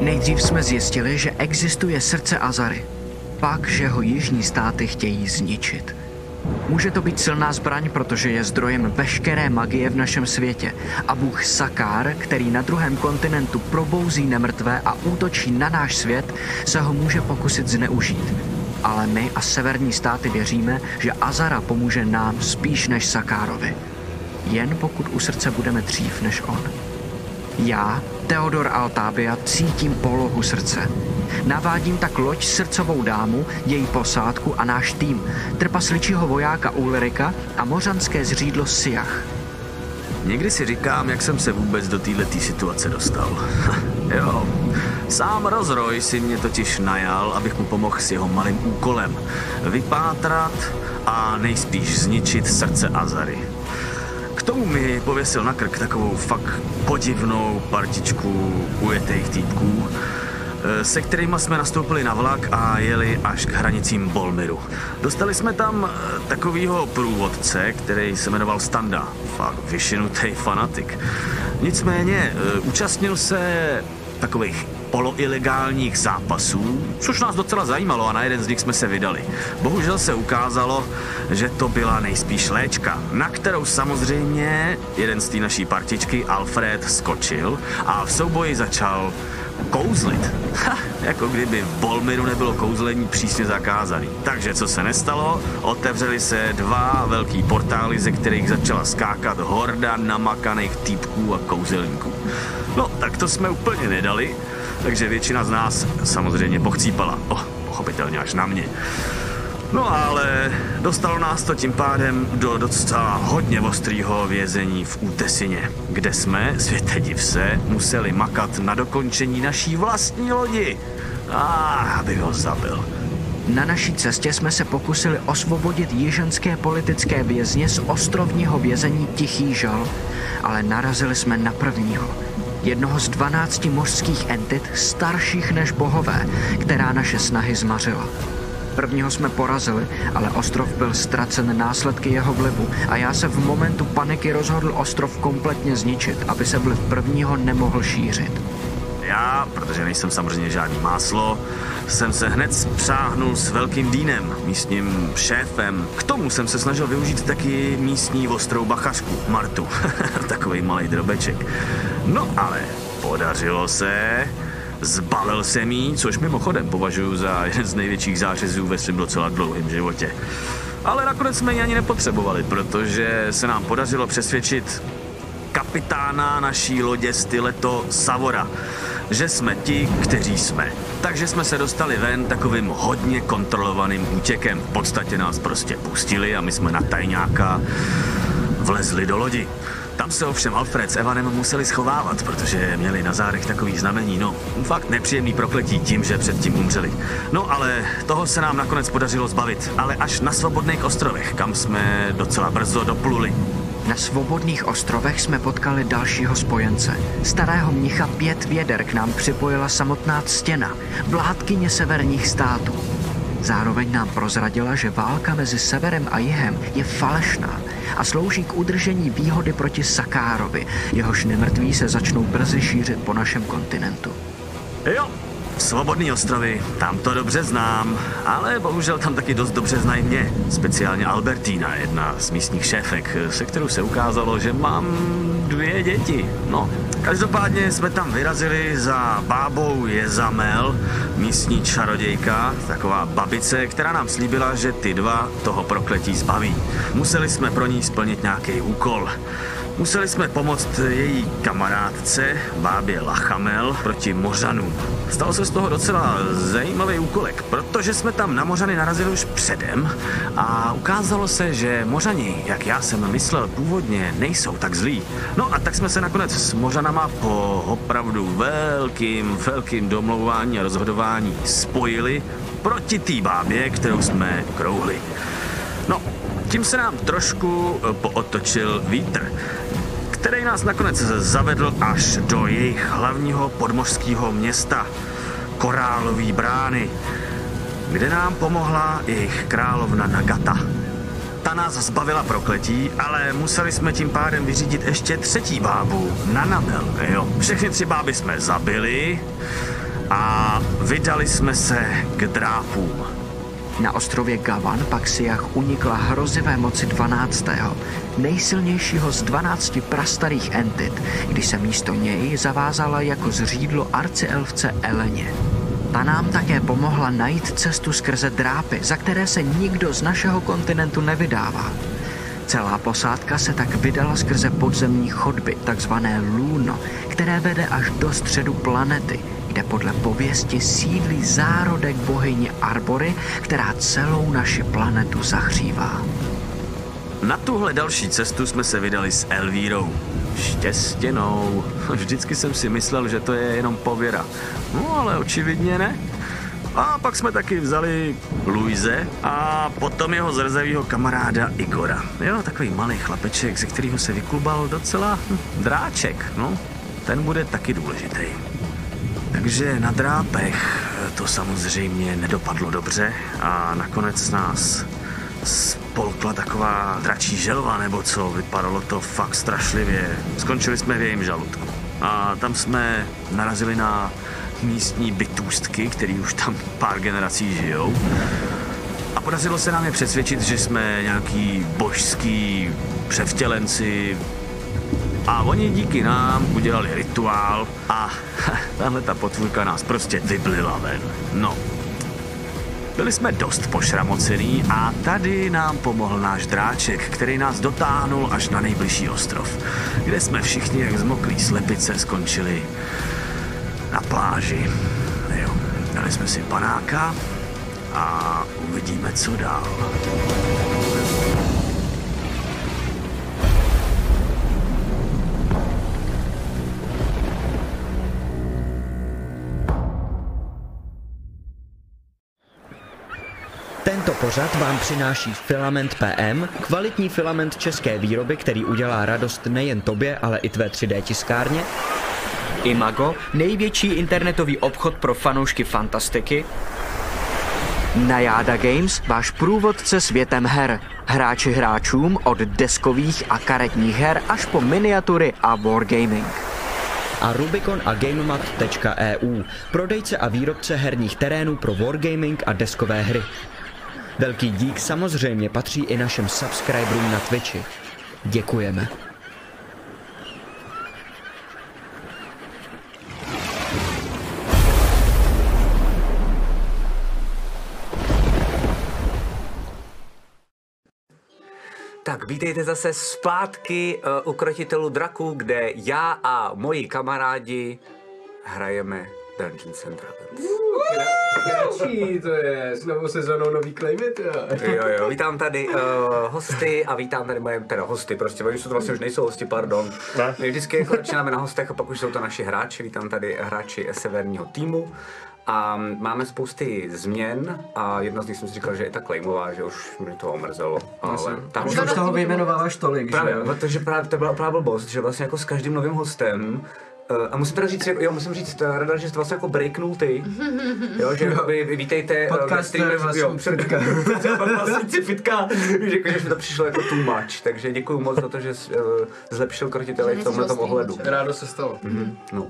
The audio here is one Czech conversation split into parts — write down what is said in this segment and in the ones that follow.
Nejdřív jsme zjistili, že existuje srdce Azary. Pak, že ho jižní státy chtějí zničit. Může to být silná zbraň, protože je zdrojem veškeré magie v našem světě. A bůh Sakár, který na druhém kontinentu probouzí nemrtvé a útočí na náš svět, se ho může pokusit zneužít. Ale my a severní státy věříme, že Azara pomůže nám spíš než Sakárovi. Jen pokud u srdce budeme dřív než on. Já, Theodor Altábia, cítím polohu srdce. Navádím tak loď srdcovou dámu, její posádku a náš tým, trpasličího vojáka Ulrika a mořanské zřídlo Siach. Někdy si říkám, jak jsem se vůbec do této situace dostal. jo, sám rozroj si mě totiž najal, abych mu pomohl s jeho malým úkolem. Vypátrat a nejspíš zničit srdce Azary. K tomu mi pověsil na krk takovou fakt podivnou partičku ujetých týpků, eh, se kterými jsme nastoupili na vlak a jeli až k hranicím Bolmiru. Dostali jsme tam eh, takovýho průvodce, který se jmenoval Standa. Fakt vyšinutý fanatik. Nicméně eh, účastnil se takových poloilegálních zápasů, což nás docela zajímalo a na jeden z nich jsme se vydali. Bohužel se ukázalo, že to byla nejspíš léčka, na kterou samozřejmě jeden z té naší partičky, Alfred, skočil a v souboji začal kouzlit. Ha, jako kdyby v Bolmiru nebylo kouzlení přísně zakázaný. Takže co se nestalo? Otevřeli se dva velký portály, ze kterých začala skákat horda namakaných týpků a kouzelníků. No, tak to jsme úplně nedali, takže většina z nás samozřejmě pochcípala. Oh, pochopitelně až na mě. No ale dostalo nás to tím pádem do docela hodně ostrýho vězení v Útesině, kde jsme, světe div se, museli makat na dokončení naší vlastní lodi. A ah, abych ho zabil. Na naší cestě jsme se pokusili osvobodit jižanské politické vězně z ostrovního vězení Tichý žal, ale narazili jsme na prvního. Jednoho z 12 mořských entit starších než bohové, která naše snahy zmařila. Prvního jsme porazili, ale ostrov byl ztracen následky jeho vlivu a já se v momentu paniky rozhodl ostrov kompletně zničit, aby se vliv prvního nemohl šířit. Já, protože nejsem samozřejmě žádný máslo, jsem se hned spřáhnul s velkým dýnem, místním šéfem. K tomu jsem se snažil využít taky místní ostrou bachařku, Martu. Takový malý drobeček. No ale podařilo se. Zbalil jsem jí, což mimochodem považuji za jeden z největších zářezů ve svém docela dlouhém životě. Ale nakonec jsme ji ani nepotřebovali, protože se nám podařilo přesvědčit kapitána naší lodě styleto Savora, že jsme ti, kteří jsme. Takže jsme se dostali ven takovým hodně kontrolovaným útěkem. V podstatě nás prostě pustili a my jsme na tajňáka vlezli do lodi. Tam se ovšem Alfred s Evanem museli schovávat, protože měli na zádech takový znamení, no fakt nepříjemný prokletí tím, že předtím umřeli. No ale toho se nám nakonec podařilo zbavit, ale až na svobodných ostrovech, kam jsme docela brzo dopluli. Na svobodných ostrovech jsme potkali dalšího spojence. Starého mnicha pět věder k nám připojila samotná stěna, vládkyně severních států. Zároveň nám prozradila, že válka mezi severem a jihem je falešná a slouží k udržení výhody proti Sakárovi, jehož nemrtví se začnou brzy šířit po našem kontinentu. Jo, Svobodný ostrovy, tam to dobře znám, ale bohužel tam taky dost dobře znají mě. Speciálně Albertína, jedna z místních šéfek, se kterou se ukázalo, že mám dvě děti. No, každopádně jsme tam vyrazili za bábou Jezamel, místní čarodějka, taková babice, která nám slíbila, že ty dva toho prokletí zbaví. Museli jsme pro ní splnit nějaký úkol. Museli jsme pomoct její kamarádce, bábě Lachamel, proti Mořanům. Stal se z toho docela zajímavý úkolek, protože jsme tam na Mořany narazili už předem a ukázalo se, že Mořani, jak já jsem myslel původně, nejsou tak zlí. No a tak jsme se nakonec s Mořanama po opravdu velkým, velkým domlouvání a rozhodování spojili proti té bábě, kterou jsme krouhli. No, tím se nám trošku eh, pootočil vítr, který nás nakonec zavedl až do jejich hlavního podmořského města, Korálový brány, kde nám pomohla jejich královna Nagata. Ta nás zbavila prokletí, ale museli jsme tím pádem vyřídit ještě třetí bábu, Nanamel. Jo. Všechny tři báby jsme zabili a vydali jsme se k drápům. Na ostrově Gavan pak Siach unikla hrozivé moci 12. nejsilnějšího z 12 prastarých entit, kdy se místo něj zavázala jako zřídlo arcielfce Eleně. Ta nám také pomohla najít cestu skrze drápy, za které se nikdo z našeho kontinentu nevydává. Celá posádka se tak vydala skrze podzemní chodby, takzvané lůno, které vede až do středu planety, kde podle pověsti sídlí zárodek bohyně Arbory, která celou naši planetu zahřívá. Na tuhle další cestu jsme se vydali s Elvírou. Štěstěnou. Vždycky jsem si myslel, že to je jenom pověra. No ale očividně ne. A pak jsme taky vzali Luise a potom jeho zrzavýho kamaráda Igora. Jo, takový malý chlapeček, ze kterého se vyklubal docela hm, dráček. No, ten bude taky důležitý. Takže na drápech eh, to samozřejmě nedopadlo dobře a nakonec nás spolkla taková dračí želva nebo co, vypadalo to fakt strašlivě. Skončili jsme v jejím žaludku. A tam jsme narazili na místní bytůstky, který už tam pár generací žijou. A podařilo se nám je přesvědčit, že jsme nějaký božský převtělenci, a oni díky nám udělali rituál a tahle ta potvůrka nás prostě vyblila ven. No. Byli jsme dost pošramocený a tady nám pomohl náš dráček, který nás dotáhnul až na nejbližší ostrov, kde jsme všichni jak zmoklí slepice skončili na pláži. Jo, dali jsme si panáka a uvidíme, co dál. Tento pořad vám přináší Filament PM, kvalitní filament české výroby, který udělá radost nejen tobě, ale i tvé 3D tiskárně. Imago, největší internetový obchod pro fanoušky fantastiky. Najáda Games, váš průvodce světem her. Hráči hráčům od deskových a karetních her až po miniatury a wargaming. A Rubicon a Gamemat.eu, prodejce a výrobce herních terénů pro wargaming a deskové hry. Velký dík samozřejmě patří i našim subscriberům na Twitchi. Děkujeme. Tak vítejte zase zpátky eh, u Krotitelů draků, kde já a moji kamarádi hrajeme Dungeons and Dragons. Kratší, to je s novou sezónou nový klejmy, jo. Jo, jo, vítám tady uh, hosty a vítám tady moje, teda hosty prostě, oni jsou to vlastně už nejsou hosti, pardon. My vždycky jako začínáme na hostech a pak už jsou to naši hráči, vítám tady hráči severního týmu. A máme spousty změn a jedna z nich jsem si říkal, že je ta klejmová, že už mě to omrzelo, ale tam Už už toho vyjmenováváš tolik, Právě, že jo? protože právě to byla právě blbost, že vlastně jako s každým novým hostem eh, a musím teda říct, jako- jo, musím říct, eh, rada, že jste vlastně jako breaknul ty, jo, že vy, vy vítejte eh, Podcast ve streamu, Nerva jo, Sousedka. vlastně fitka, že, jako, že mi to přišlo jako too much, takže děkuji moc za to, že jsi, eh, zlepšil krotitele Že v nejsi tomhle hostý, ohledu. že? Rádo se stalo. No.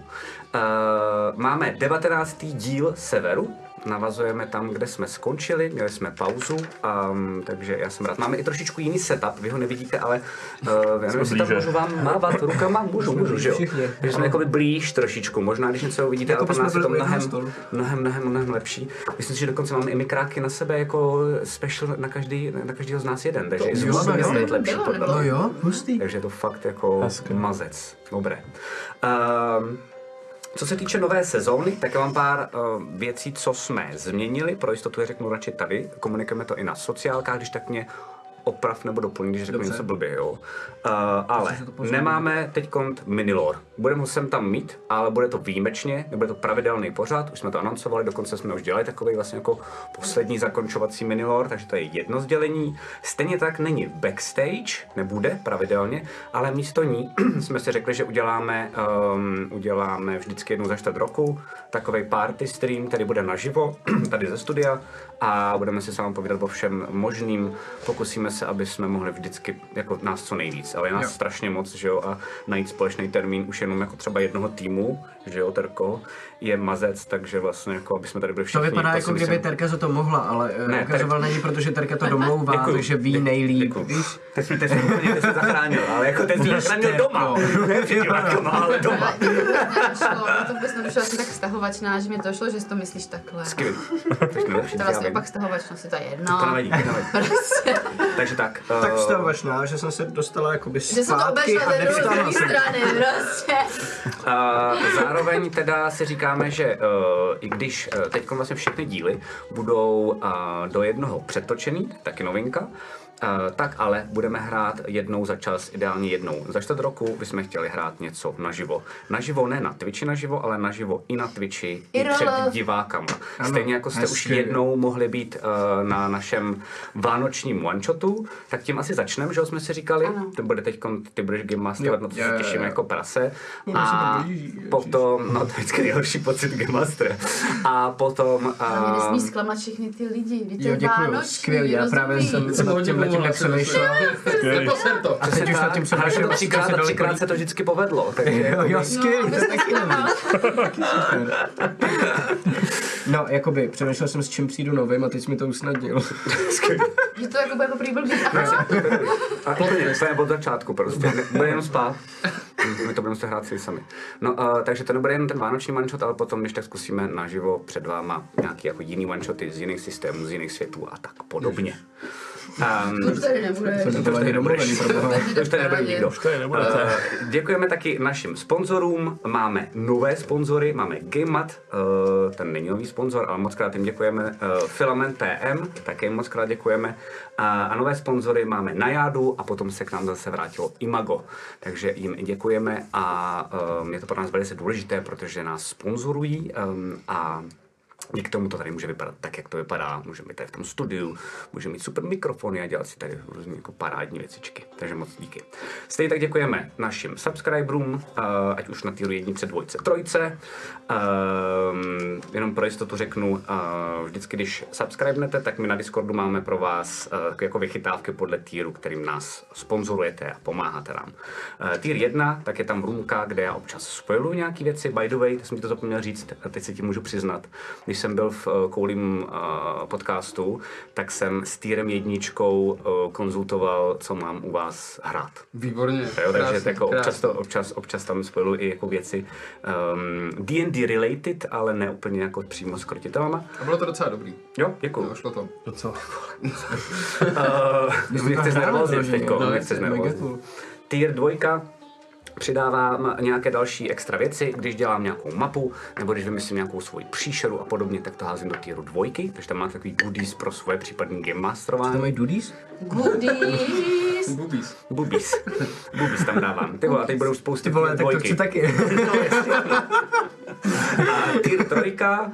Uh, máme 19. díl Severu, navazujeme tam, kde jsme skončili, měli jsme pauzu, um, takže já jsem rád. Máme i trošičku jiný setup, vy ho nevidíte, ale uh, já nevím, jestli tam můžu vám mávat rukama, můžu, můžu, že jo? Všichni. Takže jsme jakoby blíž trošičku, možná když něco uvidíte, ale Jako pro bychom nás je byli to u jednoho mnohem, stolu. mnohem, mnohem, mnohem lepší. Myslím si, že dokonce máme i mikráky na sebe jako special na, každý, na každého z nás jeden, takže už jsme bylo, měli jo? lepší Bylo, tohle. nebylo? No jo, hustý. Takže je to fakt jako Hezky. mazec. Dobré. Um, co se týče nové sezóny, tak já mám pár uh, věcí, co jsme změnili. Pro jistotu je řeknu radši tady. Komunikujeme to i na sociálkách, když tak mě oprav nebo doplň, když řeknu Dobře. něco blbě, jo. Uh, ale se to pořádá. nemáme teď kont minilor. Budeme ho sem tam mít, ale bude to výjimečně, nebude to pravidelný pořád, už jsme to anoncovali, dokonce jsme už dělali takový vlastně jako poslední zakončovací minilor, takže to je jedno sdělení. Stejně tak není backstage, nebude pravidelně, ale místo ní jsme si řekli, že uděláme, um, uděláme vždycky jednou za čtvrt roku takový party stream, který bude naživo, tady ze studia a budeme si s vámi povídat o všem možným, pokusíme se se, aby jsme mohli vždycky jako nás co nejvíc, ale je nás Jo. jo. strašně moc, že jo, a najít společný termín už jenom jako třeba jednoho týmu, že jo, Terko, je mazec, takže vlastně jako, aby jsme tady byli To všichni. vypadá, si jako kdyby myslím- Terka za to mohla, ale ne, Ne, ukazoval Terka- není, protože Terka to domlouvá, Děkuju. takže ví Dě- nejlíp. děkuju. Víš, teď jsi, teď jsi, úplně- teď jsi zachránil, ale jako teď jsi zachránil doma. Ne před divákama, ale doma. to nedošlo, mě no, to vůbec nedošlo, já jsem tak stahovačná, že mi došlo, že si to myslíš takhle. Skvělý. To je nejlepší, To co já vlastně vím. opak stahovačnosti, to je jedno. To nevadí, to nevadí. Prostě, Takže tak. Tak eh, vztahovačná, že jsem se dostala jakoby že jsem to zpátky obešla a ze nevstala druhé jsem. strany, prostě. A zároveň teda si říkáme, že uh, i když uh, teď vlastně všechny díly budou uh, do jednoho přetočený, taky novinka, Uh, tak ale budeme hrát jednou za čas, ideálně jednou za čtvrt roku. Bychom chtěli hrát něco naživo. Naživo ne na Twitchi naživo, ale naživo i na Twitchi, i IRL. před divákama. Stejně jako jste už hezky. jednou mohli být uh, na našem vánočním one-shotu, tak tím asi začneme, že jo, jsme si říkali. Ano. To bude teď, ty budeš game masterovat, na Jo, to jo, se jo, těšíme jo. jako prase. Ono No, se to A blíží, ježiš. potom, no to je vždycky nejhorší pocit Game Mastera. A potom... eh, Ale mě A, nesmí zklamat všechny ty lidi, víte, Jo, děkuju, vánoční, skvělý, já právě rozumíš? jsem nad tím letím nepřemýšlel. Skvělý. A teď už nad tím přemýšlím, a třikrát, říkám se a daleko třikrát se to vždycky povedlo. Takže Jo, jakoby- jo, No, skvělý, aby to je se taky skvělý. zklamal. No, jakoby, přemýšlel jsem, s čím přijdu novým a teď jsi mi to usnadnil. Že to jako bude poprý blbý. A úplně, to je od začátku prostě. Ne- Bude jenom spát. My to budeme se hrát si sami. No, uh, takže to nebude jenom ten vánoční one-shot, ale potom, když tak zkusíme naživo před váma nějaký jako jiný one-shoty z jiných systémů, z jiných světů a tak podobně. Um, Už tady nebude. To bylo ani domluvený, pro boha. To už tady nebude nikdo. Eh, Děkujeme taky našim sponzorům. Máme nové sponzory, máme GameMat, eh, ten není nový sponzor, ale moc krát jim děkujeme. Eh, Filament PM, také jim moc krát děkujeme. A a nové sponzory máme Najádu a potom se k nám zase vrátilo Imago. Takže jim děkujeme a eh, je to pro nás velice důležité, protože nás sponzorují ehm, a Díky tomu to tady může vypadat tak, jak to vypadá. Můžeme být tady v tom studiu, můžeme mít super mikrofony a dělat si tady různé jako parádní věcičky. Takže moc díky. Stejně tak děkujeme našim subscriberům, uh, ať už na týru jednice, dvojce, trojce. Um, jenom pro jistotu řeknu, uh, vždycky, když subscribenete, tak my na Discordu máme pro vás uh, jako vychytávky podle týru, kterým nás sponzorujete a pomáháte nám. Uh, týr 1, tak je tam roomka, kde já občas spojuju nějaké věci. By the way, to jsem ti to zapomněl říct, a teď se ti můžu přiznat. Když jsem byl v eh, Koulim eh, podcastu, tak jsem s týrem jedničkou eh, konzultoval, co mám u vás hrát. Výborně. Jo, takže krásný, jako občas, krásný. to, občas, občas tam spojuju i jako věci ehm, D&D related, ale ne úplně jako přímo s krotitelama. A bylo to docela dobrý. Jo, děkuju. Jo, šlo to. Uh, mě chce znervoznit teďko, No, mě chce jasně, mega znervoznit. cool. Tier 2, přidávám nějaké další extra věci, když dělám nějakou mapu, nebo když vymyslím nějakou svoji příšeru a podobně, tak to házím do týru dvojky, takže tam mám takový goodies pro svoje případný game To masterování. mají dudies? Goodies. Bubis. Bubis. Bubis tam dávám. Ty vole, a teď budou spousty Ty tier vole, tak to dvojky. chci taky. A tier trojka,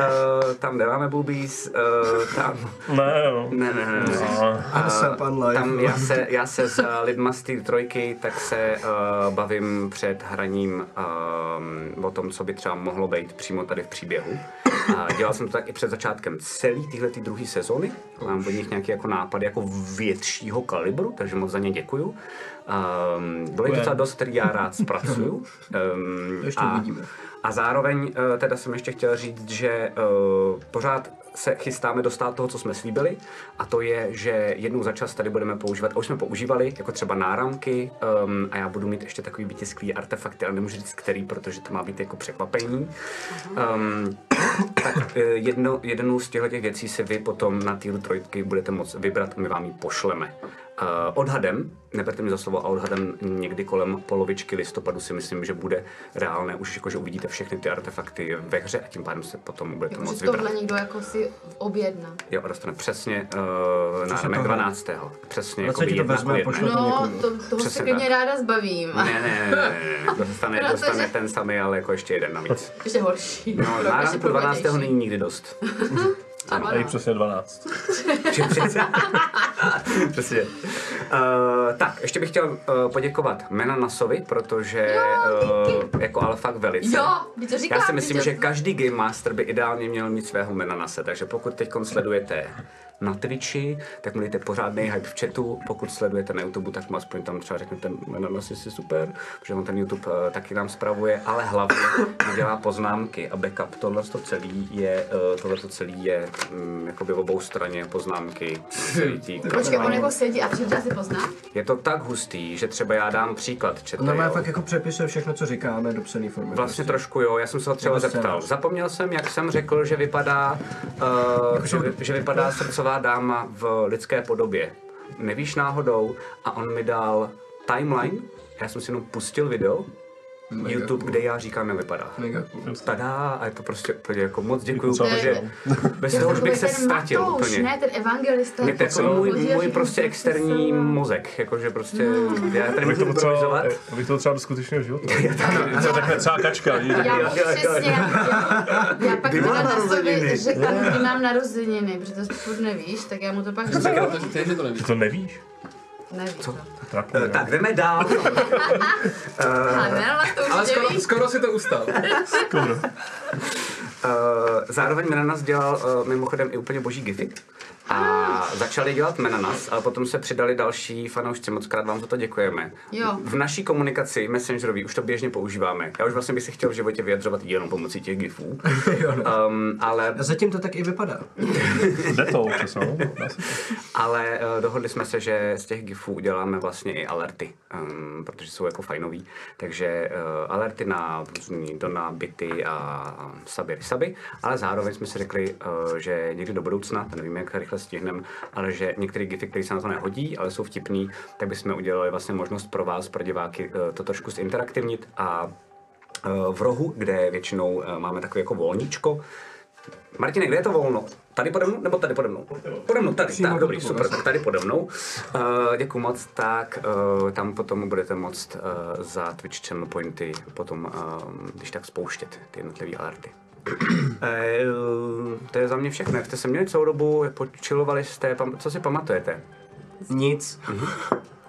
eh, tam nemáme bubis, eh, tam... Ne, jo. No. Ne, ne, ne, ne. Asa, pan Life. Tam já se, já se s eh, lidma z té trojky tak se uh, bavím před hraním um, o tom, co by třeba mohlo být přímo tady v příběhu. A dělal jsem to tak i před začátkem celý tyhle ty druhé sezony. Mám od nich nějaký jako nápad jako většího kalibru, takže moc za ně děkuju. Um, bylo jich docela dost, který já rád zpracuju. Um, ještě a, uvidíme. a zároveň eh, teda jsem ještě chtěl říct, že eh, pořád se chystáme dostat toho, co jsme slíbili, a to je, že jednou za čas tady budeme používat, a už jsme používali, jako třeba náramky, um, a já budu mít ještě takový vytisklý artefakty, ale nemůžu říct který, protože to má být jako překvapení. Um, tak eh, jedno, jednu z těchto těch věcí si vy potom na týru trojky budete moct vybrat, my vám ji pošleme. Uh, odhadem, neberte mi za slovo, a odhadem někdy kolem polovičky listopadu si myslím, že bude reálné už, jako, že uvidíte všechny ty artefakty ve hře a tím pádem se potom budete Jako, moct že vybrat. tohle někdo jako si objedná. Jo, a dostane přesně uh, náramek to hraje? 12. Přesně Na co jako ti to jedna ku vezme a jedné. pošle to No, někomu? to, toho se Přesně klidně tak. ráda zbavím. Ne, ne, ne, ne, ne, dostane, Protože- dostane ten samý, ale jako ještě jeden navíc. Ještě horší. No, náramku 12. není nikdy dost. A je přesně 12. Že přece- Přesně. Uh, tak, ještě bych chtěl uh, poděkovat Menanasovi, protože Jo, uh, jako ale fakt velice. Jo, vždyť to říkám, Já si myslím, vždyť že to- každý Game Master by ideálně měl mít svého Menanase, takže pokud teď sledujete na Twitchi, tak mu dejte pořádný hype v chatu. Pokud sledujete na YouTube, tak mu aspoň tam třeba řeknete, jmenuji asi si super, protože on ten YouTube eh, taky nám spravuje, ale hlavně mu dělá poznámky a backup. Tohle to celý je, eh, tohle to celý je mm, jakoby v obou straně poznámky. celý tý Počkej, on kampaně. jako sedí a předá si poznám? Je to tak hustý, že třeba já dám příklad. Čete, Normálně jo. fakt jako přepisuje všechno, co říkáme do psaný formy. Vlastně trošku jo, já jsem se ho třeba Nebo scénář. zeptal. Zapomněl jsem, jak jsem řekl, že vypadá, uh, že, vy- že vypadá srdcová dáma v lidské podobě. Nevíš náhodou a on mi dal timeline, já jsem si jenom pustil video, YouTube, kde já říkám, jak vypadá. Mega cool. Tada, a je to prostě úplně jako moc děkuju, Co? protože bez toho jako už bych se ztratil úplně. ne, ten evangelista. Je to jako můj, můj prostě externí mozek, jakože prostě já tady Abych můžu to potřeboval, improvizovat. eh, abych to potřeboval do skutečného života. To je takhle celá kačka. víš? Já, já, přesně, já, já, já pak Kdy má teda narozeniny? Dasovi řeknu, kdy mám narozeniny, protože to furt nevíš, tak já mu to pak řeknu. jako- To říkej, že to nevíš. Ty to nevíš? Nevím. Co? Trapné, jo. Tak jdeme dál. Eh, Ale to už Ale skoro, nevíš. skoro si to ustal. Skoro. Eh, zároveň Menanas dělal eh, mimochodem i úplně boží gify. A začali dělat Menanas, ale potom se přidali další fanoušci, moc krát vám za to děkujeme. Jo. V naší komunikaci messengerový už to běžně používáme. Já už vlastně bych se chtěl v životě vyjadřovat jenom pomocí těch gifů. um, ale A zatím to tak i vypadá. Jde to občas, no. Dá se to. ale eh, dohodli jsme se, že z těch gifů uděláme vlastně i alerty, um, protože jsou jako fajnový. Takže uh, alerty na různý Dona, Bity a Saby Rysaby, ale zároveň jsme si řekli, uh, že někdy do budoucna, to nevím, jak rychle stihneme, ale že některé gify, které se na to nehodí, ale jsou vtipný, tak bychom udělali vlastně možnost pro vás, pro diváky, uh, to trošku zinteraktivnit a eh, v rohu, kde většinou eh, máme takové jako volníčko, Martine, kde je to volno? Tady pode mnou, nebo tady pode mnou? Pode mnou, tady, tak, dobrý, super, tak tady pode mnou. Uh, děkuji moc, tak uh, tam potom budete moct uh, za Twitch channel pointy potom, uh, když tak spouštět ty jednotlivé alerty. Eh, to je za mě všechno. Jak jste se měli celou dobu, počilovali jste, pam- co si pamatujete? Mhm. Nic.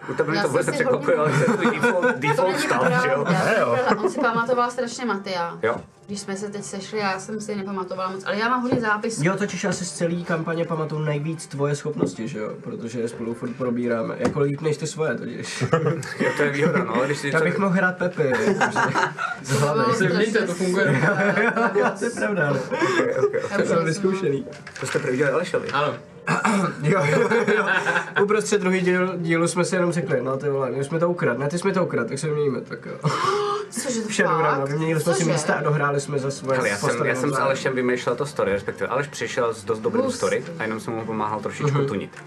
U tebe mě Já to jsem vůbec si nepřekvapuje, ale to je tvůj default, To default není stav, že jo? pravda. On si pamatoval strašně Matyá. Jo. Když jsme se teď sešli, já jsem si nepamatovala moc, ale já mám hodně zápisů. Jo, totiž asi z celé kampaně pamatuju nejvíc tvoje schopnosti, že jo? Protože je spolu furt probíráme. Jako líp než ty svoje, totiž. Jo, To je výhoda, no, když si Já co- bych mohl hrát Pepy. jakože Z hlavy. bylo Se mějte, to funguje. To je pravda, ale to jsem vyzkoušený. to jste providěli Alešovi. Ano. Jo, jo, jo. Uprostřed druhý díl, dílu jsme si jenom řekli, no ty vole, my jsme to ukradli, ne ty jsme to ukradli, tak se měníme, tak jo. Cože to Shadowrun, fakt? vyměnili jsme si Cože? místa a dohráli jsme za svoje Ale já jsem, postavy já jsem s navzájem. Alešem vymýšlel to story, respektive Aleš přišel s dost dobrým Hustý. story a jenom jsem mu pomáhal trošičku tunit.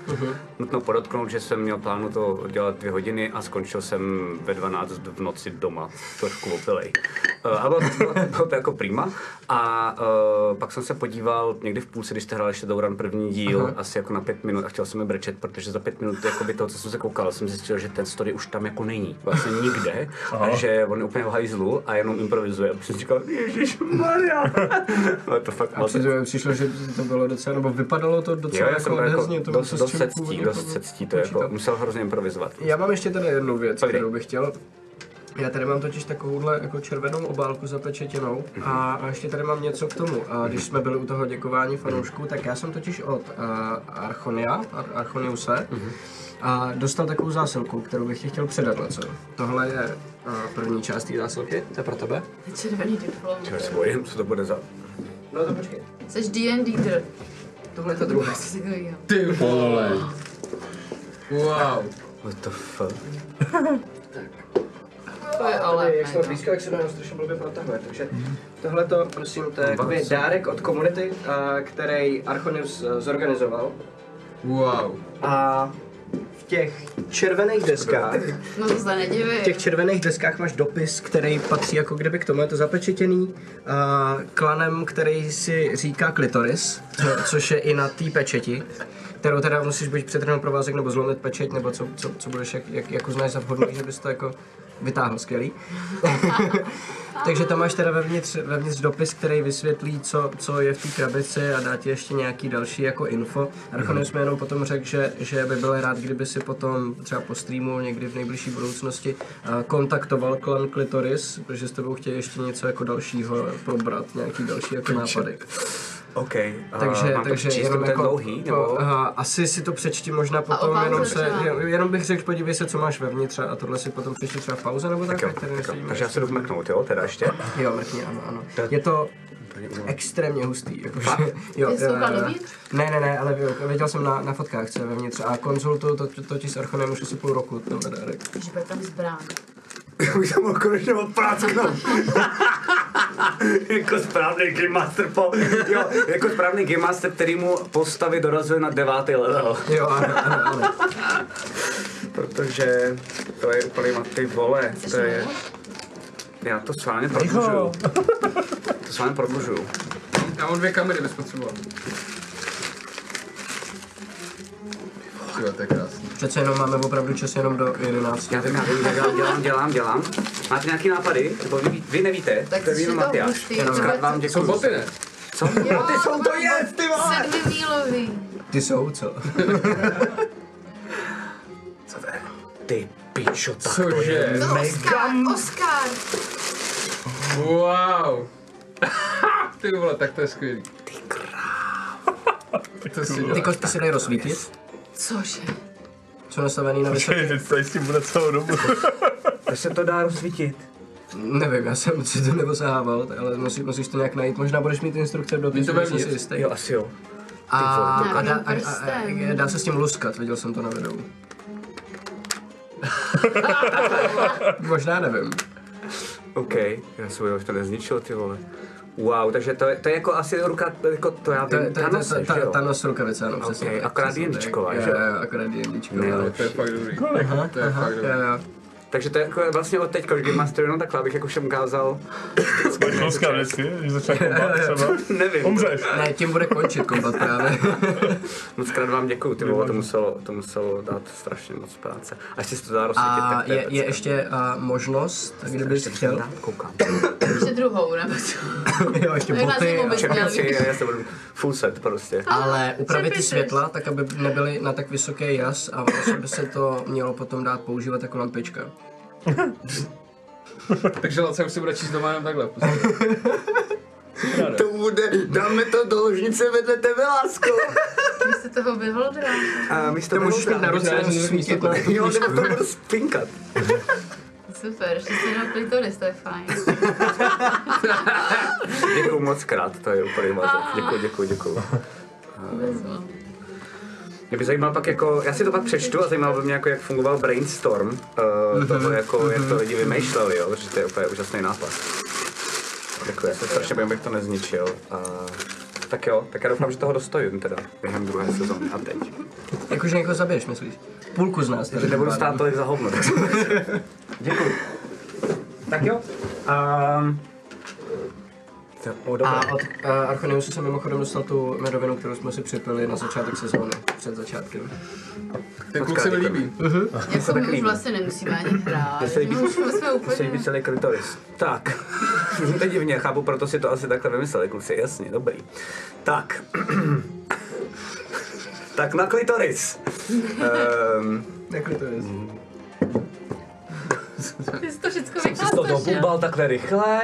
Nutno podotknout, že jsem měl plánu to dělat dvě hodiny a skončil jsem ve 12 v noci doma, trošku opilej. Eh, Ale bylo, bylo, bylo to jako prima. A uh, pak jsem se podíval někdy v půlce, když jste hráli Shadowrun první díl, asi jako na pět minut a chtěl jsem mi brečet, protože za pět minut jakoby toho, co jsem se koukal, jsem zjistil, že ten story už tam jako není, vlastně nikde, a že on je úplně v hajzlu a jenom improvizuje. A pak jsem říkal, ježiš, Maria. Ale to fakt A přitom mi přišlo, že to bylo docela, nebo vypadalo to Jo, docela já jsem byl jako odezně, to dost, bylo dost se s čím ctí, původně dost se ctí, to je jako, počítat. musel hrozně improvizovat. Já mám ještě tady jednu věc, Povídej. kterou bych chtěl. Já tady mám totiž takovouhle jako červenou obálku zapečetěnou a, a ještě tady mám něco k tomu. A když jsme byli u toho děkování fanoušků, tak já jsem totiž od uh, Archonia, Ar- Archoniuse, a dostal takovou zásilku, kterou bych ti chtěl předat na co. Tohle je uh, první část té zásilky, to je pro tebe. Červený diplom. Já se bojím, co to bude za... No to počkej. Jsi D&D dr. Tohle je to druhé. Jsi takový, Ty vole. Wow. What the fuck? To je ale no. Tady, jak jsme jméno. blízko, jak se dá strašně blbě protahovat. Takže tohle to, prosím, to je jakoby dárek od komunity, a, který Archonius eh, zorganizoval. Wow. A v těch červených deskách, No to se nedivím. v těch červených deskách máš dopis, který patří jako kdyby k tomu, je to zapečetěný a klanem, který si říká klitoris, co, což je i na té pečeti, kterou teda musíš buď přetrhnout provázek nebo zlomit pečeť, nebo co, co, co budeš, jak, jak, jak uznáš za vhodný, že bys to jako vytáhl skvělý. Takže tam máš teda vevnitř, vevnitř dopis, který vysvětlí, co, co je v té krabici a dá ti ještě nějaký další jako info. Archonius Mhm. mi jenom potom řekl, že, že by byl rád, kdyby si potom třeba po streamu někdy v nejbližší budoucnosti eh, kontaktoval klan Klitoris, protože s tebou chtějí ještě něco jako dalšího probrat, nějaký další jako nápady. OK, a Takže, mám takže to číst, jenom ten jako, dlouhý, nebo? aha, asi si to přečti možná potom, pauze jenom, třeba. se, jen- jenom bych řekl, podívej se, co máš vevnitř a tohle si potom přečti třeba v pauze nebo tak, tak jo, ať tady tak jo. nesedíme. Takže já se jdu mrknout, jo, teda ještě. Jo, mrkni, ano, ano. Je to extrémně hustý, jakože, jo, Jsi jo, koukal jo, jo. dovnitř? Ne, ne, ne, ale jo, viděl jsem na, na fotkách, co je vevnitř a konzultuju to, to, to ti s Archonem už asi půl roku, tenhle dárek. Že bude tam zbrán. Já bych tam mohl konečně odprásknout. jako správný Game Master, po, jo, jako správný Game Master, který mu postavy dorazuje na devátý level. Jo, ano, ano, ano. No, Protože to je úplně ty vole, to je... Já to s vámi prodlužuju. To s vámi prodlužuju. Já mám dvě kamery, bys potřeboval. Jo, to je krásný. Přece jenom máme opravdu čas jenom do 11. Já vím, já vím, já dělám, dělám, dělám. Máte nějaký nápady? Nebo vy, vy nevíte? Tak to je jsi jenom to Matyáš. hustý. To Krát bude- vám Jsou děkuju. boty, ne? Co? Jo, Ty jsou to mám jest, ty vole! Sedmimílový. Ty jsou, co? Co to je? Ty pičo, tak to je. Cože? To Oscar, Oscar. Wow. Ty vole, tak to je skvělý. Ty kráv. To si Ty dělá. kosti se dají rozsvítit, Cože? jsou nastavený na vysoké. Ty, teď tady s tím bude celou dobu. To se to dá rozsvítit. Nevím, já jsem si to neosahával, ale musí, musíš to nějak najít. Možná budeš mít instrukce v době, Je to že jsem si vevnitř. jistý. Jo, asi jo. A, vole, to a, dá, každý a, a, prsten. a, dá se s tím luskat, viděl jsem to na videu. Možná nevím. OK, já jsem ho už to nezničil, ty vole. Wow, takže to je, to je jako asi ruka, jako to já To je vím, to je- to je- Thanose, ta- že jo? Thanos rukavice, ano, přesně. Okej, tak, akorát přesně tak. jedničková, Jo, že jo? jo, Akorát jedničková. Nejlepší. To je fakt dobrý. Aha, To je aha, fakt dobrý. jo, jo. Takže to je jako vlastně od teďka, když Master jenom takhle, abych jako všem ukázal. Budeš luskat vždycky, když začne kombat třeba. Nevím. Umřeš. Ne, tím bude končit kombat právě. Moc krát vám děkuju, ty vole, to muselo, to muselo dát strašně moc práce. A jestli se to dá rozsvítit, A tak to je, je pecka. ještě a, možnost, kdyby jsi chtěl. Dám, koukám. Ještě druhou, nebo co? Jo, ještě Tak na boty. zimu a- bych Čekám měl. si, já se budu full set prostě. Ale upravit ty Přepišeš. světla, tak aby nebyly na tak vysoké jas a vlastně by se to mělo potom dát používat jako lampička. Takže Laca už si bude číst doma jenom takhle. To bude, dáme to do ložnice vedle tebe, lásko. Vy jste toho vyholdila. A místo To můžeš mít na ruce, Možná, že jenom svítit na tu Jo, nebo to budu spinkat. Super, ještě jste jenom klitoris, to je fajn. Děkuju moc krát, to je úplně mazec. Děkuju, děkuju, děkuju. Bezva. Mě by zajímalo pak jako, já si to pak přečtu a zajímalo by mě jako, jak fungoval brainstorm, uh, toho jako, jak to lidi vymýšleli, jo, protože to je úplně úžasný nápad. Děkuji, já se strašně bojím, jak to nezničil. A... Tak jo, tak já doufám, že toho dostojím teda během druhé sezóny a teď. Jakože někoho zabiješ, myslíš? Půlku z nás. Že nebudu stát tolik za hovno. Děkuji. Tak jo. Um, A od uh, Archoniusu jsem mimochodem dostal tu medovinu, kterou jsme si připili na začátek sezóny, před začátkem. Ten kluk se mi líbí. Jako my už vlastně nemusíme ani hrát. My už jsme Musíš úplně... být celý krytoris. Tak. to je divně, chápu, proto si to asi takhle vymysleli, kluci. Jasně, dobrý. Tak. tak na klitoris. Um, Jako to je. Ty jsi to všechno to vykládáš. dobumbal takhle rychle.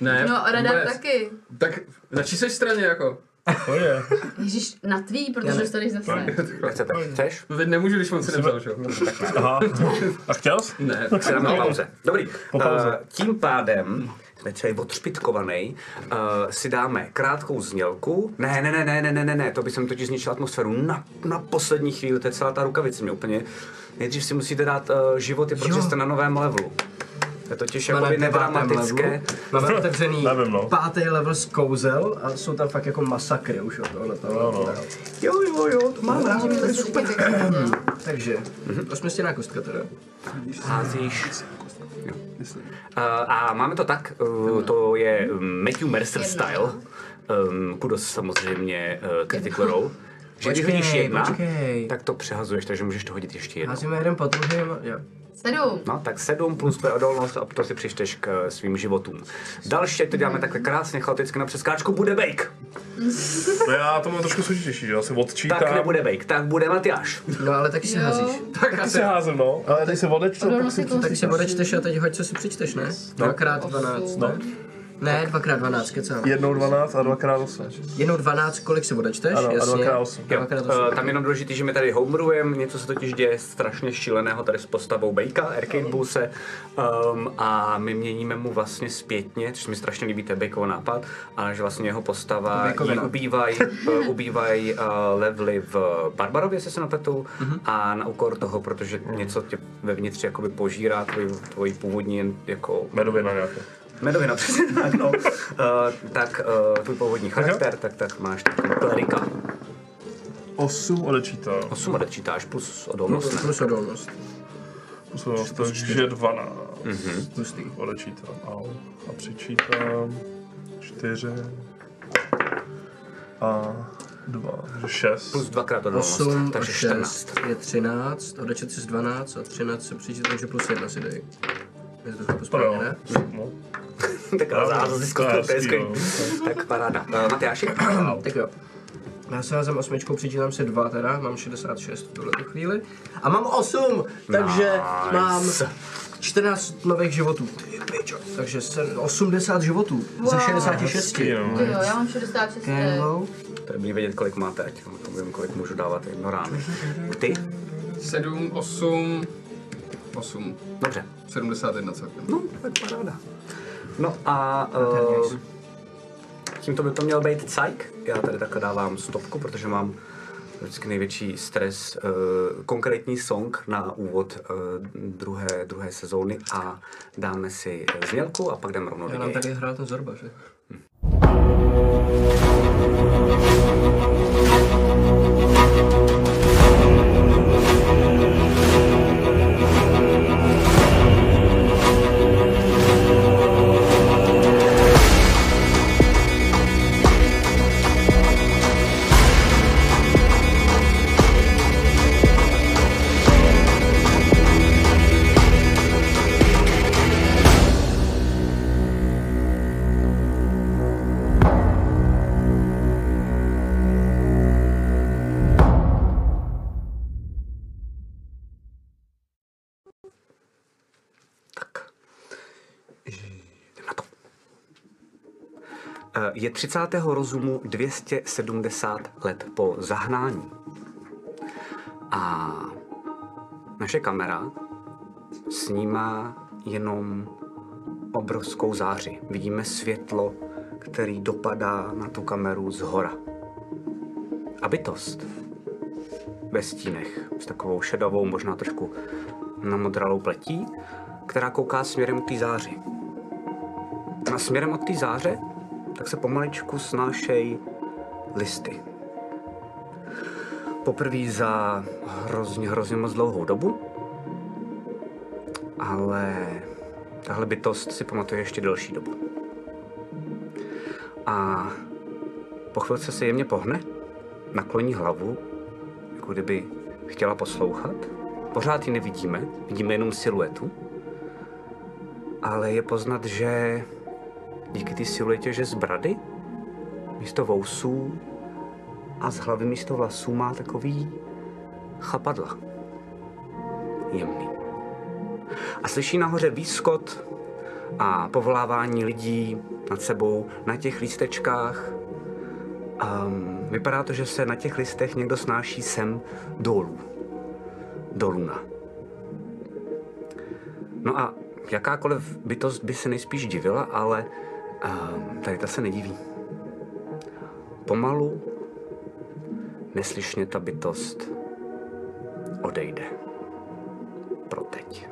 Ne, No, radar vůbec. taky. Tak na čísej straně jako. To je. Ježíš, na tvý, protože už tady zase. Nechcete? Chceš? To teď nemůžu, když on si nepsal, že jo? Aha. A chtěl jsi? Ne. Tak se dáme po pauze. Dobrý. Po pauze. Uh, tím pádem jsme celý odšpitkovaný, uh, si dáme krátkou znělku. Ne, ne, ne, ne, ne, ne, ne, ne, to by jsem totiž zničil atmosféru na, na poslední chvíli, to je celá ta rukavice mě úplně. Nejdřív si musíte dát uh, životy, protože jste na novém levelu. To je totiž jakoby nedramatické. Máme otevřený Nevím, no. pátý level z kouzel a jsou tam fakt jako masakry už od tohle toho. no. Jo, jo, jo, to mám rád. To je super. Takže, osměstěná kostka teda. Házíš. Uh, a máme to tak, uh, to je um, Matthew Mercer Jedna. style, um, kudos samozřejmě uh, Critical Role, že když Počkej, hodíš jedna, počkej. tak to přehazuješ, takže můžeš to hodit ještě jednou. Házíme jeden po druhém, jo. Sedm. No, tak 7 plus tvoje odolnost a to si přičteš k eh, svým životům. Další, jak to děláme takhle krásně, chaoticky na přeskáčku, bude Bake. No já to mám trošku složitější, že já si odčítám. Tak nebude Bake, tak bude Matyáš. No ale taky si Jo. házíš. Tak Ty asi. si házem, no. Ale teď si odečtu, Odolnost tak si je konstituce. Tak si odečteš a teď hoď, co si přičteš, ne? Dvakrát 12, No. ne? Ne, 2x12, kecám. Jednou 12 a dvakrát 8. Jenom 12, kolik si odečteš? Ano, a Jasně. dvakrát osm. Jo, Dvakrát osm. eh, tam jenom důležité, že my tady homerujeme, něco se totiž děje strašně šíleného tady s postavou Bejka, Arcade Bullse, um, a my měníme mu vlastně zpětně, což mi strašně líbí, to je Bejkov nápad, a že vlastně jeho postava jí ubývají uh, ubývaj, uh, levely v Barbarově, se se napetou, a na úkor toho, protože něco tě vevnitř jakoby požírá tvoji, tvoji původní jako Medovina nějaká. Medovina, přesně tak, no. uh, tak uh, tvůj původní charakter, tak, tak máš takový klerika. 8 odečítá. 8 odečítáš plus odolnost. ne? Plus odolnost. Plus 12, takže 12. Mm-hmm. Odečítám au. A přičítám 4 a 2, takže 6. Plus dvakrát odolnost, 8 No, takže 14. 6 je 13, odečet si z 12 a 13 se přičít, takže plus 1 si dej. Jestli to správně, ne? No. Taková záležitost získala, to je skvělý. Tak paráda. Uh, Matyáši? Tak jo. Já se házím osmičkou, přičítám si dva teda, mám 66 v tuhle tu chvíli. A mám 8, takže Nice. mám 14 nových životů. Ty pičo. Takže jsem 80 životů ze Wow. 66. no. Ty jo, já mám 66. Hello. To je dobrý vědět, kolik máte, ať vám to vím, kolik můžu dávat jedno ráno. Ty? 7, 8, 8. Dobře. 71 celkem. No, tak paráda. No a uh, tímto by to měl být cajk. Já tady takhle dávám stopku, protože mám vždycky největší stres. Uh, konkrétní song na úvod uh, druhé, druhé sezóny a dáme si eh, znělku a pak jdeme rovnou Já do nám něj. tady hrál ten Zorba, že? Eh, Je 30. rozumu 270 let po zahnání. A naše kamera snímá jenom obrovskou záři. Vidíme světlo, který dopadá na tu kameru z hora. A bytost ve stínech s takovou šedavou, možná trošku namodralou pletí, která kouká směrem k té záři. A směrem od té záře, tak se pomaličku snášej listy. Poprvé za hrozně, hrozně moc dlouhou dobu, ale tahle bytost si pamatuje ještě delší dobu. A po chvilce se jemně pohne, nakloní hlavu, jako kdyby chtěla poslouchat. Pořád ji nevidíme, vidíme jenom siluetu, ale je poznat, že díky ty siluetě, že z brady místo vousů a z hlavy místo vlasů má takový chapadla. Jemný. A slyší nahoře výskot a povolávání lidí nad sebou na těch lístečkách. Um, vypadá to, že se na těch listech někdo snáší sem dolů. Do luna. No a jakákoliv bytost by se nejspíš divila, ale uh, tady ta se nediví. Pomalu, neslyšně ta bytost odejde. Pro teď.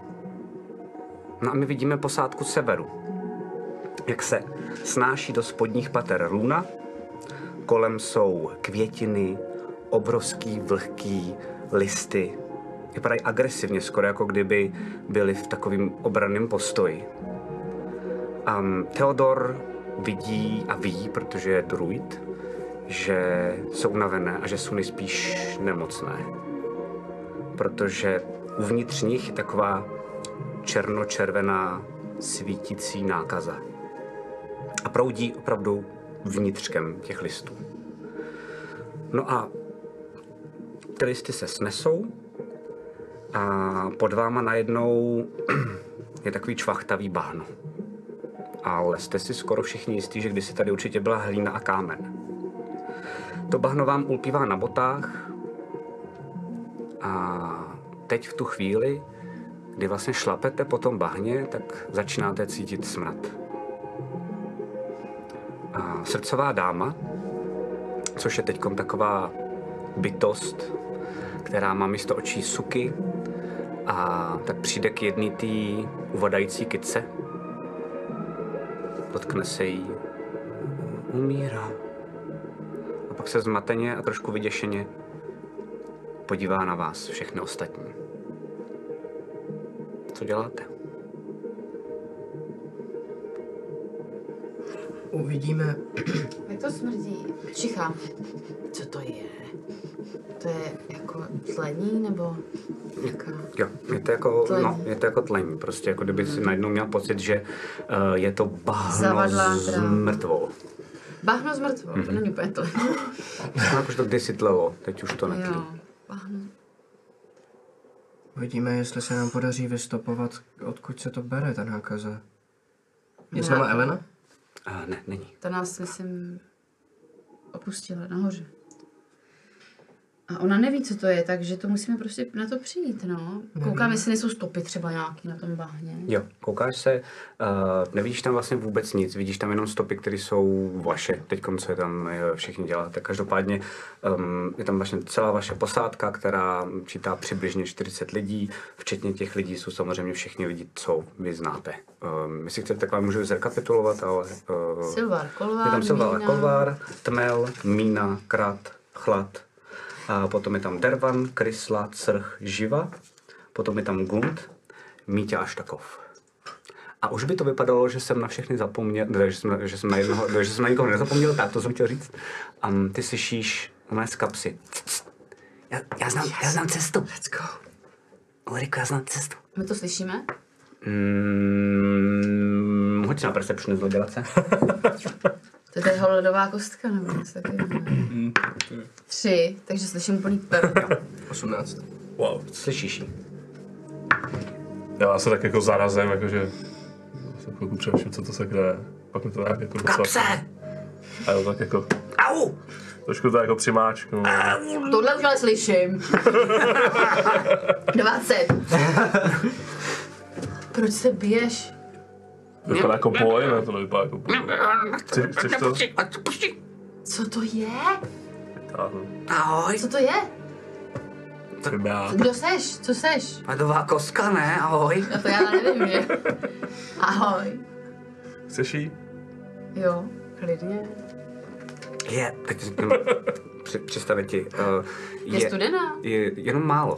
No a my vidíme posádku severu, jak se snáší do spodních pater luna, kolem jsou květiny, obrovský, vlhký listy. Vypadají agresivně, skoro jako kdyby byli v takovém obranném postoji. Um, Theodor vidí a ví, protože je druid, že jsou unavené a že jsou nejspíš nemocné. Protože uvnitř nich je taková černočervená svítící nákaza a proudí opravdu vnitřkem těch listů. No a ty listy se snesou a pod váma najednou je takový čvachtavý bahno. ale jste si skoro všichni jistí, že kdysi tady určitě byla hlína a kámen. To bahno vám ulpívá na botách a teď v tu chvíli, kdy vlastně šlapete po tom bahně, tak začínáte cítit smrad. A srdcová dáma, což je teď taková bytost, která má místo očí suky, a tak přijde k jedné té uvadající kytce. Dotkne se jí. Umírá. A pak se zmateně a trošku vyděšeně podívá na vás všechny ostatní. Co děláte? Uvidíme. Jak to smrdí? Čichám. Co to je? To je jako tlení nebo jaká? Jo, je to jako, Tlení. no, je to jako tlení, prostě jako kdyby si najednou měl pocit, že uh, je to bahno Zavadlá s tráva. mrtvou. Bahno s mrtvou, to není úplně tlení. No, jakože to kdysi tlelo, teď už to netlí. jo, bahno. Uvidíme, jestli se nám podaří vystopovat, odkud se to bere, ta nákaza. Je s Ne. náma Elena? Uh, ne, není. Ta nás, myslím, opustila nahoře. A ona neví, co to je, takže to musíme prostě na to přijít, no. Koukám, jestli nejsou stopy třeba nějaký na tom bahně. Jo, koukáš se, uh, nevidíš tam vlastně vůbec nic, vidíš tam jenom stopy, které jsou vaše, teď co je tam eh, všichni děláte. Každopádně um, je tam vlastně celá vaše posádka, která čítá přibližně 40 lidí, včetně těch lidí jsou samozřejmě všichni lidi, co vy znáte. Um, jestli chcete, tak vám můžu zrekapitulovat, ale... Uh, Silvár, kolvár, je tam Silvár, Mína. Kolvár, Tmel, Mína, Krat, Chlad. A potom je tam Dervan, Krysla, Crch, Živa. Potom je tam Gund, Mítě a Štakov. A už by to vypadalo, že jsem na všechny zapomněl, ne, že jsem, že jsem, na, jednoho, ne, že jsem na nikoho nezapomněl, tak to jsem chtěl říct. A um, ty slyšíš mé z kapsy. Já, já, znám, já znám cestu. Let's go. Ulriku, já znám cestu. My to slyšíme? Mm, hoď si na perception z legrace. To je tady holodová kostka nebo něco takového. ne? Tři, takže slyším úplný per. 18. Wow. Slyšíš ji. Já se tak jako zarazem, jakože se chvilku přemýšlím, co to sakra je. Pak mi to nějak jako Kapse! A jo, tak jako Au! trošku to jako přimáčknu. Ah! Tohle už ale slyším. 20. Proč se biješ? Vypadá jako boj, ne? Tohle vypadá jako boj. Chce- Chceš to? Co to je? Táhnu. Ahoj, Co to je? Jsem já. Kdo seš? Co seš? Medová koska, ne? Ahoj. No to já nevím, že? Ahoj. Chceš jí? Jo, klidně. Je. Teď si jenom při- představit ti. Uh, Je studená? Je jenom málo.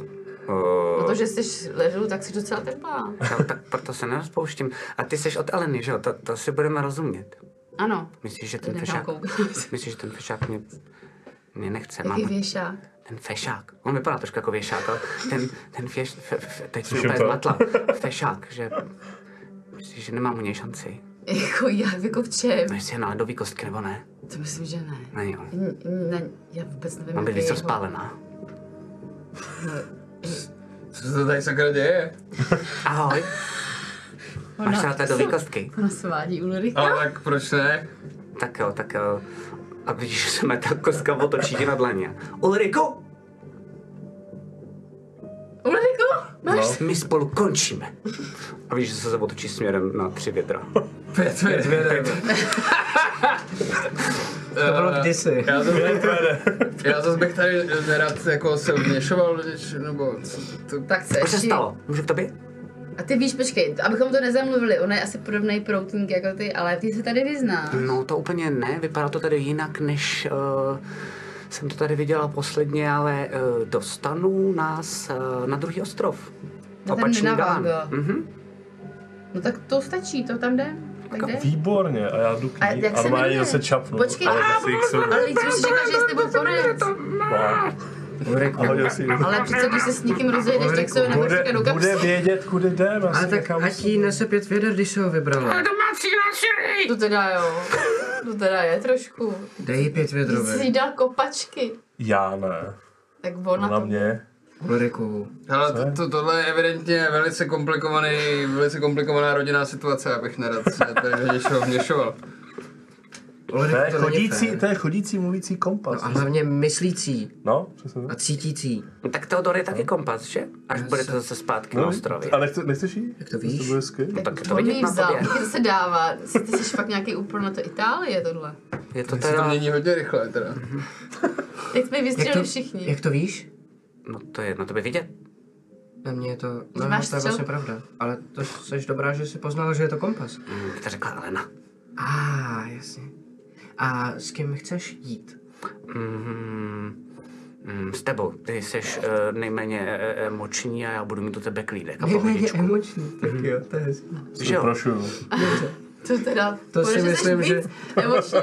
Uh, Protože jsi ledu, tak jsi docela teplá. tak proto se nerozpouštím. A ty jsi od Eleny, že jo? To, to si budeme rozumět. Ano. Myslíš, že Ten ten nechám fešák... koukat. Myslíš, že ten fešák mě, mě nechce? Mám Jaký věšák. ten fešák. On vypadá trošku jako věšák, ale ten, ten feš... Fe, fe, teď jsem Slyším úplně to. zmatla. Fešák, že... Myslíš, že nemám u něj šanci? Jako jak, jako v čem? No, jestli je na ledový kostky nebo ne? To myslím, že ne. Ne, jo. N- Ne, já vůbec nevím, Mám být jaký víc je rozpálená. jeho- No, Co se tady sakra děje? Ahoj, máš Ona, rád ledový kostky? ona svádí Ulrika. Ale tak proč ne? Tak jo, tak jo. A vidíš, že se mi ta kostka otočí ti na dlaně. Ulriku, Ulriku, máš no. my spolu končíme. A vidíš, že se se otočí směrem na tři větra. Pět minut. To bylo kdysi. Já zase, já zase bych tady nerad jako se vměšoval, když- nebo co to, Tak se Co se ještě- stalo? Můžu k tobě? A ty víš, počkej, abychom to nezamluvili, ona je asi podobný proutník jako ty, ale ty se tady vyzná. No to úplně ne, vypadá to tady jinak, než uh, jsem to tady viděla posledně, ale uh, dostanu nás uh, na druhý ostrov. Na ten Navago. Mhm. No tak to stačí, to tam jde. Tak jde. Výborně, a já jdu k A ní. jak A se normálně jmenuje? zase čapnu. Počkej, ale a- zase jich jsou. Ale lidi už říká, že je s tebou konec. A hodil si jim. Ale přece, když se s někým rozejdeš, tak se ho Bude, nepotřebuje do kapsy. bude vědět, kudy vlastně jdeme. Ale tak ať jí nese pět věder, když se ho vybrala. To teda jo. To teda je trošku. Dej jí pět Když jsi vědrové. jí dal kopačky, Já ne. tak ona Na to... mě. Ulriku. Hele, to, to, tohle je evidentně velice komplikovaný, velice komplikovaná rodinná situace, abych nerad se tady do něčeho vměšoval. Ulriku, To je to není chodící, fér. No to je chodící mluvící kompas. A hlavně myslící No, přesně. a tak. cítící. No, tak Teodor je taky kompas, že? Až budete zase zpátky na ostrově. A nechce, nechceš jí? Jak to víš? To bude skvělé. No, tak to On mi vidět ji na vzal, tobě. taky to se dává. Jsi- Ty jsi fakt nějaký úpor na to Itálie, tohle. Je to To teda... mění hodně rychle teda. Teď jsme ji Jak to, vystřelili všichni. jak to víš? No to je na tobě vidět. Na mě je to... No, máš to je střel- vlastně pravda. Ale to jsi dobrá, že jsi poznala, že je to kompas. Hm, to řekla Elena. A ah, jasně. A s kým chceš jít? Mm, mm, s tebou. Ty jsi uh, nejméně eh, emoční a já budu mít do tebe klídek a Nejméně pohodičku. emoční. Tak jo, to je hezký. Že jo? Prošu. To teda, To si budeš myslím, víc že- Emoční.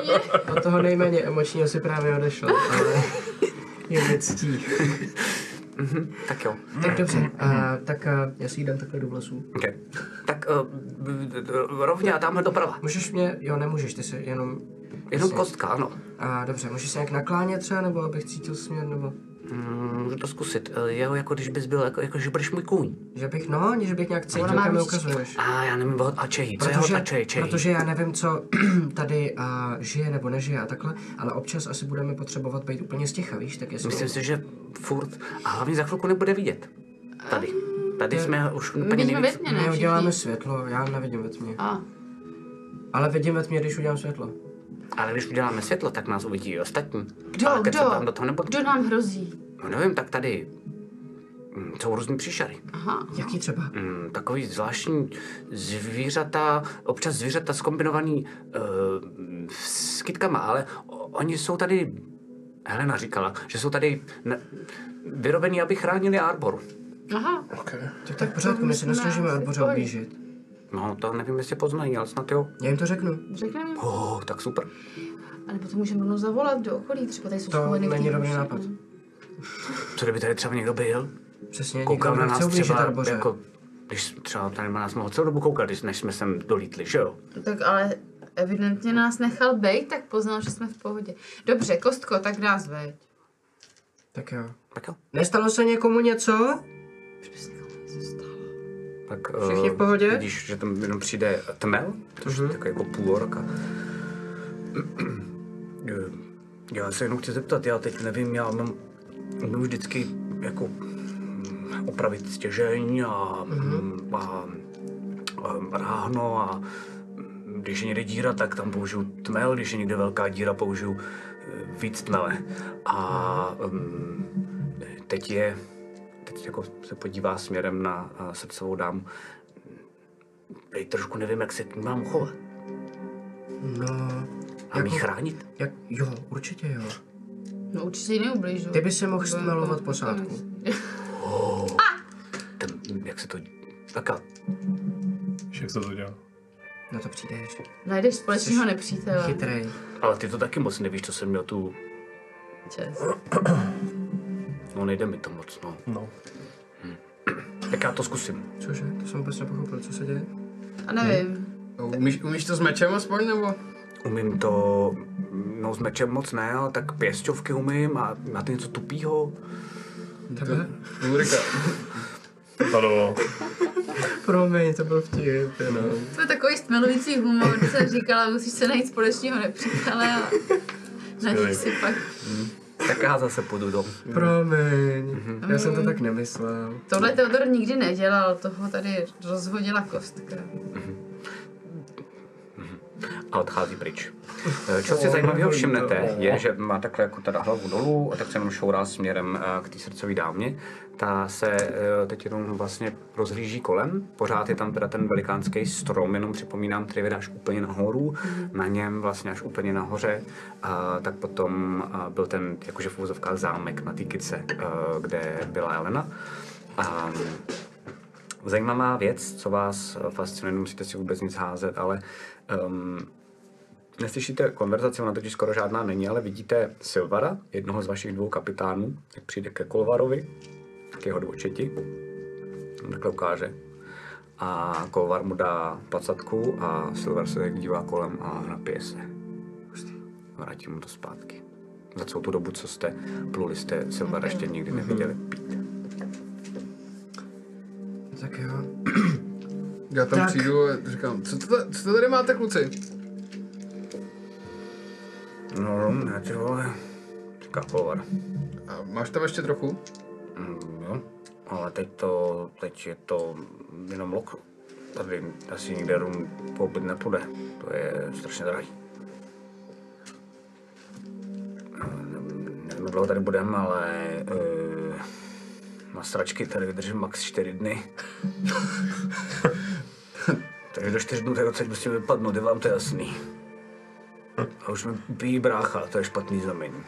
Od toho nejméně emočního si právě odešel, ale je mi ctí. Mhm, Tak jo. Tak dobře, a, tak a, já si jí dám takhle do vlasů. Okay. Tak uh, rovně a tamhle doprava. Můžeš mě, jo nemůžeš, ty se jenom, Jenom kostka, ano. a, dobře, můžeš se nějak naklánět třeba, nebo abych cítil směr, nebo, Mm, můžu to zkusit. Eh, jeho jako když bys byl, jako, jako že budeš můj kůň. že bych, no, že bych nějak cítil, Ona má kam mi ručičky. ukazuješ. A já nevím, a čeji, co je hot a Protože, čeji, čeji. protože já nevím, co tady a, žije nebo nežije a takhle, ale občas asi budeme potřebovat být úplně sticha, víš, tak jestli... Myslím si, že furt, a hlavně za chvilku nebude vidět. Tady. Tady jsme už úplně My jsme ve nejvíc. tmě, My ne? uděláme Všichni. světlo, já nevidím ve tmě. A, Ale vidím ve tmě, když udělám světlo. Ale když uděláme světlo, tak nás uvidí i ostatní. kdo, Ale kdo, kecat tam do toho nebo... kdo nám hrozí? No nevím, tak tady mm, jsou různý příšery. Aha, Jaký třeba? Mm, takový zvláštní zvířata, občas zvířata skombinovaný uh, s kytkama, ale o, oni jsou tady, Helena říkala, že jsou tady na, vyrobení, aby chránili Arboru. aha. Tak tak pořád, my se nesnažíme odboře objížit. No, to nevím, jestli poznají, ale snad jo. Já jim to řeknu. Řekneme. Oh, tak super. A nebo to můžeme rovnou zavolat do okolí, třeba tady jsou To schovaný v té není dobrý duši. nápad. Co kdyby tady třeba někdo byl? Přesně, nikdo Koukal na nechce nás ublížit třeba, arboře. jako, když třeba tady na nás mohl celou dobu koukat, když- než jsme sem dolítli, že jo? No Tak ale evidentně nás nechal bejt, tak poznal, že jsme v pohodě. Dobře, Kostko, tak nás veď. Tak jo. Tak jo. Nestalo se někomu něco? Přesně, co stalo. Tak, Všichni eh, v pohodě? Mhm. Vidíš, že tam jenom přijde tmel, což je takový jako půl roka. já se jenom chci zeptat, já teď nevím, já mám, umím vždycky jako mm, opravit stěžeň a, Mhm. mm a, a ráhno a mm, když je někde díra, tak tam použiju tmel, když je někde velká díra, použiju eh, víc tmele. A Mhm. um, teď je, teď jako se podívá směrem na eh, srdcovou dámu, Teď trošku nevím, jak se k ní mám chovat. No, Mám ji chránit? jak, jo, určitě jo. No určitě ji neublížu. Ty by si mohl Nebo stmelovat jako- posádku. Ten, jak se to... Taká... Víš, jak se to dělá? Na to přijdeš. Najdeš společného nepřítele. Chytrej. Ale ty to taky moc nevíš, co jsem měl tu... Čes. No nejde mi to moc, no. Hm. No. Tak já to zkusím. Cože, to jsem vůbec nepochopil, co se děje? A nevím. Hmm. No, umíš, umíš to s mečem aspoň, nebo? Umím to... No s mečem moc ne, ale tak pěsťovky umím a máte něco tupýho. Takhle? Ulrika. Ano. Promiň, to byl vtip, no. To je takový stmelující humor, co jsem říkala, musíš se najít společného nepřítele a najdeš si pak. Tak já zase půjdu domů. Promiň, Mhm. já jsem to tak nemyslel. Tohle Teodor nikdy nedělal, toho tady rozhodila kostka. a odchází pryč. Eh, Čeho si zajímavého všimnete, je, že má takhle jako teda hlavu dolů a tak se jenom šourá směrem eh, k té srdcové dámě. Ta se eh, teď jenom vlastně rozhlíží kolem. Pořád je tam teda ten velikánský strom, jenom připomínám, který vede až úplně nahoru. Na něm vlastně až úplně nahoře. A tak potom eh, byl ten, jakože v úzovkách zámek na té kytce, eh, kde byla Elena. A Zajímavá věc, co vás eh, fascinuje, nemusíte si vůbec nic házet, ale um, neslyšíte konverzaci, ona totiž skoro žádná není, ale vidíte Silvara, jednoho z vašich dvou kapitánů, jak přijde ke Kolvarovi, k jeho dvočeti, on takhle ukáže. A Kolvar mu dá pacatku a Silvar se tak dívá kolem a napije se. Prostě Vrátí mu to Hmm. zpátky. Za celou tu dobu, co jste pluli, jste Silvara ještě nikdy neviděli pít. tak jo. Já Tak. tam tak. přijdu a říkám, co to, ta- co to tady máte, kluci? No, rum, ne, ty vole. Říká pivovar. A máš tam ještě trochu? Mm, jo. Ale teď to, teď je to jenom lok. Tady asi nikde rum koupit nepůjde. To je strašně drahý. Mm, Nevím, jak dlouho tady budeme, ale uh, na stračky tady vydržím max 4 dny. Takže do 4 dnů tady odsaď musím vypadnout, je vám to jasný. A už mi pijí brácha, to je špatný znamení.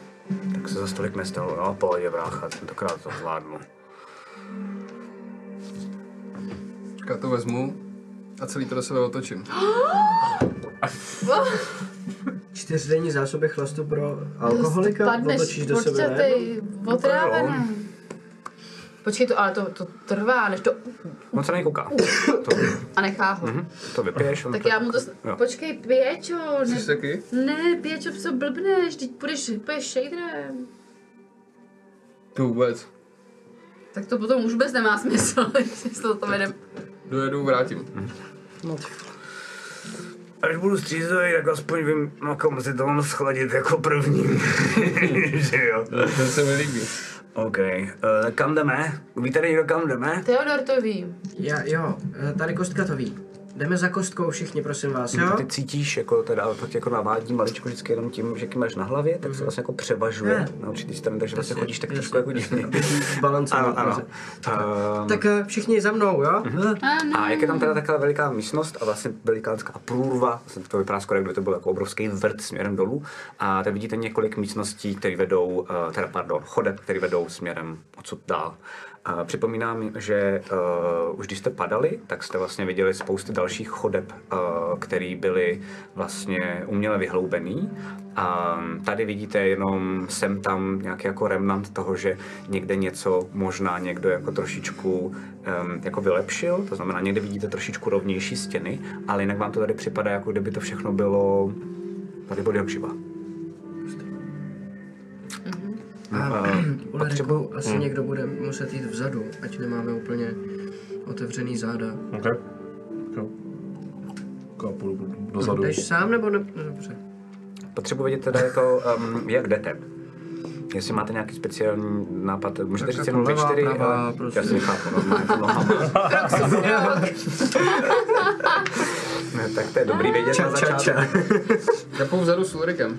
Tak se zase tolik nestalo, no pohodě brácha, tentokrát to zvládnu. Já to vezmu a celý to do sebe otočím. Čtyřdenní zásoby chlastu pro alkoholika Spadneš otočíš do sebe No na jedno? odčatej, otrávený. Počkej, to, ale to, to trvá, než to... On se na něj kouká. To, A nechá ho. to vypiješ, on Tak to- já mu to... Jo. Počkej, Pěčo, ne, Jsi taky? ne, Pěčo, co blbneš, teď půjdeš, půjdeš shaderem. To vůbec. Tak to potom už vůbec nemá smysl, jestli to tam jedem. Dojedu, vrátím. Až budu střízlivý, tak aspoň vím, na kom si to mám schladit jako první. že jo. Ten se mi líbí. OK, uh, kam jdeme? Ví tady někdo, kam jdeme? Teodor to ví. Já, jo, eh, tady kostka to ví. Jdeme za kostkou všichni, prosím vás, jo? Ty cítíš, jako teda fakt jako navádí maličko vždycky jenom tím, že jaký máš na hlavě, tak se vlastně jako převažuje Ne. na určitý strany, takže vlastně chodíš tak jasně, trošku jako divně. Balancovat. Ano, ano. Ehm, Tak eh, všichni za mnou, jo? Eh, A jak je tam teda taková veliká místnost a vlastně velikánská průrva, vlastně to vypadá skoro, jak kdyby to byl jako obrovský vrt směrem dolů, a tady vidíte několik místností, které vedou, eh, teda pardon, chodeb, které vedou směrem odsud dál. A Připomínám, že uh, už když jste padali, tak jste vlastně viděli spousty dalších chodeb, uh, které byly vlastně uměle vyhloubený. A tady vidíte jenom sem tam nějaký jako remnant toho, že někde něco možná někdo jako trošičku um, jako vylepšil, to znamená někde vidíte trošičku rovnější stěny, ale jinak vám to tady připadá, jako kdyby to všechno bylo tady bylo jak živa. Ulriku, jako asi Hmm. někdo bude muset jít vzadu, ať nemáme úplně otevřený záda. OK. Jo. Tak Jako- Já půjdu dozadu. Jdeš sám nebo ne? no, Dobře. Potřebuji vědět teda jako, um, jak jdete. Jestli máte nějaký speciální nápad, můžete říct jenom levá, 4 pravá, ale prostě. já si nechápu, no, normálně nohama. Ne, tak to je dobrý vědět na Ča, ča. začátek. Já půjdu vzadu s Ulrikem.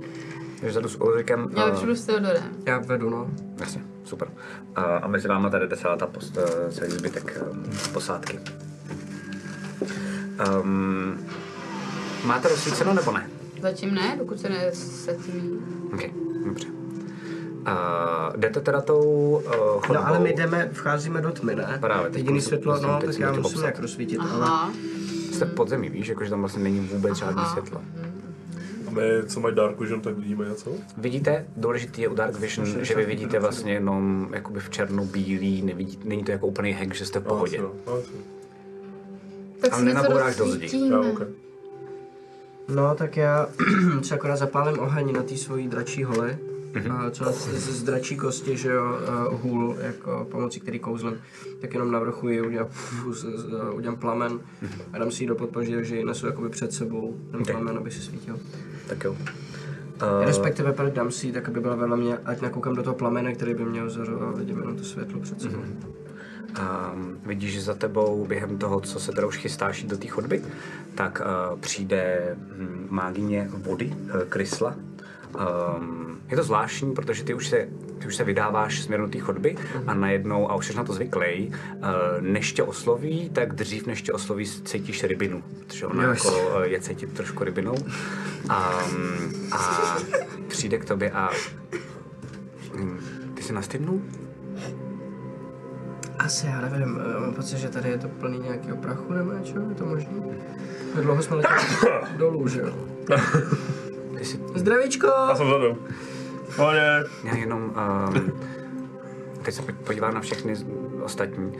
Takže zadu s Ulrikem. Já eh, vypřijdu s Teodorem. Já vedu, no. Jasně, super. A, a mezi váma tady jde celá ta post, eh, celý zbytek eh, posádky. Um, máte rozsvíceno nebo ne? Zatím ne, dokud se nesetí. OK, dobře. Uh, jdete teda tou uh, chodbou? No ale my jdeme, vcházíme do tmy, ne? Právě, teď Jediný musím- světlo, musím- no, teď tak si já musím musím popsat. nějak rozsvítit, no. ale... Aha. Jste pod zemí, víš, jakože tam vlastně není vůbec žádný světlo. A my, co mají Dark Vision, tak vidíme něco? Vidíte, důležitý je u Dark Vision, že vy vidíte vlastně jenom jakoby v černo-bílý, nevidí, není to jako úplný hack, že jste v pohodě. No, no, asi jo. Tak Ale si něco nenabouráš do zdi. Jo, rozsvítíme. OK. No, tak já se akorát zapálím oheň na té svojí dračí holi. Mhm. A co z, z dračí kosti, že jo, eh, hůl, jako pomocí který kouzlem, tak jenom navrchuji, udělám, z- z- udělám plamen Mhm. a dám si ji do podpaží, že ji nesu jakoby před sebou, ten plamen, aby se svítil. Tak jo. Respektive pr- dám si ji tak, aby byla vedle mě, ať nakoukám do toho plamene, který by mě ozařoval, vidím jenom to světlo před sebou. Mhm. Um, vidíš, že za tebou během toho, co se teda už chystáš jít do té chodby, tak uh, přijde mm, mágině vody, uh, krysla. Um, je to zvláštní, protože ty už se, ty už se vydáváš směrem do té chodby a najednou, a už jsi na to zvyklý, uh, než tě osloví, tak dřív než tě osloví cítíš rybinu, protože ona Yes. jako eh, je cítit trošku rybinou. Um, a přijde k tobě a... Mm, Ty jsi nastydnul? Asi, já nevím, eh, mám pocit, že tady je to plný nějakého prachu nebo něčeho, je to možný? Tak dlouho jsme letěli dolů, že jo? Ty jsi Zdravíčko! Já jsem vzadu. Pohodě. Já jenom um, teď se po- podívám na všechny z- ostatní.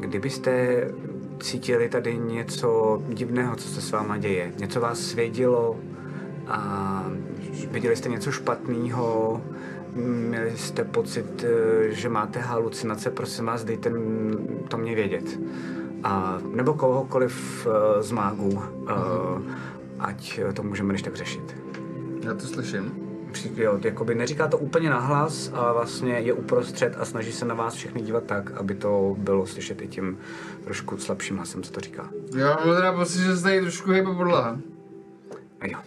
Kdybyste cítili tady něco divného, co se s váma děje, něco vás svědilo, a viděli jste něco špatného, měli jste pocit, eh, že máte halucinace, prosím vás, dejte m- to mě vědět. a, nebo kohokoliv eh, z mágů, eh, ať eh, to můžeme než tak řešit. Já to slyším. Při- Jo, jakoby neříká to úplně nahlas, ale vlastně je uprostřed a snaží se na vás všechny dívat tak, aby to bylo slyšet i tím trošku slabším hlasem, co to říká. Já mám teda pocit, že se tady trošku hejbe podlaha. A jo.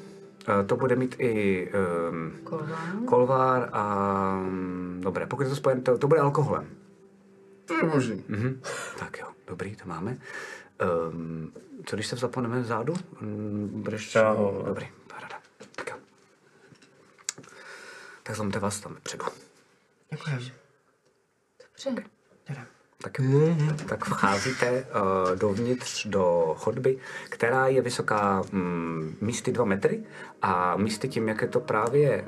Eh, To bude mít i um, Kolván. kolvár a... mm, Dobré, pokud je to spojené, to, to bude alkoholem. To je možný. Mhm. Tak jo, dobrý, to máme. Um, co když se zaponeme vzadu? Mm, budeš... Já ho- Dobrý, paráda. Tak jo. Tak zlomte vás tam předu. Dobře. Tak, jo. tak vcházíte uh, dovnitř do chodby, která je vysoká um, místy 2 metry a místy tím, jak je to právě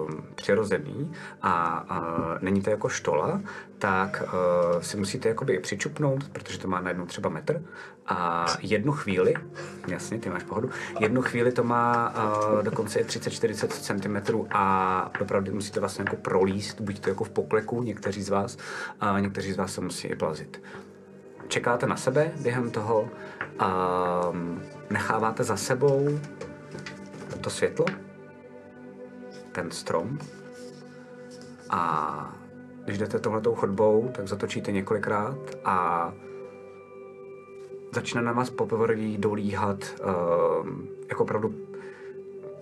uh, přirozený a uh, není to jako štola, tak uh, si musíte jakoby přičupnout, protože to má najednou třeba metr a jednu chvíli, jasně, ty máš pohodu, jednu chvíli to má uh, dokonce i 30-40 cm a opravdu musíte vlastně jako prolíst, buď to jako v pokleku, někteří z vás, a někteří z vás se musí i plazit. Čekáte na sebe během toho a necháváte za sebou to světlo, ten strom a když jdete tohletou chodbou, tak zatočíte několikrát a začne na vás poprvé dolíhat um, jako opravdu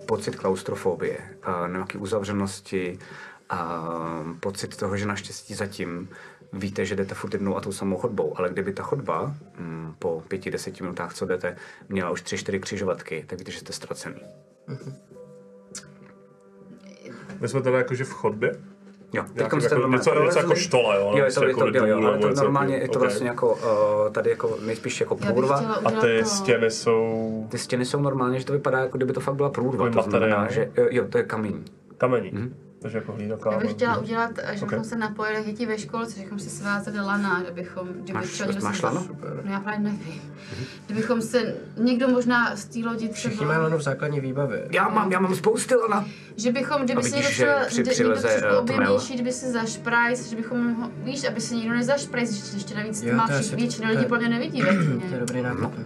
pocit klaustrofobie, uh, nějaké uzavřenosti, um, pocit toho, že naštěstí zatím víte, že jdete furt jednou a tou samou chodbou, ale kdyby ta chodba um, po pěti, deseti minutách, co jdete, měla už tři, čtyři křižovatky, tak víte, že jste ztracený. My jsme teda jakože v chodbě? Jo, Nějakým teďkom jste jako- normálně něco- něco prolezli. jako štola, jo, Jo, je něco to, je jako to, jo, jo, dolů, ale to něco normálně, jako- je to ok. vlastně jako, uh, tady jako nejspíš jako Já bych průrva. chtěla A udělat ty to. stěny jsou Ty stěny jsou normálně, že to vypadá, jako kdyby to fakt byla průrva. Takový To znamená, materiál. že jo, jo, to je kamení. kamení. Takže jako hlídoká. Já bych chtěla udělat, eh, že bychom Ok. se napojili děti ve školce, že bychom si svázali lana, abychom, kdyby Máš- třeba někdo máš Mhm. se- lano? No já právě nevím. Kdybychom se, někdo možná z té lodi Všichni mají třeba, lano v základní výbavě. Já mám, já mám spousty lana. že bychom, kdyby A se vidíš, někdo že třeba, při- kdy- někdo přileze, eh, trošku objevnější, tunel. kdyby se zašprajs, že bychom ho, víš, aby se nikdo nezašprajs, že ještě navíc Jo, má to je všichni, asi- většina to je- lidí podle nevidí ve To je tmě. dobrý nápad. Mhm.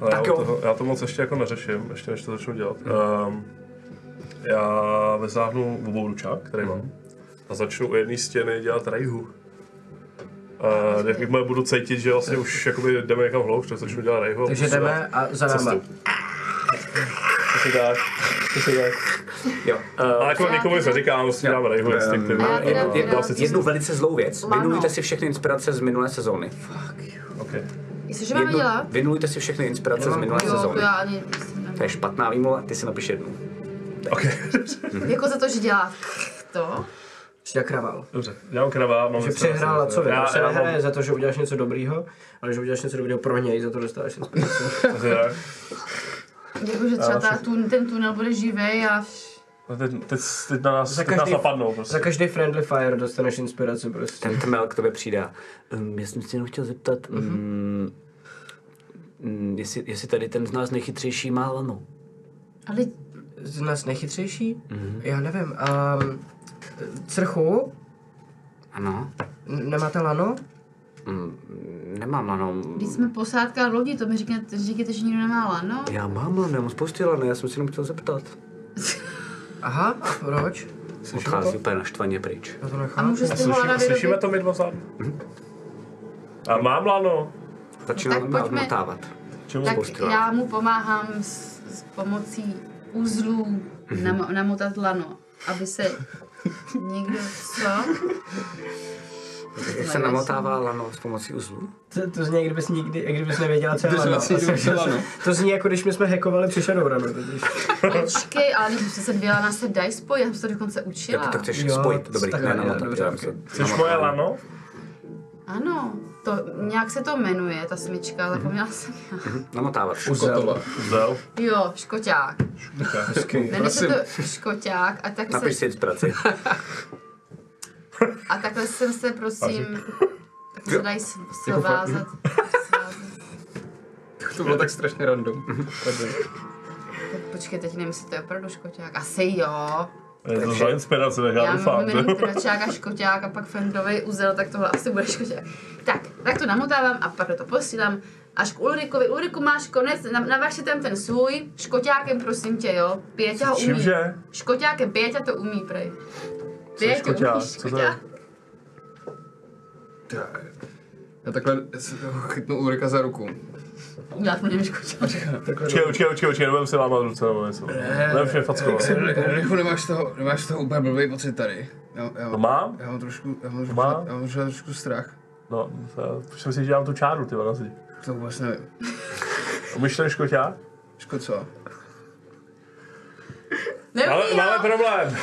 Ale Tak No, já, u jo. Toho, já to moc ještě jako neřeším, ještě než to začnu dělat. Um, já vysáhnu v obou ručák, který mám, a začnu u jedné stěny dělat rejhu. Uh, jakmile budu cítit, že vlastně už jakoby jdeme někam hloub, tak začnu dělat rejhu. a Takže budu si jdeme dát a za náma. Cestu. Přesně tak, přesně tak. Jo. Ale jako nikomu nic neříkám, prostě dělám rejhu instinktivně. a já teda- a teda- dám si cestu. Jednu velice zlou věc. Lano. Vynulujte si všechny inspirace z minulé sezóny. Okay. Jestliže máme dělat, vynulujte si všechny inspirace z minulé jo, to sezóny. já ani, To je špatná výmluva, ty si napiš jednu. jako za to, že dělá to, Přijde kravál. Dobře, dělám kravá, mám Že inspiraci. přehrál Lacovi, No, Já- to se já mám- nehraje za to, že uděláš něco dobrýho, ale že uděláš něco dobrýho pro něj, za to dostáváš inspiraci. Přesně tak. jakože třeba ta, tun, ten tunel bude živý a No teď, teď, teď na nás, Za teď nás každý- napadnou Za prostě. každý friendly fire dostaneš inspiraci prostě. Ten tmel k tobě přijde. a, Um, já jsem si jenom chtěl zeptat, Mhm. um, mm, jestli, jestli tady ten z nás nejchytřejší má lano. ale Z nás nejchytřejší? Mhm. Mm-hmm. Já nevím. Um, crchu? Ano. N- Nemáte lano? Mm, nemám lano. když jsme posádka lodi, to mi říkáte, říkáte, že nikdo nemá no? lano. Já mám lano, já mám spousty lana, já jsem si jenom chtěl zeptat. Aha, a proč? Odchází úplně naštvaně pryč. Já to A nechám. může z toho lana Slyšíme, slyšíme vyrobit to my dva vzadu? A mám lano. Začíná tak no, pojďme. odmotávat. Čemu Tak spoustu? já mu pomáhám s, s pomocí uzlů nam, namotat lano, aby se někdo co? Jak se namotává lano s pomocí uzlu? To, to zní, jak kdybys nikdy, jak kdybys nevěděla, co je To lano. zní, jak kdyby lano. To zní, jako když my jsme hackovali při Shadowrunu. totiž. Počkej, ale když se dvě lana se dají spojit, já jsem to dokonce Jo, učila. ty to chceš Jo, spojit, dobrý, takhle, ne jo, namotat. dobře, já ok. jsem- Jsi moje lano? Ano, to, nějak se to jmenuje, ta smyčka, zapomněla jsem. Namotávat. Kotova. Zel. Jo, škoťák. Jmenuje se to škoťák a tak se Napiš si inspiraci. A takhle jsem se prosím, tak se dají s- jako svázat. svázat. To bylo tak strašně random. Tak počkej, teď nevím, jestli to je opravdu škoťák. Asi jo. Je to za inspiraci, tak já Já mám doufám. že- jenom kračák a škoťák a pak fendrový uzel, tak tohle asi bude škoťák. Tak, tak to namotávám a pak to posílám až k Ulrikovi. Ulriku máš konec, na- navařte tam ten svůj, škoťákem prosím tě, jo. Pěťa ho umí. Čímže? Škoťákem, Pěťa to umí, prej. Pěťa, škoťák? umíš Co to škoťák? je? Já takhle s- chytnu Ulrika za ruku. Já to nevím škoťák. Počkej, počkej, počkej, počkej, nebudem si lámat ruce nebo něco. Nebudem mě fackovat. Ulriku, nemáš z toho, nemáš z toho úplně blbý pocit tady. Já, já, To mám? já mám trošku, já mám trošku, Má? já mám trošku, trošku strach. No, to- proč jsem si že dělám tu čáru, ty vole, na zdi. To vůbec nevím. Umíš ten škoťák? Ško co? Ale Neumí, máme jo. problém.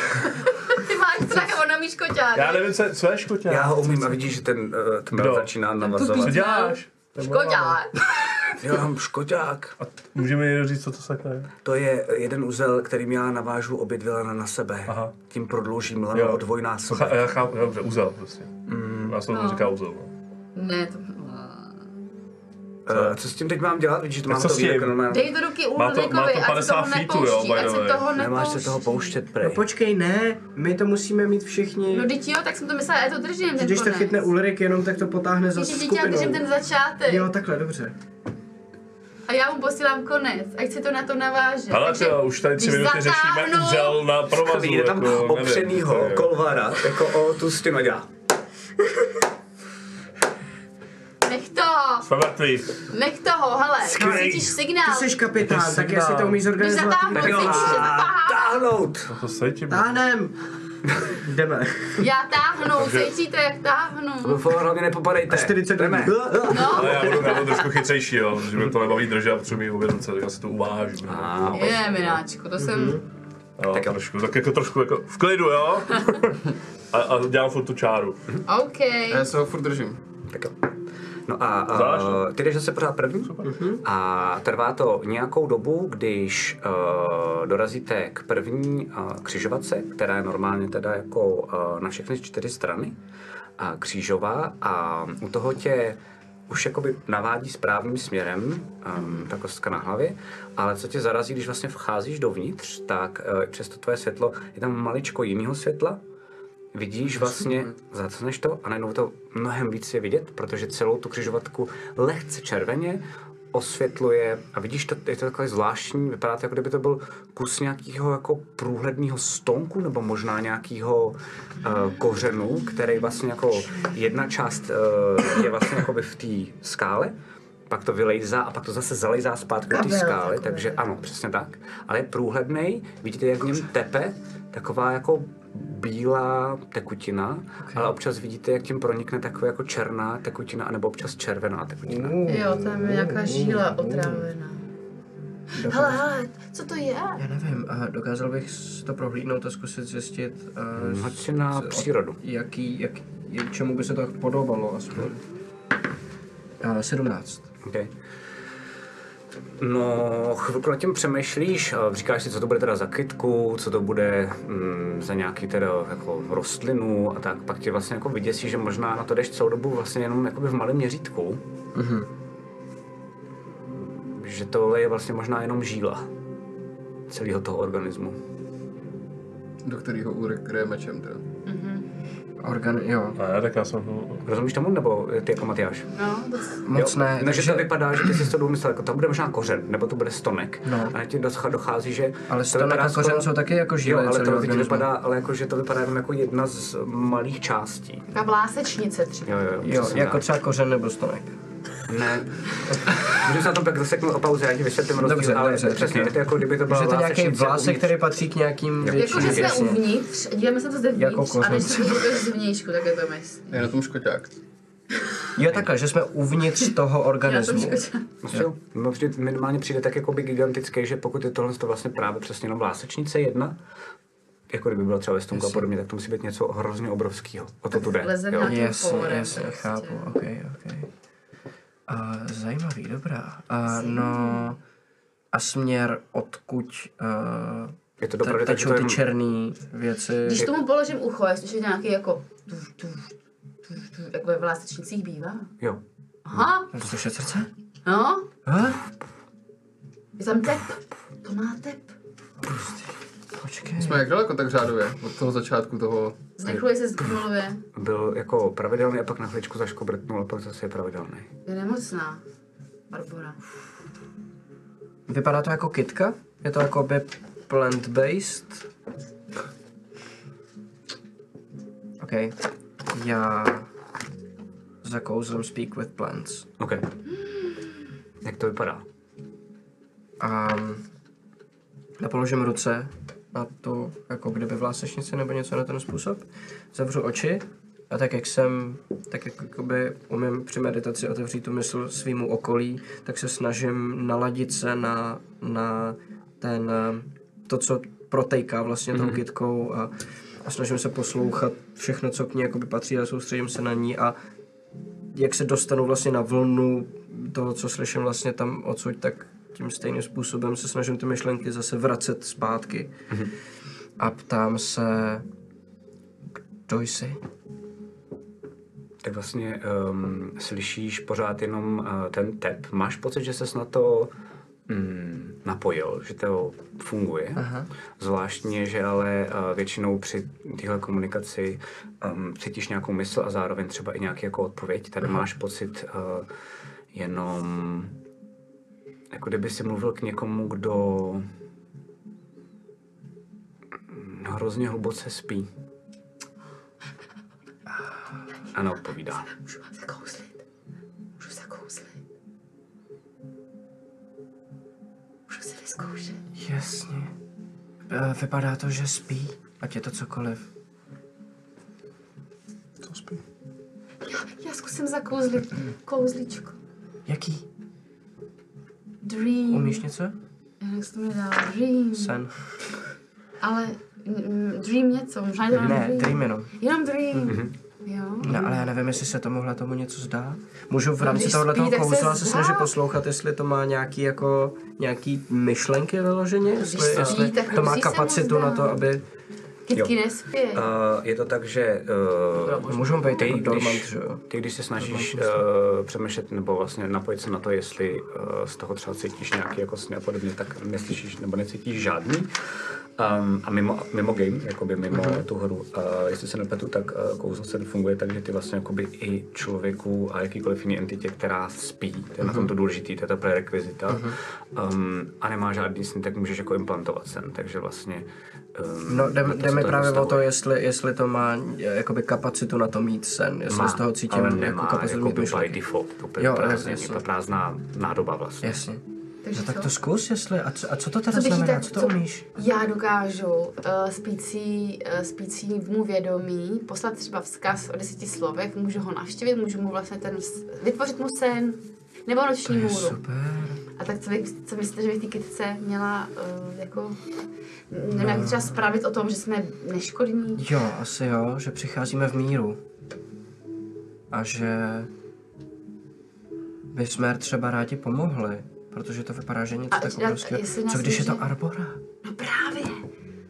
Ty máš strach a ona umí škoťák. Já nevím, co, co je škoťák. Já ho umím a vidíš, že ten, eh, ten Kdo? brat začíná navazovat. Co děláš? Škoťák. Já mám škoťák. A může mi někdo říct, co to sakra je? To je jeden uzel, kterým já navážu obě dvě lana na sebe. Aha. Tím prodloužím Jo. lano o dvojnásobek. Chá- Já chápu, dobře, uzel prostě. Mm, Já jsem to říká uzel. no. Ne, to... Eh, Co s tím teď mám dělat? Vidíš, že to Tak mám co to s tím? výrok normálně. Dej do ruky Má to- má to Ulrikovi, ať se 50 toho feetů, jo, nepouští, by ať the se way. toho Nemáš se toho nepouští. pouštět, prej. No Počkej, ne, my to musíme mít všichni. No teď jo, tak jsem to myslela, já to držím ten Když to konec. chytne Ulrik jenom, tak to potáhne za Když je dítě, já skupinou. držím ten začátek Jo, takhle, dobře. a já mu posílám konec, ať se to na to naváže. Ale Takže to už tady tři když minuty řešíme zatáhnou- uzel na provazu. Jde tam jako, nevím, to opřenýho je- kolvara, jako o tu stěnu a dělá. Nech to, Jsme mrtví. nech toho, hele, Skvělý. cítíš signál. Ty jsi kapitán, tak jestli to umíš Když zorganizovat. zatáhnu, Tak jo, cítíš, že to a tahá. táhnout! No To se ti Táhnem! Jdeme. Já táhnu, cítíte, jak táhnu. Lufa, hlavně nepopadejte. 40 Jdeme. Ale já budu, já budu trošku chytřejší, jo, že mi to nebaví držet a potřebuji obě ruce, tak já si to uvážu. A, Je, Mhm. mináčku, to jsem... Jo, tak, Tak jo. trošku, tak jako trošku jako v klidu, jo? A, a dělám furt tu čáru. OK. A já se ho furt držím. tak jo. No a, a Zvlášť. ty jdeš zase pořád první Mhm. a trvá to nějakou dobu, když uh, dorazíte k první uh, křižovatce, která je normálně teda jako uh, na všechny čtyři strany a křížová a u toho tě už jakoby navádí správným směrem, um, ta kostka na hlavě, ale co tě zarazí, když vlastně vcházíš dovnitř, tak uh, přesto tvoje světlo, je tam maličko jiného světla, vidíš vlastně, zacneš to a najednou to mnohem víc je vidět, protože celou tu křižovatku lehce červeně osvětluje a vidíš to, je to takové zvláštní, vypadá to, jako kdyby to byl kus nějakého jako průhledného stonku nebo možná nějakého uh, kořenu, který vlastně jako jedna část uh, je vlastně jako v té skále, pak to vylejzá a pak to zase zalejzá zpátky do té Kabel skály, takový. takže ano, přesně tak. Ale je průhledný, vidíte, jak v něm tepe, taková jako bílá tekutina, okay. ale občas vidíte, jak tím pronikne taková jako černá tekutina, anebo občas červená tekutina. Jo, tam je nějaká žíla otrávená. Hele, hele, co to je? Já nevím, a dokázal bych s- to prohlídnout a zkusit zjistit, eh, Hoď si na co- přírodu. jaký, jak, jak, čemu by se to tak podobalo aspoň. Uh, A 17. Okay. No, chvilku nad tím přemýšlíš, a říkáš si, co to bude teda za kytku, co to bude mm, za nějaký teda jako rostlinu a tak, pak tě vlastně jako vyděsí, že možná na to jdeš celou dobu vlastně jenom jakoby v malém měřítku. Mm-hmm. Že tohle je vlastně možná jenom žíla celého toho organismu. Do kterého Ulrik kryje mečem teda. Organ, jo. Ne, tak já jsem to... Rozumíš tomu, nebo ty jako Matyáš? No, to s- Moc ne, Takže to vypadá, že ty jsi to domyslel, jako tam bude možná kořen, nebo to bude stonek. No. A ti docha- dochází, že... Ale to stonek vypadá a kořen skoro- jsou taky jako žíly Jo, ale celého to teď organismu. vypadá, ale jako, že to vypadá jenom jako jedna z malých částí. taková vlásečnice třeba. Jo, jo, jo. Jo, přesně jako tak. třeba kořen nebo stonek. Ne. Můžu se na tom pak zaseknout o pauze, já ti vysvětlím rozdíl, Dobře, ale Prostě dobře, přesně, tak jo. je to jako kdyby to byla Že to nějaký vlásečnice vlásek, uvnitř. který patří k nějakým Jako, že větším. jsme jasně. uvnitř, díváme se na to zde Jako vnitř, a než kořen. se to zvnějšku, tak je to myslí. Je na tom škoťák. Jo, takhle, že jsme uvnitř toho Já jsem organismu. škoda. Prostě jo. No, při- minimálně přijde tak jako by gigantický, že pokud je tohle to vlastně právě přesně jenom vlásečnice jedna, jako kdyby byla třeba vestonka a podobně, tak to musí být něco hrozně obrovského. O to tu jde. Leze jo. nějakým Jasně, povorem jasně, prostě. chápu, ok, ok. A zajímavý, dobrá. A no, a směr odkuď uh, Je to te, dobré, takže tečou to ty jenom- černý věci. Když tomu položím ucho, je slyšet nějaký jako tuf, tuf, tuf, tuf, jak jako ve vlásečnicích bývá. Jo. Aha, Mám Slyšet srdce? no, Ha? je tam tep. To má tep. Počkej. Jsme jak daleko tak řádově od toho začátku toho... Zrychluje se zrychluje. Byl jako pravidelný a pak na chvíličku zaškobrtnul a pak zase je pravidelný. Je nemocná. Barbora. Vypadá to jako kitka? Je to jako by plant-based? OK. Já zakouzlím Speak with Plants. OK. Jak to vypadá? A já položím ruce na to, jako kdyby vlásečnici nebo něco na ten způsob. Zavřu oči a tak jak jsem, tak jak jakoby umím při meditaci otevřít tu mysl svýmu okolí, tak se snažím naladit se na, na ten, eh, to, co protejká vlastně tou kytkou a, a snažím se poslouchat všechno, co k ní jakoby patří a soustředím se na ní a jak se dostanu vlastně na vlnu toho, co slyším vlastně tam odsud, tak tím stejným způsobem se snažím ty myšlenky zase vracet zpátky. A ptám se, kdo jsi? Tak vlastně um, slyšíš pořád jenom uh, ten tep. Máš pocit, že ses na to mm, napojil, že to funguje. Aha. Zvláštně, že ale uh, většinou při téhle komunikaci um, cítíš nějakou mysl a zároveň třeba i nějaký jako odpověď. Tady Aha. máš pocit uh, jenom, jako kdyby si mluvil k někomu, kdo mm, hrozně hluboce spí. A neodpovídá. Můžu zakouslit. Můžu zakouslit. Můžu si vyzkoušet. Jasně. E, Vypadá to, že spí, ať je to cokoliv. Co spí? Já, já zkusím zakouzlit. Kouzličko. Jaký? Dream. Umíš něco? Já nevím, jak se to jmenuje dál. Dream. Sen. Ale mm, dream něco. Možná jenom Ne, dream. dream Mhm. jenom. Jenom dream. Jo. Ne, ale já nevím, jestli se tomuhle tomu něco zdá. Můžu v rámci když tohohle toho spí, tak se kouzla se zdá. snažit poslouchat, jestli to má nějaký jako, nějaký myšlenky vyloženě, jestli, spí, jestli tak to má musí se mu kapacitu na to, zdát. aby... Kytky nespějí. Uh, je to tak, že uh, Můžou být ty, jako dormant, když, že jo? Jako ty, když se snažíš uh, přemýšlet nebo vlastně napojit se na to, jestli uh, z toho třeba cítíš nějaký jako sny a podobně, tak neslyšíš nebo necítíš žádný. Um, a mimo, mimo game, jakoby mimo Mhm. uh-huh. tu hru, uh, jestli se nepletu, tak uh, kouzlo se funguje tak, že ty vlastně jakoby i člověku a jakýkoliv jiný entitě, která spí, to Mhm. je na tom to důležitý, to je ta prerekvizita, uh-huh. um, a nemá žádný sny, tak můžeš jako implantovat sen, takže vlastně um, No, na jde, to jde se mi to právě o nevztahuje. to, jestli, jestli to má e, jakoby kapacitu na to mít sen, jestli Má, z toho cítím ale jako nemá, kapacitu jako by mít by myšlenky. default, to Jo, jo, prázdný, jasně. to prázdná nádoba vlastně. Jasně. Takže No tak co? to zkus, jestli, a co, a co to teda Co běží znamená, tak- co to co- umíš? Já dokážu uh, spící, uh, spící mu vědomí poslat třeba vzkaz o deseti slovech, můžu ho navštívit, můžu mu vlastně ten, s- vytvořit mu sen, nebo noční Je můru. super. A tak co, vy, co myslíte, že bych ty kytce měla uh, jako, nevím, jak třeba spravit o tom, že jsme neškodní? Jo, asi jo, že přicházíme v míru. A že bychom jí třeba rádi pomohli, protože to vypadá, že něco A- tak a- obrovského. jestli nás Co když je to může- arbora? No právě!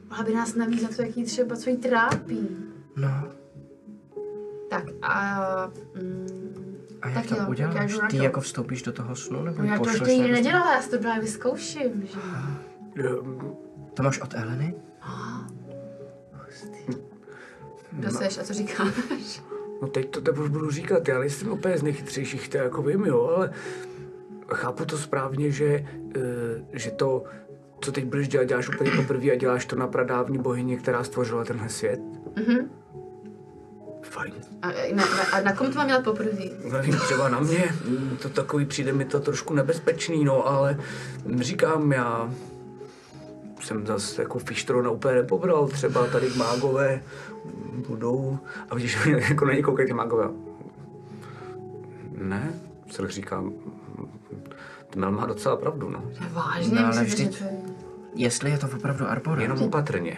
Mohla by nás navíc na to, jak jí třeba, co jí trápí. No, Tak a... Mm, a jak Tak to jo, tak já uděláš? jdu na Ty to. jako vstoupíš do toho snu, nebo no ji já to pošleš ještě nikdy na- nedělala, já si to právě vyzkouším. Že? To máš od Eleny? Kdo no. seš a co říkáš? No teď to tak už budu říkat, já nejsem úplně z nejchytřejších, to jako vím, jo, ale chápu to správně, že, eh, že to, co teď budeš dělat, děláš úplně poprvé a děláš to na pradávní bohyni, která stvořila tenhle svět. Mhm. Fajn. A, na, na, a na kom to mám dělat poprvé? Nevím, třeba na mě, Mm, to takový přijde mi to trošku nebezpečný, no, ale říkám, já jsem zase jako fištrona úplně nepobral, třeba tady mágové budou, a vidíš, jako na ně koukají ty mágové. Ne, co říkám, Mel má docela pravdu, no. To je vážně, No, ale myslím, vždyť- že to je... Jestli je to opravdu arbora. Jenom opatrně.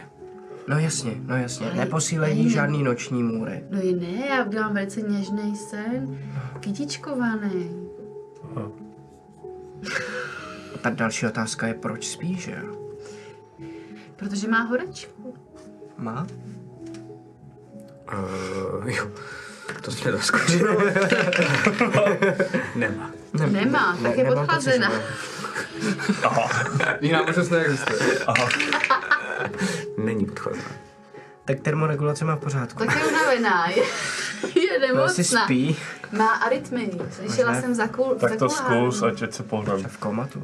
No jasně, no jasně. Ale- Neposílej jí žádný noční můry. No je ne, já udělám velice něžný sen, kytičkovaný. A ta další otázka je, proč spíš, že jo? Protože má horečku. Má? Uh, jo, to jsme doskočili. Nemá. Nemá, tak je nemám pocit, že podchlazená. má. Jiná možnost neexistuje. Není podchovaná. Tak termoregulace má v pořádku. Tak je unavená, je, je No, si nemocná. spí Má arytmii, slyšela Možná. jsem za kul, Tak to za zkus, ať, ať se pohnám. v komatu.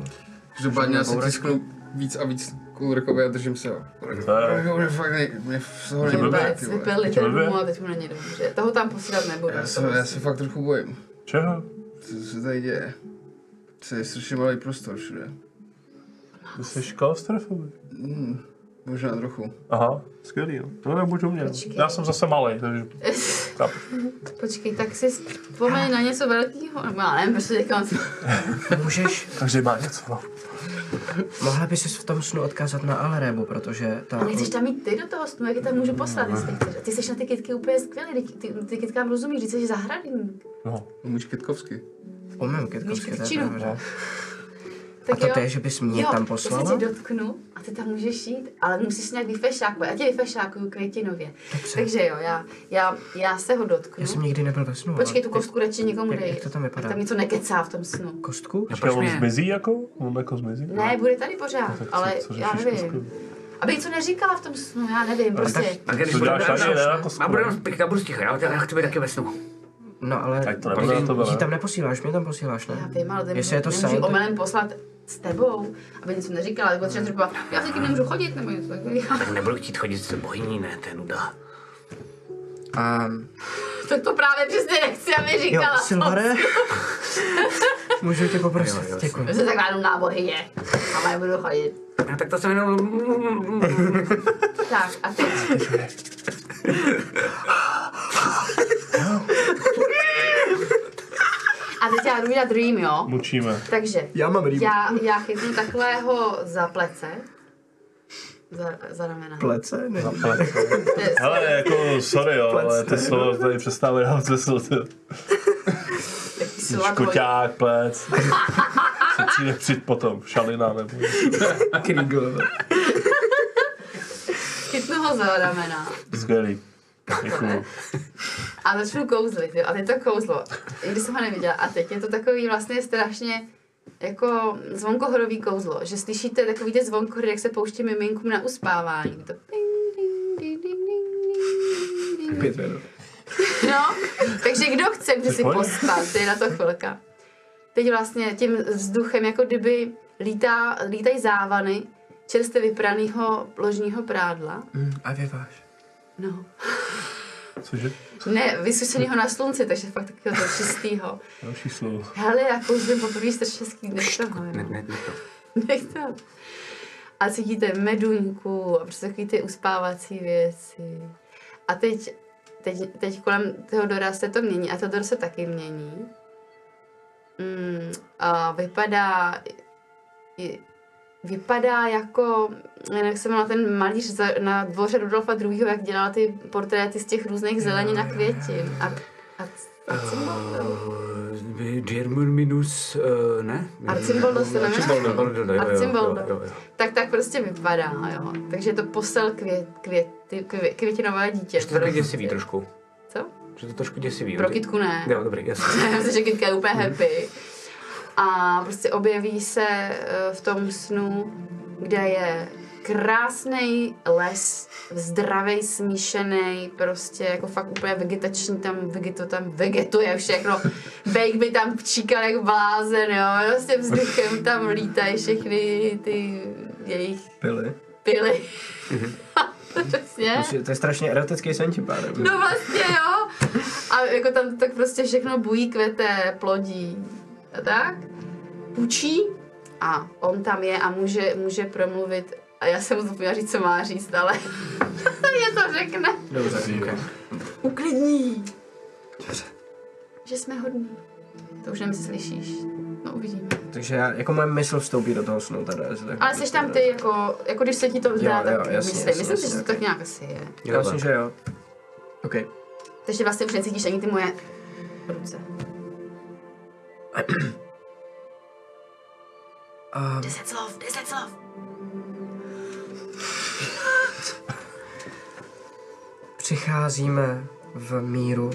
Každopádně já si tisknu víc a víc kulrkově a držím se ho. Tak. Mě fakt nej... Mě v toho Že blbě? nejde, Vůbec, ty vole. vypili Čím ten blbě? mu a teď mu není dobře. Toho tam posílat nebudu. Já se, já se fakt trochu bojím. Čeho? Co se tady děje? To je strašně malý prostor všude. Ty jsi kalastrofový. Možná trochu. Aha, skvělý, jo. To nebuď u mě. Počkej. Já jsem zase malý, takže chápu. Počkej, tak si vzpomeň na něco velkého. No, já nevím, prostě teďka Můžeš, Každý má něco, no. mohla by ses v tom snu odkázat na Alerébu, protože ta... A nechceš tam jít ty do toho snu, jak je tam můžu poslat, jestli chceš. A ty jsi na ty kytky úplně skvělý, ty, ty, ty kytkám rozumíš, ty jsi zahradník. no. Umíš kytkovsky. Umím kytkovsky, Můžeš to je kytčinu. pravda. Tak A to je, že bys mě tam Já poslala? se ti dotknu a ty tam můžeš jít, ale musíš se nějak vyfešákovat. Já tě vyfešákuju květinově. Dobře. Takže jo, já, já, já se ho dotknu. Já jsem nikdy nebyl ve snu. Počkej, ale tu ty- kostku radši někomu jak- dej. jak to tam vypadá? Ať Tam něco nekecá v tom snu. Kostku? Počkej, on zmizí jako? On jako zmizí? No. Ne, bude tady pořád, No, Tak co- ale co já řešíš nevím. kostkou? Aby něco neříkala v tom snu, já nevím, prostě. A když Co budu děláš tady, ne? Jako já budu jenom skoro. spíš, já budu ticho, já, já chci být taky ve snu. No ale... Ať to nebude na to Ti tam velé. neposíláš, mě tam posíláš, Já ne? vím, ale ten Jestli je to nemůžu sen, tak- omelem poslat s tebou, aby něco neříkala, tak třeba třeba, já s někým nemůžu chodit, nebo něco takového. Tak nebudu chtít chodit s bohyní, ne, to je nuda. A... Tak to právě přesně nechci, aby Jo, říkala. Silvare? Můžu tě poprosit, děkuji. Že se taková nudná bohyně. A já budu chodit. No, tak to jsem jenom... Tak, a teď. A teď já jdu dělat dream, jo? Mučíme. Takže Já mám rýmu. já, já chytnu takhle ho za plece. Za, za ramena. Plece? Ne. Hele, jako, sorry, jo, ale ty slova tady přestávají dávat smysl. ty. Silva dvoj- Koťák, plec. Co přijde přijít potom? Šalina nebo... Kriegel. Chytnu ho za ramena. Skvělý. Děkuju. A začnu kouzlit, jo. A teď to kouzlo, i když jsem ho neviděla. A teď je to takový vlastně strašně jako zvonkohorový kouzlo, že slyšíte takový ty zvonkohry, jak se pouští miminkům na uspávání. To ping, ding, ding, ding, ding, ding, ding. No, takže kdo chce, kdo si pojď. pospat, to je na to chvilka. Teď vlastně tím vzduchem, jako kdyby lítá, lítají závany čerstvě vypranýho ložního prádla. A vyváš. No. Cože? Ne, vysušenýho na slunci, takže fakt takového čistého. Další slovo. Hele, já kouzlím poprvé strašně ský, nech to, ne, Ne, ne, to. nech to. A cítíte meduňku a prostě takový ty uspávací věci. A teď, teď, teď kolem Teodora se to mění a Teodor se taky mění. Mm, a vypadá, i- vypadá jako, nevím, jak se jmenoval ten malíř za, na dvoře Rudolfa II., jak dělal ty portréty z těch různých zelenin a květin. A, a, a cymbal, Eh, German minus, eh, ne? Arcimboldo se jmenuje? Arcimboldo, jo, jo, Arcimboldo. jo, jo, jo. tak tak prostě vypadá, jo. Takže je to posel květ, květ, květ, květinové dítě. prostě- Ještě to taky děsivý trošku. Co? Že to trošku děsivý. Pro že- kytku ne. Jo, dobrý, jasně. Já myslím, že kytka je úplně happy. A prostě objeví se eh, v tom snu, kde je krásný les, zdravý, smíšený, prostě jako fakt úplně vegetační, tam vegeto, tam vegetuje všechno. Bake by tam číkal jak blázen, jo, prostě vzduchem tam lítají všechny ty jejich Pily. pily. Přesně. To je strašně erotický sen tím pádem. No vlastně jo. A jako tam tak prostě všechno bují, kvete, plodí. A tak. Pučí a on tam je a může, může promluvit. A já jsem mu zapomněla říct, co má říct, ale mě to řekne. Dobře, jako- okay. Uklidní. Že jsme hodní. To už nevím, jestli slyšíš. No uvidíme. Takže já, jako moje mysl vstoupí do toho snu tady. Ale jsi tam ty, jako, jako když se ti to zdá, Jo, tak jo, jasně, myslím, jasně, myslím si, že jasně, to tak nějak asi je. Já myslím, že jo. OK. Takže vlastně už necítíš ani ty moje ruce. A Deset slov, deset slov. přicházíme v míru.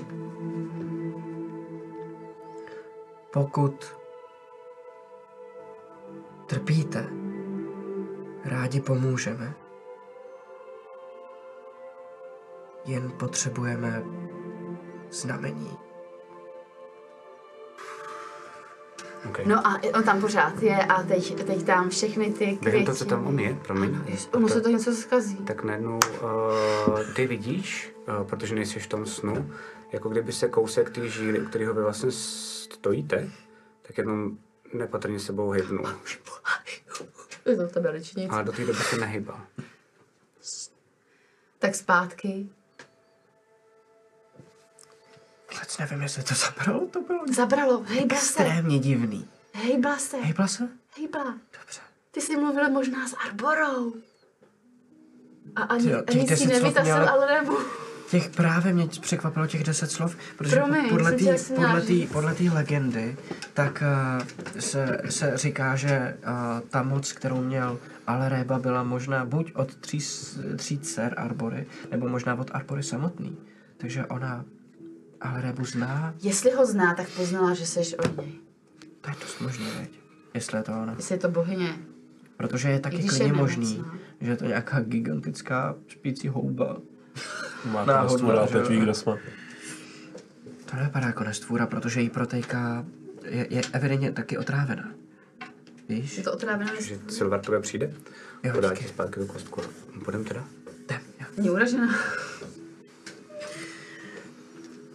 Pokud trpíte, rádi pomůžeme. Jen potřebujeme znamení. No a on tam pořád je a teď, teď tam všechny ty Během toho, krytí. co tam on je, promiň. No, Ono se to něco zkazí. tak najednou uh, ty vidíš, uh, protože nejsi v tom snu, jako kdyby se kousek té žíly, u kterého vy vlastně stojíte, tak jenom nepatrně sebou hybnul. Je to v tebe ličnic. Ale do té doby se nehybá. Tak zpátky. Vůbec nevím, jestli to zabralo, to bylo Zabralo. Hejbla se. extrémně divný. Hejbla se. Hejbla se? Hejbla. Dobře. Ty jsi mluvil možná s Arborou. A ani, Ty jo, těch ani si deset slov nevytasil, měla- ale nebo... Těch právě mě překvapilo těch deset slov, protože Promiň, podle jsem té tě tak směla podle tý, říct. podle tý legendy tak uh, se, se říká, že uh, ta moc, kterou měl Alereba, byla možná buď od tří, s- tří dcer Arbory, nebo možná od Arbory samotný. Takže ona Alerebu zná, Jestli ho zná, tak poznala, že jsi od něj. to je dost možné, veď? Jestli je to ona. Jestli je to bohyně. Protože je taky I když je klidně nemocná. možný, že je to nějaká gigantická špící houba. Máte Náhodná, nás tvůra, že teď jo? ví, kde jsme. To nevypadá jako nestvůra, protože jí protéká, je, je evidentně taky otrávená. Víš? Je to otrávená věc. Že Silver tebe přijde, Jo, podá díky. ti zpátky tu kostku. Půjdem teda? Jdem, jo. Není uražená.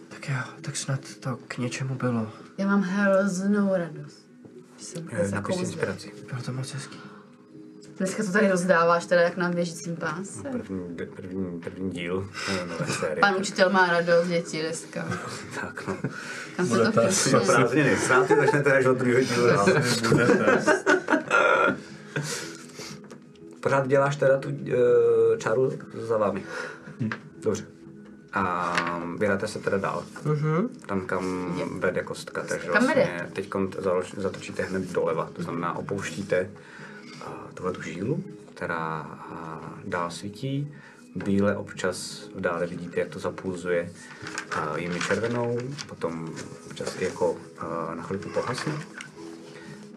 Tak jo, tak snad to k něčemu bylo. Já mám hroznou radost. Že jsem Eh, dneska Napiš si kouzla. inspiraci. Bylo to moc hezký. Dneska to tady rozdáváš teda jak na běžícím páse. První, první, první díl eh, nové série. Pan učitel má radost, děti dneska. Tak no. Kam se to píše? Prázdniny. Ztráty začnete až od druhého dílu. dál. Pořád děláš teda tu eh, čáru za vámi. Dobře. A vydáte se teda dál. Tam, kam vede kostka. Takže Kam vede? vlastně teď zatočíte hned doleva. To znamená, opouštíte eh, tuhle tu žílu, která eh, dál svítí. Bíle občas v dále vidíte, jak to zapulzuje eh, jimi červenou, potom občas i jako eh, na chvilku pohasne.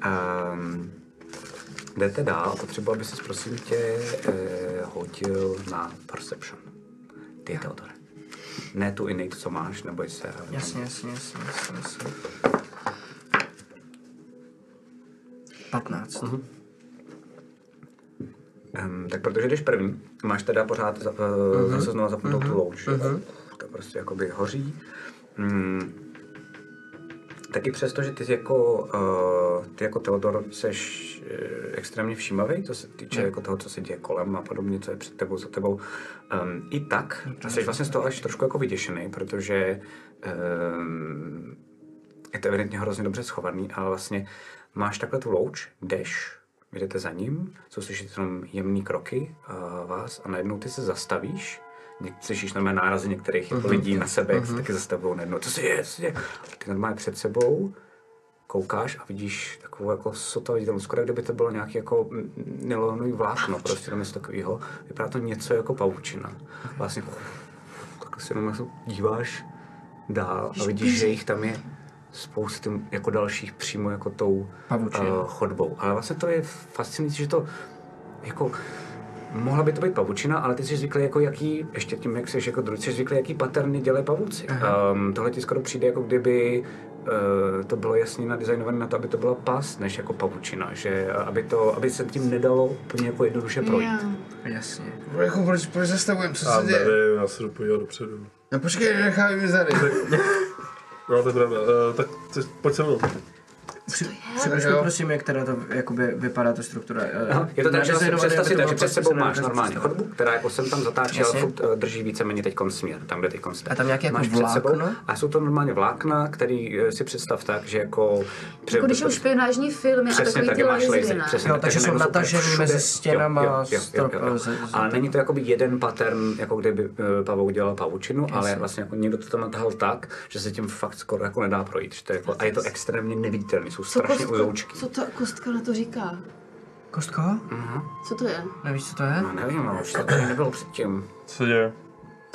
Ehm, Jdete dál, potřebuji, aby si prosím tě eh, hodil na Perception. Ty, Teodore. Ne tu innate, co máš, neboj se. ale- Jasně, jasně, jasně, jasně, jasně. 15. Mm-hmm. Mhm. Ehm, tak protože jdeš první, máš teda pořád za, uh, zase znovu zapnutou tu louč, uh to prostě jakoby hoří. Mm. Taky přesto, že ty jako, uh, ty jako Teodor seš uh, extrémně všímavý, co se týče jako toho, co se děje kolem a podobně, co je před tebou, za tebou, um, i tak jsi vlastně z toho až trošku jako vyděšený, protože um, je to evidentně hrozně dobře schovaný, ale vlastně máš takhle tu louč, jdeš, jdete za ním, jsou slyšet jenom jemný kroky uh, vás a najednou ty se zastavíš, Něk- slyšíš normálně nárazy některých jako lidí na sebe, jak se taky zastavují najednou, co se děje, co se děje. A ty normálně před sebou koukáš a vidíš takovou jako sota viditelnou, skoro jak kdyby to bylo nějaký jako mm, nylonový vlákno, prostě tam něco takového. Vypadá to něco jako pavučina. Vlastně takhle se jenom jako díváš dál a vidíš, že jich tam je spousty jako dalších přímo jako tou Pavučin. eh, chodbou. Ale vlastně to je fascinující, že to jako mohla by to být pavučina, ale ty jsi zvyklý jako jaký, ještě tím, jak jsi jako druh, jsi zvyklý, jaký paterny dělají pavuci. Um, tohle ti skoro přijde, jako kdyby uh, to bylo jasně nadizajnované na to, aby to byla pas, než jako pavučina, že eh, aby, to, aby se tím nedalo úplně jako jednoduše projít. Jo. Jasně. Jako proč, proč zastavujem, co Já se děje? nevím, já se jdu podívat dopředu. No počkej, nechávej mi zady. No, to je pravda. Eh, tak co- pojď se mnou. Přibliž mi Jo. prosím, jak teda to jakoby vypadá ta struktura. eh, Aha, je to tak, že vlastně nadizajnované, představ aby si to tak, bylo že před prostě sebou máš standardní normální představa. chodbu, která jako sem tam zatáčí, ale Jasně. furt eh, drží víceméně teď směr, tam, kde teď jste. A tam nějaké jako máš před sebou- vlákno? A jsou to normálně vlákna, který eh, si představ tak, že jako... pře- Jako když jsou špionážní filmy a Přesně takový tak, ty jak máš lasery, laser. ne? Přesně, Jo, tak, takže že jsou najednou úplně natažený všude. mezi stěnama, Jo, jo, jo, jo, strop- jo, jo. z- z- Ale není to jakoby jeden pattern, jako kdyby eh, pavouk dělal pavučinu, ale vlastně jako někdo to tam natahal tak, že se tím fakt skoro jako nedá projít. Že to je jako, a je to extrémně neviditelný, jsou Co, strašně kostka, ujoučky. co ta kostka na to říká? Kostko? Co to je? Nevíš, co to je? No nevím, ale už to tady nebylo předtím. Co se děje?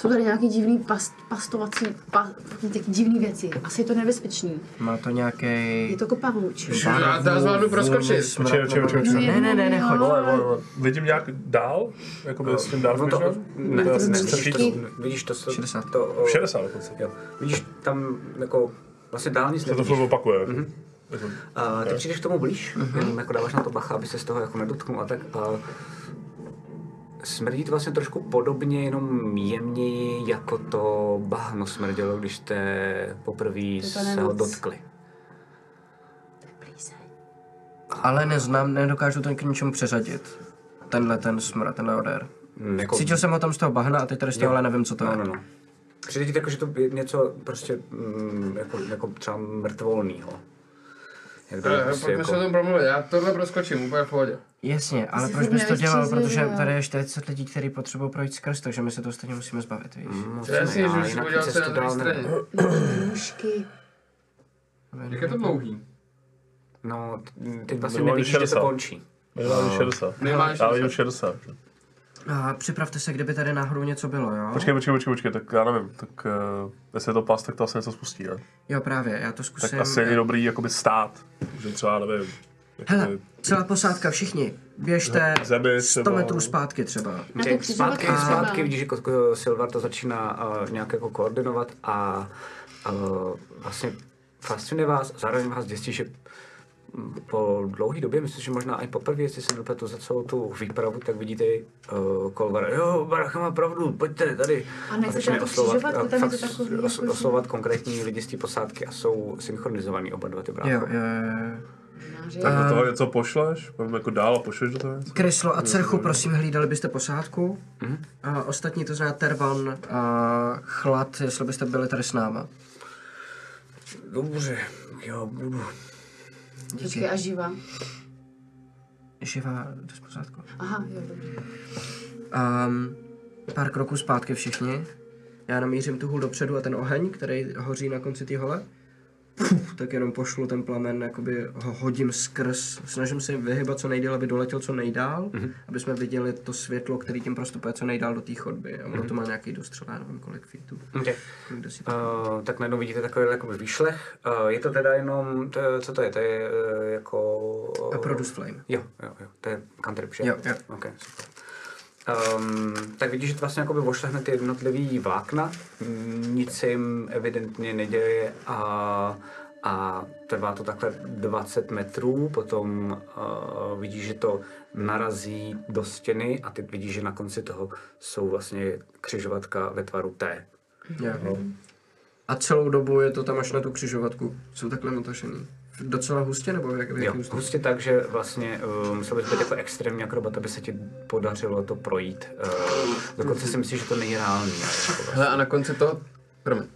Jsou tady nějaký divný pas, pastovací, pa, ty divný věci. Asi je to nebezpečný. Má to nějaký... Je to kopavouč. Já to zvládnu proskočit. Počkej, počkej, počkej, počkej. Ne, ne, ne, nechoď. Vole, vole, vole. Vidím nějak dál? Jakoby s tím dálkou No to, běžem? ne, To ne, je asi ne, 30. vidíš to, vidíš to, se- 60. to o, 60 dokonce. jo. Vidíš tam jako vlastně dál nic To to nevidíš. furt opakuje. jako. Jako, A ty přijdeš k tomu blíž, jenom jako dáváš na to bacha, aby se z toho jako nedotknul a tak. A smrdí to vlastně trošku podobně, jenom jemněji, jako to bahno smrdělo, když jste poprvé To je ta se ho nemoc. dotkli. Plíseň. Ale neznám, nedokážu to k ničemu přeřadit. Tenhle ten smrad, tenhle odér. Mm, Jako, Cítil jsem ho tam z toho bahna a teď tady z toho, ale nevím, co to No, je. no, no. Přijde ti to jako, že to je něco prostě mm, jako, jako třeba mrtvolného. Jak to je Eh, prostě Pojďme se o jako... tom promluvit, já tohle proskočím, úplně v pohodě. Jasně, ale Jsi proč furt bys to nevíš, dělal, co protože dělá. tady je 40 lidí, kteří potřebují projít skrz, takže my se to stejně musíme zbavit, víš. Moc Já si ne, ježu, ale že jinak podíval se na cestu druhé dál ne. straně. Nůžky. Jak je to dlouhý? No, teď vlastně Minimálně nevidíš, že to 60. končí. Minimálně 60. Minimálně Já vidím 60. 60. že? A připravte se, kdyby tady náhodou něco bylo, jo? Počkej, počkej, počkej, počkej, tak já nevím, tak uh, jestli je to pás, tak to asi něco spustí, ne? Jo, právě, já to Tak zkusím. asi je dobrý jakoby stát, že třeba, nevím, Hele, jakoby celá posádka, všichni, běžte zemi 100 třeba. metrů zpátky třeba. Na Ty tu křižovatku No, zpátky, třeba. zpátky vidíš, že ko- ko- Silvar to začíná uh, nějak jako koordinovat a uh, vlastně fascinuje vás a zároveň vás děsí, že mm, po dlouhé době, myslím, že možná i poprvé, jestli se nepletu za celou tu výpravu, tak vidíte uh, Kolvar, jo, Baracha má pravdu, pojďte tady. A nechcete začínají na tu oslovovat, křižovatku, a tam je fakt to takový os- jako, že- oslovovat konkrétní lidi z té posádky a jsou synchronizovaní oba dva ty brácho. Jo, jo, jo. jo. do toho něco pošleš, pojďme jako dál a pošleš do toho něco. Kryslo a Cerchu, Mhm. prosím, hlídali byste posádku. A ostatní, to znamená Tervan a Chlad, jestli byste byli tady s náma. Dobře, já budu. Počkej, a živá. Živá, jdu s posádkou. Aha, jo, dobrý. Um, pár kroků zpátky všichni. Já namířím tu hůl dopředu a ten oheň, který hoří na konci té hole, puf, tak jenom pošlu ten plamen, jakoby ho hodím skrz. Snažím se vyhybat co nejdéle, aby doletěl co nejdál, mm-hmm. aby jsme viděli to světlo, který tím prostupuje co nejdál do té chodby. A ono to má nějaký dostřel, já nevím kolik feetů. Okay. Kde si to... Uh, tak najednou vidíte takový jakoby výšlech. Uh, je to teda jenom, to, je- co to je, to je uh, jako... A produce flame. Jo, jo, jo, to je cantrip, že? Jo, jo. Ok, super. Um, tak vidíš, že to vlastně jakoby ošlehne ty jednotlivý vlákna, Mm, nic se jim evidentně neděje a, a trvá to takhle 20 metrů, potom uh, vidíš, že to narazí do stěny a ty vidíš, že na konci toho jsou vlastně křižovatka ve tvaru T. Jo. Jako- A celou dobu je to tam až na tu křižovatku. Jsou takhle natašený. Docela hustě nebo jak, jak Jo, prostě tak, že vlastně uh, musel bys být jako extrémní akrobat, aby se ti podařilo to projít. Uh, dokonce si myslím, že to není reálný. jako vlastně. ale Hele, a na konci toho, promiň,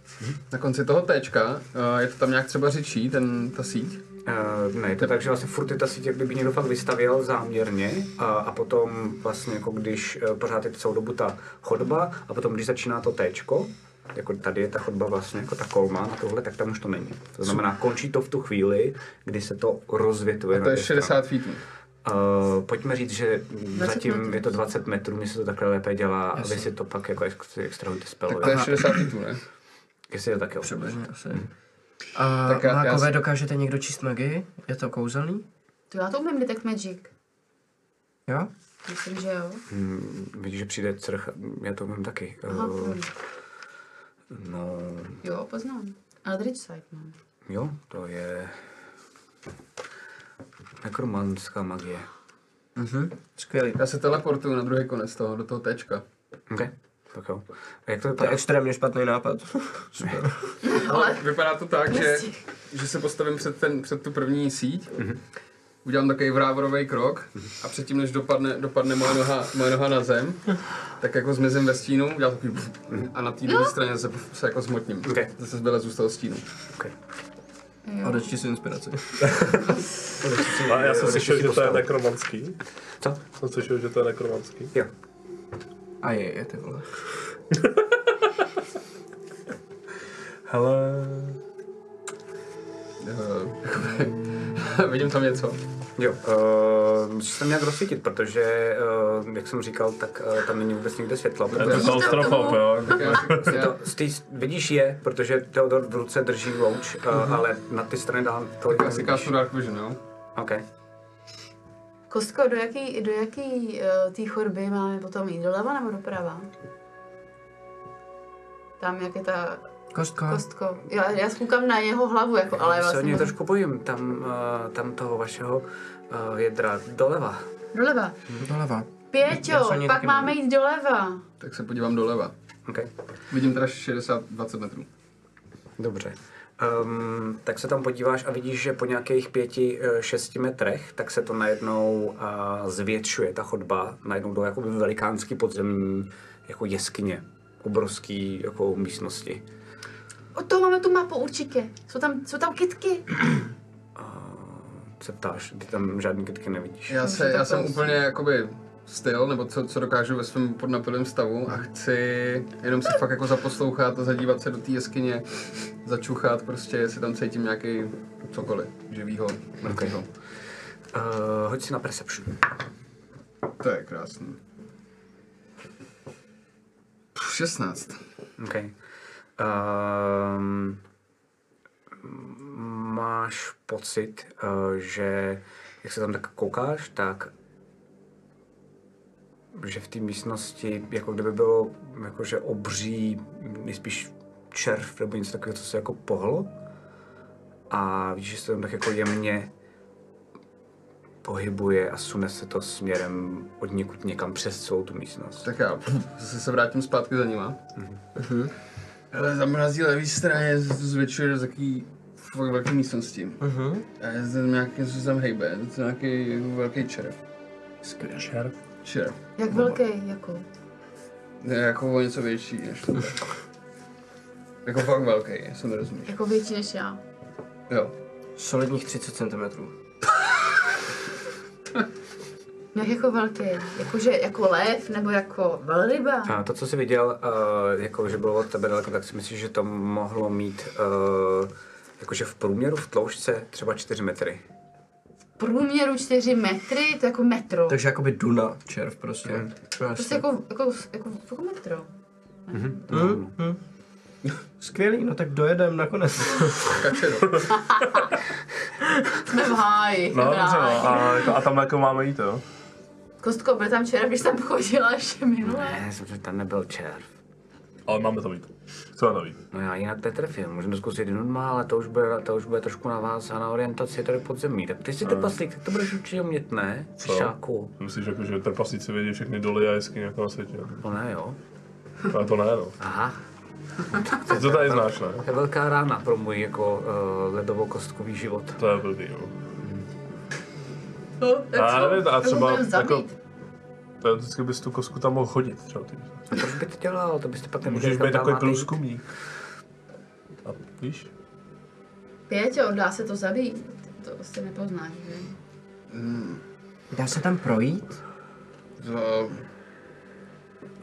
na konci toho téčka, eh, je to tam nějak třeba řečí, ten, ta síť? Jako, uh, ne, je to tak, že vlastně furt je ta sítě, kdyby někdo fakt vystavěl záměrně a, a potom vlastně jako když uh, pořád je celou dobu ta chodba a potom když začíná to téčko, jako tady je ta chodba vlastně jako ta kolma na tohle, tak tam už to není. To znamená, končí to v tu chvíli, kdy se to rozvětuje. A na to je dvě strany. 60 feetů. Uh, pojďme říct, že zatím metrů. je to 20 metrů, mně se to takhle lépe dělá a vy si to pak jako ex- extrahujte Tak to spelové. je 60 feetů, ne? Jestli je to tak jo. Přibližně asi. A Tak já- já mákové, si- dokážete někdo číst magii? Je to kouzelný? To já to umím detect magic. Jo? Myslím, že jo. Hmm, vidíš, že přijde crch, já to mám taky. Aha, Uh, půjdu. no, jo, poznám. Eldritch Sight mám. jo, to je nekromanská magie. Skvělý. Já se teleportuju na druhý konec toho, do toho téčka. Okay. Tak jo. A jak to To je vypadá? extrémně špatný nápad. Ale Vypadá to tak, že, Nestih. že se postavím před, ten, před tu první síť, udělám takový vrávorový krok a předtím, než dopadne, dopadne moje, noha, moje noha na zem, tak jako zmizím ve stínu, udělám takový buf, a na té druhé straně se, se jako zmotním. Ok. Zase zbylezu z toho stínu. Okay. jo. Odečti si inspiraci. A já jsem Odečti slyšel, si že to je postavu. nekromanský. Co? Jsem slyšel, že to je nekromanský. Jo. A je, je ty vole. Hele, Eh, vidím tam něco. Jo, uh, musíš se tam nějak rozsvítit, protože, uh, jak jsem říkal, tak uh, tam není vůbec nikde světla. To je Protože Vidíš tam klaustrofob, tomu? Jako jo. si to, ty, vidíš je, protože Theodor v ruce drží louč, uh, ale na ty strany dál tolik Asi nevidíš. kástu Dark Vision, jo? OK. Kostko, do jaký, do jaký uh, té chorby máme potom jít? Doleva nebo doprava? Tam, jak je ta Kostko. kostko. Já, já koukám na jeho hlavu, jako, ale Já se o vlastně... něj trošku bojím, tam, uh, tam toho vašeho uh, jedra doleva. Doleva. Doleva. Já Pěťo, se o něj pak taky máme jít doleva. Tak se podívám doleva. OK, Vidím teda 60-20 metrů. dobře. Um, tak se tam podíváš a vidíš, že po nějakých pěti, eh, šesti metrech, tak se to najednou uh, zvětšuje, ta chodba, najednou do jakoby velikánský podzemní jako jeskyně, obrovský jako místnosti. Od toho máme tu mapu určitě. Jsou tam, jsou tam kytky. Se ptáš, ty tam žádný kytky nevidíš. Já, se, já jsem úplně jakoby styl, nebo co, co dokážu ve svém podnapilém stavu a chci jenom se fakt jako zaposlouchat a zadívat se do té jeskyně, začuchat prostě, jestli tam cítím nějaký cokoliv, živýho, mrtvýho. Uh, hoď si na perception. To je krásný. Pff, 16. Okay. Um, máš pocit, eh, že jak se tam tak koukáš, tak že v té místnosti jako kdyby bylo jakože obří, nejspíš červ nebo něco takového, co se jako pohlo. A vidíš, že se tam tak jako jemně pohybuje a sune se to směrem od někud někam přes celou tu místnost. Tak já pff, zase se vrátím zpátky za nima. Mhm. Ale zamrazí levý straně, se to zvětšuje do takový fakt velký místnosti. A je tam nějaký, co se tam hejbe, je to nějaký velký červ. Čer. Červ. Jak velký, jako. Je jako o něco větší než to. jako fakt velký, jsem to rozumíš. Jako větší než já. Jo. Solidních 30 cm. Jak jako velký? Jakože jako lev, nebo jako velryba? A to, co jsi viděl, uh, jako, že bylo od tebe daleko, tak si myslíš, že to mohlo mít uh, jakože v průměru v tloušťce třeba 4 metry. Průměru 4 metry, to je jako metro. Takže jakoby Duna červ prostě. Mm. Prostě jako, jako, jako, jako metro. Skvělý, no tak dojedem nakonec. Kačero. Jsme v háji. No, jsme v dobře, háji. no. A, jako, a tam jako máme jít, jo. Kostko, byl tam včera, když tam chodila ještě minule. Ne, jsem tam nebyl červ. Ale máme to jít. Chceme to jít. No já jinak netrefím, můžeme zkusit jinou má, ale to už, bude, to už bude trošku na vás a na orientaci tady podzemí. Tak ty jsi trpaslík, tak to budeš určitě umět, ne? Co? Šáku. Myslíš, jako, že trpaslíci vědí všechny doly a jeskyně jako na světě. No ne, jo. Ale to ne, no. Aha, To, to tady znáš, ne? to je velká rána pro můj jako uh, ledovou kostkový život. To je blbý, jo. No, tak A já co? nevím, a Tak ho třeba budem jako... zabít. Teoreticky bys tu kosku tam mohl chodit, třeba ty. A proč by to dělal? To byste pak nemuseli Můžeš kam být dál takový máte jít. průzkumník. A víš? Pěťo, dá se to zabít. To asi nepoznáš, že? Dá se tam projít? To,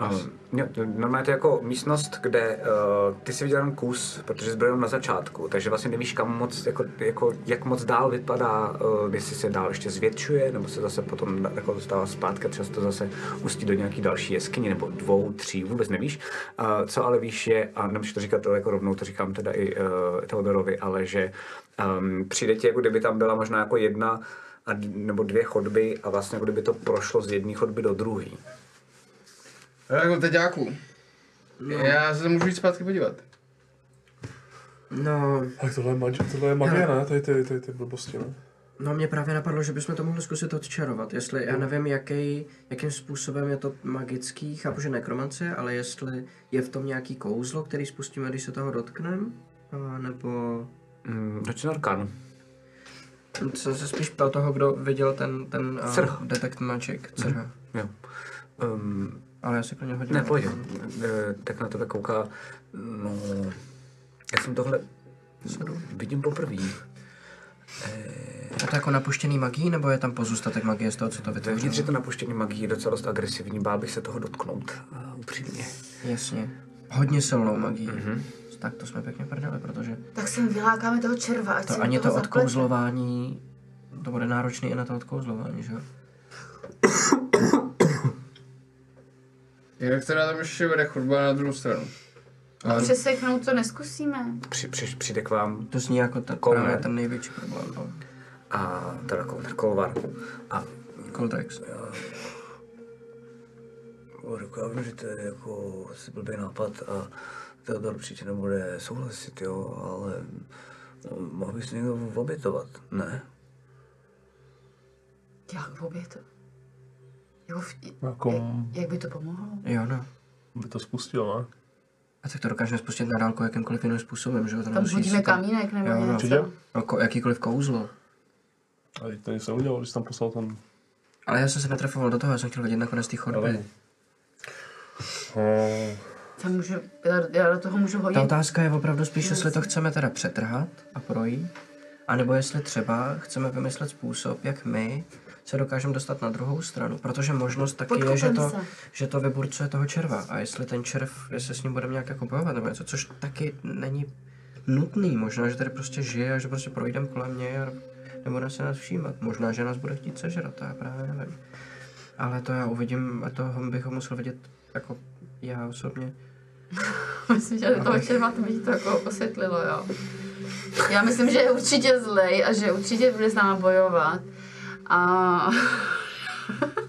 Ehm, Jo, to- normálně to je jako místnost, kde uh, ty si viděl jenom kus, protože jsi byl jenom na začátku, takže vlastně nevíš, kam moc, jako, jako, jak moc dál vypadá, uh, jestli se dál ještě zvětšuje, nebo se zase potom na- jako dostává zpátky, a třeba se to zase ustí do nějaký další jeskyně, nebo dvou, tří, vůbec nevíš. Uh, co ale víš je, a nemůžu to říkat jako rovnou, to říkám teda i uh, Teodorovi, ale že um, přijde ti, jako kdyby tam byla možná jako jedna a, d- nebo dvě chodby a vlastně jako kdyby to prošlo z jedné chodby do druhé. jako teď děkuju. Já se můžu jít zpátky podívat. No, Tak tohle je, mag- tohle je magie, ne? Tady ty, tady ty blbosti, ne? no mě právě napadlo, že bychom to mohli zkusit odčarovat. Jestli, já nevím, jaký, jakým způsobem je to magický, chápu, že nekromance, ale jestli je v tom nějaký kouzlo, který spustíme, když se toho dotkneme, a nebo... Mm, hoď si na arkánu. Jsem se spíš ptal toho, kdo viděl ten, ten Crh. uh, Detect Magic, crha. Jo. Um, Ale já si pro ně hodím. ne, pojď. Eh, Tak na tebe kouká. No, já jsem tohle vidím poprvé. A to jako napuštěný magii, nebo je tam pozůstatek magie z toho, co to Vevnitř je vytvořilo? to napuštění magie docela dost agresivní, bál bych se toho dotknout, eh, upřímně. Jasně. Hodně silnou magii. Mm-hmm. Tak to jsme pěkně prdeli, protože Tak sem vylákáme toho červa, ať si to ani do toho to zaplete. odkouzlování To bude náročný i na to odkouzlování, že jo? Jak teda tam ještě vede chodba na druhou stranu? A přeseknout to neskusíme. Při, při, přijde k vám To zní jako ta, Kolem. právě ten největší problém, no. a teda kol- kolvar a Coltrex. Říkám, že to je jako asi blbý nápad a Teodor určitě nebude souhlasit, jo, ale no, mohl bys někdo obětovat, ne? Jak obě to? Jako v, Jako- jak, jak, by to pomohlo? Jo, no. By to spustil, ne? A tak to dokážeme spustit na dálku jakýmkoliv jiným způsobem, že jo? To Tam nemusí hodíme se tam- kamínek nebo Jo, no. něco. Určitě. No, ko, jakýkoliv kouzlo. A teď to nic neudělal, když jsi tam poslal ten Ale já jsem se netrefoval do toho, já jsem chtěl hodit nakonec ty chodby. Elenu. Oh, Tam můžu, já, já do toho můžu hodit. Ta otázka je opravdu spíš, jestli to chceme teda přetrhat a projít, anebo jestli třeba chceme vymyslet způsob, jak my se dokážeme dostat na druhou stranu, protože možnost taky je, že Podkopem to, se. že to vyburcuje toho červa a jestli ten červ, jestli s ním budeme nějak jako bojovat nebo něco, což taky není nutný, možná, že tady prostě žije a že prostě projdeme kolem něj a nebude se nás všímat, možná, že nás bude chtít sežrat, to já právě nevím. Ale to já uvidím a to bychom musel vidět jako já osobně. Myslím, že to červa to by ti to jako osvětlilo, jo. Já myslím, že je určitě zlej a že určitě bude s náma bojovat. A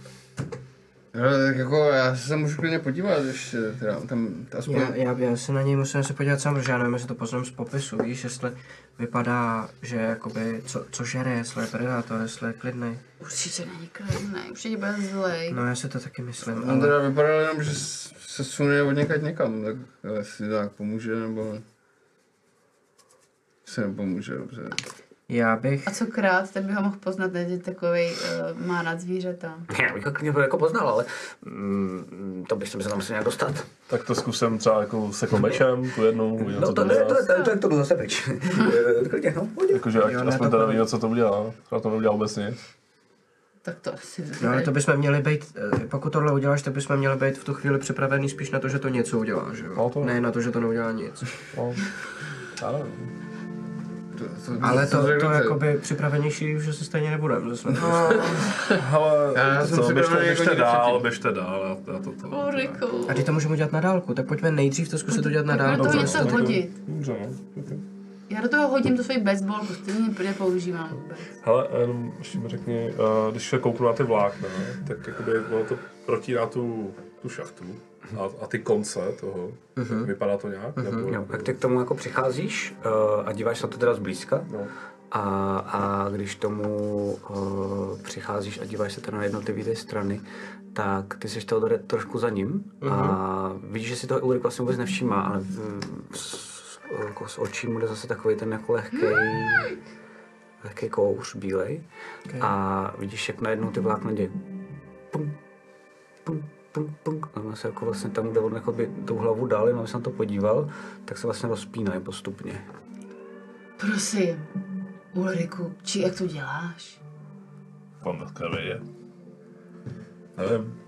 No, tak jako já se můžu klidně podívat ještě, teda tam aspoň... Já, já, já se na něj musím se podívat sám, protože já nevím, jestli to poznám z popisu, víš, jestli vypadá, že jakoby, co, co žere, jestli je predátor, jestli je klidný. určitě není klidný, určitě bude zlej. No já si to taky myslím, On ale teda vypadal jenom, že s- se sune od někať někam, tak jestli tak pomůže, nebo... Se nepomůže, dobře. já bych, A co krát, ten by ho mohl poznat, ne, takový uh, má nad zvířata. já bych ho klidně jako poznal, ale mm, to bych se tam musel nějak dostat. tak to zkusím třeba jako sekl mečem, tu jednou, uvidím, No co to to ne, dělá. to, to, to, to, to jdu zase pryč. Eh, klidně, no, pojď. Jakože ať Jo, ne, aspoň to teda to- víme, co to udělá. Třeba to neudělá vůbec nic. Tak to asi no ale to bychom měli být, eh, pokud tohle uděláš, tak bychom měli být v tu chvíli připravený spíš na to, že to něco udělá, že jo? No to- Ne na to, že to neudělá nic. No, já nevím. To, to, Ale co to, řekl to ty? jako- jakoby připravenější už asi stejně nebudeme zase. No, Hele, Já víte jsem co, si běžte, připravený jako běžte někdy dál, předtím. běžte dál, já to, já to, to, to. Ulriku. a ty to můžeme udělat na dálku, tak pojďme nejdřív to zkusit udělat na Tak dálku. do toho ale něco to- hodit. Dobře, no. Okay. Já do toho hodím tu svoji baseballku, stejně ji nepoužívám vůbec. Hele, jenom ještě mi řekni, eh, když se kouknu na ty vlákna, tak jakoby ono to protírá tu, tu šachtu a, a ty konce toho. Tak Vypadá to nějak? Mhm. Jo, Nebo, tak ty k tomu jako přicházíš uh, a díváš se na to teda zblízka. No. A, a když tomu uh, přicházíš a díváš se teda na jednotlivé ty strany, tak ty jsi Teodore trošku za ním a vidíš, že si to Ulrik vlastně vůbec nevšímá, ale mm, s, jako s očí mu jde zase takový ten jako lehký, lehký kouř bílej a vidíš, jak najednou ty vlákna dějí. Pum, pum, pum, pum. A ona se jako vlastně tam, kde on jako by tu hlavu dal, jenom aby se na to podíval, tak se vlastně rozpínají postupně. Prosím, Ulriku, či jak to děláš? Pan Vlhkavý je. Nevím.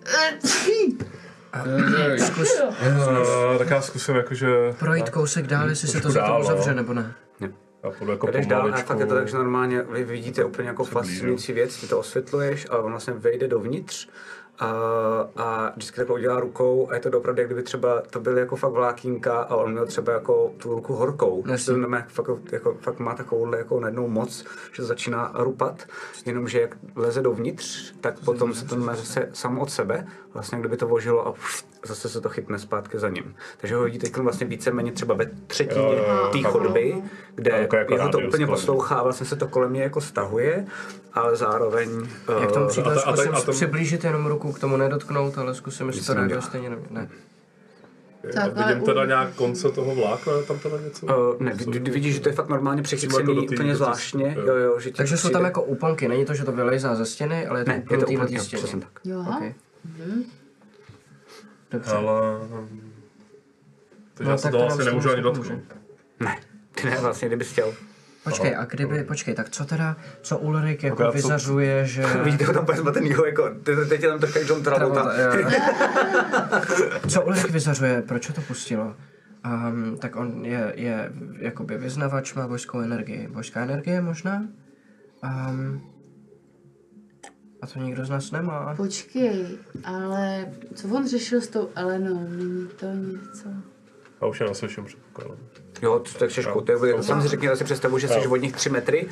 Zkus Eh, tak já zkusím jakože... projít kousek dál, jestli se to Trošku za to dál, no. uzavře nebo ne. Já půjdu jako Jdeš dál a pomaličku. fakt je to tak, že normálně vy vidíte úplně jako fascinující věc, ty to osvětluješ a on vlastně vejde dovnitř a, a vždycky takhle udělá rukou a je to opravdu, jak kdyby třeba to byl jako fakt vlákínka a on měl třeba jako tu ruku horkou. Jasně. To znamená, jak fakt, jako, fakt má takovouhle jako najednou moc, že to začíná rupat, jenomže jak leze dovnitř, tak potom se to normálně zase samo od sebe, vlastně kdyby to vožilo a pff, zase se to chytne zpátky za ním. Takže ho vidíte teď vlastně víceméně třeba ve třetině té chodby, kde Jako- jako jeho to rádius úplně kolem. poslouchá, vlastně se to kolem něj jako stahuje, ale zároveň... eh, Jak tomu přijde, a ta- a ta- zkusím a tam- přiblížit jenom ruku, k tomu nedotknout, ale zkusím, jestli to Myslím, rádio já. stejně nebo ne. A Tak, ale vidím teda u- nějak konce toho vlákna, je tam teda něco? Uh, ne, vy- vy- vidíš, že to je fakt normálně Přímo přechycený, jako do té- do úplně té- zvláštně. jo. Jo, jo, že ti Takže jsou přijde- tam jako úplnky, není to, že to vylejzá ze stěny, ale je to Ne, je to na úplně, té jo, přesně stěně. tak. Jo, Okay. Dobře. Ale... hm, Takže No, já se tak to to vlastně nám nemůžu ani to pomůže. dotknout. Ne, ty ne, vlastně, kdybys chtěl. Počkej, a kdyby, počkej, tak co teda, co Ulrik jako já co- vyzařuje, že... Vidíte ho tam úplně zmatenýho, jako, te- teď je tam trošku jak John Travolta. Travolta, jo. co Ulrik vyzařuje, proč ho to pustilo? Um, tak on je, je jakoby vyznavač, má božskou energii. Božská energie možná? Um, A to nikdo z nás nemá. Počkej, ale co on řešil s tou Elenou? Není to něco. A už je na svém předpokladu. Jo, to, tak jsi škod, jako sám si řekni, já si představu, že jsi od nich 3 metry,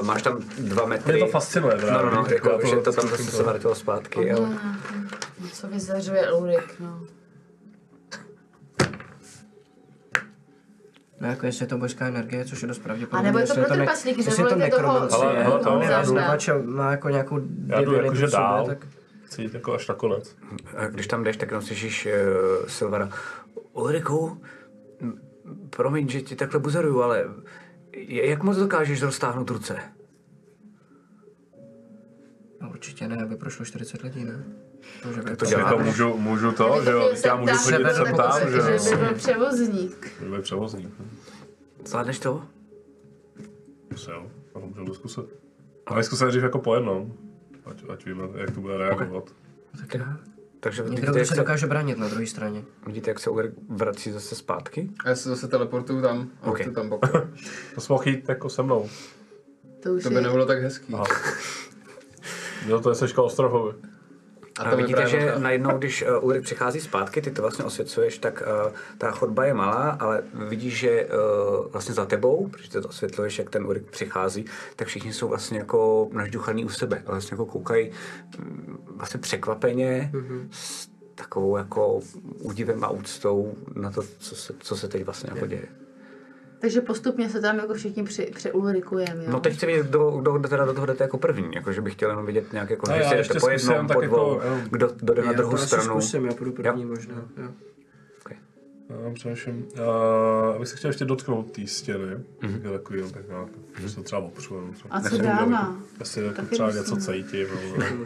uh, máš tam 2 metry. Mě to fascinuje, právě. No, no, no, Já jako, to- že to tam zase se vrátilo zpátky. No, Ale... nějaký- něco vyzařuje Ulrik, no. No jako jestli je to božská energie, což je dost A pravděpodobné. nebo je to jestli pro ne- ty paslíky, jestli je to zavolejte toho... nekromancie, Ale hele, to toho on je zásta. rozdávač a má jako nějakou Já jdu divinu jakože v sobě, dál. tak Chci jít jako až na konec. A když tam jdeš, tak nosíš uh, Silvara. Ulriku, m, promiň, že ti takhle buzeruju, ale je- jak moc dokážeš roztáhnout ruce? no, určitě ne, aby prošlo 40 lidí, ne? To, že by To to Já dělá. to můžu, můžu to, Kdyby že byl jo, teď já sem můžu tam, chodit byl sem takový, tam, že jo. Že by byl převozník. Že by převozník. no. Zvládneš to? Asi jo, to můžu to zkusit. Ale zkusit nejdřív jako po jednom. Ať, ať víme, jak to bude reagovat. tak já. Takže Někdo, vidíte kdo jak, se se, dokáže bránit na druhé straně. vidíte, jak se Ulrik vrací zase zpátky? A já se zase teleportuju tam a Ok. okay. tam bokem. To jsi mohl jít jako se mnou. To už To by je... nebylo tak hezký. Aha. Jo, to je seška Ostrohovi. A tam je vidíte, právě že možná- najednou, když uh, Ulrik přichází zpátky, ty to vlastně osvětluješ, tak uh, ta chodba je malá, ale vidíš, že uh, vlastně za tebou, protože ty to osvětluješ, jak ten Ulrik přichází, tak všichni jsou vlastně jako nažduchaný u sebe. A vlastně jako koukají mm, vlastně překvapeně Mhm. mm-hmm. s takovou jako údivem a úctou na to, co se, co se teď vlastně jako děje. Takže postupně se tam jako všichni při, přeulrikujeme, jo? No teď chci vidět, kdo, kdo, kdo teda do toho jdete jako první, jako, že bych chtěl jenom vidět nějak, jako, No, že já si ještě jdete po zkusím jednom, tak po jako, dvou, jo. kdo, kdo jde na druhou já to asi stranu. zkusím, já půjdu první Jo. možná. Jo. Okay. Já No, přemýšlím. Uh, abych se chtěl ještě dotknout té stěny. Mhm. Mm-hmm. Je takový, no, tak nějak, že se třeba opřu. no, nebo A co Nechci dáma? mluvit. Jestli jako Taky třeba musíme. něco cítím. no, Nebo,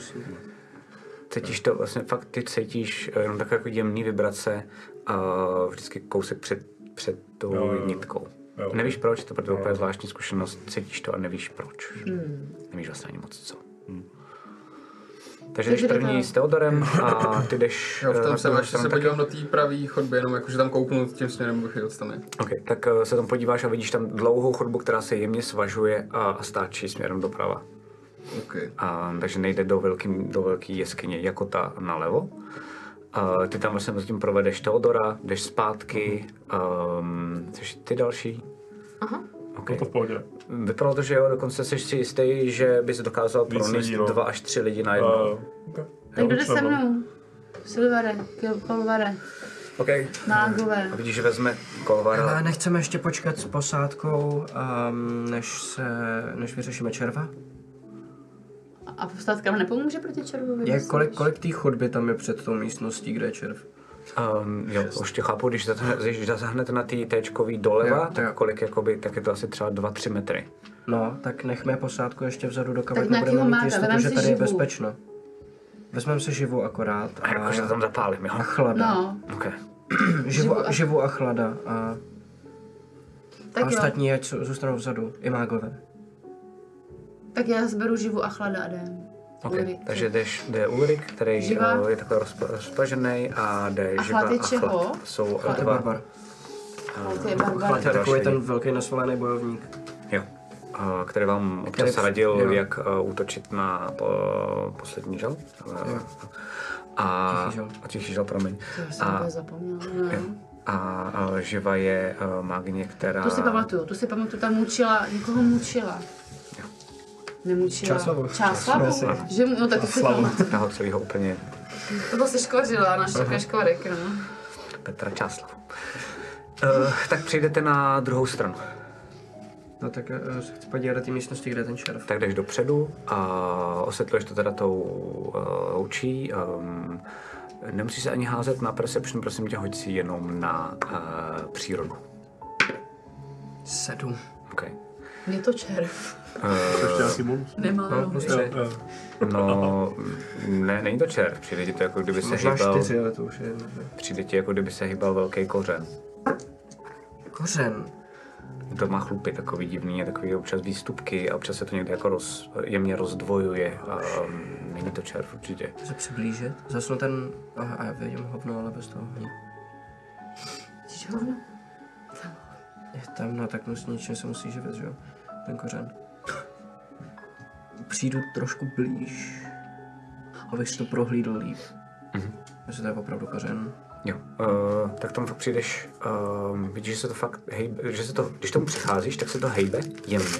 Cítíš to vlastně, fakt ty cítíš eh, jenom tak jako jemný vibrace a vždycky kousek před, před tou Jo, jo, jo. nitkou. Jo. Jo. Nevíš proč, to proto úplně zvláštní zkušenost, cítíš to a nevíš proč. Hmm. Nevíš vlastně ani moc co. Hmm. Takže jdeš Takže jdete- první s Teodorem a ty jdeš... Já eh, v na tom jsem, druhou až stranu se taky. podívám do té pravé chodby, jenom jako, jakože tam kouknu tím směrem, abych ji odstanul. Ok, tak eh, se tam podíváš a vidíš tam dlouhou chodbu, která se jemně svažuje a, a stáčí směrem doprava. Okay. A, takže nejde do velký, do velký jeskyně jako ta nalevo. A, ty tam vlastně zatím provedeš Teodora, jdeš zpátky, um, jsi ty další. Aha. to Okay. v pohodě. Vypadalo to, že jo, dokonce jsi si jistý, že bys dokázal Víc pronést lidí, no. dva až tři lidi najednou. Uh, Uh. okay. Tak kdo jde se mnou? Silvare, Kilpolvare, Okay. Mágové. A vidíš, že vezme kolvara. Ale nechceme ještě počkat s posádkou, um, než, se, než vyřešíme červa? A posádka nám nepomůže proti červovi? Je, myslíš? kolik, kolik té chodby tam je před tou místností, kde je červ? Um, jo, už tě chápu, když, zatahne, když zasahnete na ty téčkový doleva, Jo, tak jo. kolik jakoby, tak je to asi třeba 2-3 metry. No, tak nechme posádku ještě vzadu do kavet, Tak na nebudeme kýho mít máte? jistotu, Vezmeme že si tady je živu. bezpečno. Vezmeme si živu akorát A a, jakože to tam zapálím, jo? a chlada. No, Okay. Živu, Živu a- živu a chlada a, a tak jo. ostatní ať jsou- zůstanou vzadu, i mágové. Tak já zberu živu a chlada a jdem. Okay. Ulrik. Takže jdeš, jde Ulrik, který Živa. eh, je takhle rozpa- rozpažený a jde A Živa chlad je a čeho? chlad. Jsou eh, To je dva. barbar. Ale to je barbar. Chlad je Takový další, ten velký nasvalený bojovník. jo. Eh, který vám občas Který- radil, jo. jak eh, útočit na po, poslední žal. Eh, Jo. A, Tichý žal. a tichý žal, promiň. Já jsem A, to zapomněla. No. a, eh, Živa je eh, magně, která... Tu si pamatuju, tu si pamatuju, tam mučila, někoho mučila. Nemučila. Čáslavu. Čáslavu. Že, mu- no tak to si pamatuju. Toho celého úplně To bylo se škvařila, náš takový škvarek, no. Petra Čáslav. Uh, tak přijdete na druhou stranu. No tak eh, se chci podívat do té místnosti, kde je ten červ. Tak jdeš dopředu a osvětluješ to teda tou uh, loučí. Um, nemusíš se ani házet na perception, prosím tě, hoď si jenom na uh, přírodu. Sedm. Okay. Je to červ. Ještě nějaký bonus? Nemá No, plus nohy. tři. No, ne, není to červ, přijde ti to jako kdyby se Možná hýbal, čtyři, ale to už je jedno. že? přijde ti jako kdyby se hýbal velký kořen. Kořen. To má chlupy takový divný, a takový občas výstupky a občas se to někde jako roz, jemně rozdvojuje. A, um, není to červ určitě. Se přiblížit. Zasnu ten... Aha, a já vidím hovno, ale bez toho hovna. Vidíš hovno? Je tam, no tak no, s něčím se musí živit, že jo? Ten kořen. Přijdu trošku blíž. abych si to prohlídl líp. Protože to je opravdu kořen. Jo. Uh, tak tam fakt přijdeš, uh, vidíš, že se to fakt hejbe, že se to, když tomu přicházíš, tak se to hejbe jemně.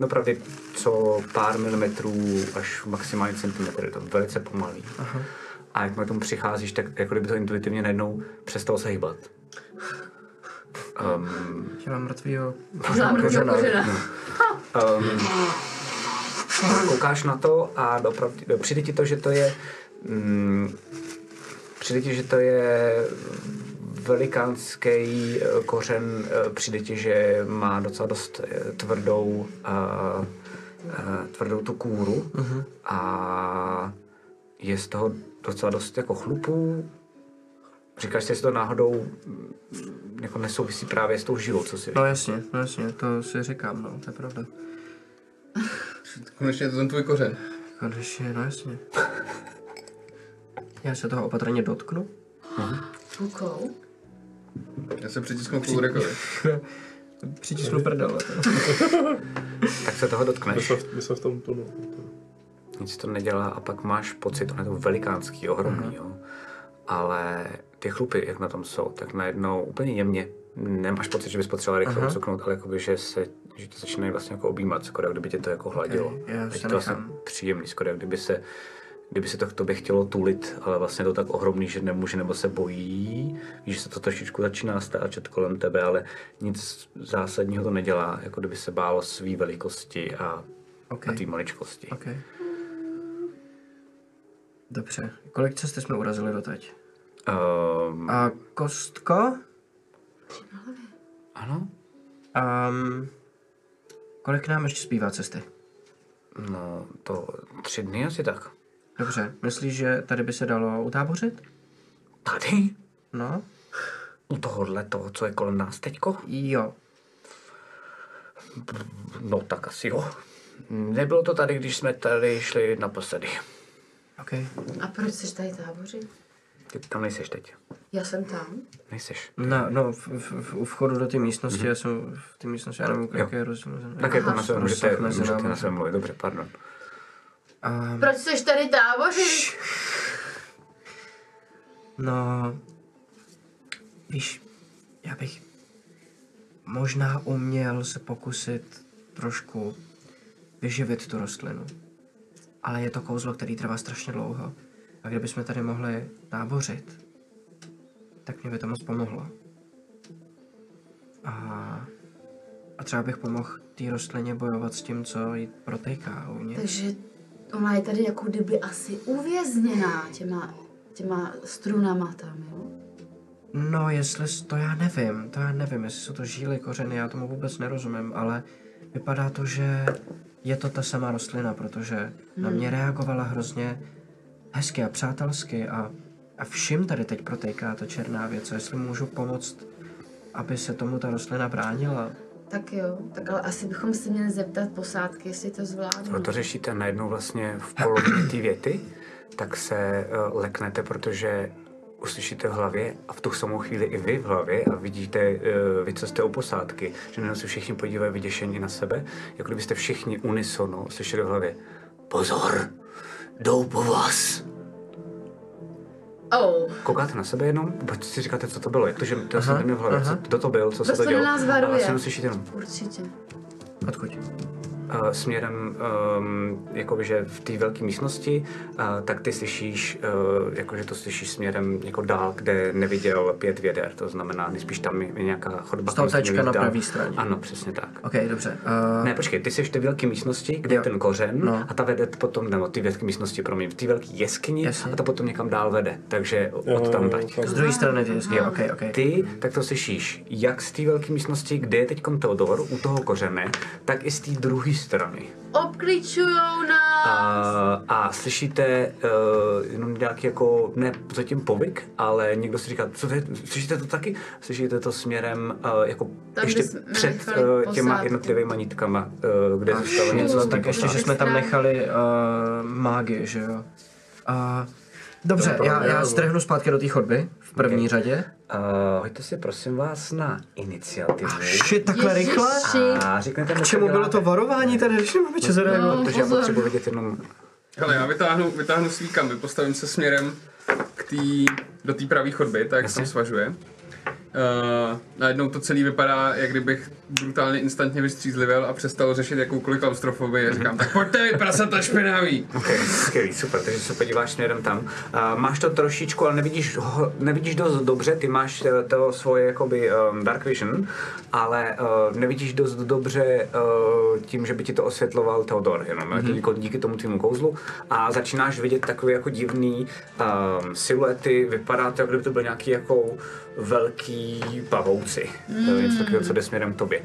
No pravdě, co pár milimetrů až maximálně centimetr, je to velice pomalý. Aha. A jak tomu přicházíš, tak jako kdyby to intuitivně najednou přestalo se hýbat. Um, Já mám mrtvýho Znám ruku kořená. kořena. no. Um, koukáš na to a dopravdě, no, přijde ti to, že to je mm, přijde ti, že to je velikánský eh, kořen, eh, přijde ti, že má docela dost eh, tvrdou eh, eh, tvrdou tu kůru a je z toho docela dost jako chlupů. Říkáš si, jestli to náhodou mm, jako nesouvisí právě s tou živou, co si No jasně, no jasně, to si říkám, no, to je pravda. Konečně je to ten tvůj kořen. Konečně, no jasně. Já se toho opatrně dotknu. Rukou? Já se přitisknu k Ulrikovi. Přitisknu prdele. tak se toho My dotkneš. jsme, v- my jsme v tom no, tunelu. nic to nedělá a pak máš pocit, ono je to velikánský, Mhm. ohromný, jo. Ale ty chlupy, jak na tom jsou, tak najednou úplně jemně, nemáš pocit, že bys potřeboval Mhm. rychle ucuknout, ale jakoby, že, se, že to začínají vlastně jako objímat, skoro jak kdyby tě to jako hladilo. já je se to vlastně nechám. příjemný, skoro jak kdyby se kdyby se to k tobě chtělo tulit, ale vlastně je to tak ohromný, že nemůže nebo se bojí, víš, že se to trošičku začíná stáčet kolem tebe, ale nic zásadního to nedělá, jako kdyby se bálo své velikosti a, okay. Okay. a té maličkosti. OK. Dobře. Kolik cesty jsme urazili doteď? Um, A kostko? Ano? Um, kolik nám ještě zbývá cesty? No, to tři dny asi tak. Dobře, myslíš, že tady by se dalo utábořit? Tady? No? U tohohle toho, co je kolem nás teďko? Jo. No, tak asi jo. Nebylo to tady, když jsme tady šli naposledy. OK. A proč jsi tady táboři? Ty tam nejseš teď. Já jsem tam. Nejseš. No, no, v, v, v, u vchodu do té místnosti, já jsem v té místnosti, já nevím, jaký je rozdíl. Tak je to na sebe, můžete, rozsah mezi můžete námi. na sebe mluvit. Dobře, pardon. Proč jsi tady táboři? No, víš, já bych možná uměl se pokusit trošku vyživit tu rostlinu. Ale je to kouzlo, který trvá strašně dlouho. A kdybychom tady mohli tábořit, tak mě by to moc pomohlo. A, a třeba bych pomohl té rostlině bojovat s tím, co jí protéká uvnitř. Takže ona je tady jako kdyby asi uvězněná těma, těma strunama tam, jo? No, jestli s- to já nevím, to já nevím, jestli jsou to žíly, kořeny, já tomu vůbec nerozumím, ale vypadá to, že je to ta samá rostlina, protože Hmm. na mě reagovala hrozně hezky a přátelsky a, a všim tady teď protéká ta černá věc a jestli můžu pomoct, aby se tomu ta rostlina bránila. Tak jo, tak ale asi bychom se měli zeptat posádky, jestli to zvládnou. Proto to řešíte najednou vlastně v polovině té věty, tak se uh, leknete, protože uslyšíte v hlavě a v tu samou chvíli i vy v hlavě a vidíte, uh, vy, co jste u posádky, že najednou se všichni podívají vyděšeně na sebe, jako kdybyste všichni unisono slyšeli v hlavě Pozor, jdou po vás. Oh, Koukáte na sebe jenom, proč si říkáte, co to bylo, jak to, že to jsem neměl v hlavě, co, kdo to byl, co se Prostě to dělo. nás A varuje. vlastně uslyšíte jenom určitě. Odkud? eh, směrem, um, jakože v té velké místnosti, eh, tak ty slyšíš, eh, jakože to slyšíš směrem jako dál, kde neviděl pět věder, to znamená, nejspíš tam je nějaká chodba. kam Stavtačka směřují dál. na pravý straně. Ano, přesně tak. OK, dobře. Uh, Ne, počkej, ty jsi v té velké místnosti, kde je Jo. ten kořen No. a ta vede potom, nebo ty velké místnosti, promiň, v té velké jeskyni Jasně. a ta potom někam dál vede, takže od tam dať. z druhé strany ty hezky, OK, OK. Ty, tak to slyšíš, jak z té velké místnosti, kde je teď Teodor u toho kořene, tak i z té druhé strany. Obklíčujou nás! A, a slyšíte uh, jenom nějaký jako, ne zatím povyk, ale někdo si říká, co to je, slyšíte to taky? Slyšíte to směrem uh, jako Tam, ještě kde jsme před nechali uh, těma posádku. jednotlivými nitkama, uh, kde zůstalo něco něco, z té tak ještě, že posádky. jsme tam nechali uh, mágy, že jo. Uh, dobře, já, já strhnu zpátky do té chodby v první řadě. Uh, hoďte si prosím vás na iniciativu. Shit, takhle rychle? Ježiši. A řeknete mi, K co čemu bylo děláte. to varování tady, když nemáme čas No, zareagovat? protože já pozor. potřebuji vědět jenom Hele, já vytáhnu, vytáhnu svý kamy, postavím se směrem k tý, do té pravé chodby, tak jak se tam svažuje. Uh, najednou to celý vypadá, jak kdybych brutálně instantně vystřízlivěl a přestal řešit jakoukoliv klaustrofobii. A říkám, tak pojďte vy, prasata špinavý! Okay, skvělý, super, takže se podíváš směrem tam. A máš to trošičku, ale nevidíš, ho, nevidíš dost dobře, ty máš eh, to svoje jakoby um, dark vision, ale uh, nevidíš dost dobře uh, tím, že by ti to osvětloval Theodor, jenom Mhm. mm-hmm. jako díky tomu tvýmu kouzlu. A začínáš vidět takové jako divný um, siluety, vypadá to, jako kdyby to byl nějaký jako velký pavouci. Mm. To je něco takového, co jde směrem k tobě.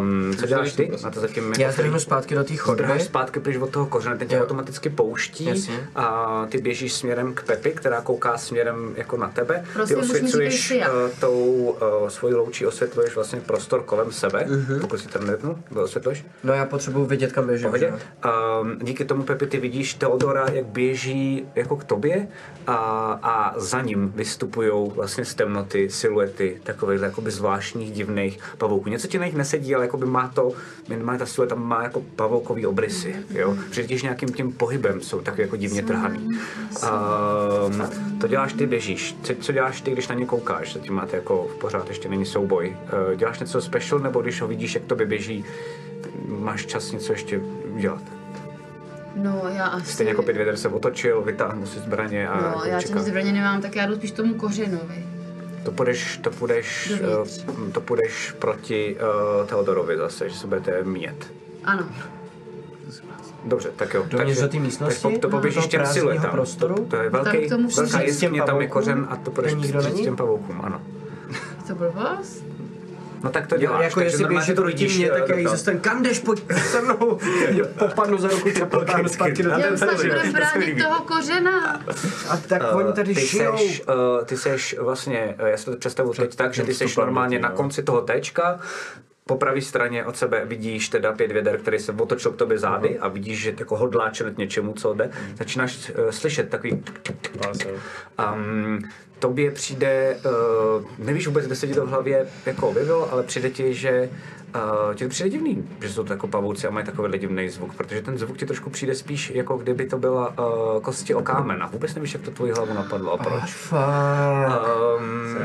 Um, co děláš ty? Na to zatím Já jako zdrhnu zpátky do té chodby. Zdrháš zpátky pryč od toho kořene, ten tě Jo. automaticky pouští Jasně. a ty běžíš směrem k Pepi, která kouká směrem jako na tebe. Prosím, ty už mi osvětluješ říkej si eh, tou uh, svojí loučí, osvětluješ vlastně prostor kolem sebe, Mhm. uh-huh. pokud si tam nepnu, osvětluješ. No já potřebuji vědět, kam běžím. no. Pohodě. že? Um, díky tomu, Pepi, ty vidíš Teodora, jak běží jako k tobě a, a za ním vystupují vlastně z temnoty siluety takových jakoby zvláštních, divných pavouků. Něco ti na nich nesedí, ale jakoby má to, minimálně ta silueta má jako pavoukový obrysy, jo. Přitěž nějakým tím pohybem jsou tak jako divně trhaný. Um, to děláš ty, běžíš. Co, co děláš ty, když na ně koukáš? Zatím máte jako pořád ještě není souboj. Uh, děláš něco special, nebo když ho vidíš, jak k tobě běží, máš čas něco ještě dělat. No, já asi... Stejně jako Pětvěder se otočil, vytáhnul si zbraně a jako No, já čeká. jsem zbraně nemám, tak já jdu spíš tomu kořenu, vy. To půjdeš, to půjdeš, Dovnitř. eh, to půjdeš proti uh, Teodorovi zase, že se budete mít. Ano. Dobře, tak jo. Dovnitř do té místnosti? Tak po, to Do poběžíš toho těm prázdného siluetám. prostoru? To, to je Tam velký, k tomu přijít s velká těm jeskyně, tam je pavoukům? kořen a to půjdeš Není přes- nikdo na přes ní? těm pavoukům, ano. To blbost? No tak to děláš. jako takže jestli normálně běží to proti vidíš, mě, eh, tak já jí tam. zase kam jdeš, pojď se mnou, Mě popadnu za ruku, tě potáhnu zpátky do Já Já ten už tak tady, budem to se mi bránit líbí. toho kořena. A tak oni tady ty žijou. seš, uh, ty seš vlastně, eh, já si to představu teď tak, že ty seš normálně na konci toho téčka, po pravé straně od sebe vidíš teda pět věder, který se otočil k tobě zády a vidíš, že jako hodlá čelit něčemu, co jde. Hmm. Začínáš uh, slyšet takový tuk, tuk, tuk, Já jsem. Um, tobě přijde, uh, nevíš vůbec, kde se ti to v hlavě jako objevilo, ale přijde ti, že uh, ti to přijde divný, že jsou to jako pavouci a mají takovýhle divný zvuk, protože ten zvuk ti trošku přijde spíš jako kdyby to byla uh, kosti o kámen a vůbec nevíš, jak to tvoji hlavu napadlo a proč.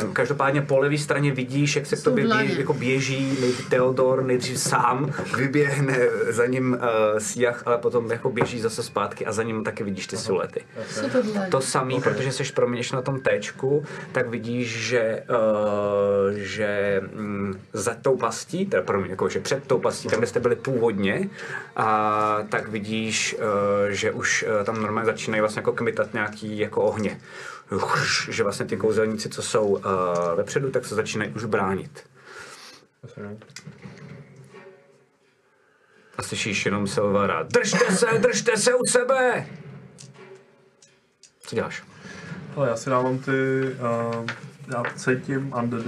Um, každopádně po levé straně vidíš, jak se k tobě dlaně. bě, jako běží nejdřív Theodor, nejdřív sám vyběhne za ním uh, Siach, ale potom jako běží zase zpátky a za ním taky vidíš ty siluety. Co tohle? To samý, okay. protože jsi proměněš na tom téčku, tak vidíš, že, uh, že mm, za tou pastí, teda promiň, jako, že před tou pastí, tam, kde jste byli původně, a, tak vidíš, uh, že už uh, tam normálně začínají vlastně jako kmitat nějaký jako ohně. Chš, Že vlastně ty kouzelníci, co jsou uh, vepředu, tak se začínají už bránit. A slyšíš jenom Silvara. Držte se, držte se u sebe! Co děláš? Ale já si dávám ty... Uh, já cítím undead,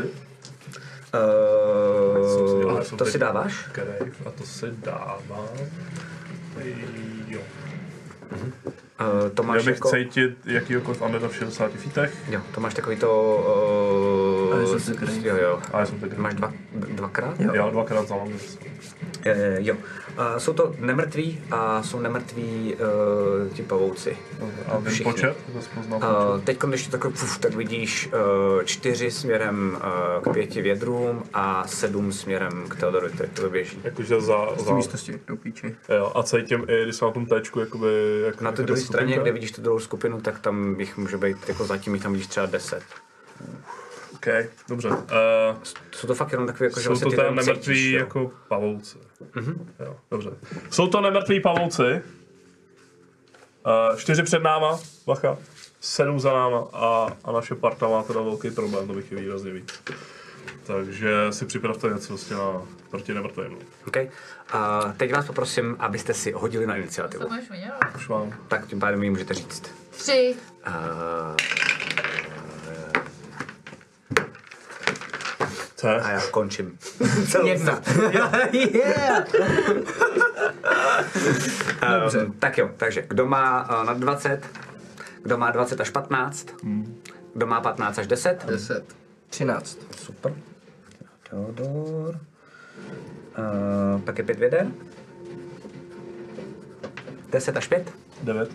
Eh, Uh, to si dáváš? Grave a to si dávám. Jo. Uh, to Měl máš bych jako... cítit jakýhokoliv undeada v 60 feetech. Jo, to máš takový to... Uh, jo, jo. A já jsem teď... Máš dva, dvakrát? Já dvakrát zalám. Eh, jo. Uh, jsou to nemrtví a jsou nemrtví uh, ti pavouci. A vím Všichni. počet, to spoznám Uh, počet. teď, když to takhle puf, tak vidíš uh, čtyři směrem uh, k pěti vědrům a sedm směrem k Teodorovi, který to běží. Jakože za, za, místnosti do píči. jo, a cítím i, když jsem na tom téčku, jakoby... Jak, Na té druhé straně, kde vidíš tu druhou skupinu, tak tam jich může být, jako zatím jich tam vidíš třeba deset. OK, dobře. Uh, Jsou to fakt jenom takové, jako, že jsou vlastně to ty teda jenom nemrtví cítíš, jo. Mhm. jako pavouci. Mm-hmm. Jo, dobře. Jsou to nemrtví pavouci. Uh, čtyři před náma, bacha. Sedm za náma a, a naše parta má teda velký problém, to bych je výrazně víc. Takže si připravte něco vlastně na proti nemrtvým. no. Okay. A teď vás poprosím, abyste si hodili na iniciativu. To máš udělat? Už vám. Tak tím pádem ji můžete říct. Tři. A... Co? je? a já končím. Celou Jedna. Dobře. Um, Tak jo, takže kdo má eh, nad 20, kdo má 20 až 15, kdo má 15 až 10, 10. 13. super. Teodor. Eh, Uh, pak je 5 věder. 10 až 5. Devět.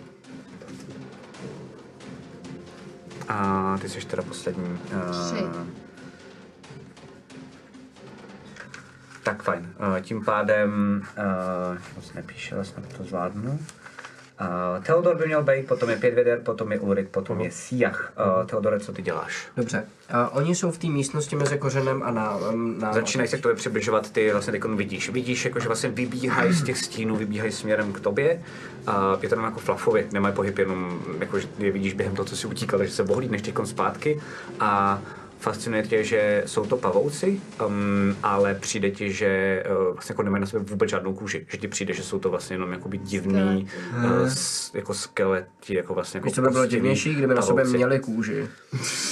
A ty jsi teda poslední. Tři. Uh, tak fajn. Uh, tím pádem uh, moc nepíše, ale snad to zvládnu. Uh, Teodor by měl být, potom je Pětvěder, potom je Ulrik, potom je Siach. Uh, Teodore, co ty děláš? Dobře. Uh, oni jsou v té místnosti mezi kořenem a na, um, na Začínají se k tobě přibližovat, ty vlastně teď vidíš. Vidíš, jako, že vlastně vybíhají z těch stínů, vybíhají směrem k tobě. A je to jenom jako flafovi, nemají pohyb, jenom jako, že je vidíš během toho, co si utíkal, takže se ohlídneš teď zpátky. A fascinuje tě, že jsou to pavouci, um, ale přijde ti, že uh, vlastně jako nemají na sobě vůbec žádnou kůži. Že ti přijde, že jsou to vlastně jenom jakoby divný uh, s, jako skeleti, jako vlastně jako Víš, co by bylo kostěný divnější, kdyby na sobě pavouci. měli kůži.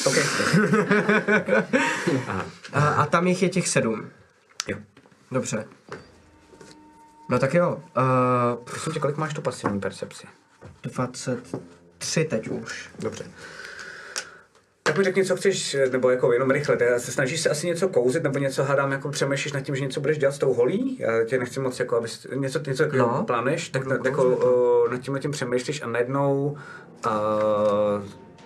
Okay. A, a tam jich je těch sedm. jo. Dobře. No tak jo. Uh, Prosím tě, kolik máš tu pasivní percepci? 23 teď už. Dobře. Tak mi řekni, co chceš, nebo jako jenom rychle, teda se snažíš se asi něco kouzit, nebo něco hádám, jako přemýšlíš nad tím, že něco budeš dělat s tou holí, já tě nechci moc, jako, abys, něco, něco jako No. no, plánuješ, tak na, jako, o, nad tím, nad tím přemýšlíš a najednou a,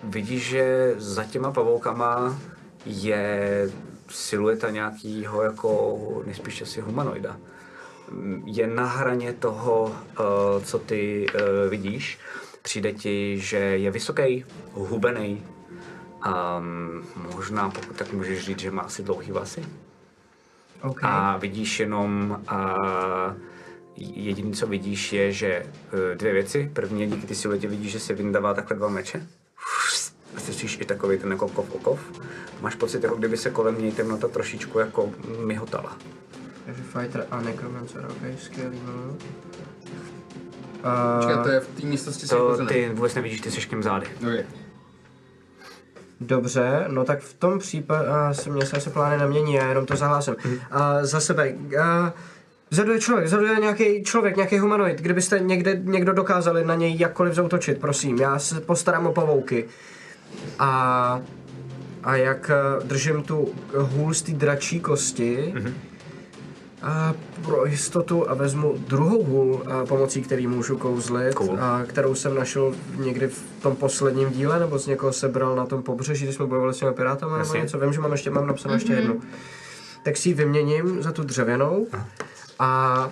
vidíš, že za těma pavoukama je silueta nějakýho jako nejspíš asi humanoida. Mm, Je na hraně toho, eh, co ty eh, vidíš. Přijde ti, že je vysoký, hubený. A Ehm, možná, pokud tak můžeš říct, že má asi dlouhý vlasy. Okay. A vidíš jenom, a jediné, co vidíš, je, že eh, dvě věci. První je díky ty siluetě vidíš, že si vyndává takhle dva meče. A slyšíš i takový ten jako kov, okov. Máš pocit, jako kdyby se kolem něj temnota trošičku jako myhotala. Takže fighter a necromancer, ok, skvělý, no. Počkej, to Uh, je v té místnosti se To kořenem. ty vůbec nevidíš, ty jsi k těm zády. Okay. dobře, no tak v tom případě uh, se mě se asi plány nemění, já jenom to zahlásím. Uh, za sebe, uh, vzadu je člověk, vzadu je nějaký člověk, nějaký humanoid, kdybyste někde, někdo dokázali na něj jakkoliv zautočit, prosím, já se postarám o pavouky. A, a jak eh, držím tu hůl z té dračí kosti, A pro jistotu a vezmu druhou hůl, a pomocí který můžu kouzlit, Cool. a kterou jsem našel někdy v tom posledním díle, nebo z někoho sebral na tom pobřeží, když jsme bojovali s těmi pirátama, nebo Jasně. něco. Vím, že mám ještě, mám napsanou ještě jednu. Tak si ji vyměním za tu dřevěnou a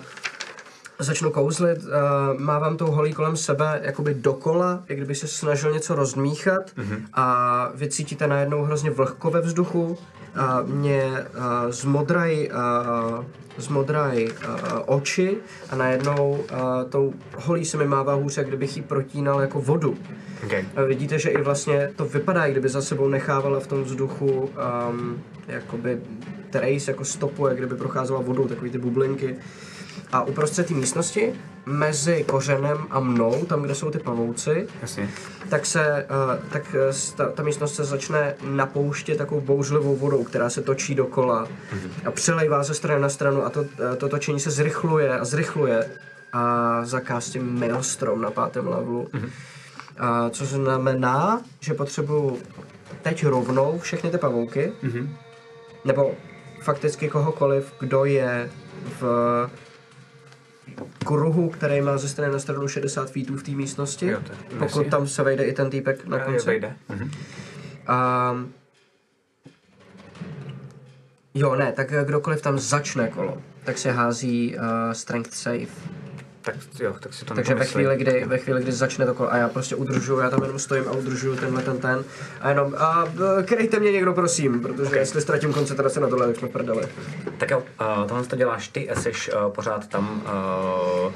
začnu kouzlit, uh, mávám tou holí kolem sebe jakoby dokola, jak kdyby se snažil něco rozmíchat mm-hmm. a vy cítíte najednou hrozně vlhko ve vzduchu a mě uh, zmodraj, uh, zmodraj uh, oči a najednou uh, tou holí se mi mává hůř, jak kdybych ji protínal jako vodu. Okay. A vidíte, že i vlastně to vypadá, jak kdyby za sebou nechávala v tom vzduchu um, jakoby trace, jako stopu, jak kdyby procházela vodou, takový ty bublinky. A uprostřed té místnosti, mezi kořenem a mnou, tam, kde jsou ty pavouci, Jasně. tak se uh, tak eh, s- ta, ta místnost se začne napouštět takovou bouřlivou vodou, která se točí dokola Mhm. a přelejvá ze strany na stranu a to, eh, to točení se zrychluje a zrychluje a zakástím maelstrom na pátém levelu. Mhm. A což znamená, že potřebuju teď rovnou všechny ty pavouky, Mhm. nebo fakticky kohokoliv, kdo je v kruhu, který má ze strany na stranu 60 feetů v té místnosti, Jo, to je- pokud jasně. tam se vejde i ten týpek na Právě konci. vejde. A... Jo, ne, tak eh, kdokoliv tam začne kolo, tak se hází uh, strength save. Tak jo, tak si to Takže ve nepomyslej. chvíli, kdy, ve chvíli, kdy začne to kolo, a já prostě udržuju, já tam jenom stojím a udržuju tenhle ten ten, a jenom, a eh, kryjte mě někdo prosím, protože okay. jestli ztratím koncentraci na tohle, tak jsme v prdeli. Tak jo, uh, tohle to děláš ty a jsi uh, pořád tam. Uh, uh,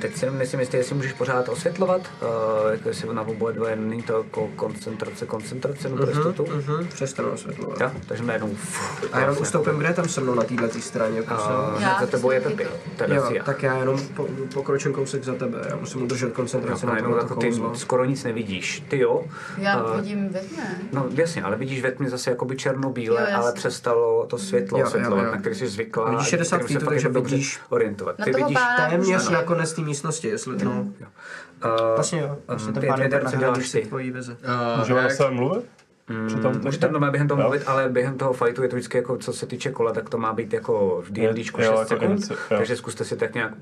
teď si myslím, jestli, jestli můžeš pořád osvětlovat, uh, jako jestli na oboje dvoje není to jako koncentrace, koncentrace, no pro jistotu. Mhm, přestanu osvětlovat. Jo, takže najednou. Fuh, A jenom ustoupím, kde je tam se mnou na této straně, prosím. Uh, Já, za tak tebou je jsem Pepi, taky teda Jo, si já. tak já jenom po, pokročím kousek za tebe, já musím udržet koncentraci Jo, na najednou tohle jako ty kouzlo. skoro nic nevidíš. Ty jo. Já eh, vidím ve tmě. No jasně, ale vidíš ve tmě zase jakoby Jo, černobíle, jasně. ale přestalo to světlo Jo, jo, osvětlovat, jo. na který jsi zvyklá. Vidíš a 60 kterým se feetů, fakt takže jako dobře vidíš- orientovat. Na Ty toho vidíš pána Téměř už ne. na konec té místnosti, jestli to... No. Jo. Eh, Vlastně jo, vlastně ten pět pán věder, Weber na co děláš hradě si ty? tvojí veze. Můžeme se mluvit? Přitom Může tam normálně během toho Jo. mluvit, ale během toho fightu je to vždycky jako, co se týče kola, tak to má být jako v D&Dčku Jo, 6 jako sekund, konce, jo. takže zkuste si tak nějak Jo.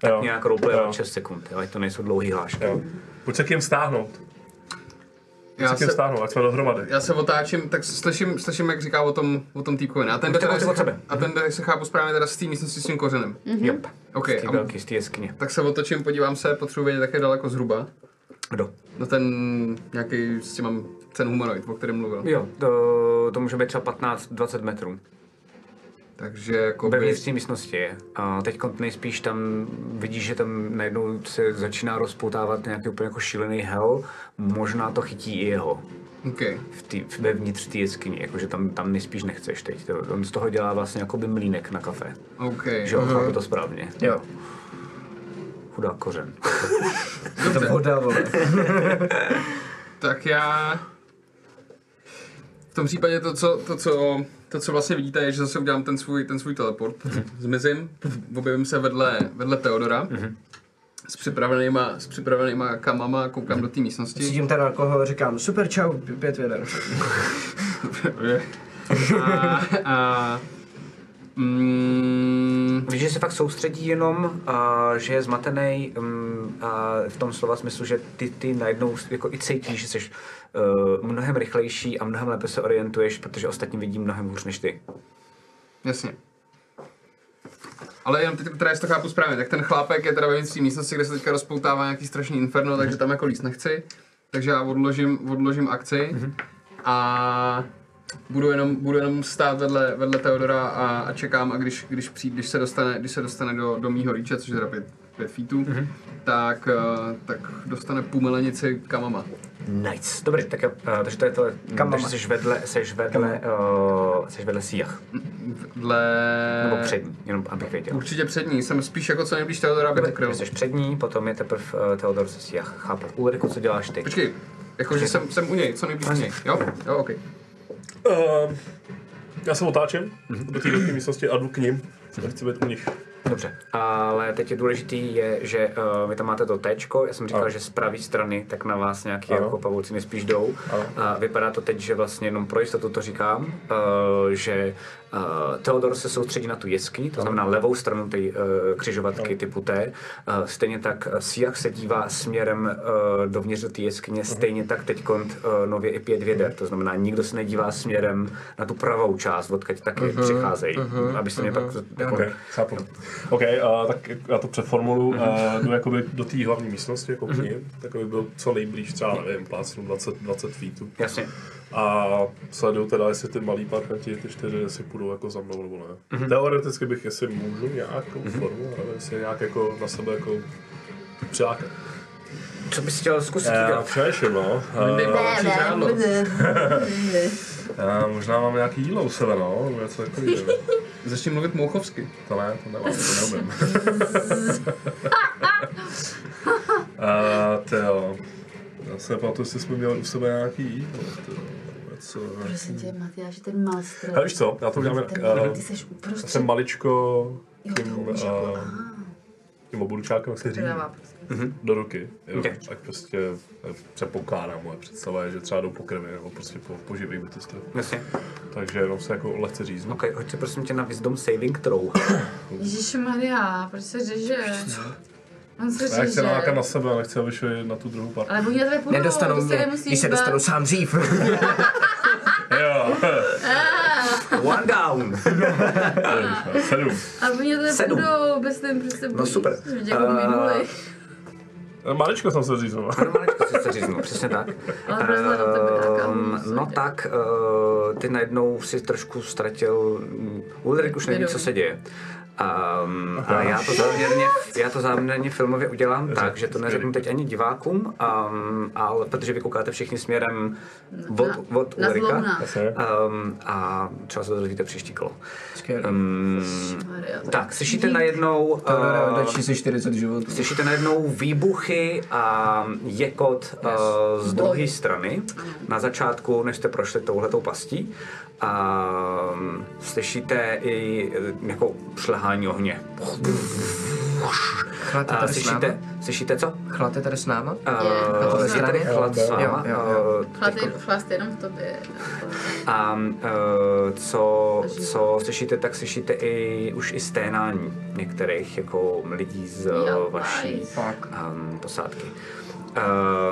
tak nějak roleplay Jo. 6 sekund, jo, ať to nejsou dlouhý hlášky. Jo. Pojď se k jim stáhnout. Pojď Já se k jim se, stáhnout, ať jsme dohromady. já se otáčím, tak slyším, slyším jak říká o tom, o tom týkovi. A ten jde Utek- teda, utek od sebe. a ten jde, jak se chápu správně, teda z té místnosti s tím kořenem. Mhm. Jo. Yep. OK, Ty a, velký z té jeskyně. tak se otočím, podívám se, potřebuji vědět, jak je daleko zhruba. Kdo? No ten nějaký s tím mám ten humanoid, o kterém mluvil. Jo, to, to může být třeba 15-20 metrů. Takže jako Ve vnitřní místnosti je. A teď nejspíš tam vidíš, že tam najednou se začíná rozpoutávat nějaký úplně jako šílený hel. Možná to chytí i jeho OK. v tý, vevnitř té jeskyně, jakože tam, tam nejspíš nechceš teď. To, on z toho dělá vlastně jakoby mlínek na kafe. OK. Že jo, chápu to správně. Jo. Chudá kořen. Voda, vole. Tak já... V tom případě to, co, to, co, to, co vlastně vidíte, je, že zase udělám ten svůj, ten svůj teleport. Zmizím, objevím se vedle, vedle Teodora. S připravenýma, s připravenýma kamama koukám do té místnosti. Cítím teda alkohol, říkám super čau, pět věder. A, a, mm, Víš, že se fakt soustředí jenom, a, že je zmatený um, a v tom slova smyslu, že ty, ty najednou jako i cítíš, že jsi uh, mnohem rychlejší a mnohem lépe se orientuješ, protože ostatní vidí mnohem hůř než ty. jasně. Ale jenom teď, teda jestli to chápu správně, tak ten chlápek je teda ve vnitřní místnosti, kde se teďka rozpoutává nějaký strašný inferno, takže tam jako líst nechci. Takže já odložím, odložím akci a budu jenom, budu jenom stát vedle, vedle Teodora a, a čekám a když, když, přijde, když se dostane, když se dostane do, do mýho rýče, což je teda pět, pět feetů, tak, eh, tak dostane pumelenici kamama. Nice. Dobrý, tak jo, a, takže to je to, Kam takže máme? jsi vedle, jsi vedle, uh, jsi vedle síjach, Dle... nebo přední, jenom abych věděl. Určitě přední, jsem spíš jako co nejblíž Teodora, abych Dobrý, ukryl. takže jsi přední, potom je teprve uh, Teodor se síjach, chápu. Ulriku, co děláš ty? Počkej, jakože jsem, jsem u něj, co nejblíž u něj, jo? Jo, ok. Ehm, já se otáčím do té velké místnosti a jdu k nim. Chci být u nich. Dobře, ale teď je důležitý, je, že uh, vy tam máte to tečko, já jsem říkal, Ano. že z pravé strany tak na vás nějaký Ano. jako pavouci spíš jdou. Ano. A vypadá to teď, že vlastně jenom pro jistotu to říkám, uh, že uh, Teodor se soustředí na tu jeskyni, to znamená levou stranu té uh, křižovatky typu T. Uh, stejně tak eh, Siak se dívá směrem uh, dovnitř do té Mhm. jeskyně, stejně tak teď uh, nově i pět věder, to znamená nikdo se nedívá směrem na tu pravou část, odkud taky přicházejí, abyste mě pak jako, Mhm. OK, chápu. OK, a tak já to přeformuluju a jdu jakoby do té hlavní místnosti, jako k nim, tak aby byl co nejblíž, třeba nevím, plácnu 20, 20 feetů. Jasně. A sleduju teda, jestli ty malí parchanti, ty čtyři, jestli půjdou jako za mnou nebo ne. Teoreticky bych, jestli můžu nějakou formu, nevím, jestli nějak jako na sebe jako přilákat. Co bys chtěl zkusit Já udělat? přešel, no. Eh, Nejpálčí žádlo. já eh, možná mám nějaký dílo u sebe, no, nebo něco takového. Začni mluvit mouchovsky. To ne, to nemám, to neumím. A to Eh, jo. Já se nepamatuju, jestli jsme měli u sebe nějaký jídlo. tyjo, něco. Prosím tě, Matyáš, ten malstr. Ale víš co, já to udělám jak... Ten, eh, ty jsi Já uprostřed. jsem maličko Jo, tím, to už jako, eh, aha. tím obudučákem, jak se říká, Dává prostě. do ruky. Jo. Ok. Tak prostě eh, přepokládám moje představa, je, že třeba jdou po krvi nebo prostě po, po živých bytostech. Jasně. Takže jenom se jako lehce říznu. Ok, hoď si prosím tě na Wisdom Saving Throw. Ježišmarja, proč se řeže? On se Já chci řeže. nalákat na sebe, ale chci, aby šli na tu druhou partu. Ale oni na tebe půjdou, Nedostanou ty se mě, nemusíš když se bát. dostanu sám dřív. Jo, One down! sedm. Ale oni na tebe Sedm. No půjdou, bez ten prostě bojí. super. Jako Eh, minulý. Eh, Maličko jsem se říznul. Ano, maličko si to říznu, přesně tak. Ale prostě na tebe nějaká Ehm, umysl, no jo. tak, eh, ty najednou si trošku ztratil... mm, Ulrik už neví, co se děje. Um, a já to, záměrně, já to záměrně filmově udělám tak, že to neřeknu teď ani divákům, um, ale protože vy koukáte všichni směrem od, Na- od na Ulrika. zlomná. Um, a třeba se to dozvíte příští kolo. Skvělý. Um, Maria, to- tak, slyšíte najednou... eh, Dačí si 40 životů. Slyšíte najednou výbuchy a jekot yes. z druhé strany na začátku, než jste prošli touhletou pastí. ehm, A slyšíte i eh, jako šlehání ohně. Chlad je A tady s náma? slyšíte, slyšíte co? Chlad je tady s náma? Je, Eh, to je je tady tady. chlad s Jo, váma. jo, jo. eh, Chlast, je- chlast je jenom v tobě. jako A eh, co, co slyšíte, tak slyšíte i už i sténání některých jako lidí z Jo, jo, vaší um, posádky.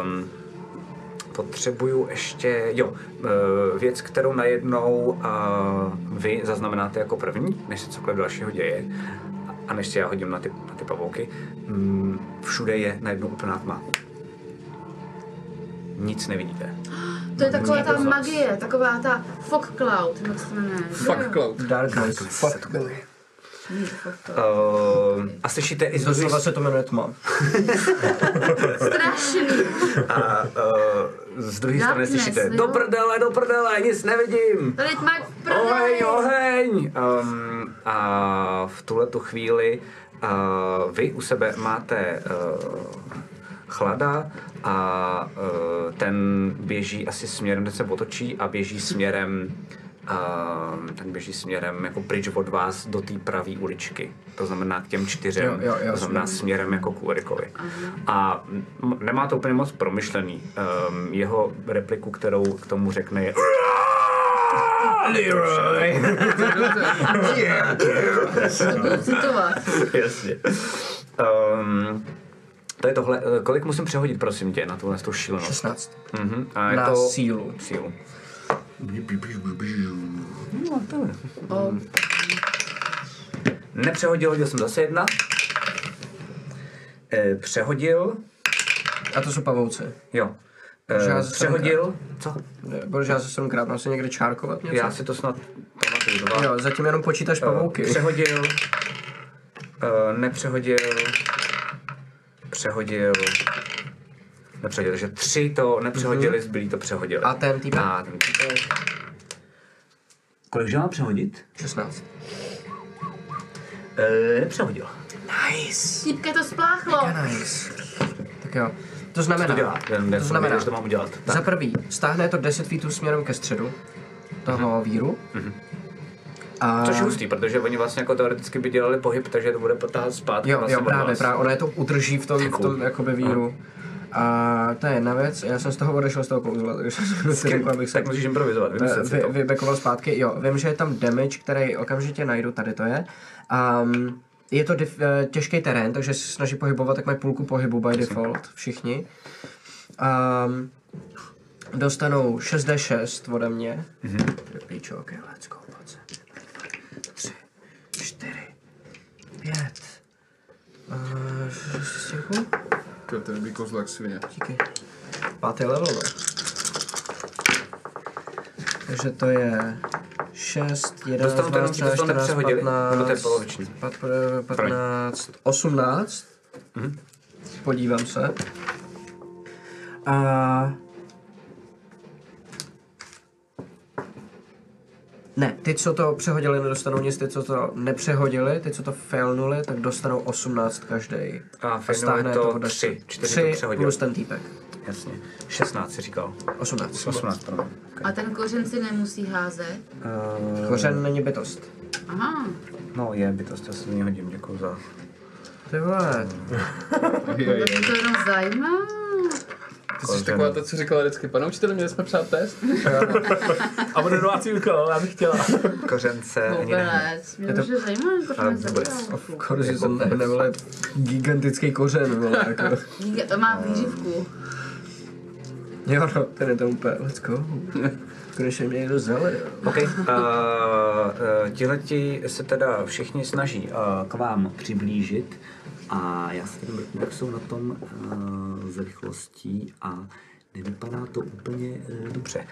Um, potřebuju ještě, jo, eh, věc, kterou najednou eh, vy zaznamenáte jako první, než se cokoliv dalšího děje, a než se já hodím na ty, na ty pavouky, mm, všude je najednou úplná tma. Nic nevidíte. To je taková ta Nikdo z vás. magie, taková ta fog cloud, jak se to jmenuje. Fuck cloud. Darkness. Fuck. Uh, a slyšíte i z druhé Doslova se to jmenuje tma. Strašný. A uh, z druhé strany Darkness, slyšíte, jo. do prdele, do prdele, nic nevidím. Tady tma v Oheň, prdeli. oheň! Um, a v tuhle tu chvíli uh, vy u sebe máte uh, chlada a uh, ten běží asi směrem, ten se otočí a běží směrem uh, ten běží směrem jako pryč od vás do té pravé uličky. To znamená k těm čtyřem, Jo, jo, jo. to znamená směrem jako k Ulrikovi. A m- nemá to úplně moc promyšlený. Um, jeho repliku, kterou k tomu řekne, je To budu citovat. Jasně. Um, to je tohle. Eh, Kolik musím přehodit, prosím tě, na tuhle tu šílenost? 16. Mhm. A je Na to... sílu. Sílu. O, Nepřehodil, hodil jsem zase jedna. E, přehodil, A to jsou pavouci. jo. Takže já E, zase přehodil, co? Protože já se sedmkrát mám se někde čárkovat něco. Já si to snad pamatuju dva. Jo, zatím jenom počítáš pavouky. Eh, Přehodil, e, nepřehodil, přehodil, nepřehodil, takže tři to Mhm. nepřehodili, zbylí to přehodili. A ten týpek? A ten týpek. Kolikže mám přehodit? 16. E, přehodil. Nice. Týpka to spláchlo. Nice. Tak jo. To To znamená, dělá. Jen to jako znamená, nevíš, to mám udělat. Tak. Za prvý, stáhne to 10 feetů směrem ke středu toho víru. A... Mhm. Což je hustý, protože oni vlastně jako teoreticky by dělali pohyb, takže to bude potáhat zpátky. Jo, vlastně Mhm. jo, od právě, vás. právě. Ona je to udrží v tom, v tom jakoby víru. A to je jedna věc, já jsem z toho odešel z toho kouzla, takže jsem si řekl, abych se Tak musíš improvizovat, vymyslet si vy, to. vybekoval zpátky. Jo, vím, že je tam damage, který okamžitě najdu, tady to je. Um, je to dif, eh, těžký terén, takže se snaží pohybovat, tak mají půlku pohybu by default všichni. Um, dostanou 6d6 ode mě. Mm-hmm. Píčo, okay, let's go, pojď sem. Tři, čtyři, pět. Uh, šest, děkuju. Ty, to je dobrý kouzlo jak svině. Díky. Pátý level, no. Takže to je 6, 11, Dostanu ten, 12, určitě 13, to 14, nepřehodili, nebo to je 15, poloviční. pat- eh, 15, 18. Mhm. Podívám se. A... Ne, ty, co to přehodili, nedostanou nic, ty, co to nepřehodili, ty, co to failnuli, tak dostanou 18 každý. A failnuli to tři, čtyři to 3 přehodili. plus ten týpek. Jasně. 16 si říkal. 18. 18, pardon. A ten kořen si nemusí házet. Uh, Kořen není bytost. Aha. no je bytost, já se ní hodím, děkuji za... Ty vole, To mě to jenom zajímá. Ty jsi taková ta, co říkala vždycky, pane učiteli, měli jsme psát test? A bude domácí úkol, já bych chtěla. Kořen se ani ne. Vůbec. Mě to... už je zajímá, Ale kořen vůbec. zajímá. Jako kořen jsem ne, ne, vole, gigantický kořen, vole, jako. Díky, to má výřivku. Jo, no, ten je to úplně, let's go. Konečně mě někdo zele, jo. OK. Uh, Eh, tihleti se teda všichni snaží uh, k vám přiblížit a já se tady mrknu, jak jsou na tom uh, s rychlostí a nevypadá to úplně uh, dobře.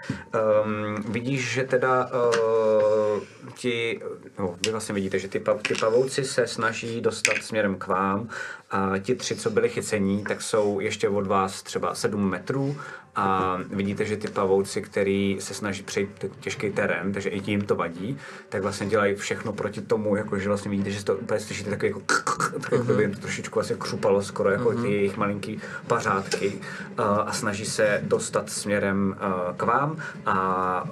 Um, vidíš, že teda uh, ti, no, vy vlastně vidíte, že ty, pav, ty pavouci se snaží dostat směrem k vám a ti tři, co byli chycení, tak jsou ještě od vás třeba 7 metrů a a vidíte, že ty pavouci, který se snaží přejít t- těžký terén, takže i tím to vadí, tak vlastně dělají všechno proti tomu, jako že vlastně vidíte, že to úplně slyšíte takový jako k- k- tak jako by jim to trošičku vlastně křupalo skoro jako ty jejich malinký pařádky a, a snaží se dostat směrem a, k vám a, a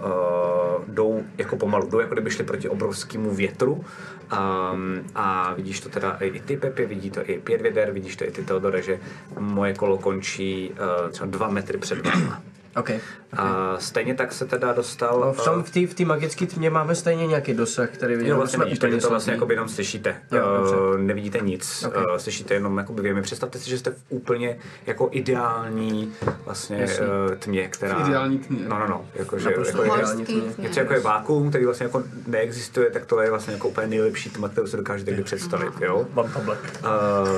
jdou jako pomalu, jdou jako kdyby šli proti obrovskému větru a, a vidíš to teda i ty Pepi, vidí to i Pětvěder, vidíš to i ty Teodore, že moje kolo končí a, třeba dva metry před váma. OK. A stejně tak se teda dostal... eh, No, v tom, v té v té magické tmě máme stejně nějaký dosah, který vidíme. Jo, vlastně jsme vidíš, takže to slepí. vlastně jakoby jenom slyšíte. Jo, dobře. uh, nevidíte nic, Okay. uh, slyšíte jenom jakoby věmy. Představte si, že jste v úplně jako ideální vlastně Jasný. uh, tmě, která... V ideální tmě. No, no, no. Jako, že, Naprosto jako, je- ideální. něco jako je vákuum, který vlastně jako neexistuje, tak tohle je vlastně jako úplně nejlepší tma, kterou se dokážete kdy představit, jo? Mám tam black.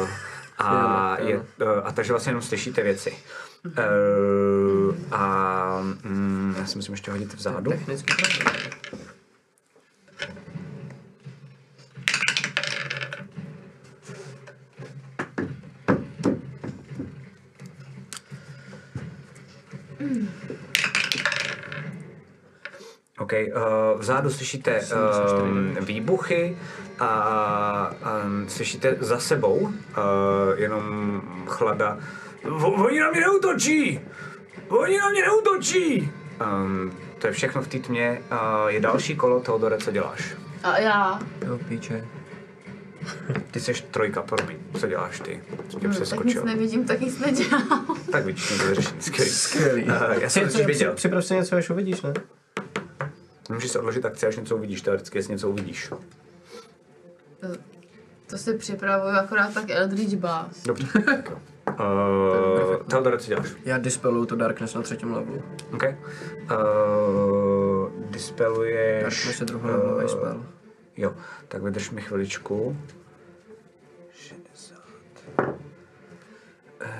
Uh, a, je, uh, a takže vlastně jenom slyšíte věci. Uh, a mm, já si musím ještě hodit vzadu. Technicky pravda. OK, uh, vzadu slyšíte um, výbuchy a um, slyšíte za sebou uh, jenom chlada. "Vo- Oni na mě neutočí! Oni na mě neutočí! Um, to je všechno v té tmě. Uh, je další kolo, Teodore, co děláš? A já, Jo, píče. Ty jsi trojka, promiň. Co děláš ty? Co tě no, tak nic přeskočil? nevidím, tak nic nedělám. Tak vidíš, někdo vyřešený. Skvělý. Skvělý. Uh, já jsem Ty, totiž co, věděl. při- připrav si něco, až uvidíš, ne? Můžeš se odložit akci, až něco uvidíš. Teoreticky, jestli něco uvidíš. To si připravuju akorát tak Eldridge Blast. Dobře. Tak jo. Uh, Teodore, co děláš? Já dispeluju to Darkness na třetím levelu. OK. Eh, Uh, dispeluješ... Darkness je druholevelový eh, spell. Jo, tak vydrž mi chviličku.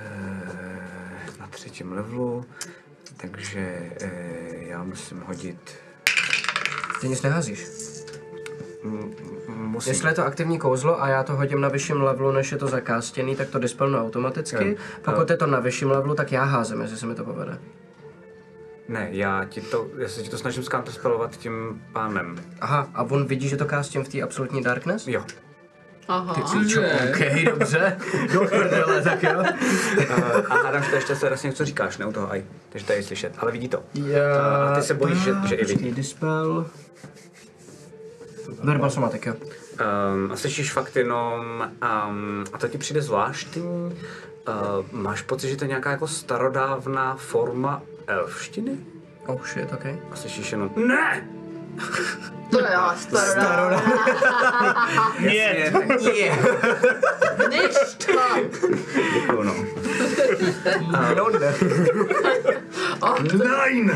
60. Uh, na třetím levelu. Takže uh, já musím hodit... Ty nic neházíš. Musím. Jestli je to aktivní kouzlo a já to hodím na vyšším levelu, než je to zakástěný, tak to dispelnu automaticky. Jo. Pokud je to na vyšším levelu, tak já házím, jestli se mi to povede. Ne, já, ti to, já se ti to snažím skantospelovat tím pánem. Aha, a on vidí, že to kástím v té absolutní darkness? Jo. Aha. Píčo, OK, dobře. Do prdele, tak jo. Uh, a hádám, že to ještě se vlastně něco říkáš, ne u toho aj. Takže to je slyšet, ale vidí to. Já... A ty se bojíš, že, že i vidí. Počkej, dispel... Verbal somatik, jo. Um, a slyšíš fakt jenom, um, a to ti přijde zvláštní, uh, máš pocit, že to je nějaká jako starodávná forma elfštiny? Oh shit, OK. A slyšíš jenom, ne! To já, starodá. Je, tak Ništa. děkuju, no. No, ne. Nein!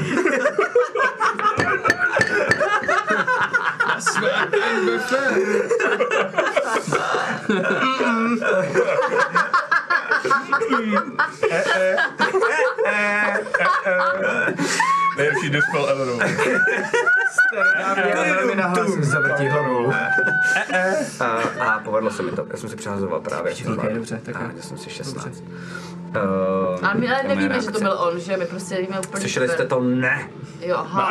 Nejlepší dispel ever. Já velmi nahlas zavrtí hlavou. Uh, a povedlo se mi to, já jsem si přehazoval právě. Ok, dobře, tak a jo. měl jsem si 16. Uh, Ale my ale nevíme, že to byl on, že my prostě nevíme úplně. Slyšeli super. jste to ne? Jo, aha.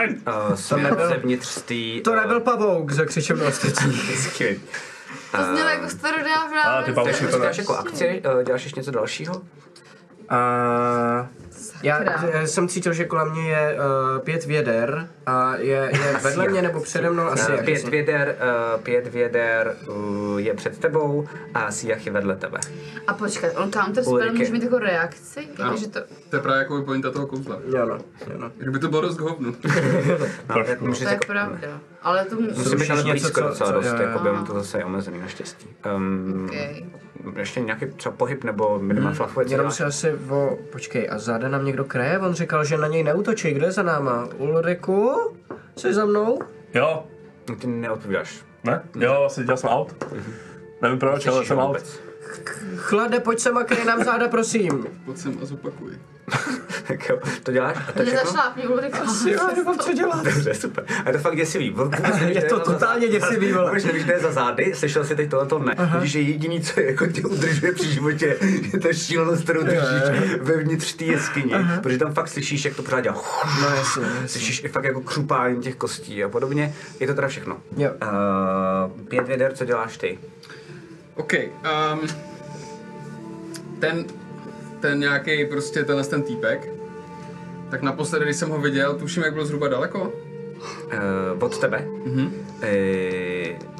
Uh, směrem zevnitř z té... To nebyl pavouk, zakřičel na ostatní. Skvělý. To znělo jako starodávná. A ty verze. pavouci Co děláš jako akci? Eh, Děláš ještě něco dalšího? A já Sakra. eh, jsem cítil, že kolem mě je eh, pět věder a je, je vedle mě nebo přede mnou No, asi. Eh, jak Pět jsem- věder, eh, pět věder eh, je před tebou a Siach je vedle tebe. A počkat, on counter spell Ulrike. může mít jako reakci? Ano. Jakože to... To je právě jako by pointa toho kouzla. Jo, no, jo, no. Kdyby to bylo dost k hovnu. No, tak můžeš To je jako, pravda. Ale to musí... musím být ale Zrušíš něco, blízko co- docela co- dost, jo, jo. jako by on to zase je omezený naštěstí. Um, Okay. Ještě nějaký třeba pohyb nebo minimál flafuje, co Hmm, Jenom děláš? se asi o... Počkej, a záda nám někdo kraje? On říkal, že na něj neutočí. Kdo je za náma? Ulriku? Jsi za mnou? Jo, Ty neodpovídáš. ne? Jo, vlastně dělal jsem out. Nevím proč, ale Slyšíš jsem ho out. Mhm. vůbec. Chlade, pojď sem a kryj nám záda, prosím. Pojď sem a zopakuj. tak jako- jo, to děláš? A to je všechno? Nezašlápni Ulriko. dělat? Dobře, super. A je to fakt děsivý. Vůbec nevíš, Je kde to za totálně zády. děsivý, vole. Vůbec nevíš, kde je za zády, slyšel jsi teď tohleto ne. Vidíš, že jediný, co jako tě udržuje při životě, je ta šílenost, kterou držíš vevnitř té jeskyně. Protože tam fakt slyšíš, jak to pořád dělá. No jasně, jasně. Slyšíš i fakt jako křupání těch kostí a podobně. Je to teda všechno. Jo. Uh, pět věder, co děláš ty? OK. Um, ten, ten nějaký prostě tenhle ten týpek, tak naposledy, když jsem ho viděl, tuším, jak byl zhruba daleko. Uh, od tebe? Mm-hmm.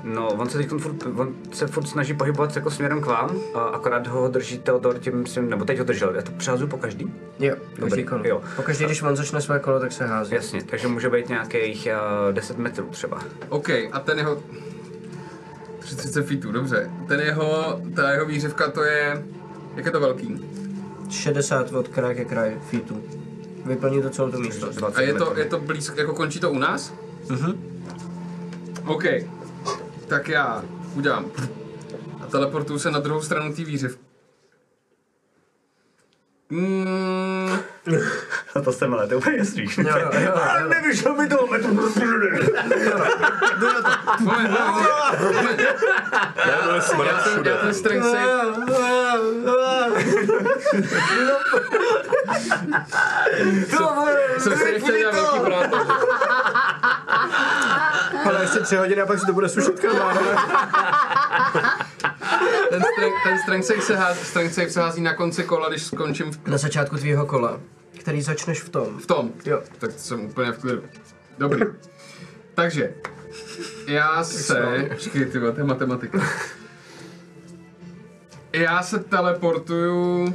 no, on se teď furt, on se furt snaží pohybovat jako směrem k vám, a akorát ho drží Teodor tím svým, nebo teď ho držel, já to přehazuju po každý. Jo, každý kolo. jo. Pokaždý, když on začne své kolo, tak se hází. Jasně, takže může být nějakých uh, 10 metrů třeba. OK, a ten jeho... 30 feetů, dobře. Ten jeho, ta jeho výřivka, to je... Jak je to velký? 60 od kraje ke kraji feetů. Vyplní to celou to místo. 20 A je to, metrů. je to blízko, jako končí to u nás? Mhm. OK. Tak já udělám. A teleportuju se na druhou stranu té výřivky. Mm, A to jsem ale, to je úplně jasný. Jo, jo, jo. Ale nevyšlo mi to, prostě metru. moment, moment, moment. Já, já, ten, já ten strength Ah. save, jsem si nechtěl dělat velký práce. Ale ještě tři hodiny a pak se to bude sušit no. krvá. Ten, strength, ten strength, save se hází, strength save se hází na konci kola, když skončím v, Na začátku tvýho kola, který začneš v tom. v tom. Jo. Tak jsem úplně v klidu. Dobrý. Takže, já se... Počkej, ty vole, to je matematika. Já se teleportuju...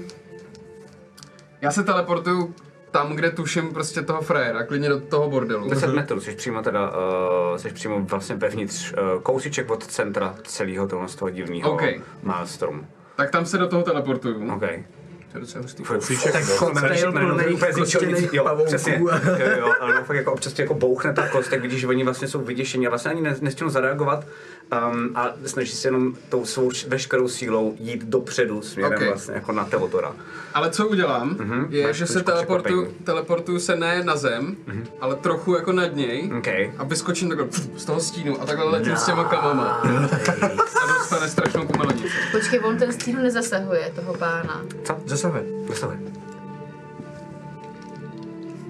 Já se teleportuju tam, kde tuším prostě toho frajera, klidně do toho bordelu. 10 metrů, jsi přímo teda, uh, jsi přímo vlastně vevnitř, uh, kousíček od centra celého tohle z toho divného OK. maelstromu. Tak tam se do toho teleportuju. Okay. No, To je docela hustý. Kousíček, Tak koktejl plnej koštěných jo, pavouků. přesně, jo, jo, ale fakt jako občas tě jako bouchne ta kost, tak vidíš, že oni vlastně jsou vyděšení a vlastně ani ne, nestihnou zareagovat um, a snaží se jenom tou svou š- veškerou sílou jít dopředu směrem OK. vlastně jako na Teodora. Ale co udělám, je, máš že se trošku teleportuju, překvapení. teleportuju se ne na zem, ale trochu jako nad něj. Okay. A vyskočím takhle pf, z toho stínu a takhle letím s těma kamama. A dostane strašnou kumelenici. Počkej, on ten stín nezasahuje, toho pána. Zasahuje. Dostane.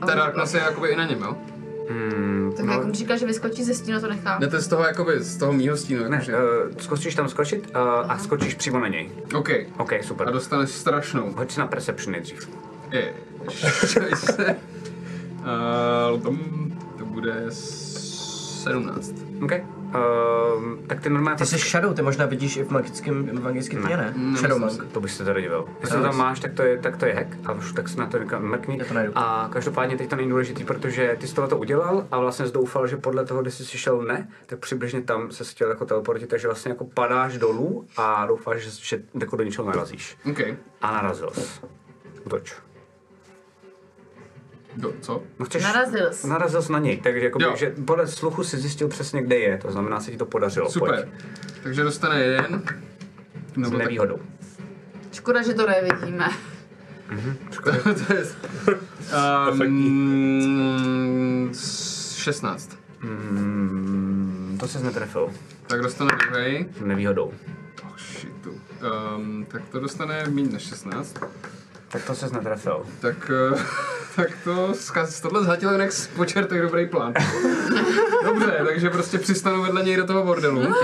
Ta darkness je jakoby i na něm, jo? Tak no. jak on říkal, že vyskočí ze stínu, to nechám. No. Jdete z toho jakoby, z toho mýho stínu, Ne, jakože. uh, skočíš tam skočit uh, a skočíš přímo na něj. OK. OK, super. A dostaneš strašnou. Hoď si na perception nejdřív. Ježišejse. Uh, bum, to bude 17. OK. Uh, tak ty normálně... Ty jsi shadow, ty možná vidíš i v magickém, v magickém tmě, ne? Shadow monk. To bych se teda divil. Jestli to tam máš, tak to je, tak to je hack a už tak se na to někam mrkni. Já to najdu. A každopádně teď to není důležitý, protože ty jsi tohle to udělal a vlastně jsi doufal, že podle toho, kde jsi si šel ne, tak přibližně tam se chtěl jako teleportit, takže vlastně jako padáš dolů a doufáš, že, že jako do něčeho narazíš. OK. A narazil jsi. Utoč. Do, co? No chceš... Narazil jsi. Narazil jsi na něj, takže jako Jo. že podle sluchu si zjistil přesně, kde je, to znamená, se ti to podařilo. Super. Pojď. Takže dostane jeden. S Nebo tak, nevýhodou. Škoda, že to nevidíme. to je... Um, 16. Mm, to se netrefil. Tak dostane druhý. S nevýhodou. Oh, shitu. Um, tak to dostane méně než 16. Tak to se netrefil. Tak, eh, tak to zkaz, tohle zhatil jen jak z počertek dobrý plán. Dobře, takže prostě přistanu vedle něj do toho bordelu. A,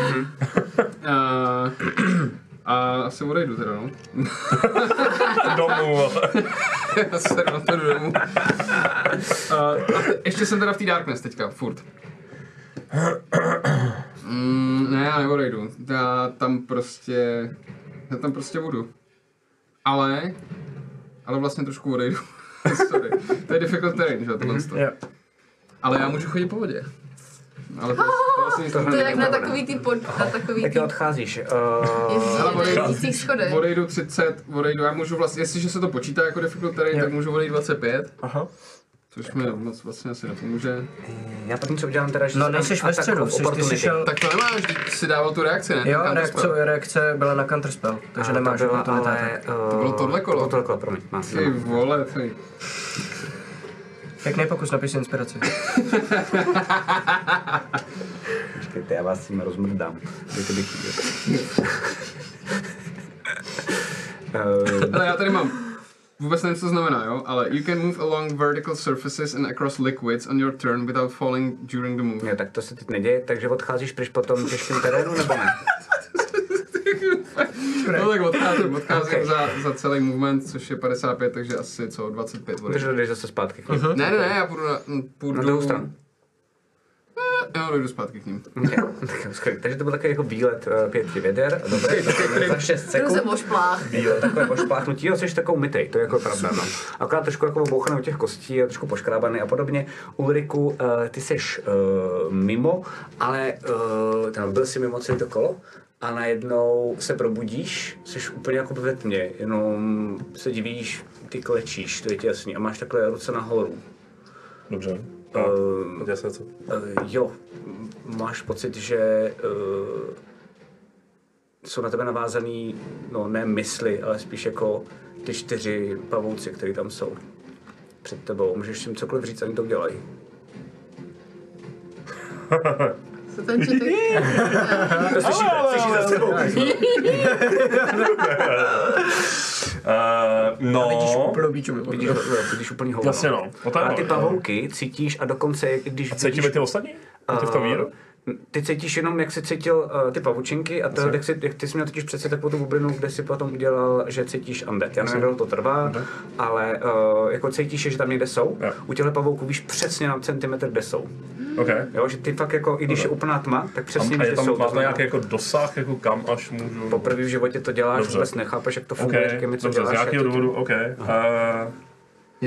Eh, a asi odejdu teda, no. Domů, ale. Já se to jdu domů. Eh, A, a te, ještě jsem teda v té Darkness teďka, furt. Mm, ne, já neodejdu. Já tam prostě... Já tam prostě budu. Ale... Ale vlastně trošku odejdu. Sorry. To je difficult terrain, že jo, tohle mm-hmm. Jo. Ale já můžu chodit po vodě. Ale to, to asi nic To To je nemění. jak na takový ty pod, na takový Jak ty ty odcházíš? Uh, odejdu. jezdících schodech. Odejdu 30, odejdu, já můžu vlastně, jestliže se to počítá jako difficult terrain, tak můžu odejít 25. Aha. Což mi moc vlastně asi nepomůže. já první, co udělám teda, že No si dám nejseš ve attack středu, of jsi, ty jsi opportunity. šel... Tak to nemáš, vždyť si dával tu reakci, ne? Jo, Ten counterspell. reakce, reakce byla na counterspell, takže Ale nemáš to byla, oportunitá. ale, uh, To bylo tohle kolo. To bylo tohle kolo, promiň. Má, Ty vole, ty. Pěkný pokus, napiš inspiraci. Počkejte, já vás tím rozmrdám. Dejte mi chvíli. Eh, Ale já tady mám. Vůbec nevím, co to znamená, jo? Ale you can move along vertical surfaces and across liquids on your turn without falling during the move. jo, tak to se teď neděje, takže odcházíš pryč po tom těžkém terénu, nebo ne? No tak odcházím, odcházím Okay. okay. za, za celý movement, což je 55, takže asi co, 25 bude. Takže jdeš zase zpátky k ním. Mhm. Ne, ne, ne, já půjdu na, m, půjdu... Na druhou stranu. Jo, dojdu zpátky k ním. Jo, tak skvělý. Takže to byl takový jako výlet eh, pěti věder. Dobré, za 6 Jdu sekund. se ošplách. Jo, takhle pošpláchnutí, jo, jsi takovou mytej, to je jako pravda, no. Akorát trošku jako obouchanou těch kostí, jo, trošku poškrábaný a podobně. Ulriku, uh, ty jsi uh, mimo, ale uh, tam byl jsi mimo celé to kolo a najednou se probudíš, jsi úplně jako ve tmě, jenom se divíš, ty klečíš, to je ti jasný, a máš takhle ruce nahoru. Dobře. Ehm. Uh, já se něco. Uh, jo, m- máš pocit, že uh, jsou na tebe navázaný, no ne mysli, ale spíš jako ty čtyři pavouci, které tam jsou před tebou. Můžeš jim cokoliv říct, oni to udělají. Se ten četek. To slyšíte, slyšíte za sebou. Eh, Uh, no. Vidíš, jo, vidíš úplný hovno. Jasně, no. No to je A ty no. pavouky cítíš a dokonce, i když Cítíme ty ostatní? Uh, ty v tom víru? Eh, Ty cítíš jenom, jak jsi cítil uh, ty pavučinky a to, jak, jsi, jak ty jsi měl totiž přece takovou tu bublinu, kde si potom udělal, že cítíš andet. Já nevím, jak dlouho to trvá, ale uh, jako cítíš, je, že tam někde jsou. Mhm. Jo. U těchto pavouků víš přesně na centimetr, kde jsou. OK. Jo, že ty fakt jako, i když je úplná tma, tak přesně A, a víš, je kde jsou. tam, To máte znamená, nějaký jako dosah, jako kam až můžu... Poprvé v životě to děláš, Dobře. vůbec nechápeš, jak to OK, funguje, říkej mi, co dobře, z děláš. jak nějakého to- důvodu, OK. Uh,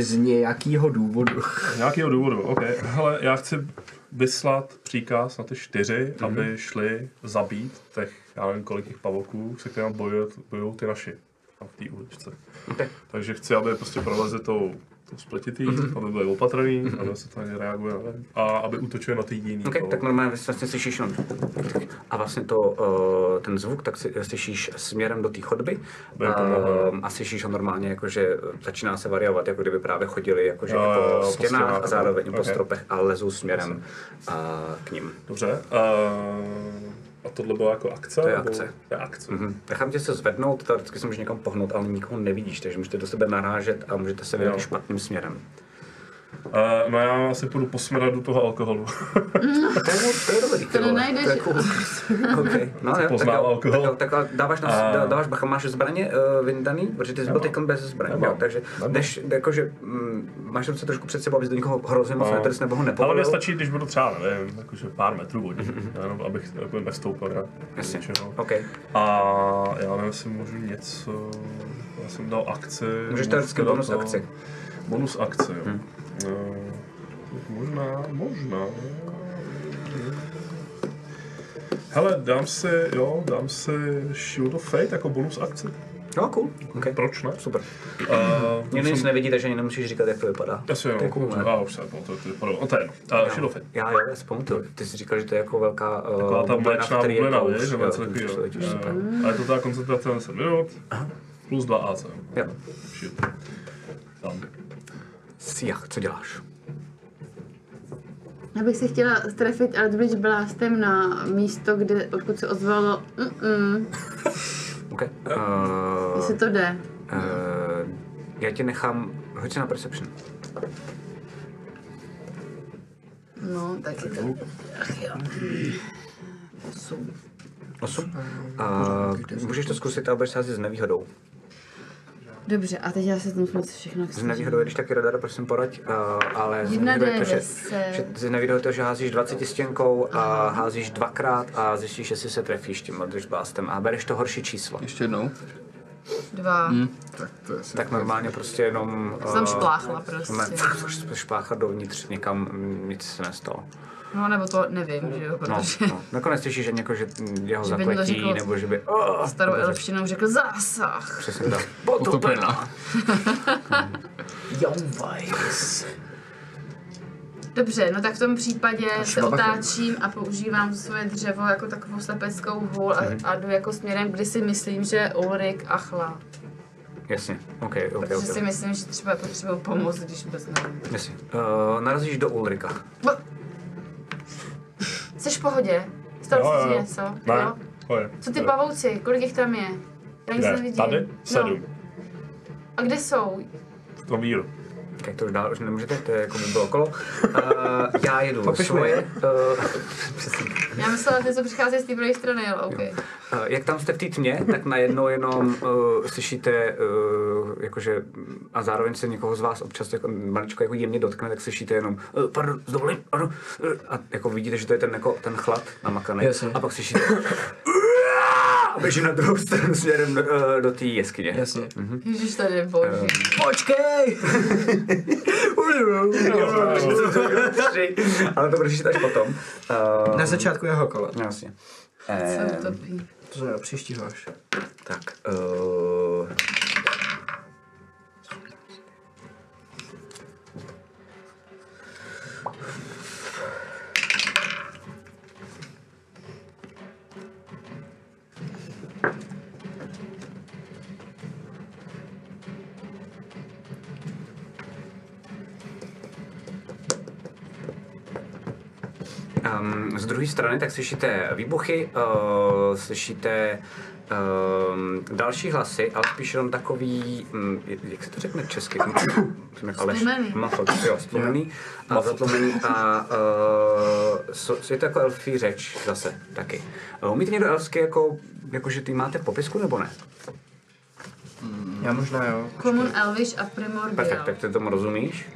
Z nějakého důvodu. Z nějakého důvodu, OK. Hele, já chci vyslat příkaz na ty čtyři, Mhm. mm-hmm. aby šli zabít těch, já nevím kolik těch pavoků, se kterými bojují, bojují ty naši tam v té uličce. Ok. Takže chci, aby prostě prolezli tou, tou spletitý, Mhm. mm-hmm. aby byli opatrný, mm-hmm. aby se tam reaguje, nevím, a aby útočili na ty jiný. jako- Okay, tak normálně vlastně slyšíš jenom a vlastně to, uh, ten zvuk, tak si, slyšíš směrem do té chodby Bude to uh, a slyšíš ho normálně, jakože začíná se variovat, jako kdyby právě chodili jakože Jo, no, jo, jo, po po stěnách stěnách, a zároveň ok. po stropech a lezou směrem uh, k ním. Dobře. Uh, a tohle byla jako akce? To je nebo- akce. To je akce. Mm-hmm. Mhm. Nechám tě se zvednout, teoreticky se můžeš někam pohnout, ale nikoho nevidíš, takže můžete do sebe narážet a můžete se vydat Jo. i špatným směrem. Uh, no já asi půjdu posměrat do toho alkoholu. To je, to je dobrý, ty To vole, nenajdeš. To je cool. okay. no, jo, tak, poznává jo, tak, alkohol. jo, tak, jo, dáváš, na, A- dá- dáváš bacha, máš zbraně uh, vyndaný, protože ty jsi byl teď bez zbraně, Nemám. jo, takže Nemám. jdeš, jakože, mm, máš ruce trošku před sebou, abys do nikoho hrozně moc netrc nebo ho Ale mě nepovolil. stačí, když budu třeba, nevím, jakože pár metrů od nich, jenom abych jako nevstoupil na Jasně. něčeho. OK. A já nevím, jestli můžu něco, já jsem dal akci. můžu teoreticky teda bonus to- akci. Mhm. Bonus akci, jo. Eh, tak možná, možná. Hele, dám si, jo, dám si Shield of Fate jako bonus akci. No, cool. Okay. Proč ne? Super. Uh, Mě nic nevidí, takže ani nemusíš říkat, jak to vypadá. Jasně, To je jo. cool, ne? A už se, no, to, to, to, to, to je jedno. Uh, Shield of Fate. Já, já, já si pamatuju. Ty jsi říkal, že to je jako velká... Uh, Taková ta bublina, mléčná v který je bublina, kouř, víš, nebo jo, něco to takového. je super. Eh, Ale je to ta koncentrace na 10 minut, plus 2 AC. Jo. Shit. Tam. Siach, co děláš? Já bych se chtěla strefit Eldritch Blastem na místo, kde, odkud se ozvalo mm OK. Uh, jestli to jde. Uh, já tě nechám, hoď se na Perception. No, tak je to. Ach jo. Osm. 8. Uh, můžeš to zkusit, ale budeš sázet s nevýhodou. Dobře, a teď já se tam moc všechno S nevýhodou, když taky radar, prosím poraď, uh, ale s Jedna nevýhodou je to, že, D10. že, s nevýhodou je to, že házíš 20 stěnkou a házíš dvakrát a zjistíš, jestli se trefíš tím Eldritch Blastem a bereš to horší číslo. Ještě jednou. Hm, Dva. Tak to je asi... Tak normálně prostě jenom... Jsem eh, špláchla prostě. normálně Špláchat dovnitř někam, mm, nic se nestalo. No, nebo to nevím, že jo, No, protože no. Nakonec slyšíš, že někoho, že mm, jeho by někdo zapletí, řekl- nebo že by... Oh, starou elfštinou řekl zásah. Přesně tak. Potopená. Dobře, no tak v tom případě se švabach je. otáčím a používám svoje dřevo jako Mhm. takovou slepeckou hůl a, a jdu jako směrem, kdy si myslím, že Ulrik a Chla. Jasně, OK, OK, Protože si okay. myslím, že třeba potřebuju pomoc, když vůbec nevím. Jasně. Uh, narazíš do Ulrika. Bo- Jsi v pohodě? Jo, Stalo jo, se ti jo. něco? Ne, Jo? to je. Co ty pavouci? Kolik jich tam je? Já nic Kde? nevidím. Tady? Sedm. No. A kde jsou? V tom víru. OK, to už dál už nemůžete, to je jako by bylo okolo. Uh, já jedu Popiš mi svoje. je. Uh, přesně. Já myslela, že co přichází z té druhé strany, ale OK. Eh, Jak tam jste v té tmě, tak najednou jenom uh, slyšíte, uh, jakože, mm, a zároveň se někoho z vás občas jako, maličko jako jemně dotkne, tak slyšíte jenom, uh, pardon, s dovolením, ano, uh, a jako vidíte, že to je ten, jako, ten chlad namakaný. Jasně. A pak slyšíte, a běží na druhou stranu směrem uh, do té jeskyně. Jasně. Mhm. Ježíš tady, bože. Počkej! Ale to budeš až potom. Uh, Na začátku jeho kola. jasně. Co utopí? To znamená příštího až. Tak. Uh... Um, z druhé strany tak slyšíte výbuchy, uh, slyšíte um, další hlasy, ale spíš jenom takový, um, jak se to řekne česky? Jsem jak Aleš. Stlumený. Muffled, jo, stlumený a zatlumený a uh, so, je to jako elfí řeč zase taky. Uh, umíte někdo elfsky jako, jakože ty máte v popisku nebo ne? Já možná jo. Common Elvish a Perfekt, Primordial. tak ty tomu rozumíš,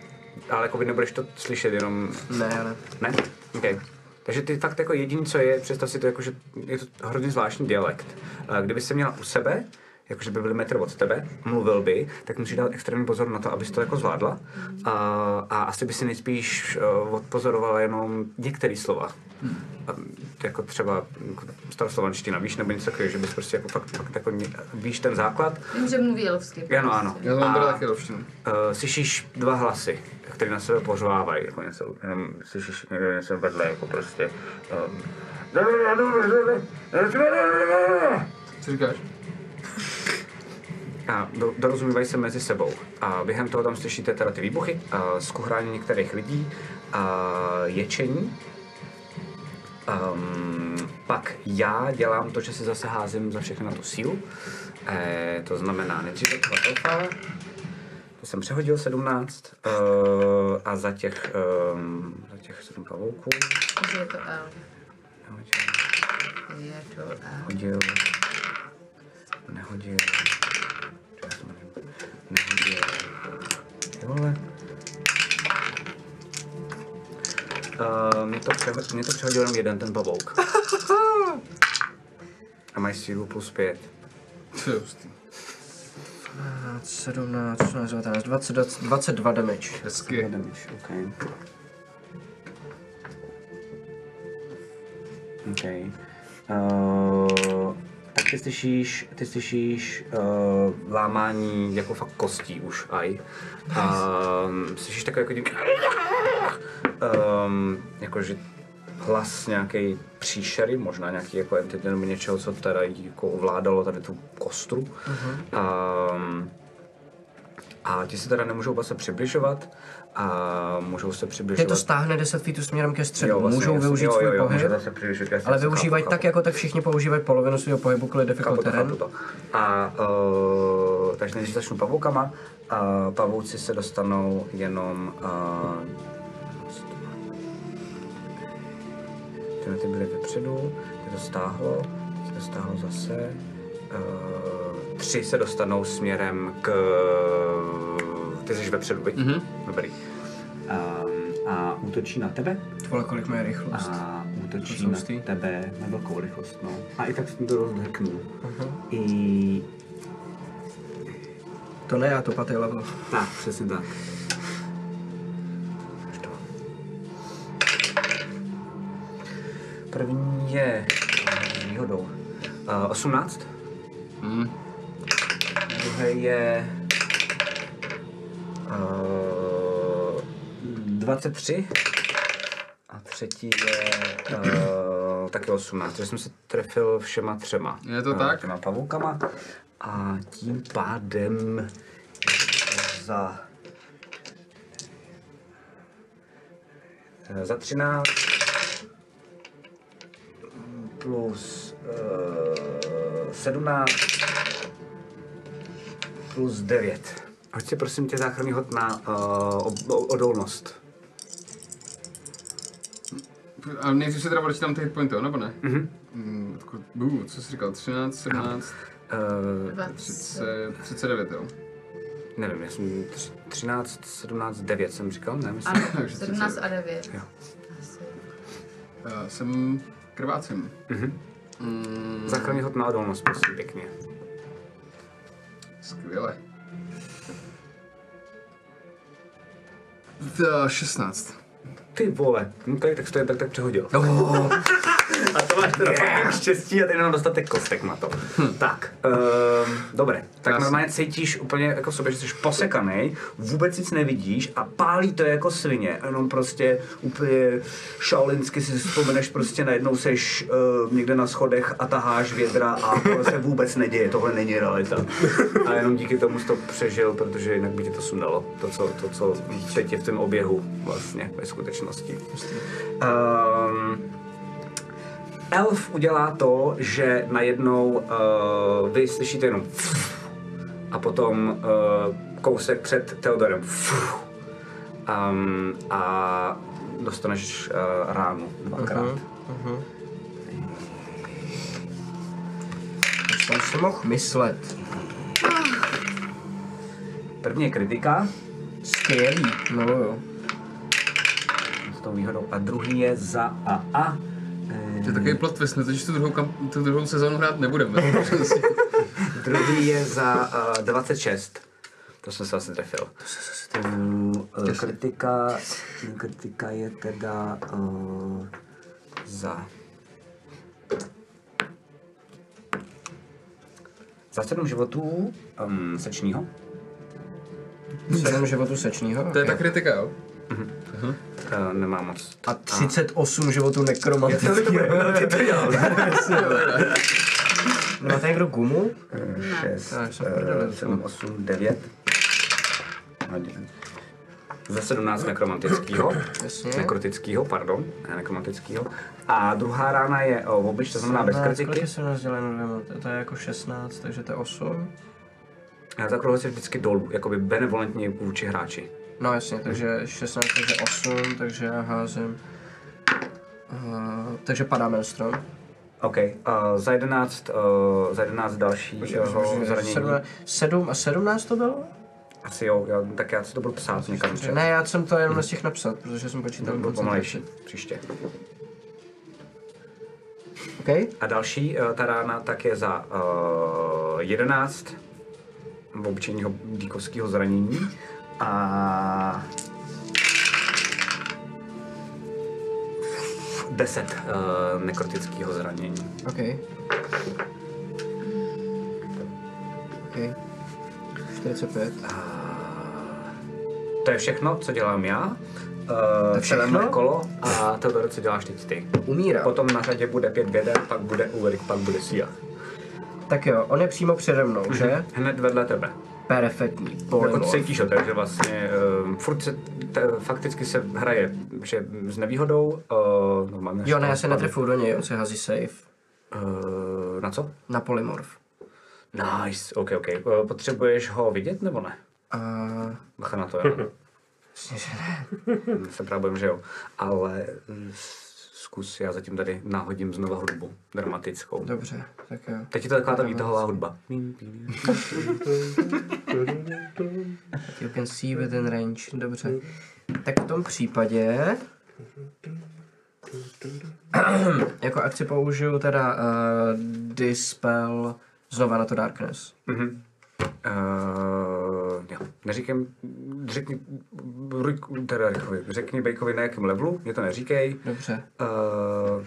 ale jako by nebudeš to slyšet jenom Ne, já ne. Ne? OK. Takže ty fakt jako jediný, co je, představ si to jako, že je to hrozně zvláštní dialekt. Eh, Kdyby se měla u sebe, jakože by byl metr od tebe, mluvil by, tak musíš dát extrémní pozor na to, abys to jako zvládla. A, a asi by si nejspíš eh, odpozorovala jenom některé slova. A, jako třeba jako staroslovanština, víš, nebo něco takového, že bys prostě jako fakt, fakt jako ně, víš ten základ. Vím, že mluví elfsky. Ano, ano. Já jsem byl A- taky rovštinu. Uh, slyšíš dva hlasy, které na sebe pořvávají, jako něco, jenom slyšíš někdo něco vedle, jako prostě. Um, eh, Co říkáš? a do- dorozumívají se mezi sebou. A během toho tam slyšíte teda ty výbuchy, a skuhrání některých lidí, a ječení. Um, pak já dělám to, že si zase házím za všechny na tu sílu. E, to znamená nejdříve toho elfa, to jsem přehodil 17 uh, a za těch, um, za těch 7 pavouků Že je to elf. nehodil, Je to elf. hodil, nehodil, já to nevím, nehodil, ty vole. Uh, mě, to přehodil, mě to přehodil jenom jeden ten pavouk. A mají sílu plus 5. Co je hustý. 17, 18, 19, 20, 22 damage. Hezky. Okay. OK. Uh, tak ty slyšíš, ty slyšíš uh, lámání jako fakt kostí už aj. Um, slyšíš takové jako dí- um, jakože hlas nějaké příšery, možná nějaký jako entity nebo něčeho, co teda jako ovládalo tady tu kostru. Uh-huh. Um, a ti se teda nemůžou vlastně přibližovat a můžou se Ty přibližovat. to stáhne 10 feetů směrem ke středu. Jo, vlastně, Můžou jasně. využít Jo, svůj jo, jo, pohyb, můžete se přibližit, jasně, ale jasně, využívají chápu, tak, chápu. jako tak všichni používají polovinu svého pohybu, kvůli Chápu difficult to, chápu terén. to. A uh, takže než začnu pavoukama, a pavouci se dostanou jenom... Uh, tyhle ty byly vepředu, ty to stáhlo, ty to stáhlo zase. Uh, tři se dostanou směrem k... Ty jsi vepředu, viď? Mm-hmm. Dobrý. Um, a útočí na tebe? Vole, kolik má rychlost. Jako a útočí To jsou na hustý. tebe na velkou rychlost. No. A i tak jsem to rozdrknul. Mhm. I... To ne, já to patý level. Tak, přesně tak. První je eh, výhodou. Uh, 18. Mm. Hmm. Druhý je eh, uh, 23. A třetí je eh, uh, taky 18, takže jsem se trefil všema třema. Je to eh, tak? Těma pavoukama. A tím pádem za, Eh, Za 13 plus uh, 17 plus 9. Hoď si prosím tě záchranný hod na uh, ob- o- odolnost. A nejdřív se teda odečítám ty hitpointy, jo, nebo ne? Mhm. Bů, co jsi říkal, 13, 17, Uh, 30, 39, jo. nevím, já jsem tři- 13, 17, 9 jsem říkal, ne? Myslím. Ano, Takže 17 30. a 9. Jo. Asi. Já jsem krvácem. Mm, Záchranný hod na odolnost, prosím, pěkně. skvěle. Ta 16. Ty vole, no tady tak stojí, tak, tak přehodil. a to máš teda yeah. štěstí a tady jenom dostatek kostek na to. Tak, um, dobré. Tak Krásný. normálně cítíš úplně jako v sobě, že jsi posekaný, vůbec nic nevidíš a pálí to jako svině. A Jenom prostě úplně šaolinsky si vzpomeneš, prostě najednou seš uh, někde na schodech a taháš vědra a to se vůbec neděje, tohle není realita. A jenom díky tomu jsi to přežil, protože jinak by tě to sundalo. To, co, to, co teď je v tom oběhu vlastně ve skutečnosti. Um, Elf udělá to, že najednou uh, vy slyšíte jenom a potom uh, kousek před Teodorem um, a dostaneš uh, ránu dvakrát. Uh-huh. To jsem si mohl myslet. První je kritika Skvělý. No jo. s tou výhodou a druhý je za a a. Eh, To je takový plot twist, ne? Takže tu druhou, kam, tu druhou sezónu hrát nebudeme. Druhý je za uh, 26. To jsem se asi trefil. Um, eh, kritika, kritika je teda uh, za... Za sedm životů um, sečního. Sedm životů sečního. to je ta kritika, jo? Uh, nemám moc. A 38 životů nekromantického. To je dobré, to je Máte No někdo gumu? Eh, 6, 7, 8, 9. Za 17 nekromantického, Mhm. Jasně. nekrotického, pardon, ne nekromantického. A druhá rána je o, v oblič, to znamená bez kritiky. se rozděleno dvěma? To- To je jako 16, takže to je 8. Já takhle se vždycky dolů, jakoby benevolentně vůči hráči. No jasně, takže 16, takže 8, takže já házím. Uh, takže padá Maelstrom. OK, uh, za 11, uh, za 11 další jeho zranění. 7 a 17 to bylo? Asi jo, já, tak já si to budu psát někam. že- Ne, já jsem to jenom z těch napsat, protože jsem počítal Budu pomalejší koncentraci. příště. OK? A další, eh, ta rána, tak je za uh, 11 obyčejného díkovského zranění. A 10 uh, nekrotického zranění. OK. OK. 45. To je všechno, co dělám já. Uh, všechno? celé moje kolo a Teodore, co děláš teď ty? Umírá. Potom na řadě bude pět věder, pak bude Ulrik, pak bude Sia. Tak jo, on je přímo přede mnou, že? Hned vedle tebe. Perfektní. Mhm. Jako Polymorf. cítíš ho, takže vlastně um, furt se, t, fakticky se hraje, že s nevýhodou, uh, no, mám Jo, ne, já se netrefuju do něj, on se hazí safe. Uh, na co? Na polymorf. Nice, ok, ok. Uh, potřebuješ ho vidět nebo ne? Uh, Bacha na to, jo. Hm, se právě bojím, že jo. Ale mm, zkus, já zatím tady náhodím znova hudbu dramatickou. dobře, tak jo. Teď je to taková ta výtahová hudba. You can see within range, dobře. Tak v tom případě... jako akci použiju teda uh, Dispel znova na to Darkness. Mhm. Uh, jo. Neříkám, řekni, Rick- teda Rickovi, řekni Bakeovi na jakém levelu, mě to neříkej. Dobře. Uh,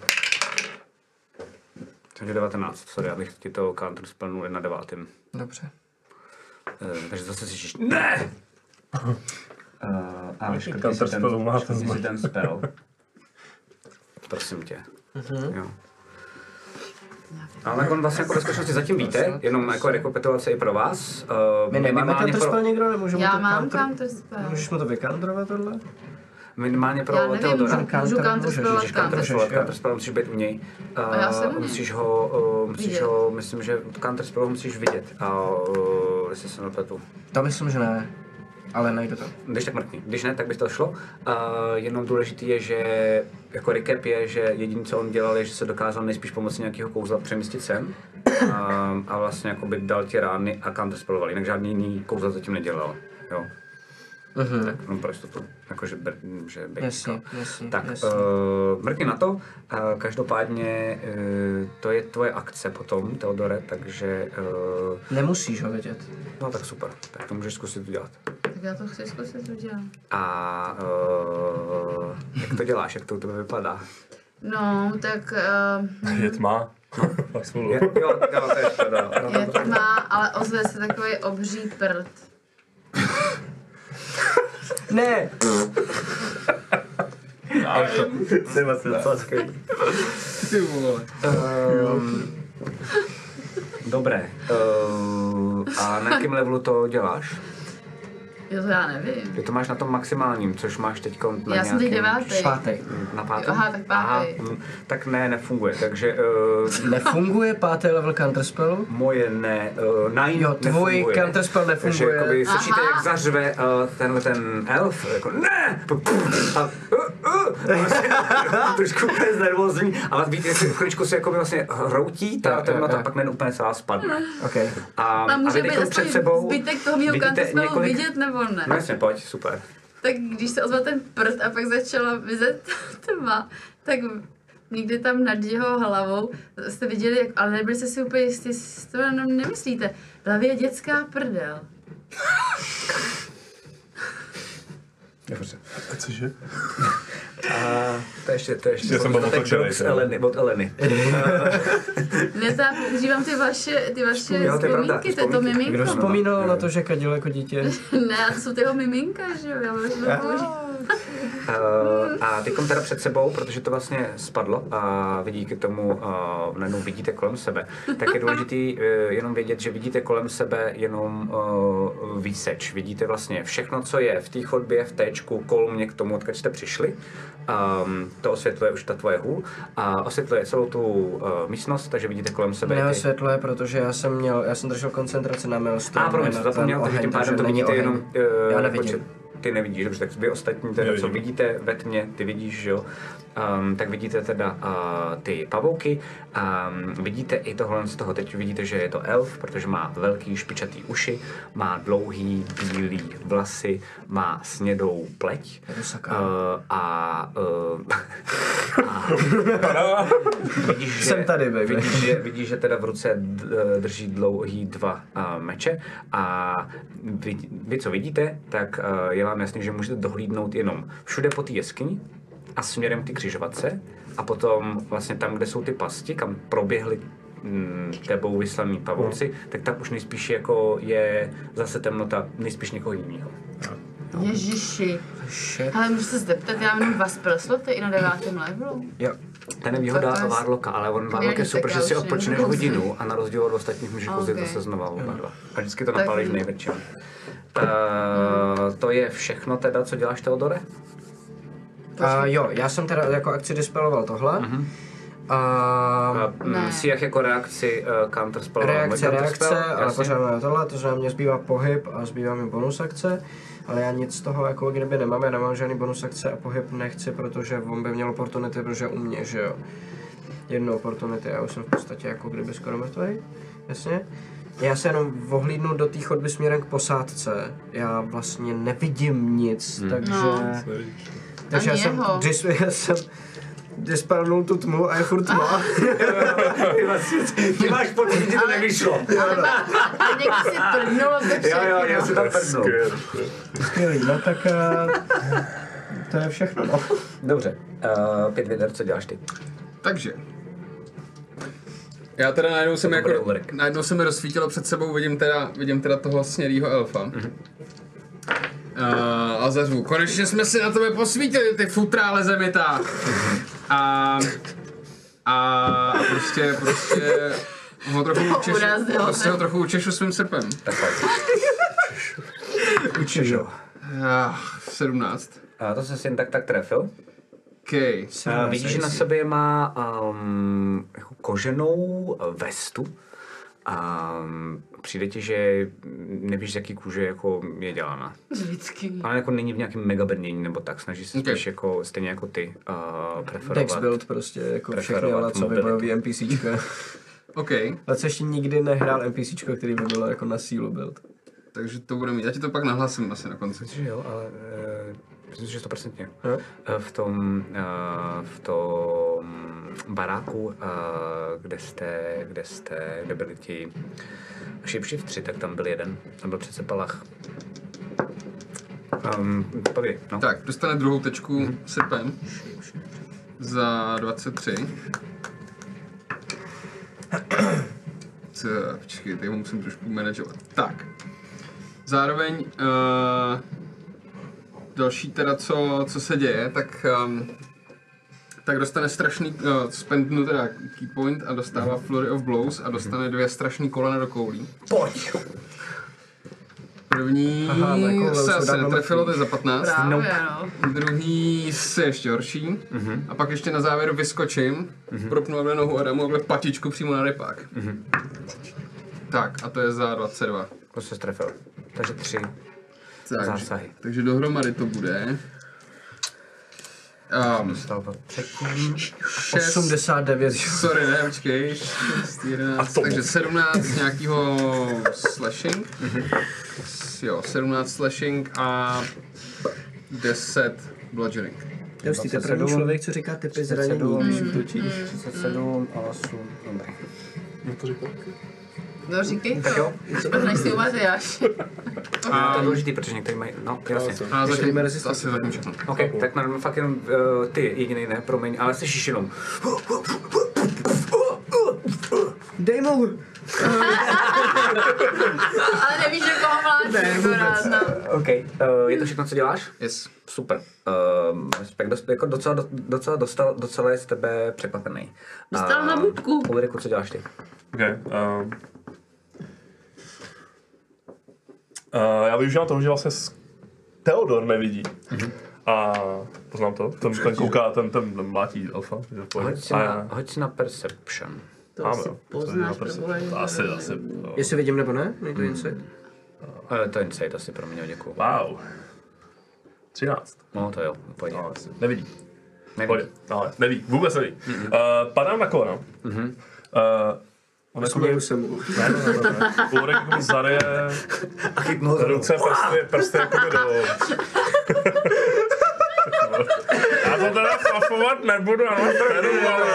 takže 19, sorry, já bych ti to counter splnul na devátém. Dobře. Uh, takže zase slyšíš, ne! Uh, a škrtni si counter ten, spell máte škrtni si zmatek. ten Hm? spell. Prosím tě. Jo. Nějak Ale tak on vlastně jako bezpečnosti zatím víte, Vlastně. jenom jako rekapitulace i pro vás. eh, My nemáme minimálně pro, counterspell někdo, nebo můžeme Já to mám counter- counterspell. Můžeš mu to vykantrovat tohle? minimálně pro Já nevím, Teodora. můžu, můžu Counter- counterspellovat můžeš, counter. můžeš, Counterspell, jo. counterspell musíš být u něj. Eh, A já jsem u něj. musíš ho, uh, musíš Vidět. ho, myslím, že counterspell ho musíš vidět. A uh, jestli se nepletu. To myslím, že ne. Ale najdu to. Když tak mrkni. Když ne, tak by to šlo. Uh, jenom důležitý je, že jako recap je, že jediné, co on dělal, je, že se dokázal nejspíš pomocí nějakého kouzla přemístit sem um, a vlastně jako by dal ti rány a counterspelloval, jinak žádný jiný kouzla zatím nedělal. Jo. Mhm. Tak no, jenom pro jistotu, jakože, br, že bych Jasně, říkal. jasně, Tak, jasně. uh, mrkni na to. Uh, každopádně uh, to je tvoje akce potom, Teodore, takže uh, Nemusíš ho vědět. no tak super, tak to můžeš zkusit udělat. Tak já to chci zkusit udělat. A uh, jak to děláš, jak to u tebe vypadá? No, tak uh, Je tma. Fakt spolu. Je, jo, jo, to je škoda. No, je tma, ale ozve se takový obří prd. Ne! Ty vole. Ehm, Dobré. Uh, a na jakém levelu to děláš? Jo, to já nevím. Ty to máš na tom maximálním, což máš teď na Já jsem teď nějakém- devátý. Pátý. Na pátém? Aha, tak pátý. Aha, hm, tak ne, nefunguje, takže uh, Nefunguje pátý level counterspellu? moje ne, uh, nine Jo, tvůj nefunguje. counterspell Takže nefunguje. jakoby slyšíte, Aha. jak zařve uh, tenhle ten elf, jako ne! A, a, a eh, prostě trošku úplně znervózní, ale víte, jak se chviličku se jakoby vlastně hroutí, ta Jo, jo, temnota jo. pak jen úplně celá spadne. OK. A, No. A může být teď aspoň zbytek toho mýho vidíte counterspellu vidět, nebo ne? No jasně, pojď, super. Tak když se ozval ten prst a pak začala vyzet tma, tak někde tam nad jeho hlavou jste viděli, jak, ale nebyli jste si úplně jistý, jestli to jenom nemyslíte. V hlavě je dětská prdel. Cože? To ještě, to ještě. Já jsem byl otočený, Jokes teda. Eleny, od Eleny. Ne, já používám ty vaše, ty vaše Jo, to je pravda, vzpomínky, to je to vzpomínky. Kdo miminko. vzpomínal na to, že kadil jako dítě? Ne, to jsou ty jeho miminka, že jo, já už Eh, a teď teda před sebou, protože to vlastně spadlo a vidí k tomu, uh, najednou vidíte kolem sebe, tak je důležitý eh, jenom vědět, že vidíte kolem sebe jenom uh, výseč. Vidíte vlastně všechno, co je v té chodbě, v téčku, kolmě k tomu, odkud jste přišli. Um, to osvětluje už ta tvoje hůl a osvětluje celou tu eh, místnost, takže vidíte kolem sebe. Mého ty- světlo je, protože já jsem měl, já jsem držel koncentraci na mého stromu. A promiň, na jsem prostě. ten zapomněl, takže oheň, tím takže pádem to není vidíte oheň. jenom... eh, Já nevidím. počet- Ty nevidíš, dobře, tak vy ostatní teda, co Nevidím. vidíte ve tmě, ty vidíš, že jo? Um, tak vidíte teda uh, ty pavouky, um, vidíte i tohle z toho, teď vidíte, že je to elf, protože má velký špičatý uši, má dlouhý bílý vlasy, má snědou pleť uh, sakra. a, uh, a vidíš, že, Jsem tady, baby. vidíš, že, vidíš, že teda v ruce d- eh, drží dlouhý dva eh, meče a vy, vy co vidíte, tak eh, je vám jasný, že můžete dohlídnout jenom všude po té jeskyni a směrem k té křižovatce a potom vlastně tam, kde jsou ty pasti, kam proběhly mm, tebou vyslaný pavouci, No. tak tam už nejspíš jako je zase temnota nejspíš někoho jiného. Ježiši. Shit. Ale můžu se zeptat, já mám jenom dva spelsloty i na devátém levelu. Jo. To je nevýhoda Tak to je- Varloka, ale on Varlok je Vědíte, super, že já si už odpočineš nebudu hodinu a na rozdíl od ostatních můžeš Ok. okay. kouzit zase znova oba dva. A vždycky to Tak- napálíš největší. Uh, to je všechno teda, co děláš Teodore? A jo, já jsem teda jako akci dispeloval tohle. Mhm. A Uh, Ne. si jak jako reakci uh, counterspell? No, reakce, reakce, ale pořád na tohle, to znamená, mě zbývá pohyb a zbývá mi bonus akce. Ale já nic z toho jako kdyby nemám, já nemám žádný bonus akce a pohyb nechci, protože on by měl opportunity, protože u mě, že jo. Jednu opportunity, já už jsem v podstatě jako kdyby skoro mrtvý, jasně. Já se jenom ohlídnu do té chodby směrem k posádce. Já vlastně nevidím nic, hmm. takže... No. Takže já Ani jsem, jeho. dis, já jsem dispelnul tu tmu a je furt tma. Ty máš pocit, že to nevyšlo. Ale pak- a někdo si prdnulo ze Jo, jo, já všech, si no. tam prdnu. Skvělý, no tak a, to je všechno. No. Dobře, uh, pět věder, co děláš ty? Takže. Já teda najednou jsem Dobrý jako, úryk. najednou se mi rozsvítilo před sebou, vidím teda, vidím teda toho snědýho elfa. Eh, A, a zařvu, konečně jsme si na tebe posvítili, ty futrále zemita. A A a prostě, prostě ho trochu To učešu, urazilo. prostě ho trochu učešu svým srpem. Učíš ho. Ach, 17. A Eh, to jsem si jen tak tak trefil. Okay. A Eh, vidíš, že na sobě má um, jako koženou vestu. A ehm, přijde ti, že nevíš, z jaký kůže jako je dělána. Vždycky. Ale jako není v nějakém megabrnění nebo tak, snaží se Ok. spíš jako, stejně jako ty, uh, preferovat. Dex build prostě, jako všechny, Preferovat ale co by mobilitu. bojový NPCčka. OK, Ale co ještě nikdy nehrál NPCčko, který by bylo jako na sílu build. takže to bude mít. Já ti to pak nahlasím asi na konci. Myslím, že jo, ale uh, myslím, si, že stoprocentně. Hm? Uh, v tom, uh, v tom baráku, uh, kde jste, kde jste, kde byli ti šipšivtři, tak tam byl jeden. Tam byl přece Palach. Um, pověď, no. Tak, dostane druhou tečku srpem za 23. Co, počkej, teď ho musím trošku manažovat. Tak. Zároveň uh, další teda, co, co se děje, tak um, tak dostane strašný, uh, spendnu teda key point a dostává Flurry of Blows a dostane dvě strašný kolena do koulí. Pojď! První Aha, na koule se jsou asi dávno netrefilo, to mrtvý. je za 15. Právě, no. Druhý se ještě horší. A pak ještě na závěr vyskočím, propnu takhle nohu a dám mu takhle patičku přímo na repák. Tak, a to je za 22. To se strefil. Takže tři. Takže, Zásahy. takže dohromady to bude... Um, Dostal třetí. 6, 89, že jo. sorry, ne, počkej, 6, 11, takže 17 nějakýho slashing, jo, 17 slashing a 10 bludgeoning. Já už jste první člověk, co říká typy zranění, Hmm. když útočíš. 37 a 8. Dobrý. No říkej to. Tak jo. Než si umatyáš. To je důležitý, protože někteří mají, no jasně. A Ještě zatím, nejme rezistence. asi zatím všechno. OK, tak na fakt jenom uh, ty jediný ne, promiň, ale slyšíš jenom. Dej mu! Ale nevíš, že koho máš. jako no. Ne, vůbec. OK, uh, je to všechno, co děláš? Yes. Super. Um, respekt, dost, jako docela, docela, dostal, docela je z tebe překvapený. Dostal A, na bubku. Ulriku, co děláš ty? OK. Um, uh, já využívám toho, že vlastně s- Theodor nevidí. A poznám to, ten, ten kouká, ten, ten, ten mlátí alfa. že v pohodě. Hoď si, A na, já- hoď si na Perception. Máme, jo. To poznáš, je prostě- proboha, to Asi, asi. jo. Jestli vidím nebo ne, nejde jen se. Uh, to je insight asi pro mě, děkuju. Wow. 13. No to jo, pojď. No, jasně. Nevidí. Nevidí. Pojď. No, neví, vůbec neví. Uh, padám na kolena. Mm-hmm. Uh, on jako mi Směju se mu. Ulrik jako mi zareje ruce, prsty, prsty jako mi do... Já to teda flafovat nebudu, ale beru, ale...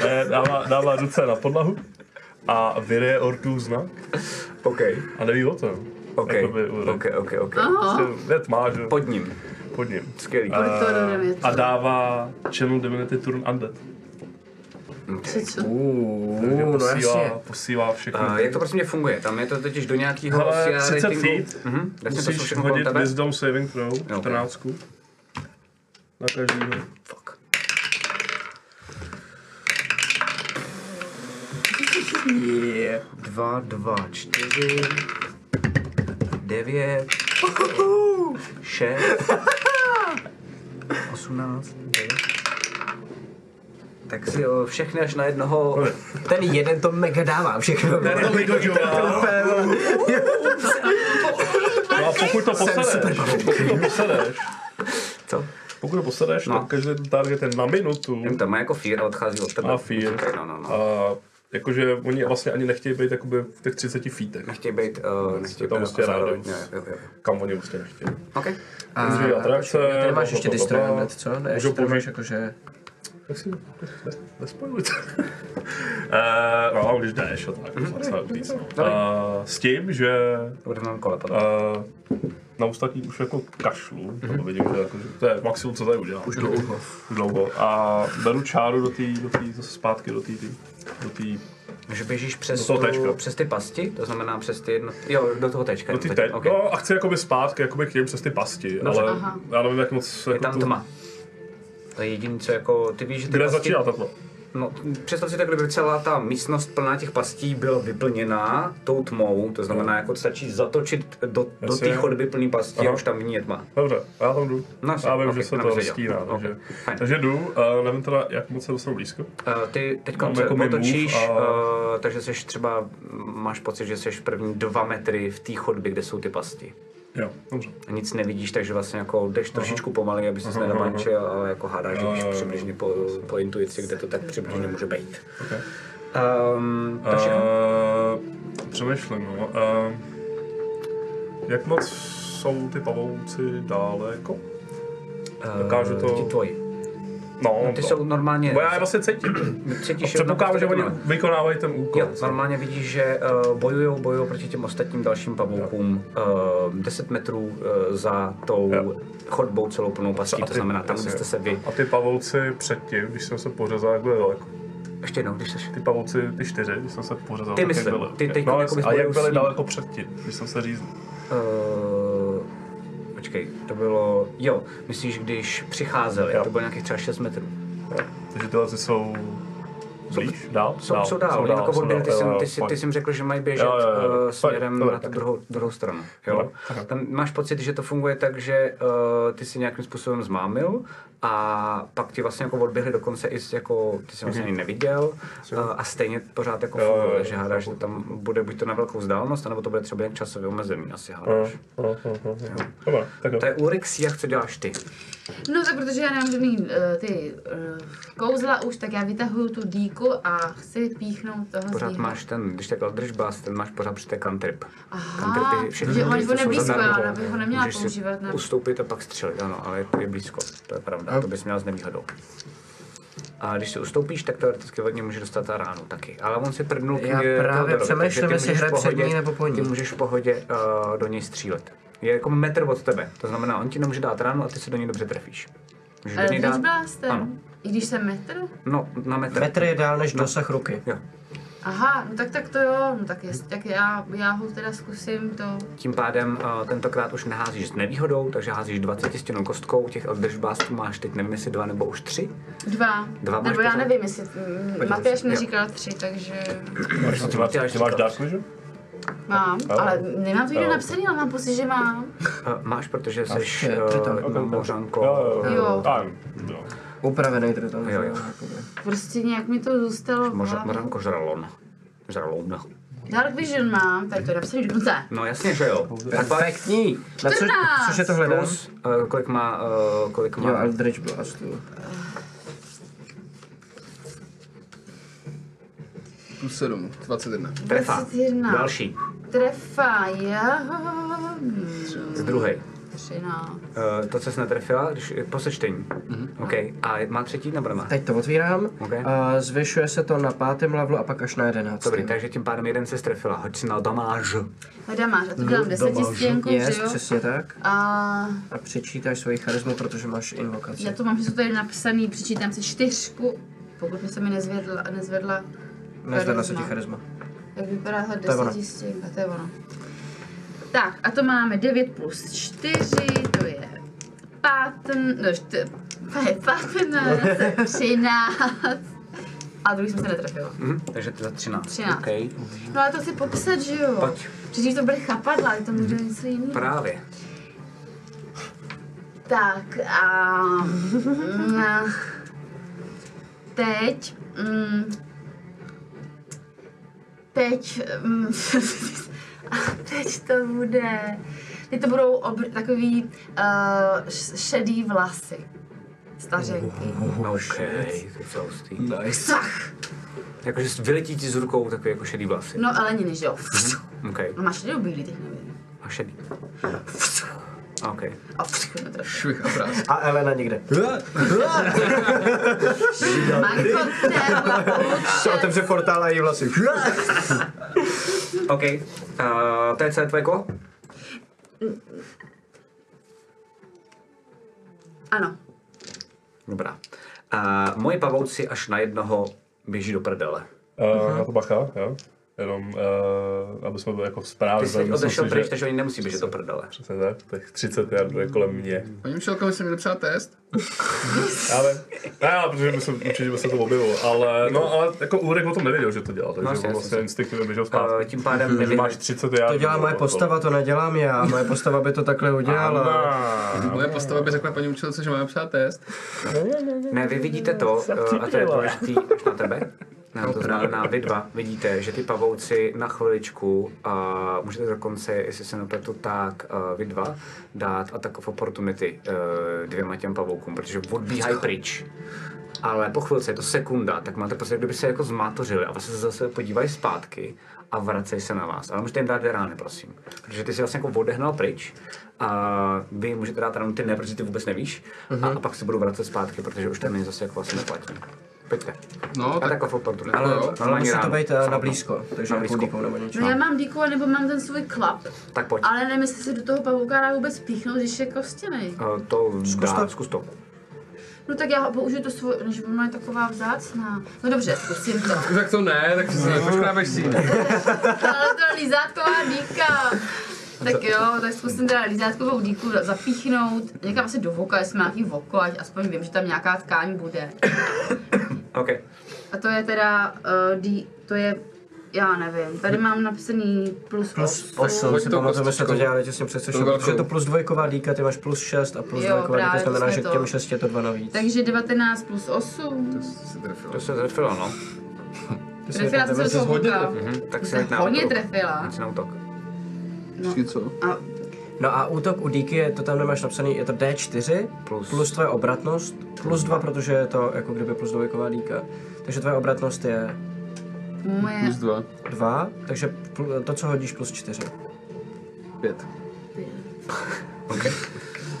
Eh, Dává, dává ruce na podlahu a vyreje orků znak OK, a neví o tom. Jako OK, Jakoby Ulrik. OK, OK, OK. Prostě je tmá, že? Pod ním, pod ním. skvělý. A- To dobré věc. A dává Channel Divinity Turn Undead. Takže Uuu, no posílá, jasně. posílá všechno. Uh, jak to prosím tě funguje? Tam je to totiž do nějakého Hele, CR 30 ratingu. feet. Mhm, jasně, to jsou Musíš všechno kolem hodit tebe. Wisdom Saving Throw, 14. Na každýho. Yeah. 2, 2, 4, 9, 6, 18, 9. Tak si jo, všechny až na jednoho. Ten jeden to mega dává všechno. to vyhodila. No a pokud to posedeš, pokud to posedeš, Co? pokud to posedeš, No. tak každý ten target je na minutu Vím, tam má jako fear a odchází od tebe. a fear. Počkej, No, no, no. A jakože oni vlastně ani nechtějí být jakoby v těch 30 feetech, Nechtěj být, uh, nechtěj Je to být prostě a zároveň, rádo. jo, jo, jo. kam oni vlastně nechtějí. OK. A Můžu dělat reakce, Tady máš ještě blablabla. Destroy Undead, co? Ne, ještě Můžu tady máš použít- jakože... Tak si nespojujte. no, ale když jdeš a tak, Mhm. mm-hmm. docela dobrý. Eh, s tím, že To bude mám kole potom. eh, na ostatní už jako kašlu, mm-hmm. Mhm. to vidím, že, jako, že to je maximum, co tady udělám. Už dlouho. Už dlouho. A beru čáru do té, do té, zase zpátky do té, tý- do té, Že běžíš přes, do toho tu, tečka. přes ty pasti, to znamená přes ty jedno... Jo, do toho tečka. do jenom té teď, teď. OK. No a chci jakoby zpátky, jakoby k těm přes ty pasti, ale já nevím, jak moc... jako Je tam tma. To je jediný, co jako, ty víš, že ty Kde pasti- začíná ta tma? No, představ si tak, kdyby celá ta místnost plná těch pastí byla vyplněná tou tmou, to znamená, jako stačí zatočit do, do No. Jasně. té chodby plný pastí a Aha. už tam není je tma. Dobře, a já tam jdu. No, já vím, ok, že se tam to jsi věděl. rozstíná, takže, Ok, fajn. takže jdu, a nevím teda, jak moc se dostanu blízko. Eh, ty teď Mám se jako mimo otočíš, a- eh, takže jsi třeba, mm, máš pocit, že jsi první dva metry v té chodbě, kde jsou ty pasti. Jo, dobře. A Nic nevidíš, takže vlastně jako jdeš trošičku pomalej, aby ses nenabančil, ale jako hádáš, že Eh. víš přibližně po, po intuici, kde to tak přibližně může být. Okay. Um, to je všechno. Uh, přemýšlím, no. Uh, jak moc jsou ty pavouci daleko? dokážu to- Ti Eh, tvoji. No, Ty jsou normálně... Bo já je vlastně cítím. Cítíš je Předpokládám, že naprosto oni dokonale. vykonávají ten úkol. Jo, normálně vidíš, že uh, bojujou, bojujou proti těm ostatním dalším pavoukům uh, 10 metrů uh, za tou Jo. chodbou celou plnou pastí, A to znamená tam, kde jasně. jste se vy. A ty pavouci předtím, když jsem se pořezal, jak byly daleko? Ještě jednou, když seš. Ty pavouci, ty čtyři, když jsem se pořezal, Ty tak myslím, jak byly. ty teď no, jako jasně. bys a bojil jak s byly ním. daleko předtím, když jsem se řízl? Uh, počkej, to bylo, jo, myslíš, když přicházeli, Jo. to bylo nějakých třeba 6 metrů. Takže tyhle ty jsou blíž, dál? Jsou, No, dál, jsou dál, jsou dál, jsou dál, ty, jsi, ty, jsi, ty jsi jim řekl, že mají běžet Jo, jo, jo, eh, fajn, směrem dobré, na tu tak. druhou, druhou stranu. Jo? Dobré, tak. Tam máš pocit, že to funguje tak, že uh, ty si nějakým způsobem zmámil a pak ti vlastně jako odběhli dokonce i s- jako, ty jsi vlastně ani neviděl uh, a stejně pořád jako Mhm. Jo, jo, funguje, jo, že jo, hádáš, že tam bude buď to na velkou vzdálenost, anebo to bude třeba nějak časově omezený, asi hádáš. Dobrá, tak jo. To je Urix, jak co děláš ty? No tak protože já nemám žádný eh, ty eh, kouzla už, tak já vytahuju tu dýku a chci píchnout toho Pořád zlýho. máš ten, když tak Eldritch ten máš pořád při té cantrip. Aha, že on je blízko, já bych ho neměla Můžeš si používat. Ne? ustoupit a pak střelit, ano, ale je to je blízko, to je pravda, to bys měla s nevýhodou. A když si ustoupíš, tak teoreticky od něj může dostat ta ránu taky. Ale on si prdnul k Já eh, právě Teodorovi, takže přemýšlím, ty jestli můžeš hraje v před pohodě- ní nebo po ní. Ty můžeš v pohodě eh, do něj střílet. Je jako metr od tebe, to znamená, on ti nemůže dát ránu a ty se do něj dobře trefíš. Můžeš do Ale něj když dát... Ano. blástem, i když jsem metr? No, na metr. Metr je dál než dosah ruky. Jo. Aha, no tak, tak to jo, no tak, jest, tak já, já ho teda zkusím to. Tím pádem uh, tentokrát už neházíš s nevýhodou, takže házíš 20 stěnou kostkou, těch Eldritch Blastů máš teď nevím jestli dva nebo už tři. Dva. Dva máš Nebo já pořád? nevím, jestli mm, Matyáš se, mi jo. říkal tři, takže Máš, ty máš, ty máš Dark Vision? mám. Ano. Ale nemám to nikde Ano. napsaný, ale mám pocit, že mám. Uh, máš, protože jsi je, to je tam. uh, mořanko. Jo, Jo. A, jo. Upravený tedy tam. Jo, jo. Prostě nějak mi to zůstalo. v Mořa, hlavě. mořanko žralon. Žralouna. Dark Vision mám, tady to je napsaný dokonce. No jasně, že jo. Perfektní. Na co, což je to hledám? Plus, uh, kolik má, uh, kolik Jo, má, Eldritch Blast. jo. Plus 7, 21. trefa. 21. Další, Trefa, já... z druhé. 13. Uh, to, co jsi netrefila, když, po sečtení. Mm-hmm. Okay. A má třetí nebo nemá? Teď to otvírám. Ok. A zvyšuje se to na pátém levelu a pak až na jedenáctém. Dobrý, takže tím pádem jeden se strefila. Hoď si na damáž. Hledá máš, já to dělám desetistěnku, Yes, že jo? přesně tak. A A přečítáš svoji charismu, protože máš invokaci. já to mám, že jsou tady napsaný, přičítám si čtyřku, pokud by se mi nezvedla, nezvedla Nezvedla se ti charisma. Jak vypadá ta je ono. desetistěnka, to je ono. Tak, a to máme 9 plus 4, to je pátn, no, št, je 15, 13. A druhý jsem se netrefila. Mm-hmm. Takže to za 13. 13. Okay. No ale to chci popsat, že jo? Pojď. Předtím to byly chapadla, ale to může něco jiného. Právě. Tak a... mm, a teď... Mm, teď... Mm, a teď to bude... Teď to budou obr- takový uh, š- šedý vlasy. Stařenky. Okay. To jsou hustý. Sach! Jakože s- vyletí ti z rukou takový jako šedý vlasy. No eleniny, že jo? Okay. No máš šedý nebo bílý, teď nevím. A šedý. OK. A všechno to Švih a prás. A Elena nikde. jako Marko, Otevře portál a její vlasy. OK. Uh, to je celé tvoje kolo? Ano. Dobrá. Eh, Uh, moji pavouci až na jednoho běží do prdele. Eh, Na to jako bacha, jo. Jenom, uh, aby jsme byli jako správně. Ty jsi odešel pryč, takže oni nemusí běžet do prdele. Přesně tak, těch 30 jardů je kolem mě. Paní Mišelko, jsem měl psát test. Ale, ne, ale protože by se, určitě by se to objevilo, ale, no, ale jako Úrek o tom nevěděl, že to dělal, takže No, jasně, on jasně, vlastně jasně. instinktivně běžel Eh, zpátky. Tím pádem Že nevyhraje. máš 30 jardů. To dělá moje postava, to nedělám já. Moje postava by to takhle udělala. Ano. No. Moje postava by řekla paní učitelce, že máme psát test. Ne, vy vidíte to, eh, a to je důležitý až na tebe. Ne, to znamená, vy dva vidíte, že ty pavouci na chviličku, a můžete dokonce, jestli se nepletu, tak eh, vy dva dát attack of opportunity eh, dvěma těm pavoukům, protože odbíhají pryč. Ale po chvilce, je to sekunda, tak máte pocit, jak kdyby se jako zmátořili a vlastně se zase podívají zpátky a vracejí se na vás. Ale můžete jim dát dvě rány, prosím. Protože ty si vlastně jako odehnal pryč a vy jim můžete dát ránu, ty ne, protože ty vůbec nevíš. A, Mhm. a, pak se budou vracet zpátky, protože už ten zase jako vlastně neplatí. Pojďte. No, A tak- tak opportunity. tak Ale, jo. ale ani Musí to ránu. být eh, na blízko, takže Na nějakou blízko. dýkou nebo něco. No já mám díku, nebo mám ten svůj klap, Tak pojď. ale nevím, jestli se do toho pavouka dá vůbec píchnout, když je kostěnej. Eh, to zkus to. Zkus to. No tak já ho použiju to svůj, že ona je taková vzácná. No dobře, zkusím to. No Tak to ne, tak si nepoškrábeš si. Ale to je lízátková dýka. Tak jo, tak zkusím teda lízátkovou dýku zapíchnout. Někam asi do voka, jestli má nějaký voko, ať aspoň vím, že tam nějaká tkáň bude. OK. A to je teda, uh, dý, to je, já nevím, tady mám napsaný plus, Plus osm. 8, Hoď si tou pamatujeme, jsme to kostičkou. dělali těsně před sešou, velkou. protože je to plus dvojková díka, ty máš plus 6 a plus Jo, dvojková díka právě, to znamená, jsme že k to- těm 6 je to 2 navíc. Takže 19 plus 8. To se trefilo, no. Trefila jsem se do toho voka. Mhm. Tak si Jsem hoď na hodně útok. trefila. Hoď si na útok. No. co? A No a útok u díky, je to tam nemáš napsaný, je to D4, Plus. plus, plus tvoje obratnost, plus 2, protože je to jako kdyby plus dvojková díka. Takže tvoje obratnost je moje... Plus dva. 2, takže pl- to, co hodíš, plus 4. Pět.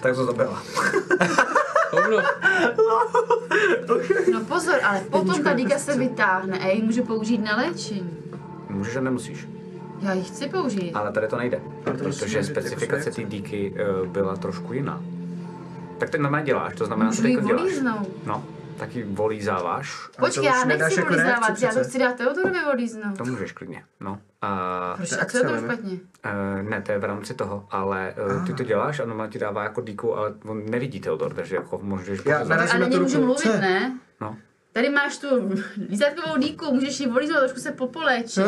Tak to zabila. Hovno. No pozor, ale potom ta dýka se vytáhne a já ji můžu použít na léčení. Můžeš a nemusíš. Já ji chci použít. Ale tady to nejde, protože specifikace té díky eh, byla trošku jiná. Tak to normálně děláš, to znamená, Můžu že ji to děláš. volíznout. No, tak ji volízáváš. Počkej, už já nedáš nechci jako volíznávat, reakci já to přece. chci dát Teodorovi volíznout. To můžeš klidně, no. A, Prostě. Proč, a co je to špatně? e, ne, to je v rámci toho, ale e, Ah. ty to děláš a normálně ti dává jako díku, ale on nevidí Teodor, takže jako můžeš... Já pořád- Tak narazím ale na tu není můžu ruku. mluvit, ne? No. Tady máš tu lízátkovou dýku, můžeš ji volíznout, trošku se popoléčit.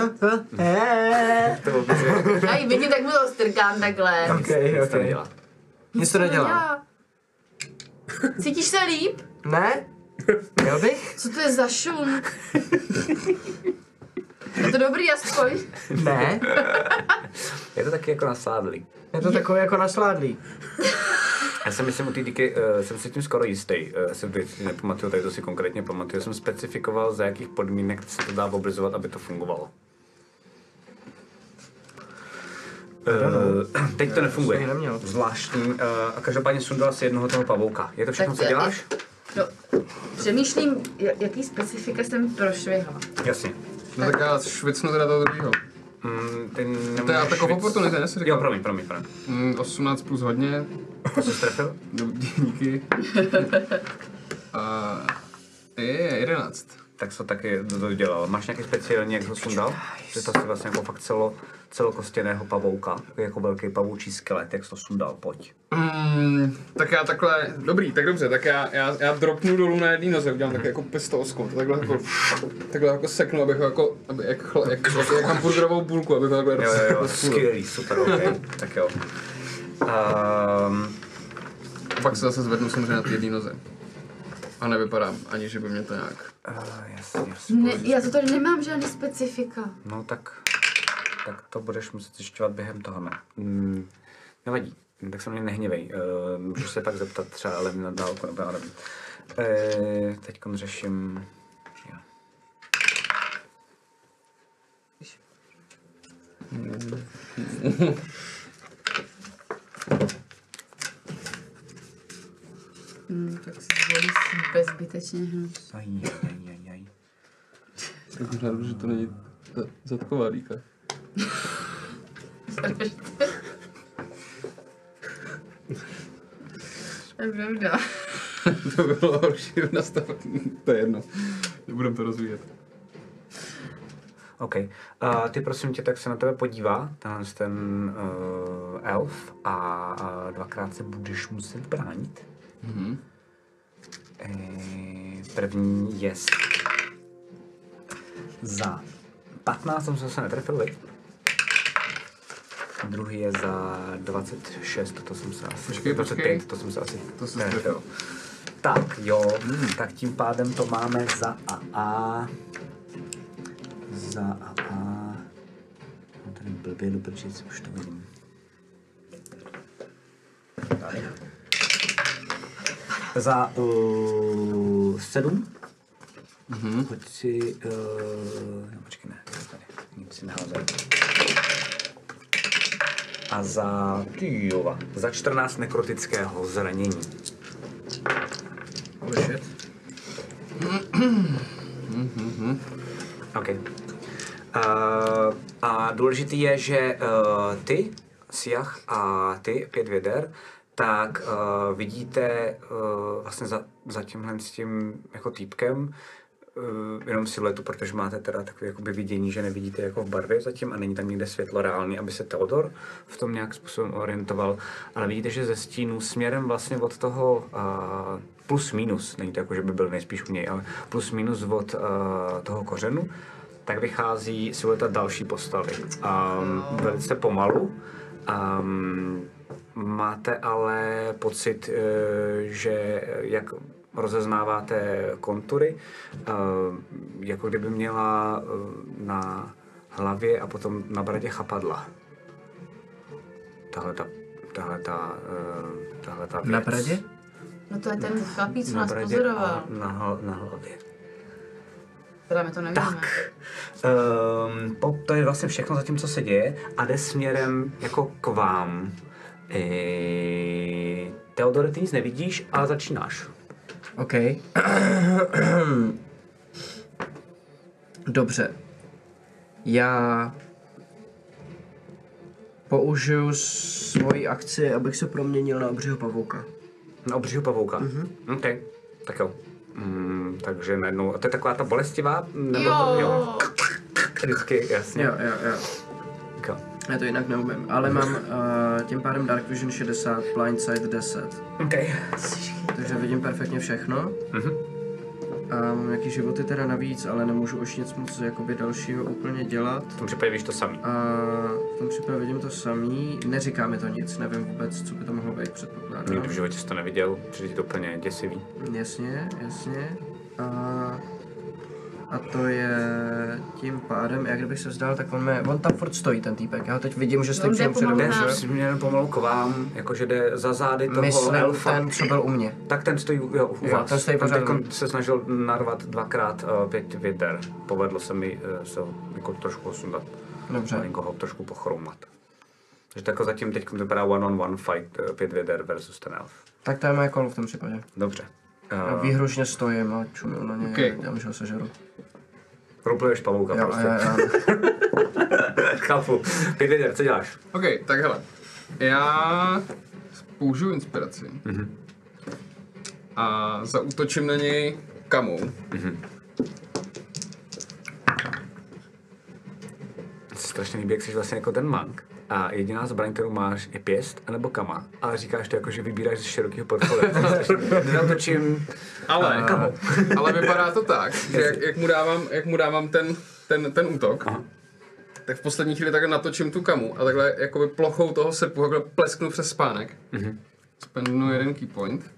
E. To vůbec je- Já ji vidím, tak mu to strkám takhle. Ok, nic to ok. nedělá. Nic to nedělá. Já. Cítíš se líp? Ne? Měl bych? Co to je za šum? Je to dobrý aspoň. Ne. Je to taky jako nasádlý. Je to takový jako nasládlý. Já si myslím, u té díky, uh, jsem si tím skoro jistý. Uh, jsem teď nepamatuju, tady to si konkrétně pamatuju. Jsem specifikoval, za jakých podmínek se to dá oblizovat, aby to fungovalo. Uh, teď to nefunguje. jsem ji neměl. Zvláštní. Uh, a každopádně sundal si jednoho toho pavouka. Je to všechno, Tak co to je- děláš? No, přemýšlím, ja- jaký specifika jsem prošvihla. Jasně. No tak já švicnu teda toho druhého. Mm, ty nemůžeš To je tak víc- opportunity, ne? jsi Jo, Říkal. promiň, promiň, promiň. Mm, 18 plus hodně. To jsi trefil? No, díky. A je, 11. Tak to taky to dodělal. Máš nějaký speciální, jak ho sundal? Že to si vlastně jako fakt celo, celokostěného pavouka, jako velký pavoučí skelet, jak jsi to sundal, pojď. Mm, tak já takhle, dobrý, tak dobře, tak já, já, já dropnu dolů na jedný noze, udělám tak jako pistolskou, to takhle jako, takhle jako seknu, abych ho jako, aby, jak, chle, jak, jak, jak hamburgerovou bulku, abych ho takhle Jo, jo, jo, rozpůlil. skvělý, super, ok, tak jo. Um, Pak se zase zvednu samozřejmě na ty jedný noze. A nevypadám, ani že by mě to nějak... eh, jasně, jasně. Ne, já to tady nemám žádný specifika. No tak, tak to budeš muset zjišťovat během toho, ne? Mm, nevadí, tak se mě nehněvej. Uh, můžu se pak zeptat třeba, ale na dálku nebo já nevím. Uh, teď řeším... Jo. Hmm, tak si zvolí si bezbytečně hnus. Aj, aj, aj, aj. Hledu, že to není zadková líka. To je pravda. To by bylo horší nastavení, to je jedno. Nebudem to rozvíjet. OK. A ty prosím tě, tak se na tebe podívá, tenhle ten uh, elf a, a dvakrát se budeš muset bránit. Mhm. Mm-hmm. E, první je s- za 15, jsem se netrefil, viď? Druhý je za 26, to jsem se asi... Počkej, 25, počkej. to jsem se asi... To Mhm. se netrefil. strefil. Tak jo, hmm, tak tím pádem to máme za a a. Za a a. Mám tady blbě do prčic, už to vidím. Tady. Za uh, sedm. Mm-hmm. Pojď si, uh, no počkej, ne, to je tady, nic si naházej. A za, tyjova, za 14 nekrotického zranění. OK. Uh, a důležitý je, že uh, ty, Siach a ty, pět věder, tak uh, vidíte uh, vlastně za, za tímhle s tím jako týpkem uh, jenom siluetu, protože máte teda takové jakoby vidění, že nevidíte jako v barvě zatím a není tam nikde světlo reálný, aby se Teodor v tom nějak způsobem orientoval. Ale vidíte, že ze stínu směrem vlastně od toho uh, plus minus, není to jako, že by byl nejspíš u něj, ale plus minus od uh, toho kořenu, tak vychází silueta další postavy. Um, velice pomalu. Um, máte ale pocit, uh, že jak rozeznáváte kontury, uh, jako kdyby měla uh, na hlavě a potom na bradě chapadla. Tahle ta, tahle ta, uh, tahle ta věc. Na bradě? No to je ten chlapík, co Na nás bradě a pozoroval. na, hla- na hlavě. Teda my to nevíme. Tak, um, po, to je vlastně všechno za tím, co se děje a jde směrem jako k vám. E, Teodore, ty nic nevidíš a začínáš. OK. Dobře. Já použiju svoji akci, abych se proměnil na obřího pavouka. Na obřího pavouka. Mm-hmm. OK, tak jo. Mm, takže najednou, a to je taková ta bolestivá? Nebo To, jo. Jo, Vždycky, jasně. Jo, jo, jo. Tak jo. Já to jinak neumím, ale mám uh, tím pádem Dark Vision 60, Blind Sight 10. OK. Takže vidím perfektně všechno. Mhm. A mám nějaký životy teda navíc, ale nemůžu už nic moc jakoby dalšího úplně dělat. V tom případě víš to samý. A v tom případě vidím to samý. Neříká mi to nic, nevím vůbec, co by to mohlo být, předpokládám. Nikdy v životě jsi to neviděl, přijde ti to úplně děsivý. Jasně, jasně. A, a to je tím pádem, jak kdybych se vzdal, tak on, mě, on tam furt stojí, ten týpek. Já ho teď vidím, že stojí On jde přímo přede pomalu mnou. Jde Aha. směrem pomalu k vám, jakože jde za zády toho Myslím elfa. ten, co byl u mě. Tak ten stojí jo, u Jo, vás. ten stojí pořád. teďkon se snažil narvat dvakrát uh, pět věder. Povedlo se mi uh, se ho jako trošku osundat. Dobře. Malinko ho trošku pochroumat. Takže tak zatím teď vypadá one on one fight uh, pět věder versus ten elf. Tak to je moje kolo v tom případě. Dobře. Já Uh, výhružně stojím a čumím na něj, Ok. dělám, že ho sežeru. Rupluješ pavouka Jo, prostě. jo, jo. Chápu. Pět věder, co děláš? OK, tak hele. Já použiju inspiraci. A zautočím na něj kamou. Strašně líbí, jak jsi vlastně jako ten mank. A jediná zbraň, kterou máš, je pěst anebo kama. Ale říkáš to jako, že vybíráš z širokého portfolia. Nezautočím. Ale, eh, kamou. ale vypadá to tak, že jak, jak, mu dávám, jak mu dávám ten, ten, ten útok, Aha. tak v poslední chvíli takhle natočím tu kamu a takhle jakoby plochou toho srpu takhle plesknu přes spánek. Spendnu jeden key point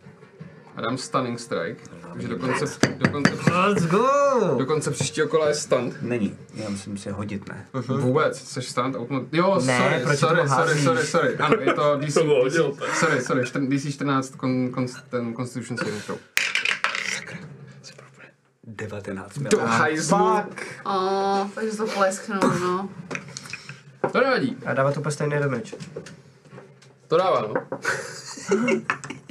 a dám stunning strike, takže dokonce, dokonce, Let's go! dokonce příštího kola je stunt. Není. Já musím si hodit, ne? Vůbec, jsi stunt automat... Jo, Hm. Ne, sorry, proč to sorry, sorry, házíš? sorry, sorry, ano, je to DC, To bylo hodil, tak. sorry, sorry, čtrn- DC 14 con, con, ten Constitution saving throw. 19 Do milionů. hajzlu, o, takže to polesknu, no. to nevadí, A dává to úplně stejný damage. to dává, no.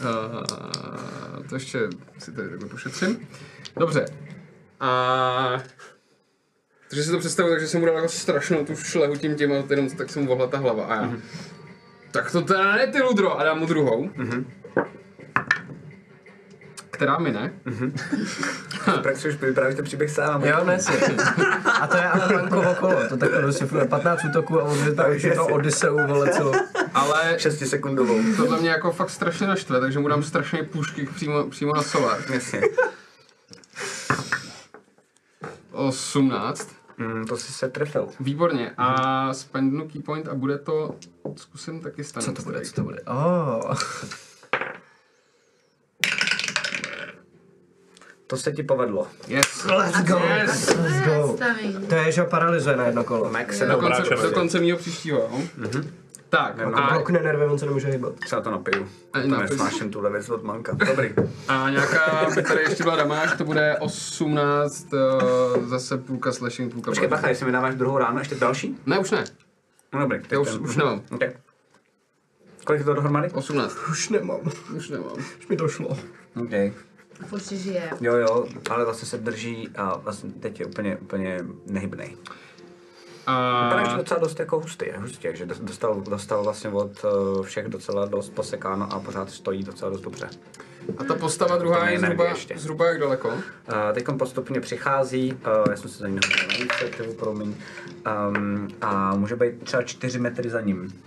Uh, to ještě si tady takhle pošetřím. Dobře. A... Takže si to představuji, takže jsem mu dal jako strašnou tu šlehu tím těma, jenom tak jsem mu vohla ta hlava a já. Tak to teda ne ty ludro a dám mu druhou. která mi ne. Praxi už vyprávíš ten příběh sám. Jo, ne, si. A to je ale tankovo kolo, to takhle rozšifruje 15 útoků a on vypadá, že to Odiseu vole celou. Ale 6 sekundovou. tohle mě jako fakt strašně naštve, takže mu dám strašný pušky přímo, přímo na solár. Jasně. 18. Mm, to si se trefil. Výborně. A spendnu key point a bude to... Zkusím taky stanout. Co to bude, co to bude? Oh. To se ti povedlo. Yes. Let's go. Yes. Let's go. To je, že ho paralizuje na jedno kolo. Max se Do dobrá, konce, do konce mýho příštího, jo? Mhm. Tak, a, Blokne nervy, on se nemůže hýbat. se na to napiju. A i no, To napis. nesnáším tuhle věc od manka. Dobrý. a nějaká by tady ještě byla damáž, to bude 18, uh, zase půlka slashing, půlka Počkej, bludgeoning. bacha, jestli mi dáváš druhou ránu, ještě další? Ne, už ne. No dobrý. Já už, už nemám. Okay. Kolik je to dohromady? 18. Už nemám, Už nemám. už mi došlo. Okay. Furt žije. Jo, jo, ale vlastně se drží a vlastně teď je úplně, úplně nehybnej. A Vypadá ještě docela dost jako hustý, hustý, takže dos- dostal, dostal vlastně od eh, všech docela dost posekáno a pořád stojí docela dost dobře. A ta postava druhá To je mě zhruba, nervy ještě. zhruba jak daleko? Teď postupně přichází, eh, já jsem se za ní hodil na iniciativu, promiň, Ehm, a může být třeba 4 metry za ním.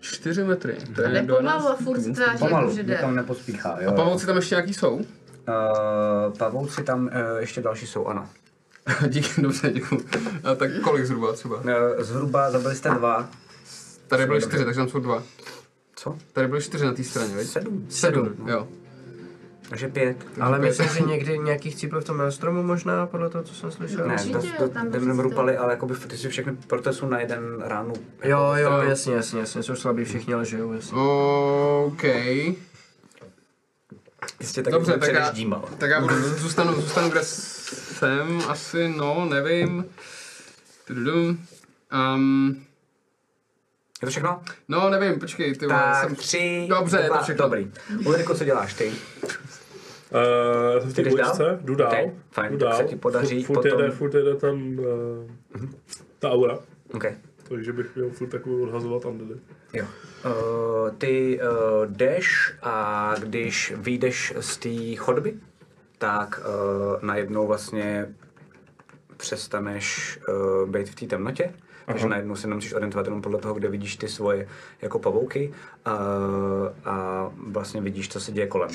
4 metry. To je Jde pomalu 12. a furt stráží, Pomalu, jakože jde. nikam nepospíchá, jo. Pavouci tam ještě nějaký jsou? Eh, Pavouci tam eh, ještě další jsou, ano. Díky, dobře, děkuji. A tak kolik zhruba třeba? Eh, Zhruba zabili jste dva. Tady byly 4, takže tam jsou dva. Co? Tady byly 4 na té straně, viď? Sedm. no. Sedm, jo. Takže pět. Ale myslím si někdy nějakých cípl v tom Maelstromu možná, podle toho, co jsem slyšel. Ne, Určitě, to, to, tam tam prostě rupali, ale jakoby ty si všechny protesu na jeden ránu. Jo, jo, jasně, jasně, jasně, jsou slabí všichni, ale žijou, jasně. OK. Jistě tak Dobře, jako tak já, předeš dímal. tak já budu, zůstanu, zůstanu kde jsem, asi, no, nevím. Tududum. Um, Je to všechno? no, nevím, počkej, ty vole, Tak jsem... tři, Dobře, je dva, to všechno. dobrý. Ulriko, co děláš ty? Uh, jsem v té Ty jdeš dál? dvojčce, jdu dál. Ok, fajn, jdu tak dál. se ti podaří furt, furt potom- Mhm. jede, furt jede tam uh, ta aura, OK. takže bych měl furt takovou odhazovat andily. Jo. Uh, ty uh, jdeš a když vyjdeš z té chodby, tak uh, najednou vlastně přestaneš uh, být v té temnotě, takže najednou se nemusíš orientovat jenom podle toho, kde vidíš ty svoje jako pavouky uh, a vlastně vidíš, co se děje kolem.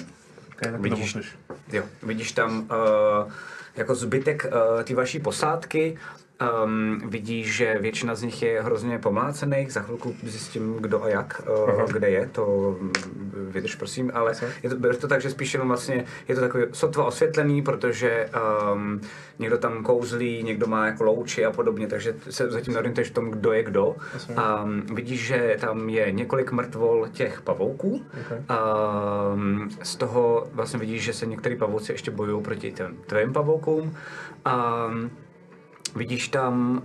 vidíš, Nemůžeš. Jo, vidíš tam uh, jako zbytek uh, ty vaší posádky, um, vidíš, že většina z nich je hrozně pomlácených, za chvilku zjistím, kdo a jak, uh, kde je, to mm, vydrž prosím, ale je to, bereš to tak, že spíš jenom vlastně je to takový sotva osvětlený, protože um, někdo tam kouzlí, někdo má jako louči a podobně, takže se zatím orientuješ v tom, kdo je kdo. Um, vidíš, že tam je několik mrtvol těch pavouků. Okay. Um, z toho vlastně vidíš, že se některý pavouci ještě bojují proti těm tvým pavoukům. Um, Vidíš tam,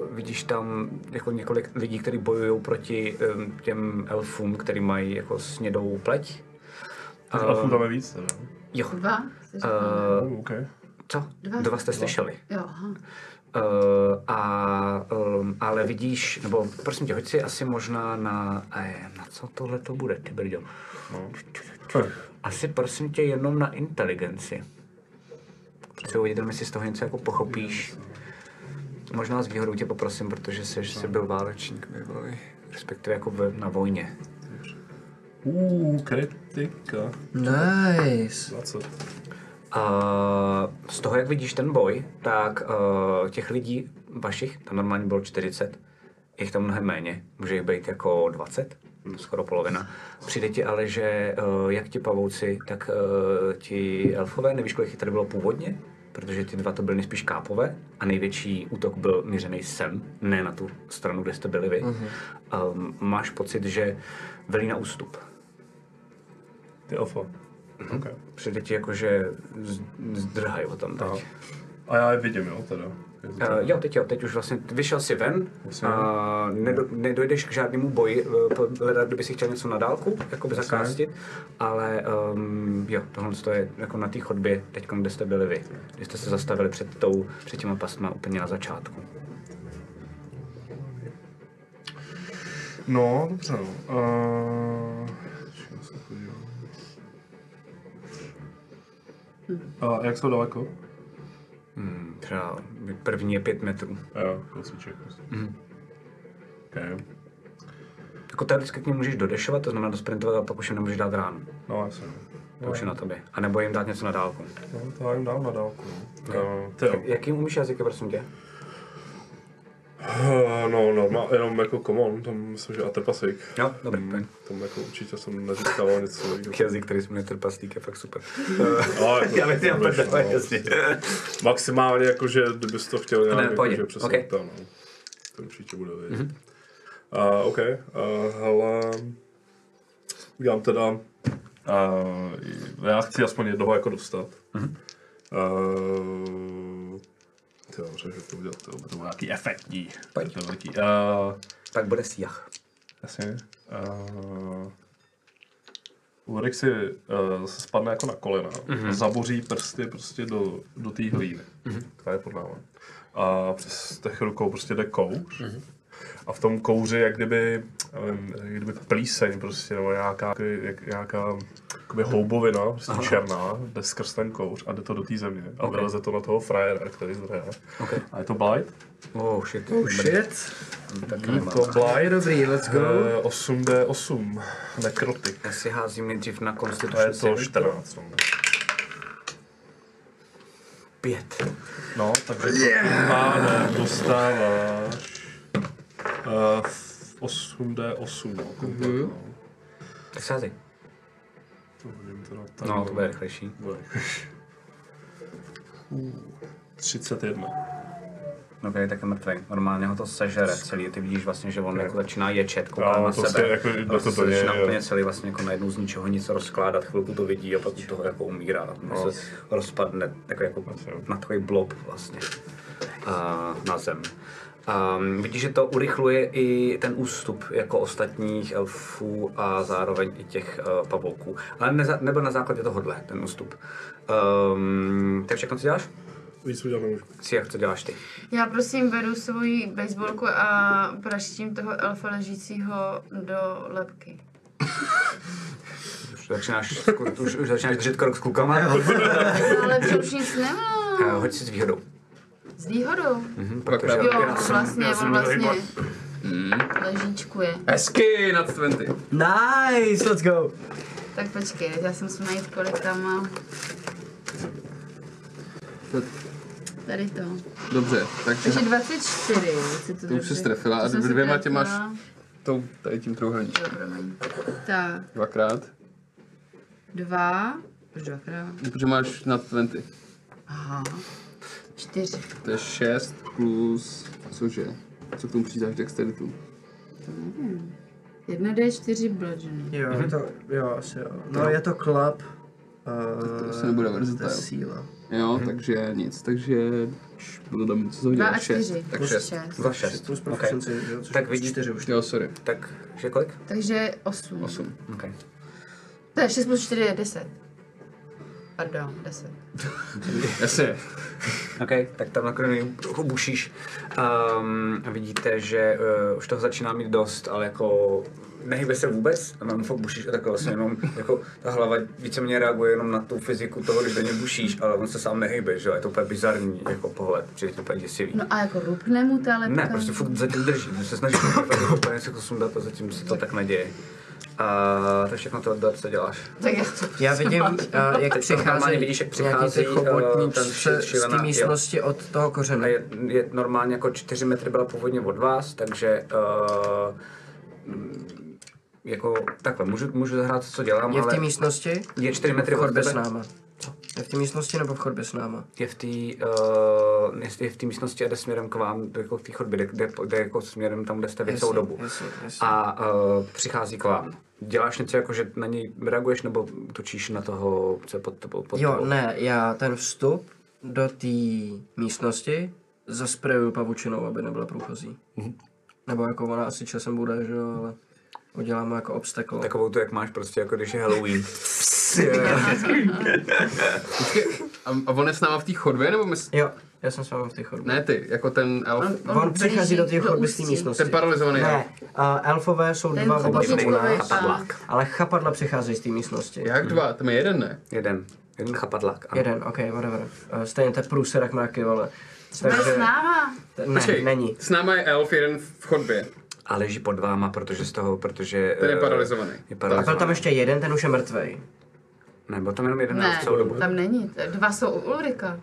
uh, vidíš tam jako několik lidí, kteří bojují proti um, těm elfům, který mají jako snědou pleť. Těch Ehm, elfů tam je víc, teda. Jo. Dva? jsi říkal, ne? Uh, Oh, OK. co? Dva. Dva jste slyšeli. Jo, aha. Uh, a, um, ale vidíš, nebo prosím tě, hoď si asi možná na, eh, na co tohle to bude, ty brďo. Asi prosím tě jenom na inteligenci. Chci uvidět, jenom, jestli z toho něco jako pochopíš. Možná s výhodou tě poprosím, protože jsi, jsi byl válečník, neboli, respektive jako ve, na vojně. Uh, kritika. Nice. 20. A z toho, jak vidíš ten boj, tak uh, těch lidí vašich, tam normálně bylo 40, je jich tam mnohem méně, může jich být jako 20, skoro polovina. Přijde ti ale, že uh, jak ti pavouci, tak uh, ti elfové, nevíš, kolik jich tady bylo původně, protože ty dva to byly nejspíš kápové a největší útok byl měřený sem, ne na tu stranu, kde jste byli vy. Uh-huh. Um, máš pocit, že velí na ústup. Ty elfa. Mhm. OK. Přijde ti jako, že z- zdrhají ho tam teď. Aha. A já je vidím, jo, teda. Je to Uh, tak. jo, teď jo, teď už vlastně vyšel si ven Jasně. a nedo, nedojdeš k žádnému boji, eh, po- leda, kdyby si chtěl něco na dálku, jakoby zakástit, ale um, jo, tohle to je jako na té chodbě, teď, kde jste byli vy, když jste se zastavili před, tou, před těma pastma úplně na začátku. No, dobře, no. Uh, čím se podívám. A jak jsou daleko? Třeba první je pět metrů. Jo, kosíček. Mm. Okay. Jako teoreticky k ním můžeš dodešovat, to znamená dosprintovat a pak už jim nemůžeš dát ránu. No, jasně. To už je na tobě. A nebo jim dát něco na dálku. No, to já jim dám na dálku. No, to jo. Jakým umíš jazyky, prosím tě? Eh, No, normál, jenom jako common, tam myslím, že a trpasík. Jo, dobrý. Mm. Tam jako určitě jsem nezískával nic svého. Jazyk, který jsme trpaslík, je fakt super. No, jako, Já bych to chtěl budeš, prdele, jasně. Maximálně jakože, kdybys to chtěl nějak, pojď, jakože přesně ok. Mhm. tam, no. To určitě bude vědět. Mm-hmm. Uh, OK, uh, hele, udělám teda, uh, já chci aspoň jednoho jako dostat. Mhm. Mm-hmm. Uh, ty jo, že to udělat, to, to bude nějaký efektní. Pojď. To je velký. Uh, Tak bude siach. Jasně. Uh, Ulrik si uh, se spadne jako na kolena, mm-hmm. zaboří prsty prostě do, do té hlíny, mm-hmm. která je pod náma. A přes těch rukou prostě jde kouř. Mm-hmm. A v tom kouři, jak kdyby, nevím, jak kdyby plíseň prostě, nebo nějaká, jak, nějaká jakoby houbovina, prostě Aha. černá, jde skrz ten kouř a jde to do té země. A okay. vyleze to na toho frajera, který zraje. Okay. A je to Blight? Oh shit. Oh shit. Tak Je nemám. to Blight. Je dobrý, let's go. Eh, 8D8, nekrotik. Já si házím nejdřív na A je konstituci. to 14. no. Pět. No, takže yeah. páne, dostáváš uh, 8D8. No, komplet, no. Tak sázej. To hodím teda tam. No, to bude rychlejší. Bude. Uh, 31. No, který je taky mrtvý. Normálně ho to sežere celý. Ty vidíš vlastně, že on jako začíná ječet, kouká Jo, na prostě sebe. jako jde A prostě to do něj, začíná jo. úplně celý vlastně jako najednou z ničeho nic rozkládat. Chvilku to vidí a pak u toho jako umírá. A no. se rozpadne takový jako jo. na takový blob vlastně. A na zem. Um, vidíš, že to urychluje i ten ústup jako ostatních elfů a zároveň i těch uh, pavouků. Ale neza, nebyl na základě tohohle ten ústup. Um, tak všechno, co děláš? Víc udělat nemůžu. Si jak co děláš ty? Já prosím vedu svoji baseballku a praštím toho elfa ležícího do lepky. Už začínáš, sku- už, už začínáš držet krok s klukama. Ale to už nic Eh, nemá. Hoď si s výhodou. Mhm, Mhm, S výhodou. Protože Jo, on vlastně, on vlastně jako Hmm. ležíčkuje. Hezky nad 20. Nice, let's go. Tak počkej, teď já jsem si najít, kolik tam má. Tady to. Dobře, takže Takže 24, jestli to To už dobře- jsi trefila a to jsem si dvěma tě máš- trefila. tou, tady tím trouhelníčkem. Jo, promiň. Tak, Dvakrát. dva, už dvakrát, Protože máš nad 20. aha, čtyři. To je 6 plus... Cože? Co k tomu přidáš dexteritu? Jedna D4 bludgeoning. Jo, Mhm. je to, jo, asi jo. No, je to klap. Uh, to asi nebude verzita, jo. síla. Jo, takže nic. Takže... č- Budu tam co jsem Dva dělal? a 6. čtyři. Tak Plus 6. šest. Za šest. Plus Ok. proficiency, jo, což Tak je vidíš- čtyři už. Jo, sorry. Tak, že kolik? Takže osm. 8. Okay. To je 6 plus 4 je 10. Pardon, 10. Jasně. OK, tak tam nakonec trochu bušíš. Um, a vidíte, že uh, už toho začíná mít dost, ale jako nehybe se vůbec a mám fakt bušíš a takhle vlastně jenom jako ta hlava víceméně reaguje jenom na tu fyziku toho, když do něj bušíš, ale on se sám nehybe, že jo, je to úplně bizarní jako pohled, přijde to úplně děsivý. No a jako rupne mu ta lepka? Ne, prostě furt zatím drží, my se snažíme fakt jako úplně se sundat a zatím se to tak neděje. A to je všechno to, to, co děláš. Tak já to... Já vidím, uh, jak normálně přicházejí vidíš, jak nějaký přichází, ty chobotní eh, ten uh, z šílená, té jo. místnosti od toho kořene. A No, je, je normálně jako 4 metry byla původně od vás, takže uh, jako takhle, můžu, můžu zahrát, co dělám, Je v té ale místnosti? je 4 metry V od chodbě s tebe, náma. Co? Je v té místnosti nebo v chodbě s náma? je v té uh, je v té místnosti a jde směrem k vám, jako v té chodbě, jde, jde, jde, jako směrem tam, kde jste vy celou Jasně, dobu. jasně, jasně. A uh, přichází k vám. Děláš něco jako, že na něj reaguješ, nebo točíš na toho, co je pod tebou? Pod Jo, tebou? ne, já ten vstup do té místnosti zasprejuju pavučinou, aby nebyla průchozí. Mhm. Nebo jako ona asi časem bude, že jo, ale uděláme jako obstakl. Takovou tu, jak máš prostě, jako když je Halloween. A, a on je s náma v té chodbě, nebo my... s- Jo, já jsem s vámi v té chodbě. Ne ty, jako ten elf. On, On drží přichází do té do chodby z té ústí. místnosti. Ten paralizovaný elf. Ne, a elfové jsou Ten dva chobotníkový obočí u nás, pán. ale chapadla přicházejí z té místnosti. Jak dva? Tam je jeden, ne? Jeden. Jeden chapadlák, ano. Jeden, ok, whatever. Eh, Stejně to je průserak mraky, vole. Byl s náma. T- Ne, není. S náma je elf jeden v chodbě. A leží pod váma, protože z toho, protože... Ten je eh, paralizovaný. Je A byl paralizovaný. tam ještě jeden, ten už je mrtvej. Ne, byl tam jenom jeden Ne, ne. celou dobu. tam není. Dva jsou u Ulrika.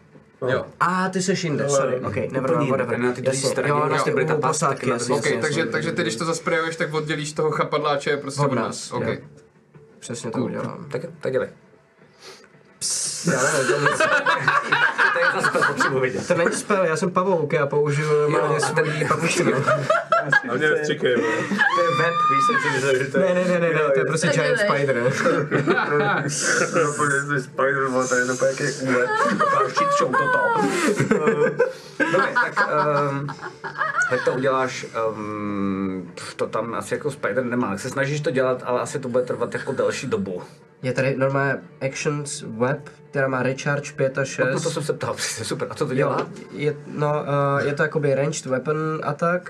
Jo. A ty seš jinde, sorry, ok, never mind, whatever. jinak, na ty druhé Jasně, straně, jo, jak na jste ty byli ta uhu pasta, tak posádky, na jasně, druhé OK, jasně, straně. takže, jasně. takže ty, když to zasprejuješ, tak oddělíš toho chapadláče prostě od nás. jo. OK. Přesně to udělám. Tak, tak dělej. Já nevím, to nic- To je zase to potřebuji vidět. To není spell, já jsem pavouk, já použiju normálně a svoji pavučinu. A mě nestříkej, vole. To je web, víš, jsem si myslel, že to Ne, ne, ne, ne, ne, to je prostě Tak giant dělej. spider. No, protože jsi Spider, vole, tady je to nějaký úlet. Vášit show toto. Eh, Dobře, tak um, tak to uděláš, um, to tam asi jako Spider nemá, tak se snažíš to dělat, ale asi to bude trvat jako delší dobu. Je tady normálně Actions Web, která má recharge 5 a 6. No to jsem se ptal, přesně, super, a co to Jo, dělá? je, no, uh, je to jakoby ranged weapon attack,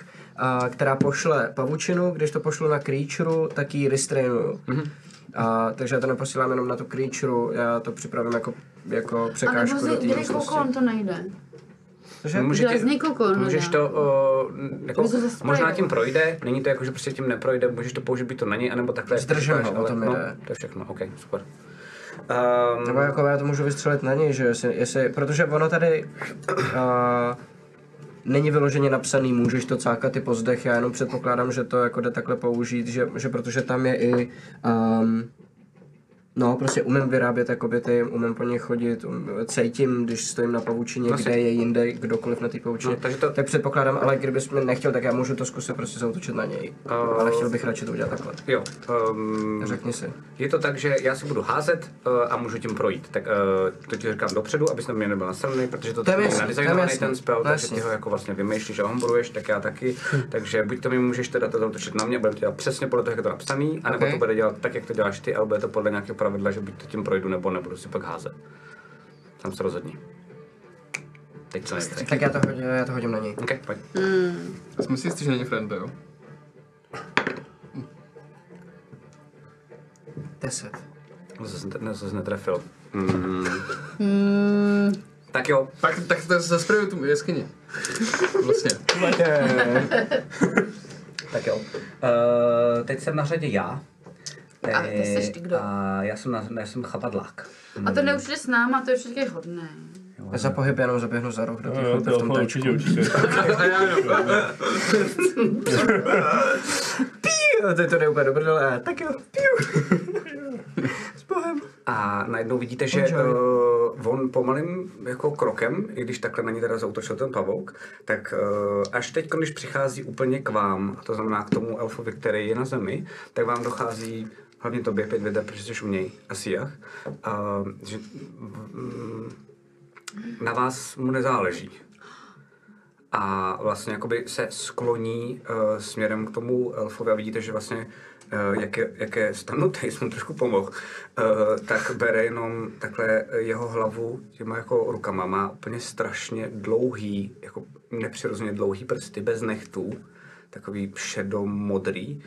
uh, která pošle pavučinu, když to pošlu na creatureu, tak ji restrainuju. Mm-hmm. Uh, takže já to neposílám jenom na tu creatureu, já to připravím jako, jako A nebo překážku do z té Dělej místnosti. kokon, to nejde. Takže Dělej z něj kokon. Můžeš možná. to, uh, jako, My jsme zase možná projeli. tím projde, není to jako, že prostě tím neprojde, můžeš to použít být to na něj, anebo takhle. jak Zdržím říkáš, ho, o tom no, jde. to je všechno, ok, super. Nebo Um, jako já to můžu vystřelit na něj, že jestli, jestli protože ono tady uh, není vyloženě napsaný, můžeš to cákat i pozdech, já jenom předpokládám, že to jako jde takhle použít, že, že protože tam je i, um, no prostě umím vyrábět jakoby ty, umím po nich chodit, um, cítím, když stojím na pavučině, No, kde je jinde, kdokoliv na té pavučině, No, takže to- tak předpokládám, ale kdybys mi nechtěl, tak já můžu to zkusit prostě zautočit na něj, Eh, ale chtěl bych radši to udělat takhle, jo, um, řekni si. Je to tak, že já si budu házet uh, a můžu tím projít. Tak uh, to ti říkám dopředu, abys na mě nebyl nasraný, protože to To je taky jasný, je to je nadizajnovaný jasný, ten spell, to je takže jasný. Hm. ty ho jako vlastně vymýšlíš a hombruješ, tak já taky. takže buď to mi můžeš teda to zautočit na mě, budeme to dělat přesně podle toho, jak je to napsaný, anebo Ok. to bude dělat tak, jak to děláš ty, ale bude to podle nějakého pravidla, že buď to tím projdu, nebo nebudu si pak házet. Tam se rozhodni. Teď co nejde. Tak já to, hodím- já to hodím na něj. Okay, pojď. Hm. Já jsme si jistí, že není friendly, jo? 10. Zase, zase netrefil. Hm. Mm. Tak jo, Tak, tak to zasprejuju tu jeskyni. Vlastně. Tak jo. Uh, teď jsem na řadě já. A ty seš ty kdo? Eh, A já jsem, na, já jsem chapadlák. A to neučili s náma, to je určitě hodné. Já za pohyb jenom zaběhnu za roh do té Jo, chlapy v tom telefon tačku. určitě, určitě. A já jenom. Jo, Teď to jde úplně do prdele, tak jo, piu. S bohem. A najednou vidíte, že Enjoy. uh, on pomalým jako krokem, i když takhle na ní teda zautočil ten pavouk, tak uh, až teď, když přichází úplně k vám, a to znamená k tomu elfovi, který je na zemi, tak vám dochází hlavně tobě pět věda, protože jsi u něj, asi jak, uh, že mm, na vás mu nezáleží. a vlastně jakoby se skloní uh, směrem k tomu elfovi a vidíte, že vlastně uh, jak, je, jak je stanutý, jsem mu trošku pomohl, uh, tak bere jenom takhle jeho hlavu těma jako rukama, má úplně strašně dlouhý, jako nepřirozeně dlouhý prsty bez nechtů, takový šedomodrý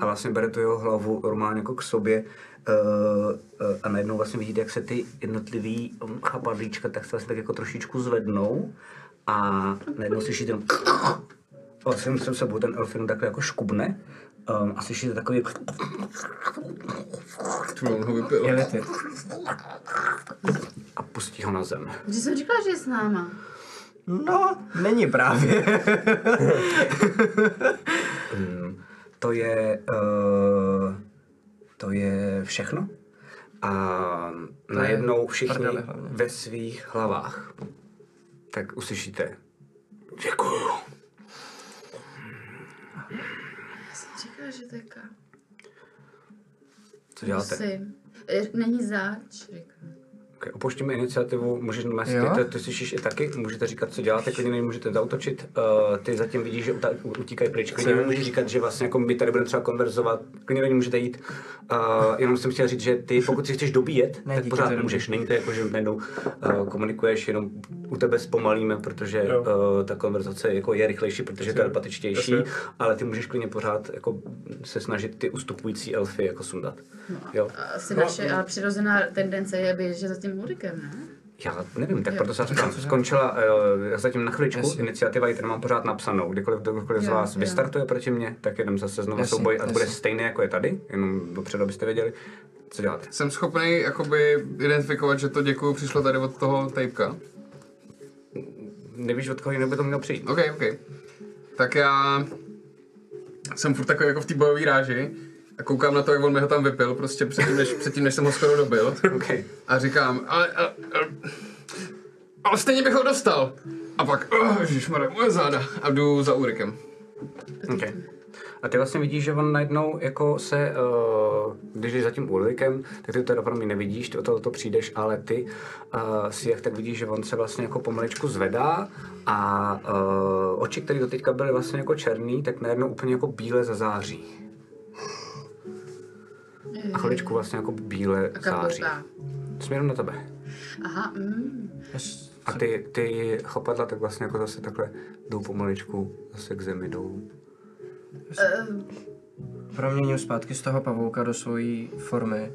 a vlastně bere tu jeho hlavu normálně jako k sobě Uh, a najednou vlastně vidíte, jak se ty jednotlivý mm, chapadlíčka tak se vlastně tak jako trošičku zvednou a najednou slyšíte jenom a jsem se sebou ten elf jenom takhle jako škubne um, a slyšíte takový Tu on ho vypil. Jeli ty. a pustí ho na zem. Když jsem říkala, že je s náma. No, není právě. Mm, To je uh, to je všechno a najednou všichni prdele hlavně. ve svých hlavách tak uslyšíte děkuju. Já jsem říkala, že to je ka. Co děláte? Jsi. Eh, Není záč, říkám. Okay, opuštíme iniciativu, můžeš Jo? ty, ty, ty slyšíš i taky, můžete říkat, co děláte, klidně na ně můžete zautočit. Uh, ty zatím vidíš, že uta, utíkají pryč, klidně mi můžeš říkat, že vlastně jako my tady budeme třeba konverzovat, klidně na ně můžete jít. Uh, jenom jsem chtěl říct, že ty, pokud si chceš dobíjet, Ne, ne, tak díky, pořád to je dobrý. můžeš. Není to jako, že najednou uh, komunikuješ, jenom u tebe zpomalíme, protože uh, ta konverzace jako je rychlejší, protože je telepatičtější, ale ty můžeš klidně pořád jako se snažit ty ustupující elfy jako sundat. Jo? Asi naše ale přirozená tendence je, aby, že zatím tím Ulrikem, ne? Já nevím, tak proto jsem aspoň skončila uh, zatím na chviličku Jasně. iniciativa, ji tady mám pořád napsanou. Kdykoliv kdokoliv z Jo, vás jo. vystartuje proti mně, tak jenom zase znovu Jasně, souboj a bude jasně. stejný jako je tady, jenom dopředu, abyste věděli, co děláte. Jsem schopný jakoby identifikovat, že to děkuju přišlo tady od toho tapeka. Nevíš, od koho jiného by to mělo přijít. OK, OK. Tak já jsem furt takový jako v té bojové ráži a koukám na to, jak on mi ho tam vypil, prostě předtím, než, předtím, než jsem ho skoro dobil. Okay. A říkám, ale, ale, ale, ale stejně bych ho dostal. A pak, oh, ježišmarja, moje záda. A jdu za Urikem. Okay. A ty vlastně vidíš, že on najednou jako se, uh, když jdeš za tím Ulrikem, tak ty to opravdu nevidíš, ty o to, to přijdeš, ale ty uh, si jak tak vidíš, že on se vlastně jako pomaličku zvedá a uh, oči, které do teďka byly vlastně jako černý, tak najednou úplně jako bíle zazáří. A chviličku vlastně jako bíle A září. kapurka. Směrem na tebe. Aha, mm. A ty, ty chopadla tak vlastně jako zase takhle jdou pomaličku zase k zemi dolů. Proměním zpátky z toho pavouka do svojí formy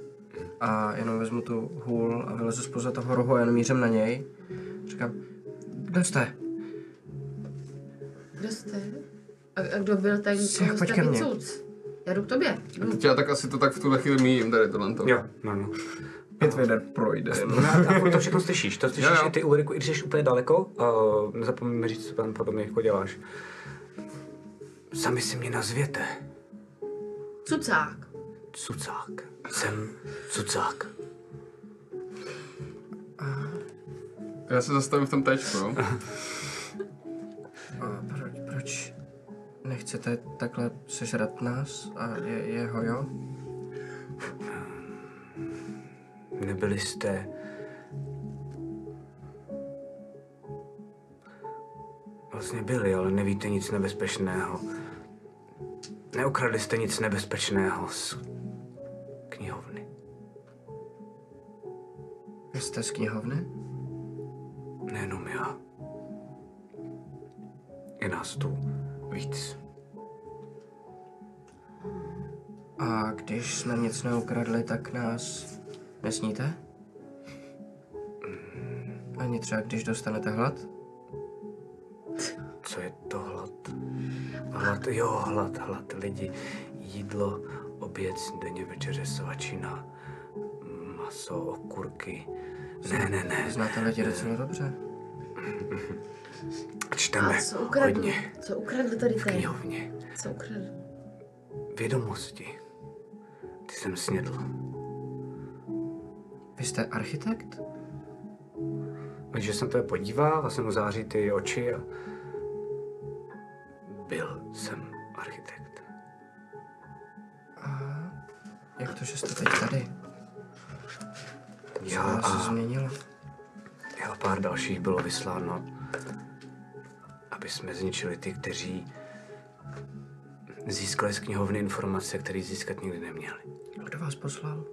a jenom vezmu tu hůl a vylezu spoza toho rohu a jenom mířím na něj. Říkám, kdo jste? Kdo jste? A, a kdo byl ten, Sech, co jste pojď ke mně. cuc? Já jdu k tobě. Jdu. Já tak asi to tak v tuhle chvíli míjím tady tohle. to. Jo, no, no. Pět věder projde. No a, a furt to všechno slyšíš, to slyšíš Jo, jo. i ty Ulriku, i když jsi úplně daleko, uh, nezapomeň mi říct, co tam potom jako děláš. Sami si mě nazvěte. Cucák. Cucák. Jsem Cucák. Já se zastavím v tom tečku, no. jo. A proč, proč nechcete takhle sežrat nás a je, jeho jo? Nebyli jste... Vlastně byli, ale nevíte nic nebezpečného. Neukradli jste nic nebezpečného z knihovny. Vy jste z knihovny? Nejenom já. Je nás tu víc. A když jsme nic neukradli, tak nás nesníte? Hmm, Ani třeba když dostanete hlad? Co je to hlad? Hlad, jo, hlad, hlad lidi. Jídlo, oběd, denně večeře, svačina, maso, okurky. Ne, ne, ne, Znáte lidi docela dobře. čteme A co ukradli? hodně Co ukradli tady v ten? knihovně. Co ukradli? Vědomosti. Ty jsem snědl. Vy jste architekt? Takže jsem to podívá, vlastně mu září ty oči a... Byl jsem architekt. Jak to, že jste teď tady? Já Co se a změnilo? jeho pár dalších bylo vysláno, aby jsme zničili ty, kteří získali z knihovny informace, které získat nikdy neměli. Kdo vás poslal?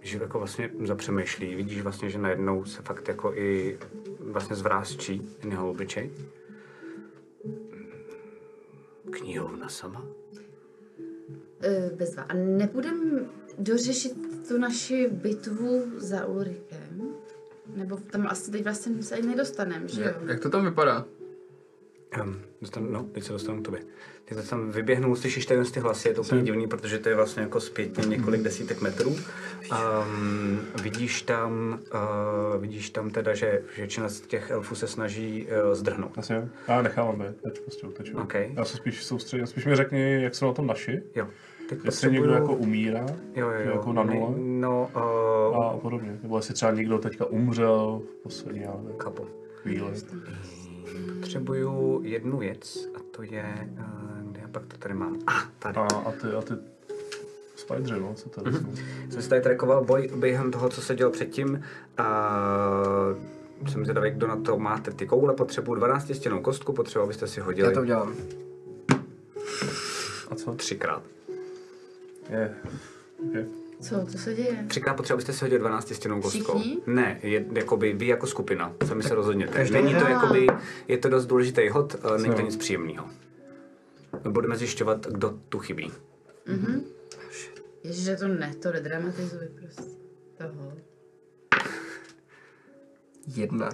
Že jako vlastně zapřemýšlí, vidíš vlastně, že najednou se fakt jako i vlastně zvrázčí ten jeho obličej. Knihovna sama? Eh, Bezva. A nebudem dořešit tu naši bitvu za Ulrikem? Nebo tam asi teď vlastně se ani nedostaneme, že jo? Jak, jak to tam vypadá? Um, dostan, no, teď se dostanu k tobě. Ty to tam vyběhnul, slyšíš tady ty hlasy, je to úplně divný, protože to je vlastně jako zpětně několik desítek metrů. Um, vidíš tam, uh, vidíš tam teda, že většina z těch elfů se snaží uh, zdrhnout. Asi jo. Já nechávám být, teď prostě uteču. OK. Já se spíš soustředím, spíš mi řekni, jak jsou na tom naši. Jo. Teď Jestli někdo jako umírá, jo, jo, jo. jako na nule No, uh, a podobně. Nebo jestli třeba někdo teďka umřel v poslední já nevím, kapo. chvíli. Potřebuju jednu věc a to je, uh, kde já pak to tady mám? A, ah, tady. A, a ty, a ty Spideři, no, co tady Mhm. jsou. jsem si tady trackoval boj během toho, co se dělo předtím. A jsem zvědavý, kdo na to máte ty koule. Potřebuju 12 stěnou kostku, potřebuji, abyste si hodili Já to udělám. A co? třikrát. Je. Okay. Co, co se děje? Třikrát potřebuji, abyste si hodili 12 stěnou kostkou. Všichni? Ne, je, jakoby vy jako skupina, sami se rozhodněte. každý No. Není to jeden? jakoby, je to dost důležitý hod, eh, není to Jo. nic příjemného. Budeme zjišťovat, kdo tu chybí. Ježiš, to ne, to nedramatizuj prostě. toho. Jedna.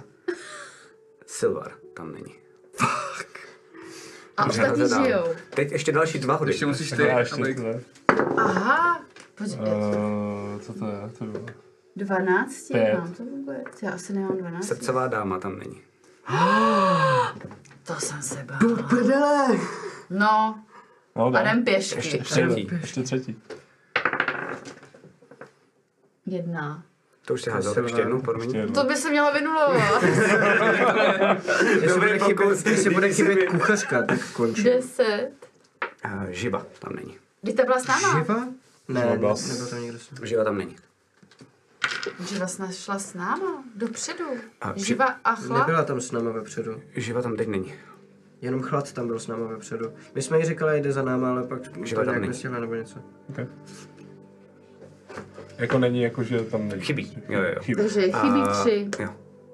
Silvar tam není. A ostatní Zadám. žijou. Teď ještě další dva hody. Ještě musíš No ty, a ještě aby... tohle. Aha, počkej, Eh, co to je? To bylo. 12? Pět. Mám to vůbec? Já asi nemám 12. Srdcová dáma tam není. To jsem se bál. No, No, a dám. jdem pěšky. Třetí. Ještě třetí. Jedna. To už si házel, tak ještě jednou, prostě- promiň. To by se mělo vynulovat. Jestli bude Dobrý pokus. chybět, jestli bude Díky si chybět mi. kuchařka, tak končí. Deset. Eh, Živa tam není. Když ta byla s náma. Živa? Ne, ne, Žaba. nebyl tam někdo s ním. Živa tam není. Živa sna- šla s náma. Dopředu. A při- Živa a chlap. Nebyla tam s náma vepředu. Živa tam teď není. Jenom chlad tam byl s náma vepředu. My jsme jí říkali, jde za náma, ale pak Živa tam to nějak není. nestihla nebo něco. Okay. Jako není, jako že tam není. prostě- Chybí. Jo, jo, jo. Chybí. Takže chybí tři. Jo.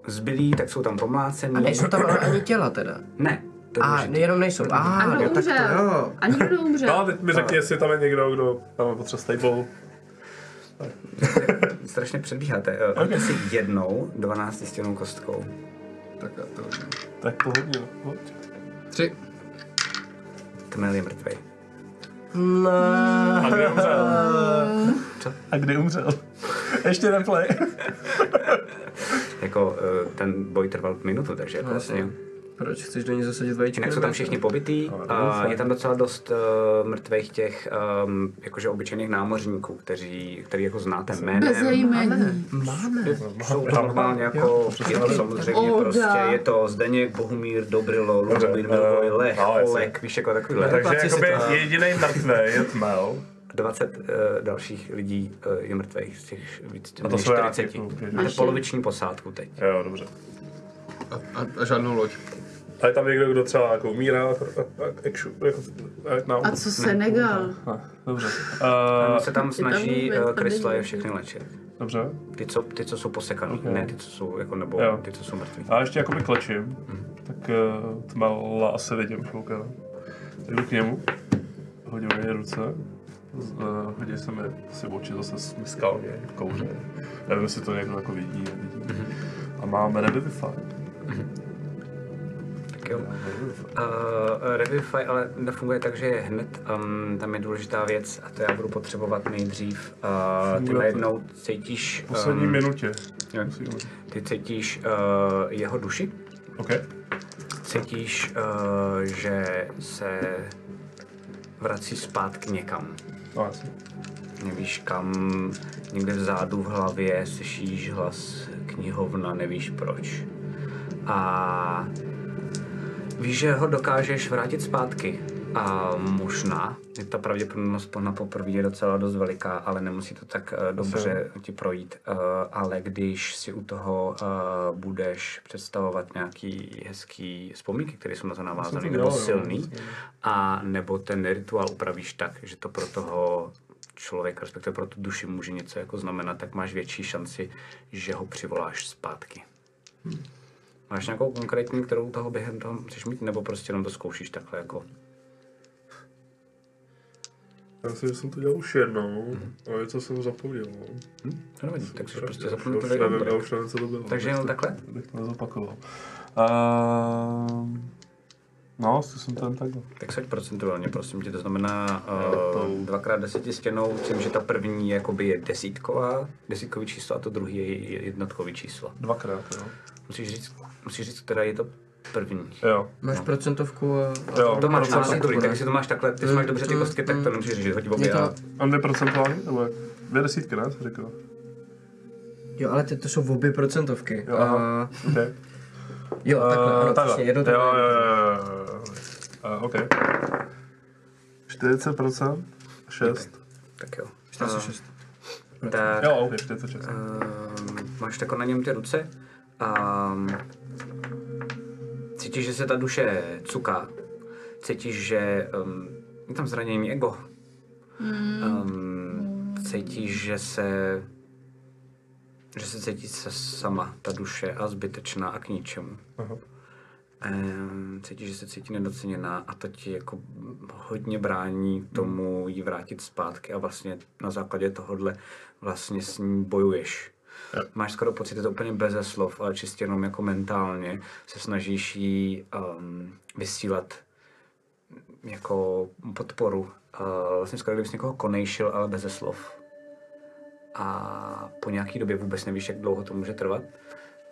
Zbylí, tak jsou tam pomlácení. A nejsou tam ale ani těla teda. Ne. To je A důležitý. jenom nejsou. A A, kdo jo, tak to umřel? jo. A nikdo No neumřel. a teď mi řekni, jestli tam je někdo, kdo tam potřeba stable. Strašně předbíháte. Eh, Hoďte si jednou 12 stěnou kostkou. Tak a to... Tak to hodně. no. Hoď. Tři. Tmel je mrtvej. A kdy umřel? A kdy umřel? Ještě jeden play. Jako eh, ten boj trval minutu, takže jako vlastně. Proč chceš do ní zasadit vajíčko? Jinak jsou nebo tam něco? všichni pobytý a je tam docela dost uh, mrtvých těch um, jakože obyčejných námořníků, kteří, který jako znáte Bez její jménem. jméní. Jsou to normálně jako všichni samozřejmě Oda. prostě. Je to Zdeněk, Bohumír, Dobrilo, Dobře, Lubin, Milboj, eh, Lech, no, jasně. Olek, víš jako takovýhle. Takže jakoby jediný mrtvý je tmel. 20 uh, dalších lidí uh, je mrtvých z těch víc A No, to než jsou já jako- 40. typu, že- Máte poloviční posádku teď. Jo, dobře. A, a, a žádnou loď. A je tam někdo, kdo třeba jako umírá, jako, jako, jako, A co Senegal? Dobře. Oni Uh, se tam snaží vůbec eh, tady krysla je není. všechny léčit. dobře. Ty, co, ty, co jsou posekaný, Ok. ne ty, co jsou jako, nebo Jo. ty, co jsou mrtví. A ještě jakoby klečím, tak uh, tmela asi vidím chvilka. no. Jdu k němu, hodím mi ruce, z- eh, hodí se mi asi oči zase smiskalně, kouře. Nevím, jestli to někdo jako vidí, nevidí. Mhm. A máme revivify. Tak jo. Uh, Revivify ale nefunguje tak, že je hned. Um, tam je důležitá věc a to já budu potřebovat nejdřív. Uh, ty Funguje to. najednou cítíš, V poslední ehm, minutě. jo. Musíme. ty cítíš uh, jeho duši. OK. Cítíš, uh, že se vrací zpátky někam. No, jasně. Nevíš kam, někde vzadu v hlavě slyšíš hlas knihovna, nevíš proč. A víš, že ho dokážeš vrátit zpátky. A možná, je ta pravděpodobnost na poprvé je docela dost veliká, ale nemusí to tak eh, dobře ti projít. Eh, Ale když si u toho eh, budeš představovat nějaký hezký vzpomínky, které jsou na to navázané, nebo dělal, jo, silný, a nebo ten rituál upravíš tak, že to pro toho člověka, respektive pro tu duši může něco jako znamenat, tak máš větší šanci, že ho přivoláš zpátky. Máš nějakou konkrétní, kterou toho během toho chceš mít, nebo prostě jenom to zkoušíš takhle jako? Já myslím, že jsem to dělal už jednou, ale něco jsem zapomněl. no. Mhm. To nevadí, tak jsi prostě Já zapomněl už nevím, no. já to už nevím, co to bylo. Takže jenom takhle? Bych to nezopakoval. Ehm, no, zkusím ten takhle. Tak seď procentuálně, prosím tě, to znamená to- uh, dvakrát deseti stěnou, tím, že ta první jakoby je desítková, desítkový číslo a to druhý je jednotkový číslo. Dvakrát, jo. Musíš říct, musíš říct, která je to první. Jo. Máš procentovku a... a Jo. To máš Procent- na druhý, tak jestli to máš takhle, ty máš dobře ty kostky, tak to nemůžeš říct, hodí obě. Je to- a- A dvě procentuální? Nebo jak? Dvě desítky, ne? Jsi říkal. Jo, ale ty to jsou obě procentovky. Jo, aha. Okay. jo takhle, ano, přesně, jedno to jo, jo, jo, jo, jo. Uh, OK. 40%? 6? Tak jo. 46. Tak, Jo, OK, 46. Eh. Ehm, máš takhle na něm ty ruce a cítíš, že se ta duše cuká. Cítíš, že um, je tam zranění ego. Um, cítíš, že se že se cítí se sama ta duše a zbytečná a k ničemu. Ehm, cítí, že se cítí nedoceněná a to ti jako hodně brání tomu ji vrátit zpátky a vlastně na základě tohohle vlastně s ní bojuješ. Máš skoro pocit, je to úplně beze slov, ale čistě jenom jako mentálně se snažíš jí um, vysílat jako podporu. Uh, vlastně skoro kdybys někoho konejšil, ale beze slov. A po nějaký době vůbec nevíš, jak dlouho to může trvat.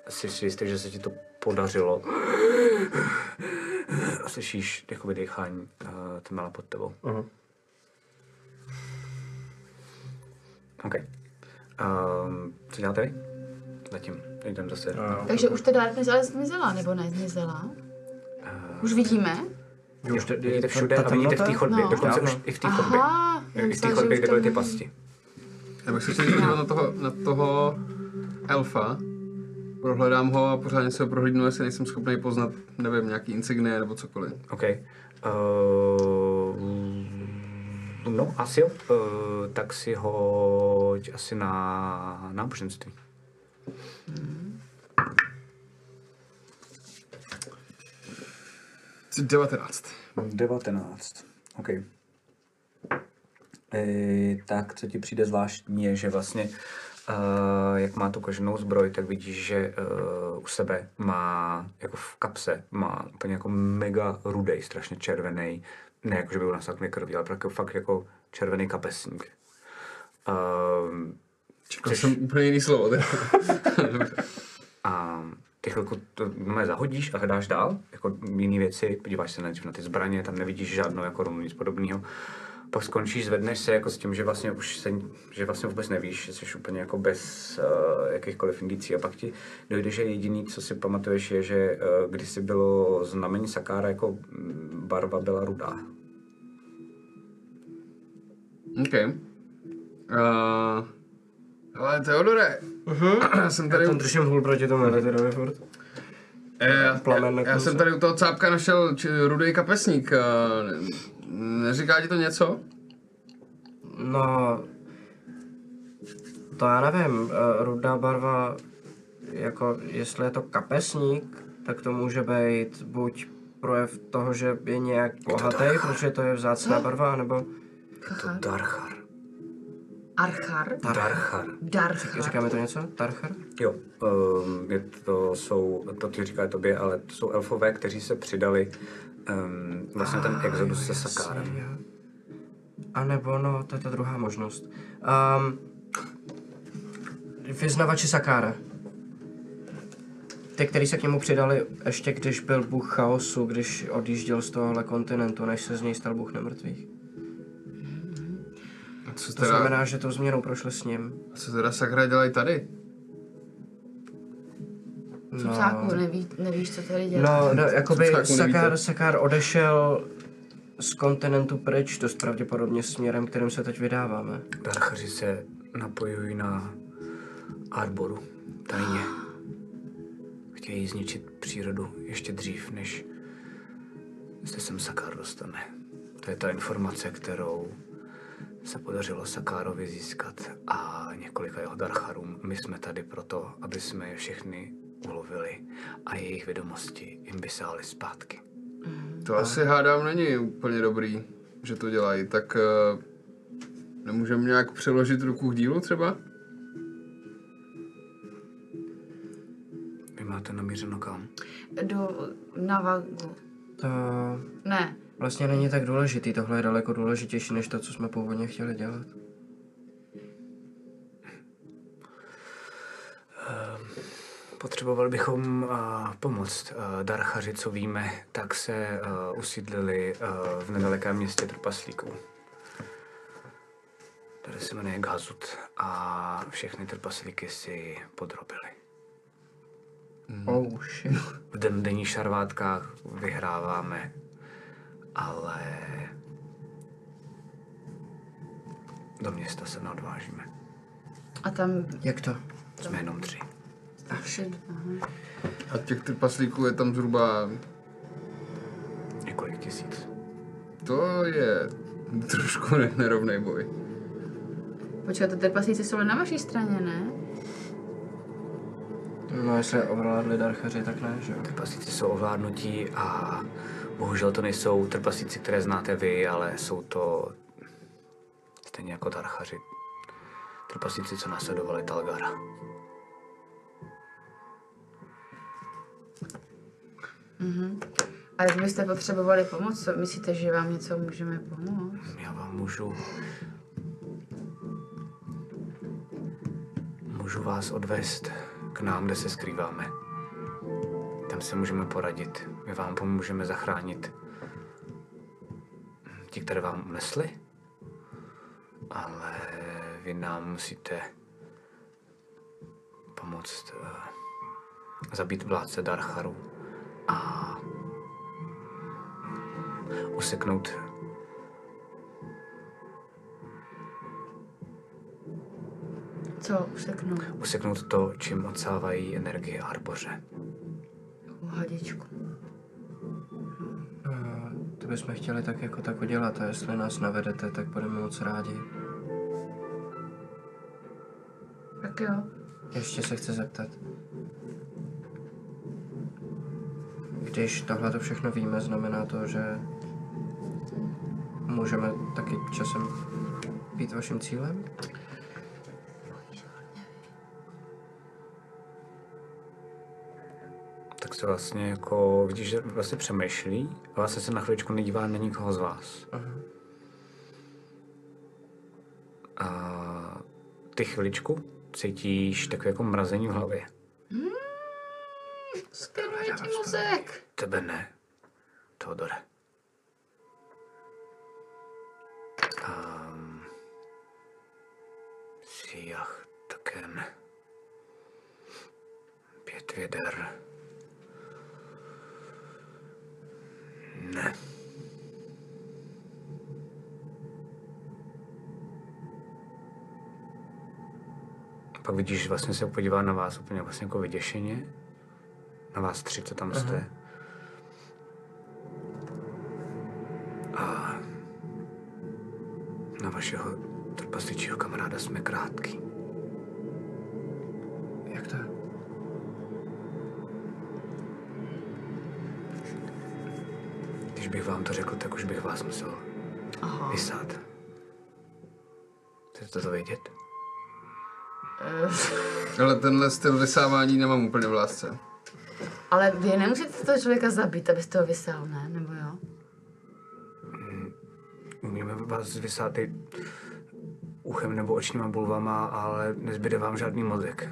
Jsi si jistý, že se ti to podařilo. A slyšíš jakoby dechání uh, tmela pod tebou. Aha. OK. Um, co děláte vy? Zatím. Jdem zase. A- Takže už ta Darkness ale zmizela, nebo ne zmizela? Už vidíte? Už to, vidíte všude ta a vidíte v té temnota? chodbě. No. Dokonce Dávno. už i v té chodbě. Aha, já I v té myslela, že chodbě, už kde tam byly ty není. pasti. Já bych se chtěl podívat na toho, na toho elfa. Prohledám ho a pořádně se ho prohlídnu, jestli nejsem schopný poznat, nevím, nějaký insignie nebo cokoliv. OK. Uh, no, asi jo. Uh, tak si hoď asi na náboženství. Jsi 19. 19. OK. E, tak, co ti přijde zvláštní, je, že vlastně, uh, jak má tu koženou zbroj, tak vidíš, že uh, u sebe má, jako v kapse, má úplně jako mega rudej, strašně červený, ne jako, že by byl nasaklý krví, ale jako fakt jako červený kapesník. Ehm, To Jako jsem úplně jiný slovo. teda. a ty chvilku to normálně zahodíš a hledáš dál, jako jiné věci, podíváš se nejdřív na ty zbraně, tam nevidíš žádnou jako runu, nic podobného. Pak skončíš, zvedneš se jako s tím, že vlastně už se, že vlastně vůbec nevíš, že jsi úplně jako bez uh, jakýchkoliv indicí a pak ti dojde, že jediný, co si pamatuješ, je, že uh, kdysi bylo znamení Sakára jako mm, barva byla rudá. OK. Uh, ale Teodore, já jsem Mhm. tady, Já u, tam držím hůl proti tomu Eliterovi furt. eh, já, plamen na já, já jsem kuse. tady u toho cápka našel či, rudý kapesník. Uh, neříká ti to něco? No, to já nevím, eh, rudá barva, jako jestli je to kapesník, tak to může být buď projev toho, že je nějak bohatý, protože to je vzácná barva, nebo Kachar. Darchar. Archar? Darchar. Darchar. říkáme to něco? Tarcher? Jo, um, je to jsou, to ti říká tobě, ale to jsou elfové, kteří se přidali um, vlastně ten exodus se Sakárem. A nebo no, to je ta druhá možnost. Um, vyznavači Sakára. Ty, kteří se k němu přidali ještě když byl Bůh chaosu, když odjížděl z tohohle kontinentu, než se z něj stal Bůh nemrtvých. Co To znamená, že tou změnou prošli s ním. co teda sakra dělají tady? Cupcáku, neví, nevíš, co tady dělá. No, no jakoby Cupcáku nevíte. Sakár, Sakár odešel z kontinentu pryč, dost pravděpodobně směrem, kterým se teď vydáváme. Darchaři se napojují na Arboru, tajně. Chtějí zničit přírodu ještě dřív, než se sem Sakár dostane. To je ta informace, kterou se podařilo Sakárovi získat a několika jeho darcharům. My jsme tady proto, aby jsme je všechny ulovili a jejich vědomosti jim vysáli zpátky. To asi hádám není úplně dobrý, že to dělají, tak uh, nemůžeme nějak přeložit ruku k dílu třeba? Vy máte namířeno kam? Do Navagu. To Ne, Vlastně není tak důležitý, tohle je daleko důležitější než to, co jsme původně chtěli dělat. Potřebovali bychom uh, pomoc. Uh, darchaři, co víme, tak se uh, usídlili uh, v nedalekém městě trpaslíků. Tady se jmenuje Gazut a všechny trpaslíky si podrobili. Oh shit. V den denní šarvátkách vyhráváme, ale do města se neodvážíme. a tam Jak to? Jsme jenom tři. tři. Aha. A těch trpaslíků je tam zhruba, Několik tisíc. to je trošku ne- nerovnej boj. Počkat, ty trpaslíci jsou ale na vaší straně, ne? No, jestli je ovládli darchaři, tak ne, že jo. Trpaslíci jsou ovládnutí a bohužel to nejsou trpaslíci, které znáte vy, ale jsou to stejně jako tarchaři. Trpaslíci, co následovali Talgara. A kdybyste potřebovali pomoc, co myslíte, že vám něco můžeme pomoct? Já vám můžu... Můžu vás odvést k nám, kde se skrýváme. Tam se můžeme poradit. My vám pomůžeme zachránit ti, které vám unesli. Ale vy nám musíte pomoct eh, zabít vládce Darcharu a useknout Co useknu? useknout to, čím odsávají energie arboře. Hadičku. To bychom chtěli tak jako tak udělat a jestli nás navedete, tak budeme moc rádi. Tak jo. Ještě se chci zeptat. Když tohle to všechno víme, znamená to, že můžeme taky časem být vaším cílem? Tak se vlastně jako, vidíš, že vlastně přemýšlí a vlastně se na chviličku nedívá na nikoho z vás. A ty chviličku cítíš takové jako mrazení v hlavě. Skenuje ti mozek. Tebe ne, Teodore. Um, Siach také ne. Pět věder. Ne. Pak vidíš, vlastně se podívá na vás úplně vlastně jako vyděšeně. Na vás tři, co tam jste. A na vašeho trpasličího kamaráda jsme krátký. Jak to? Když bych vám to řekl, tak už bych vás musel Aha. vysát. Chcete to vědět? Ale tenhle styl vysávání nemám úplně v lásce. Ale vy nemůžete toho člověka zabít, abyste ho vysel, ne? Nebo jo? Umíme vás vysát i uchem nebo očníma bulvama, ale nezbyde vám žádný mozek.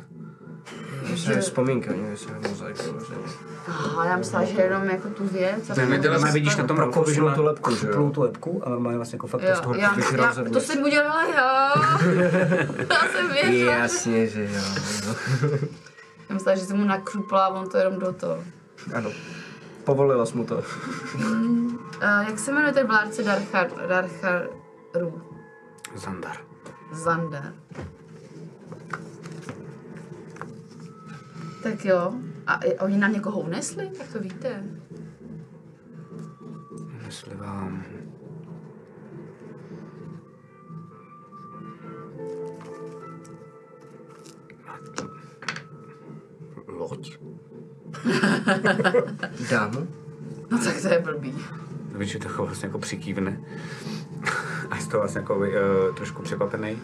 To je vzpomínka, nevím, jestli je mozaik samozřejmě. Aha, já myslela, že jenom jako tu věc. Ne, Normálně vidíš na tom tam rokovi, že kousnul má tu lepku, že jo? kousnul tu lepku a normálně vlastně jako fakt to z Jo, toho já, vyžral já, ze to vůz. jsem udělala já. já jsem věděla. Jasně, že jo. Já myslela, že jsem mu nakrupla a on to jenom do toho. Ano. Povolila jsi mu to. Uh, jak se jmenuje ten vládce Darchar, Darcharu? Zandar. Zander. Tak jo. A i- oni nám někoho unesli? Tak to víte. Jestli vám... Loď? Dám mu? No tak to je blbý. Víš, že to jako vlastně jako přikývne. A je z toho vlastně jako uh, trošku překvapený.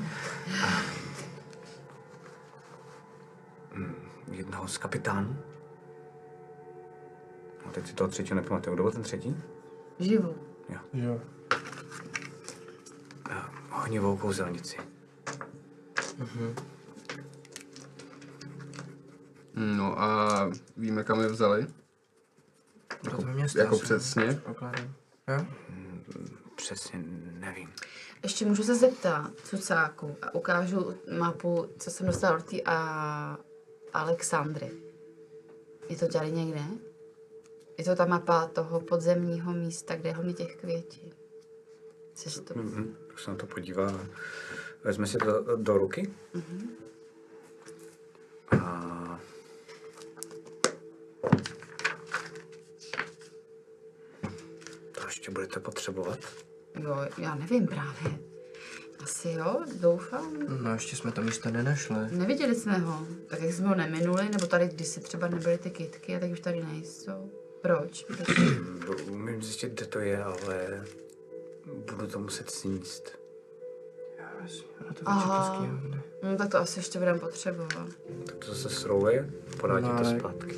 A... Mm, Jednoho z kapitánů. No, teď si toho třetího nepamatuju. Kdo byl ten třetí? Živu. Jo. Ohnivou kouzelnici. No a víme, kam je vzali? Jako, to mě Jako přesně? Pokládám. Přesně nevím. Ještě můžu se zeptat cucáku a ukážu mapu, co jsem dostala od té a Alexandry. Je to tady někde? Je to ta mapa toho podzemního místa, kde je hodně těch květin. Chceš to? Mhm, tak se na to podívá. Vezme si to do ruky. A... To ještě budete potřebovat. Jo, já nevím právě. Asi asi jo, doufám. No, ještě jsme to místo nenašli. Neviděli jsme ho. Tak jak jsme ho neminuli, nebo tady kdysi třeba nebyly ty kytky a tak už tady nejsou. Proč? Proč? Umím zjistit, kde to je, ale budu to muset sníst. Aha. No, tak to asi ještě budeme potřebovat. Tak to zase srouje, podátí to zpátky.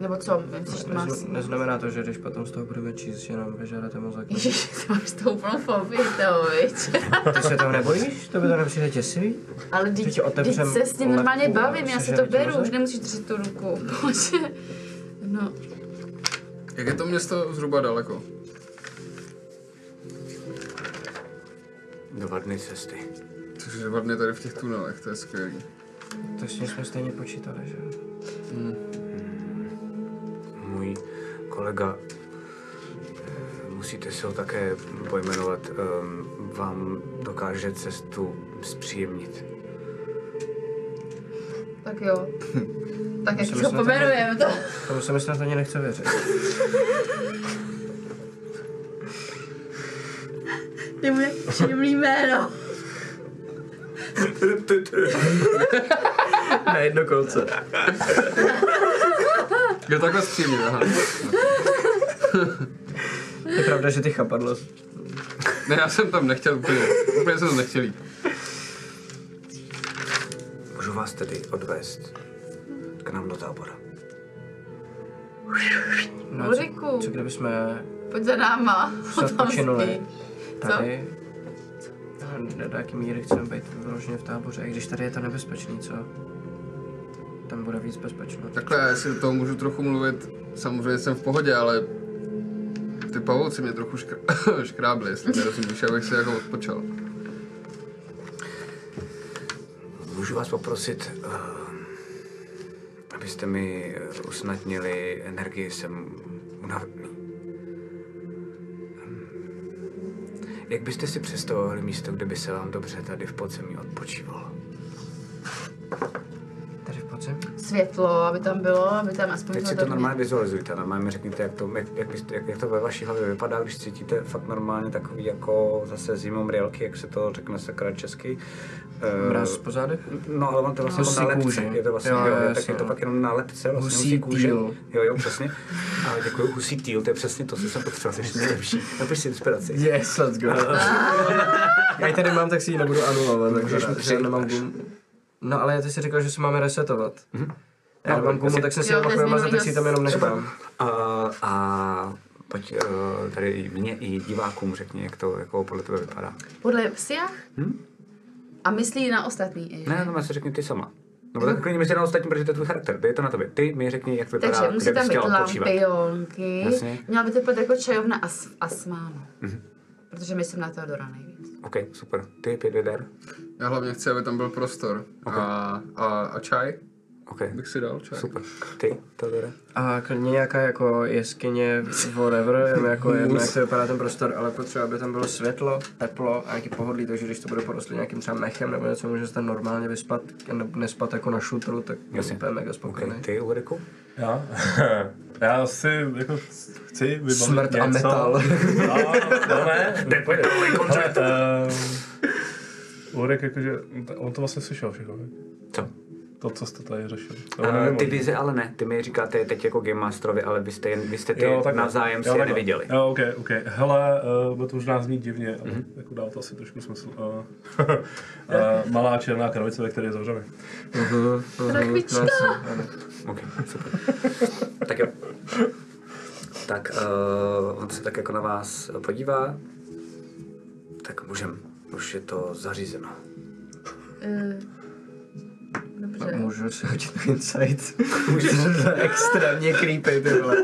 Nebo co? Vím si, že to má Nezna- Neznamená to, že když potom z toho budeme číst, že nám vyžádáte mozek. Ježiš, to máš to úplnou fobii, toho, viď? Ty se toho nebojíš? To by to nepřijde děsivý? Ale Teď teď, ti otevřem teď se s tím lepku normálně a bavím, já si sežere to ti beru, mozek? už nemusíš držet tu ruku. Bože. No, Jak je to město zhruba daleko? Dva dny cesty. Což je vadně tady v těch tunelech, to je skvělý. To s tím jsme stejně počítali, že jo? Můj kolega, eh, musíte se ho také pojmenovat, ehm, vám dokáže cestu zpříjemnit. tak jo. Tak jak si si ho myslím, že- pomenujeme, to... Tomu se mi snad ani nechce věřit. Ty mu je příjemný jméno. Na jedno kolce. Je takhle střímně, aha. Je pravda, že ty chapadlo. Ne, já jsem tam nechtěl úplně, úplně jsem to nechtěl jít. Můžu vás tedy odvést k nám do tábora. No, co, Ulriku, co kdybychom pojď za náma. snad Tam počinuli spí. tady? No, do jaký míry chceme být vyloženě v táboře, i když tady je to nebezpečný, co? Tam bude víc bezpečno. Takhle, já si do toho můžu trochu mluvit, samozřejmě jsem v pohodě, ale ty pavouci mě trochu škr- škrábly, jestli nerozumíš, abych se jako odpočal. Můžu vás poprosit, eh, abyste mi eh, usnadnili energii, jsem unavený. Hm. Jak byste si představovali místo, kde by se vám dobře tady v podzemí odpočívalo? Tady v podzemí? Světlo, aby tam bylo, aby tam aspoň Teď bylo si to dobrý. normálně vizualizujte, normálně mi řekněte, jak to, jak, jak, byste, jak, jak to ve vaší hlavě vypadá, když cítíte fakt normálně takový jako zase zimou mrělky, jak se to řekne sakra česky. Eh, Mráz po zádech? No, ale on to je vlastně Husí jako na lepce. kůži. Je to vlastně, jo, Jo, jo, jasně, tak je to no. pak jenom na lepce, vlastně Husí husí, kůže. týl. Jo, jo, přesně. A děkuji, husí týl, to je přesně to, co jsem potřeboval, to je ještě nejlepší. Napiš si inspiraci. Yes, let's go. já ji tady mám, tak si ji nebudu anulovat. Můžeš Takže mi já- já přijít, nemám až. gum. No ale ty jsi říkal, že se máme resetovat. Já No, nemám gumu, asi- tak jsem si Jo, ji to je opakuju, mazat, tak si ji tam jenom změnil nechám. A, a pojď eh, tady i mně i divákům řekni, jak to jako podle tebe vypadá. Podle psiach? A myslí na ostatní i. Hm? Ne, no, já si řekni ty sama. Nebo tak klidně mi se na ostatní, protože to je tvůj charakter, to je to na tobě. Ty mi řekni, jak to vypadá, Takže musí kde tam bys být chtěla odpočívat. lampionky. Jasně. Mhm. Měla by to být jako čajovna as, Asmána. Protože myslím na Teodora nejvíc. Ok, super. Ty, pět lider. Já hlavně chci, aby tam byl prostor. A, a, a čaj? Ok, Bych si dal čaj. super. Ty, to teda. A klidně nějaká jako jeskyně, whatever, jen jako jedno, jak to vypadá ten prostor, ale potřeba, aby tam bylo světlo, teplo a nějaký pohodlí, takže když to bude porostlé nějakým třeba mechem nebo něco, může se tam normálně vyspat, ne- nespat jako na šutru, tak Jasně. Jasně. úplně mega spokojený. Okay. Ty, Ulriku? Já? Já si jako chci vybavit Smrt něco. a metal. No, no ne. Depetalový koncert. eh, Urek, jakože, on to vlastně slyšel všechno. ne? Co? To, co jste tady řešili. To A, nevím, Eh, ty on- vize ale ne, ty mi říkáte teď jako Game Masterovi, ale vy jste, jen, vy jste ty Jo, jo, takhle. navzájem si je takhle. neviděli. Jo, ok, ok. Hele, uh, bude to možná znít divně, ale Mhm. mm-hmm. jako dá to asi trošku smysl. Uh, uh, malá černá kravice, ve které je zavřeme. Mhm, Rachvička! no, Ok, super. tak jo. Tak uh, on se tak jako na vás podívá. Tak můžem. Už je to zařízeno. Eh, Dobře. Můžu si hodit insight. Můžeš to je extrémně creepy, ty vole.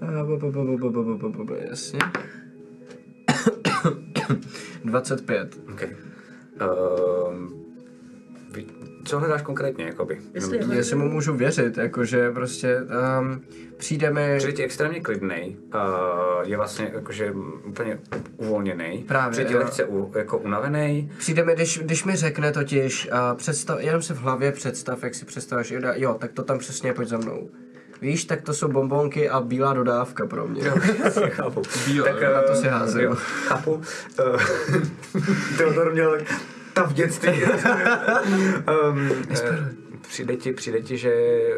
A bu- bu- bu- bu- bu- bu- bu- bu- bu- bu- Jasně. 25. Ok. Uh, co hledáš konkrétně, jakoby? Jenom- Jestli- Jestli mu můžu věřit, jakože prostě um, přijde mi... Přijde ti extrémně klidný, uh, je vlastně jakože úplně uvolněný. Právě, Přijde ti jo. lehce u, jako unavený. Přijde mi, když, když mi řekne totiž, a představ, jenom si v hlavě představ, jak si představíš, jo, da- jo, tak to tam přesně pojď za mnou. Víš, tak to jsou bombonky a bílá dodávka pro mě. Chápu. Bílá, tak, jo, na to eh, si házím. jo, Chápu. Eh, Teodor měl ta v dětství. um, přijde, ti, přijde ti, že eh,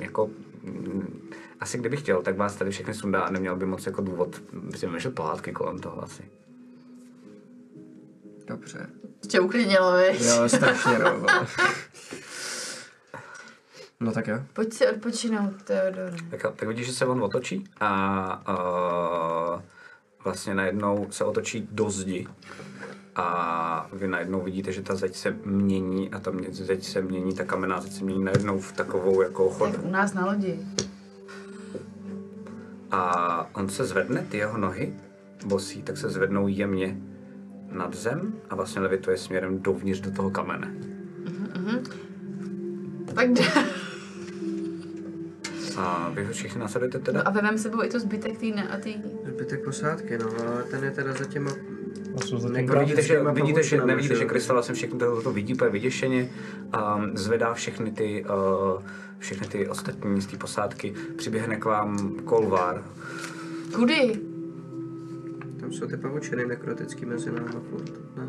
jako mm, asi kdyby chtěl, tak vás tady všechny sundá a neměl by moc jako důvod si vymýšlet pohádky kolem toho asi. Dobře. Tě uklidnilo, viď? Jo, strašně no. vole. No tak jo. Pojď si odpočinout, Teodore. Tak, tak vidíš, že se on otočí a, a vlastně najednou se otočí do zdi a vy najednou vidíte, že ta zeď se mění a ta mě- zeď se mění, ta kamenná zeď se mění najednou v takovou jako Jak chodu. u nás na lodi. A on se zvedne, ty jeho nohy bosí, tak se zvednou jemně nad zem a vlastně levituje směrem dovnitř do toho kamene. Tak jde. A vy ho všichni následujete teda? A vemem sebou i to zbytek tý ne a tý... Zbytek posádky, no, ale ten je teda za těma... No, vidíte, že, Vidíte, vidíte, že, pavučinami, nevidíte, že že jo? Krystal vlastně všechno tohle to vidí úplně vyděšeně a zvedá všechny ty, uh, všechny ty ostatní z té posádky. Přiběhne k vám kolvár. Kudy? Tam jsou ty pavučiny nekrotický mezi náma furt, ne?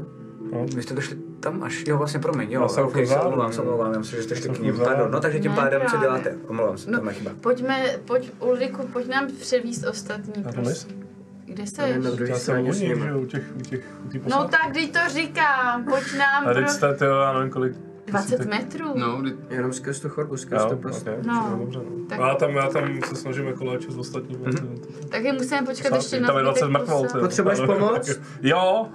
Vy jste došli tam až, jo vlastně promiň, jo, Já jsem okay, se kolvár, omlouvám, jo. se omlouvám, já myslím, že jste šli jsem k ním, kolvár. pardon, no takže tím Ne, pádem, co právě. děláte, omlouvám se, No, to je chyba. Pojďme, pojď Ulriku, pojď nám převíst ostatní, to prosím. Kde Ten je jsi? na druhé Já jsem straně u s nich, nimi. že jo, u těch, u těch, u těch No tak, když to říkám, pojď nám A teď pro jste, jo, já nevím kolik. 20 metrů. No, kdy- Jenom skrz tu chodbu, skrz to Jo, prostě. okay. No, dobře, no. tak- Tak... Já, tam, já tam se snažím jako léčit s ostatními. Mm-hmm. Taky musíme počkat ještě na tam je zbytek 20 mrtvol. posa- ty. Potřebuješ Ale- pomoc? Jo,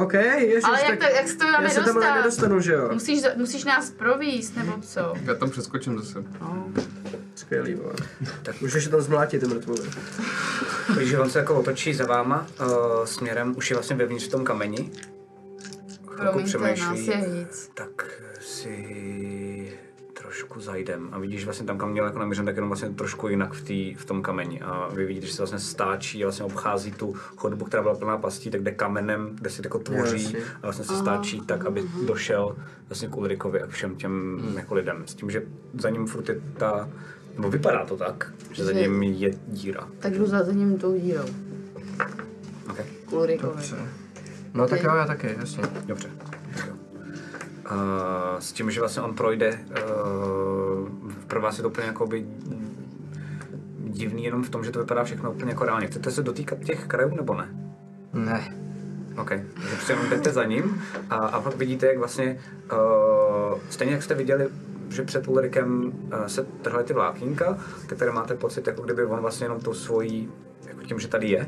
OK, ježiš, Ale jak, tak... to, jak se to Já máme se tam ale dostat? nedostanu, že jo? Musíš, za- musíš nás províst, nebo co? já tam přeskočím zase. No. Skvělý, vole. Tak můžeš je tam zmlátit, ty mrtvoly. Takže on se jako otočí za váma uh, směrem, už je vlastně vevnitř v tom kameni. Jako Chvilku Promiňte, nás přemýšlí, je víc. tak si trošku zajdem a vidíš vlastně tam, kam měl jako namířen, tak jenom vlastně trošku jinak v, tý, v tom kameni a vy vidíte, že se vlastně stáčí a vlastně obchází tu chodbu, která byla plná pastí, tak jde kamenem, kde se jako tvoří Jasně. a vlastně se stáčí tak, aby došel vlastně k Ulrikovi a k všem těm jako lidem. S tím, že za ním furt je ta, nebo vypadá to tak, že za Že- ním je díra. Tak jdu za za ním tou dírou. Okay. K Ulrikovi. No tak jo, já taky, jasně. Dobře. Tak jo. A s tím, že vlastně on projde, uh, pro vás je to úplně jakoby divný jenom v tom, že to vypadá všechno úplně jako reálně. Chcete se dotýkat těch krajů nebo ne? Ne. OK, takže prostě jenom jdete za ním a, a pak vidíte, jak vlastně, uh, stejně jak jste viděli, že před Ulrikem uh, se trhly ty vlákínka, tak tady máte pocit, jako kdyby on vlastně jenom tou svojí, jako tím, že tady je,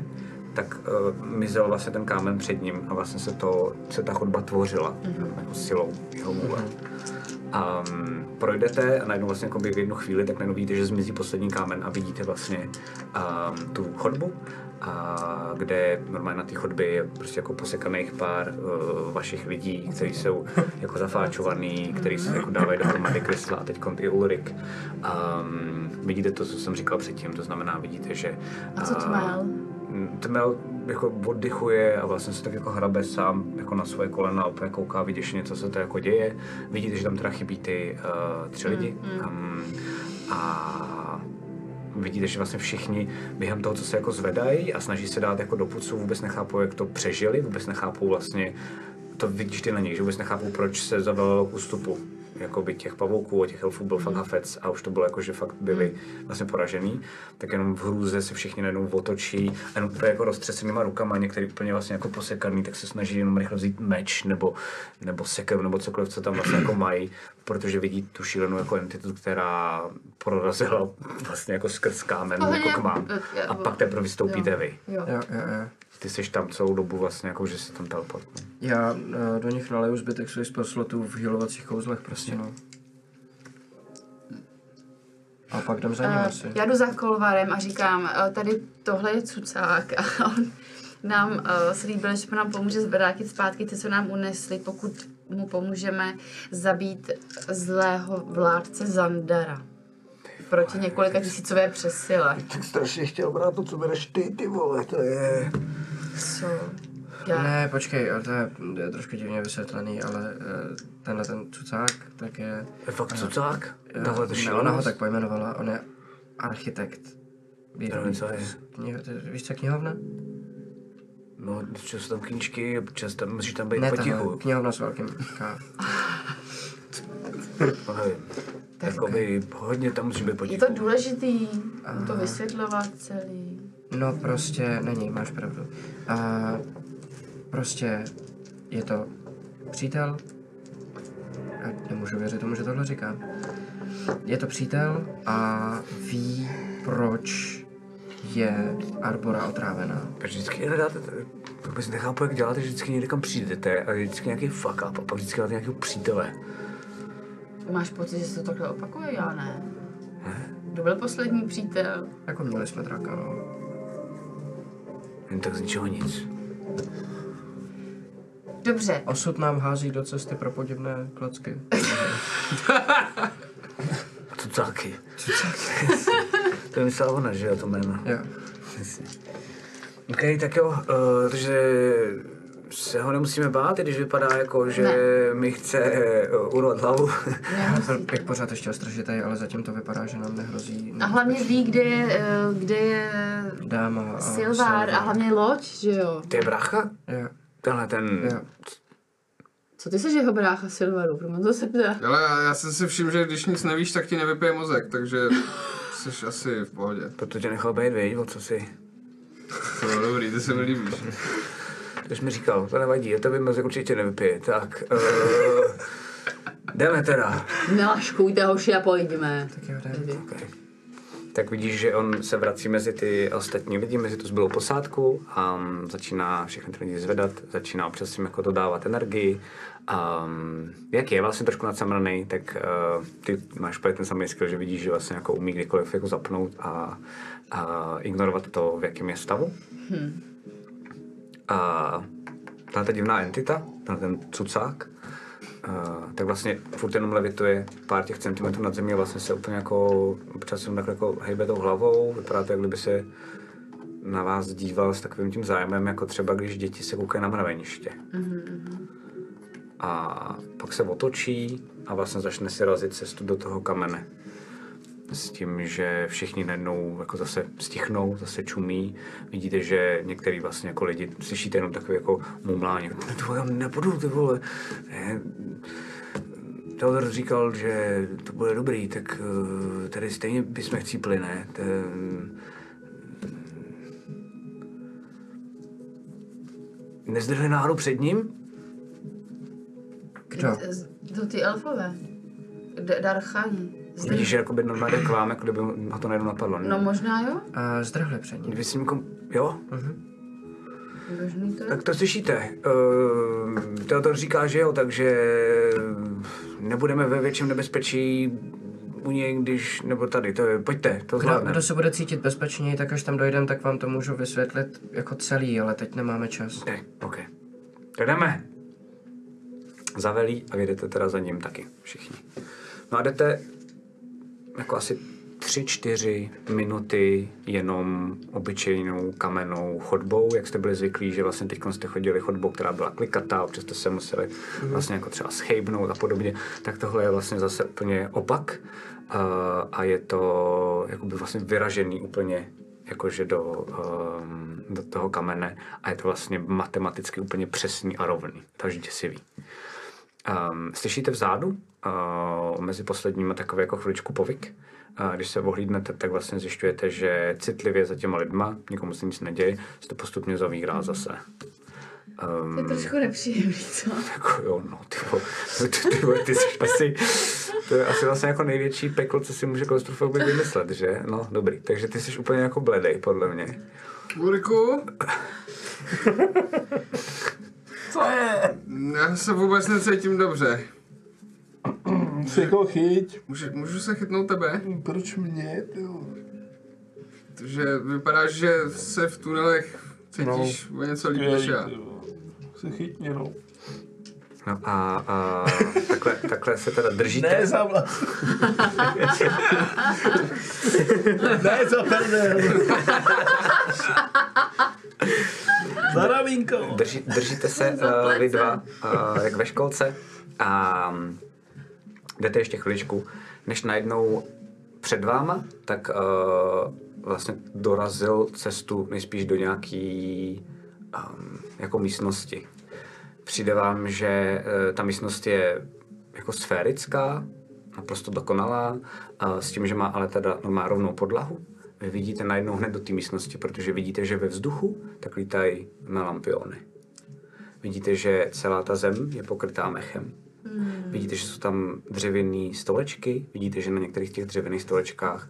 tak uh, mizel vlastně ten kámen před ním a vlastně se, to, se ta chodba tvořila mm-hmm. jako silou jeho vůle. A um, projdete a najednou vlastně jakoby v jednu chvíli, tak najednou vidíte, že zmizí poslední kámen a vidíte vlastně um, tu chodbu, a kde normálně na té chodbě je prostě jako posekaných pár uh, vašich lidí, kteří jsou jako zafáčovaný, kteří se jako dávají dohromady kresla a teď i Ulrik. Um, vidíte to, co jsem říkal předtím, to znamená, vidíte, že... A co ah, Tmel? Mm, Tmel jako oddychuje a vlastně se tak jako hrabe sám jako na svoje kolena a úplně kouká vyděšeně, co se to jako děje. Vidíte, že tam teda chybí ty uh, tři lidi. Um, a vidíte, že vlastně všichni během toho, co se jako zvedají a snaží se dát jako do pucu, vůbec nechápou, jak to přežili, vůbec nechápou vlastně, to vidíš ty na nich, že vůbec nechápou, proč se zavelelo k ústupu jakoby těch pavouků a těch elfů byl fakt hafec a už to bylo jako, že fakt byli vlastně poražený, tak jenom v hrůze se všichni najednou otočí, a jenom úplně jako roztřesenýma rukama, některý úplně vlastně jako posekaný, tak se snaží jenom rychle vzít meč nebo, nebo sekem nebo cokoliv, co tam vlastně jako mají, protože vidí tu šílenou jako entitu, která prorazila vlastně jako skrz kámen Pohodě, jako k vám. já- A pak teprve vystoupíte jo. vy. Jo. Jo, jo, jo. Ty jsi tam celou dobu vlastně jako, že se tam teleportnul. Já eh, do nich naleju zbytek svých spelslotů v healovacích kouzlech prostě, no. A pak jdem za ním Eh, asi. Já jdu za kolvarem a říkám, eh, tady tohle je cucák a on nám uh, slíbil, že nám pomůže zvrátit zpátky ty, co nám unesli, pokud mu pomůžeme zabít zlého vládce Zandara. Proti několika tisícové přesile. Tak strašně chtěl brát to, co bereš ty, ty vole, to je... Co? Já. Ne, počkej, to je, to je trošku divně vysvětlený, ale eh, tenhle ten cucák, tak je... Je fakt cucák? eh, Tahle to ne, Ona ho šílenost? tak pojmenovala, on je architekt. Nevím, co je. Kniho, to je- víš, co je knihovna? No, často jsou tam knížky, často tam, musíš tam být Ne, tahle, potichu. knihovna s velkým K. No, nevím. Jakoby jako hodně tam musí být Je potichu. to důležitý mu to vysvětlovat celý. No prostě není, máš pravdu. A prostě je to přítel. A nemůžu věřit tomu, že tohle říkám. Je to přítel a ví, proč je Arbora otrávená. Vždycky hledáte, to vůbec nechápu, jak děláte, že vždycky někde kam přijdete a je vždycky nějaký fuck up a pak vždycky máte nějakého přítele. Máš pocit, že se to takhle opakuje? Já ne. Kdo byl poslední přítel? Jako měli jsme draka, no. Jen tak z ničeho nic. Dobře, Osud nám hází do cesty pro podivné klocky. A cucáky. to je myslela ona, že jo, to jméno. Jo. OK, tak jo, uh, takže se ho nemusíme bát, i když vypadá jako, že Ne. mi chce uh, urvat hlavu. nemusíte. Bych pořád ještě ostražitý, ale zatím to vypadá, že nám nehrozí A hlavně ví, kde je, eh, kde je dáma a Silvár a hlavně loď, že jo? to je brácha? Jo, Tenhle ten... jo. Co ty seš jeho brácha Silvaru? Promiň, to se ptá. Ale já, já jsem si všiml, že když nic nevíš, tak ti nevypije mozek, takže jsi asi v pohodě. Proto tě nechal být, věď, o co si. To bylo dobrý, ty se mi líbíš. To jsi mi říkal, to nevadí, to by mozek určitě nevypije. Tak, uh, jdeme teda. Nelaškujte hoši a pojďme. Tak jo, jdem. Tak vidíš, že on se vrací mezi ty ostatní lidi, mezi tu zbylou posádku a mm, začíná všechny ty lidi zvedat, začíná občas jim jako dodávat energii. A mm, jak je vlastně trošku nacemraný, tak uh, ty máš právě ten samý skill, že vidíš, že vlastně jako umí kdykoliv jako zapnout a, a ignorovat to, v jakém je stavu. Hmm. A tahle ta divná entita, tenhle ten cucák, Uh, tak vlastně furt jenom levituje pár těch centimetrů nad zemí a vlastně se úplně jako občas jenom takhle jako hejbe tou hlavou, vypadá to, jak kdyby se na vás díval s takovým tím zájmem, jako třeba když děti se koukají na mraveniště. Mm-hmm. A pak se otočí a vlastně začne si razit cestu do toho kamene. S tím, že všichni najednou jako zase stichnou, zase čumí. Vidíte, že některý vlastně jako lidi slyšíte jenom takové jako mumlání. Ty vole, já nepůjdu, ty vole. Ne, Teodor říkal, že to bude dobrý, tak eh, tady stejně bychom chcípli, ne? mm. Ten... Nezdrhli náhodou před ním? Kdo? Jdu Eh, ty elfové. D- Darchani. Zde- Vidíš, že jakoby normálně jde k vám, jako kdyby ho to najednou napadlo. No možná jo? A zdrhli před ním. Vy s ním kom... Jo? Mhm. Možný to je. Tak to slyšíte. Uh, Teodor říká, že jo, takže ehm, nebudeme ve větším nebezpečí u něj, když... nebo tady, to je, pojďte, to Kdo, zvládneme. kdo se bude cítit bezpečněji, tak až tam dojdem, tak vám to můžu vysvětlit jako celý, ale teď nemáme čas. Ne, OK. Tak jdeme. Zavelí a vy jdete teda za ním taky, všichni. No a jdete jako asi tři, čtyři minuty jenom obyčejnou kamennou chodbou, jak jste byli zvyklí, že vlastně teď jste chodili chodbou, která byla klikatá, občas jste se museli vlastně jako třeba schejbnout a podobně, tak tohle je vlastně zase úplně opak a, a je to jakoby vlastně vyražený úplně jakože do, um, do toho kamene a je to vlastně matematicky úplně přesný a rovný, takže děsivý. Um, slyšíte vzadu uh, mezi posledními takové jako chviličku povyk. A když se ohlídnete, tak vlastně zjišťujete, že citlivě za těma lidma, nikomu se nic neděje, se to postupně zavírá zase. To je trošku nepříjemný, co? Jako jo, no, ty, vole, ty, ty, vole, ty jsi asi, to je asi vlastně jako největší peklo, co si může klaustrofobik vymyslet, že? No, dobrý, takže ty jsi úplně jako bledej, podle mě. Burku? Co je? Já se vůbec necítím dobře. Musí jako chyť. Můžu, můžu se chytnout tebe? Proč mě, tyjo? Protože vypadá, že se v tunelech cítíš o něco líp než já. Se chytně, no. No a, a takhle, takhle se teda držíte. Ne, za vlas. ne, za perne. za ramínko. linkou. Drži, držíte se Za uh, vy plece. dva uh, jak ve školce a mm, jdete ještě chviličku, než najednou před váma, tak uh, vlastně dorazil cestu nejspíš do nějaký um, jako místnosti. Přijde vám, že uh, ta místnost je jako sférická, naprosto dokonalá, uh, s tím, že má ale teda no, má rovnou podlahu. Vy vidíte najednou hned do té místnosti, protože vidíte, že ve vzduchu tak lítají na lampiony. Vidíte, že celá ta zem je pokrytá mechem. Mm. Vidíte, že jsou tam dřevěné stolečky, vidíte, že na některých těch dřevěných stolečkách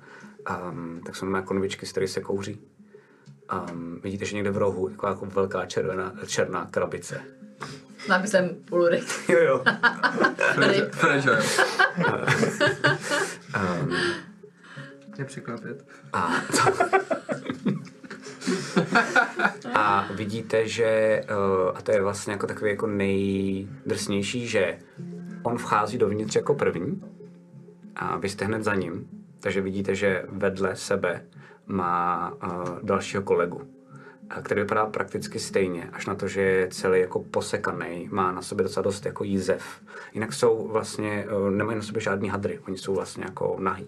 um, tak jsou má konvičky, z kterých se kouří. Um, vidíte, že někde v rohu je taková jako velká červená, černá krabice. S nápisem Ulrik. Jo, jo. Ryb. Treasure. Um, Nepřekvapit. A, a vidíte, že, eh, a to je vlastně jako takový jako nejdrsnější, že on vchází dovnitř jako první a vy jste hned za ním. Takže vidíte, že vedle sebe má eh, dalšího kolegu, eh, který vypadá prakticky stejně, až na to, že je celý jako posekaný, má na sobě docela dost jako jízev. Jinak jsou vlastně, eh, nemají na sobě žádný hadry, oni jsou vlastně jako nahý.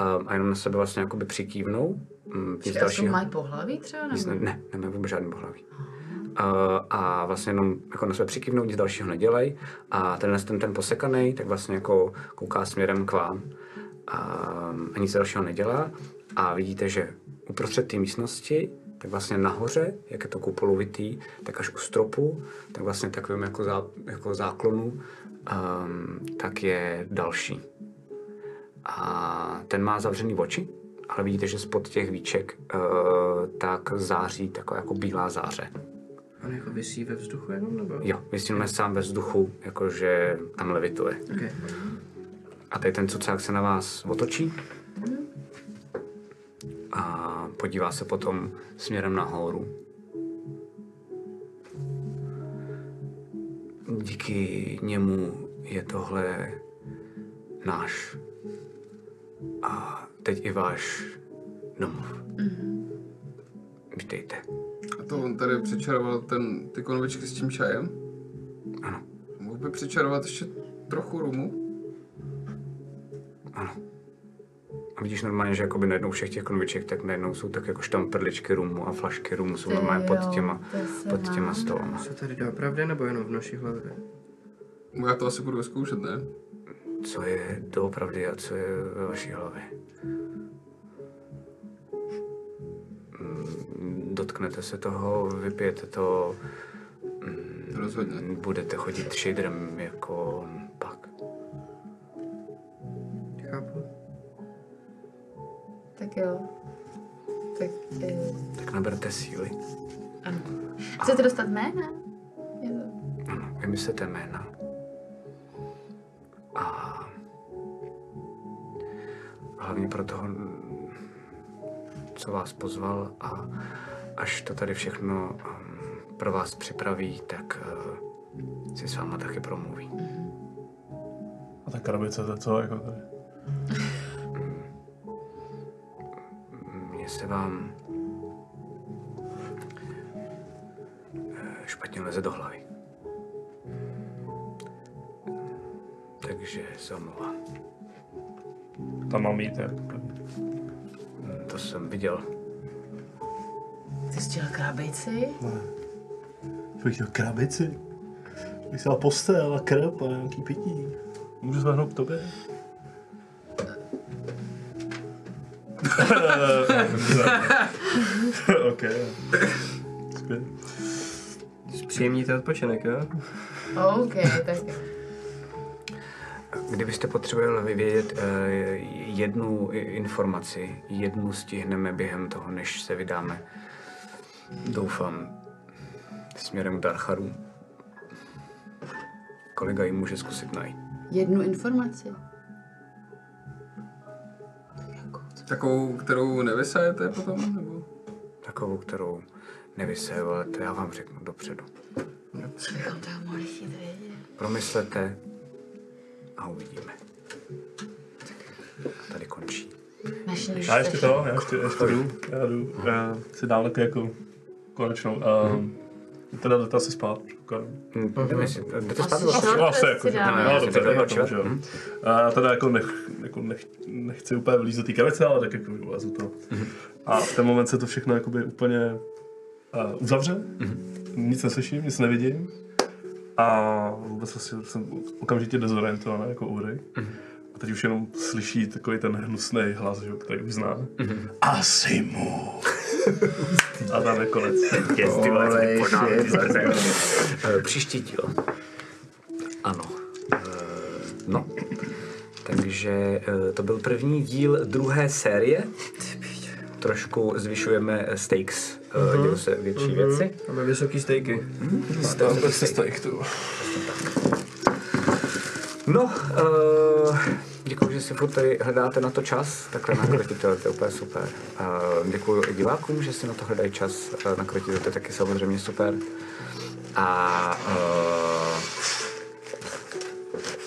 Um, a jenom na sebe vlastně jakoby přikývnou. Um, nic Já jsem dalšího. mají pohlaví třeba? Nic ne, Nebo? ne, nemají vůbec žádný pohlaví. Uh, a vlastně jenom jako na sebe přikývnou, nic dalšího nedělej. A tenhle ten, ten posekaný, tak vlastně jako kouká směrem k vám. Um, a nic dalšího nedělá. A vidíte, že uprostřed té místnosti, tak vlastně nahoře, jak je to kupolovitý, tak až u stropu, tak vlastně takovým jako, zá, jako záklonu, um, tak je další. A ten má zavřený oči, ale vidíte, že spod těch víček uh, tak září taková jako bílá záře. On jako vysí ve vzduchu jenom, nebo? Jo, vysílíme sám ve vzduchu, jakože tam levituje. Okay. A tady ten cucák se na vás otočí a podívá se potom směrem nahoru. Díky němu je tohle náš a teď i váš domov. Mhm. Vítejte. A to on tady přečaroval ten, ty konvičky s tím čajem? Ano. Mohl by přečarovat ještě trochu rumu? A vidíš normálně, že jakoby najednou všech těch konviček, tak najednou jsou tak jako štamprličky rumu a flašky rumu jsou Ty normálně jo, pod těma, to se pod těma mám. stolama. Co tady doopravdy, nebo jenom v naší hlavě? No Já to asi budu zkoušet, ne? Co je doopravdy a co je ve vaší hlavě? Mm, Dotknete se toho, vypijete to, mm, Rozhodně. budete chodit šejdrem jako pak. Chápu. Tak jo. Tak eh, Tak naberte síly. ano. Chcete dostat jména? Je to- Ano, vymyslete jména. A hlavně pro toho, co vás pozval a až to tady všechno ehm, pro vás připraví, tak eh, si s váma taky promluví. A ta krabice, to co, jako tady. Mně se vám eh, špatně leze do hlavy. Takže se omlouvám. Tam mám jít, jak. To jsem viděl. Ty jsi chtěl krabici? Bych chtěl krabici. Bych chtěl postel a krb a nějaký pití. Můžu zvednout k tobě? ok. Skvělé. Zpříjemníte odpočinek, jo? No. OK, tak jo. Kdybyste potřeboval vyvědět eh, jednu i- informaci, jednu stihneme během toho, než se vydáme. Doufám. Směrem k Darcharu. Kolega ji může zkusit najít. Jednu informaci. Takovou, kterou nevysajete potom, nebo? Takovou, kterou nevyseju, ale to já vám řeknu dopředu. Co bychom toho mohli chtít vědět? Promyslete a uvidíme. A tady končí. Naši Já ještě to, já ještě, ještě jdu, já jdu, já si dám taky jako konečnou. Um, Teda jdete asi spát, předpokládám. Mhm. Jdeme si, jdete spát? Asi nebo- šel, Já se prostě jako, že, dáme. no, dobře, tak Očiva. to že jo. A teda jako, nech, jako nech, nechci úplně vlíz do té kavice, ale tak jako ulezu to. Mhm. A v ten moment se to všechno jakoby úplně uh, uzavře. Mhm. Nic neslyším, nic nevidím. A vůbec asi jsem okamžitě dezorientovaný jako úry. Mhm. A teď už jenom slyší takový ten hnusný hlas, že, jo, který už zná. Mhm. Asi mu. A tam je konec. Yes, ty vole, ty podám, ty zrde. Eh, Příští díl. Ano. Eh, No. Takže eh, to byl první díl druhé série. Trošku zvyšujeme eh, stakes, eh, dějou se větší věci. Máme vysoký stejky. No, uh, děkuji, že si furt tady hledáte na to čas, takhle na krotitele, to je úplně super. Uh, děkuji i divákům, že si na to hledají čas, uh, na krotitele, to je taky samozřejmě super. A uh,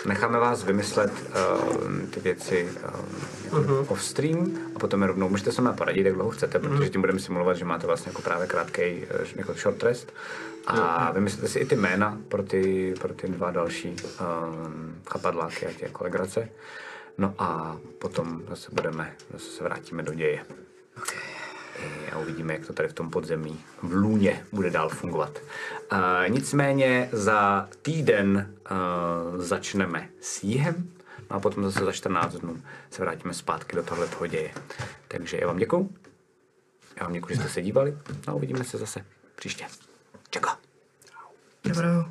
necháme vás vymyslet uh, ty věci uh, uh-huh. off-stream a potom je rovnou můžete se mnou poradit, jak dlouho chcete, uh-huh. protože tím budeme simulovat, že máte vlastně jako právě krátký eh, jako short rest. A vymyslete si i ty jména pro ty, pro ty dva další um, chapadláky a ty jako legrace. No a potom zase budeme, zase se vrátíme do děje. Eh, a uvidíme, jak to tady v tom podzemí v Lůně bude dál fungovat. Uh, nicméně za týden uh, začneme s jihem no a potom zase za 14 dnů se vrátíme zpátky do tohoto děje. Takže já vám děkuju. Já vám děkuju, že jste se dívali No a uvidíme se zase příště. Čekám. Dobrou.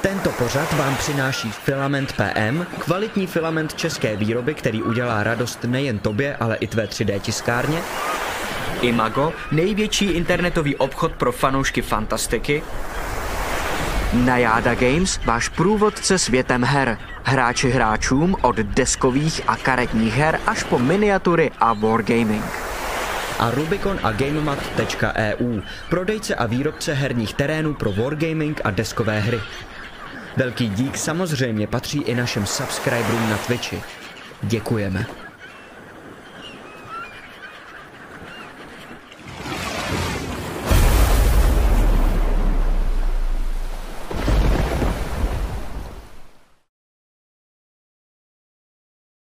Tento pořad vám přináší Filament PM, kvalitní filament české výroby, který udělá radost nejen tobě, ale i tvé 3D tiskárně. Imago, největší internetový obchod pro fanoušky fantastiky. Najáda Games, váš průvodce světem her. Hráči hráčům od deskových a karetních her až po miniatury a wargaming. A Rubicon a Gamemat.eu, prodejce a výrobce herních terénů pro wargaming a deskové hry. Velký dík samozřejmě patří i našim subscriberům na Twitchi. Děkujeme.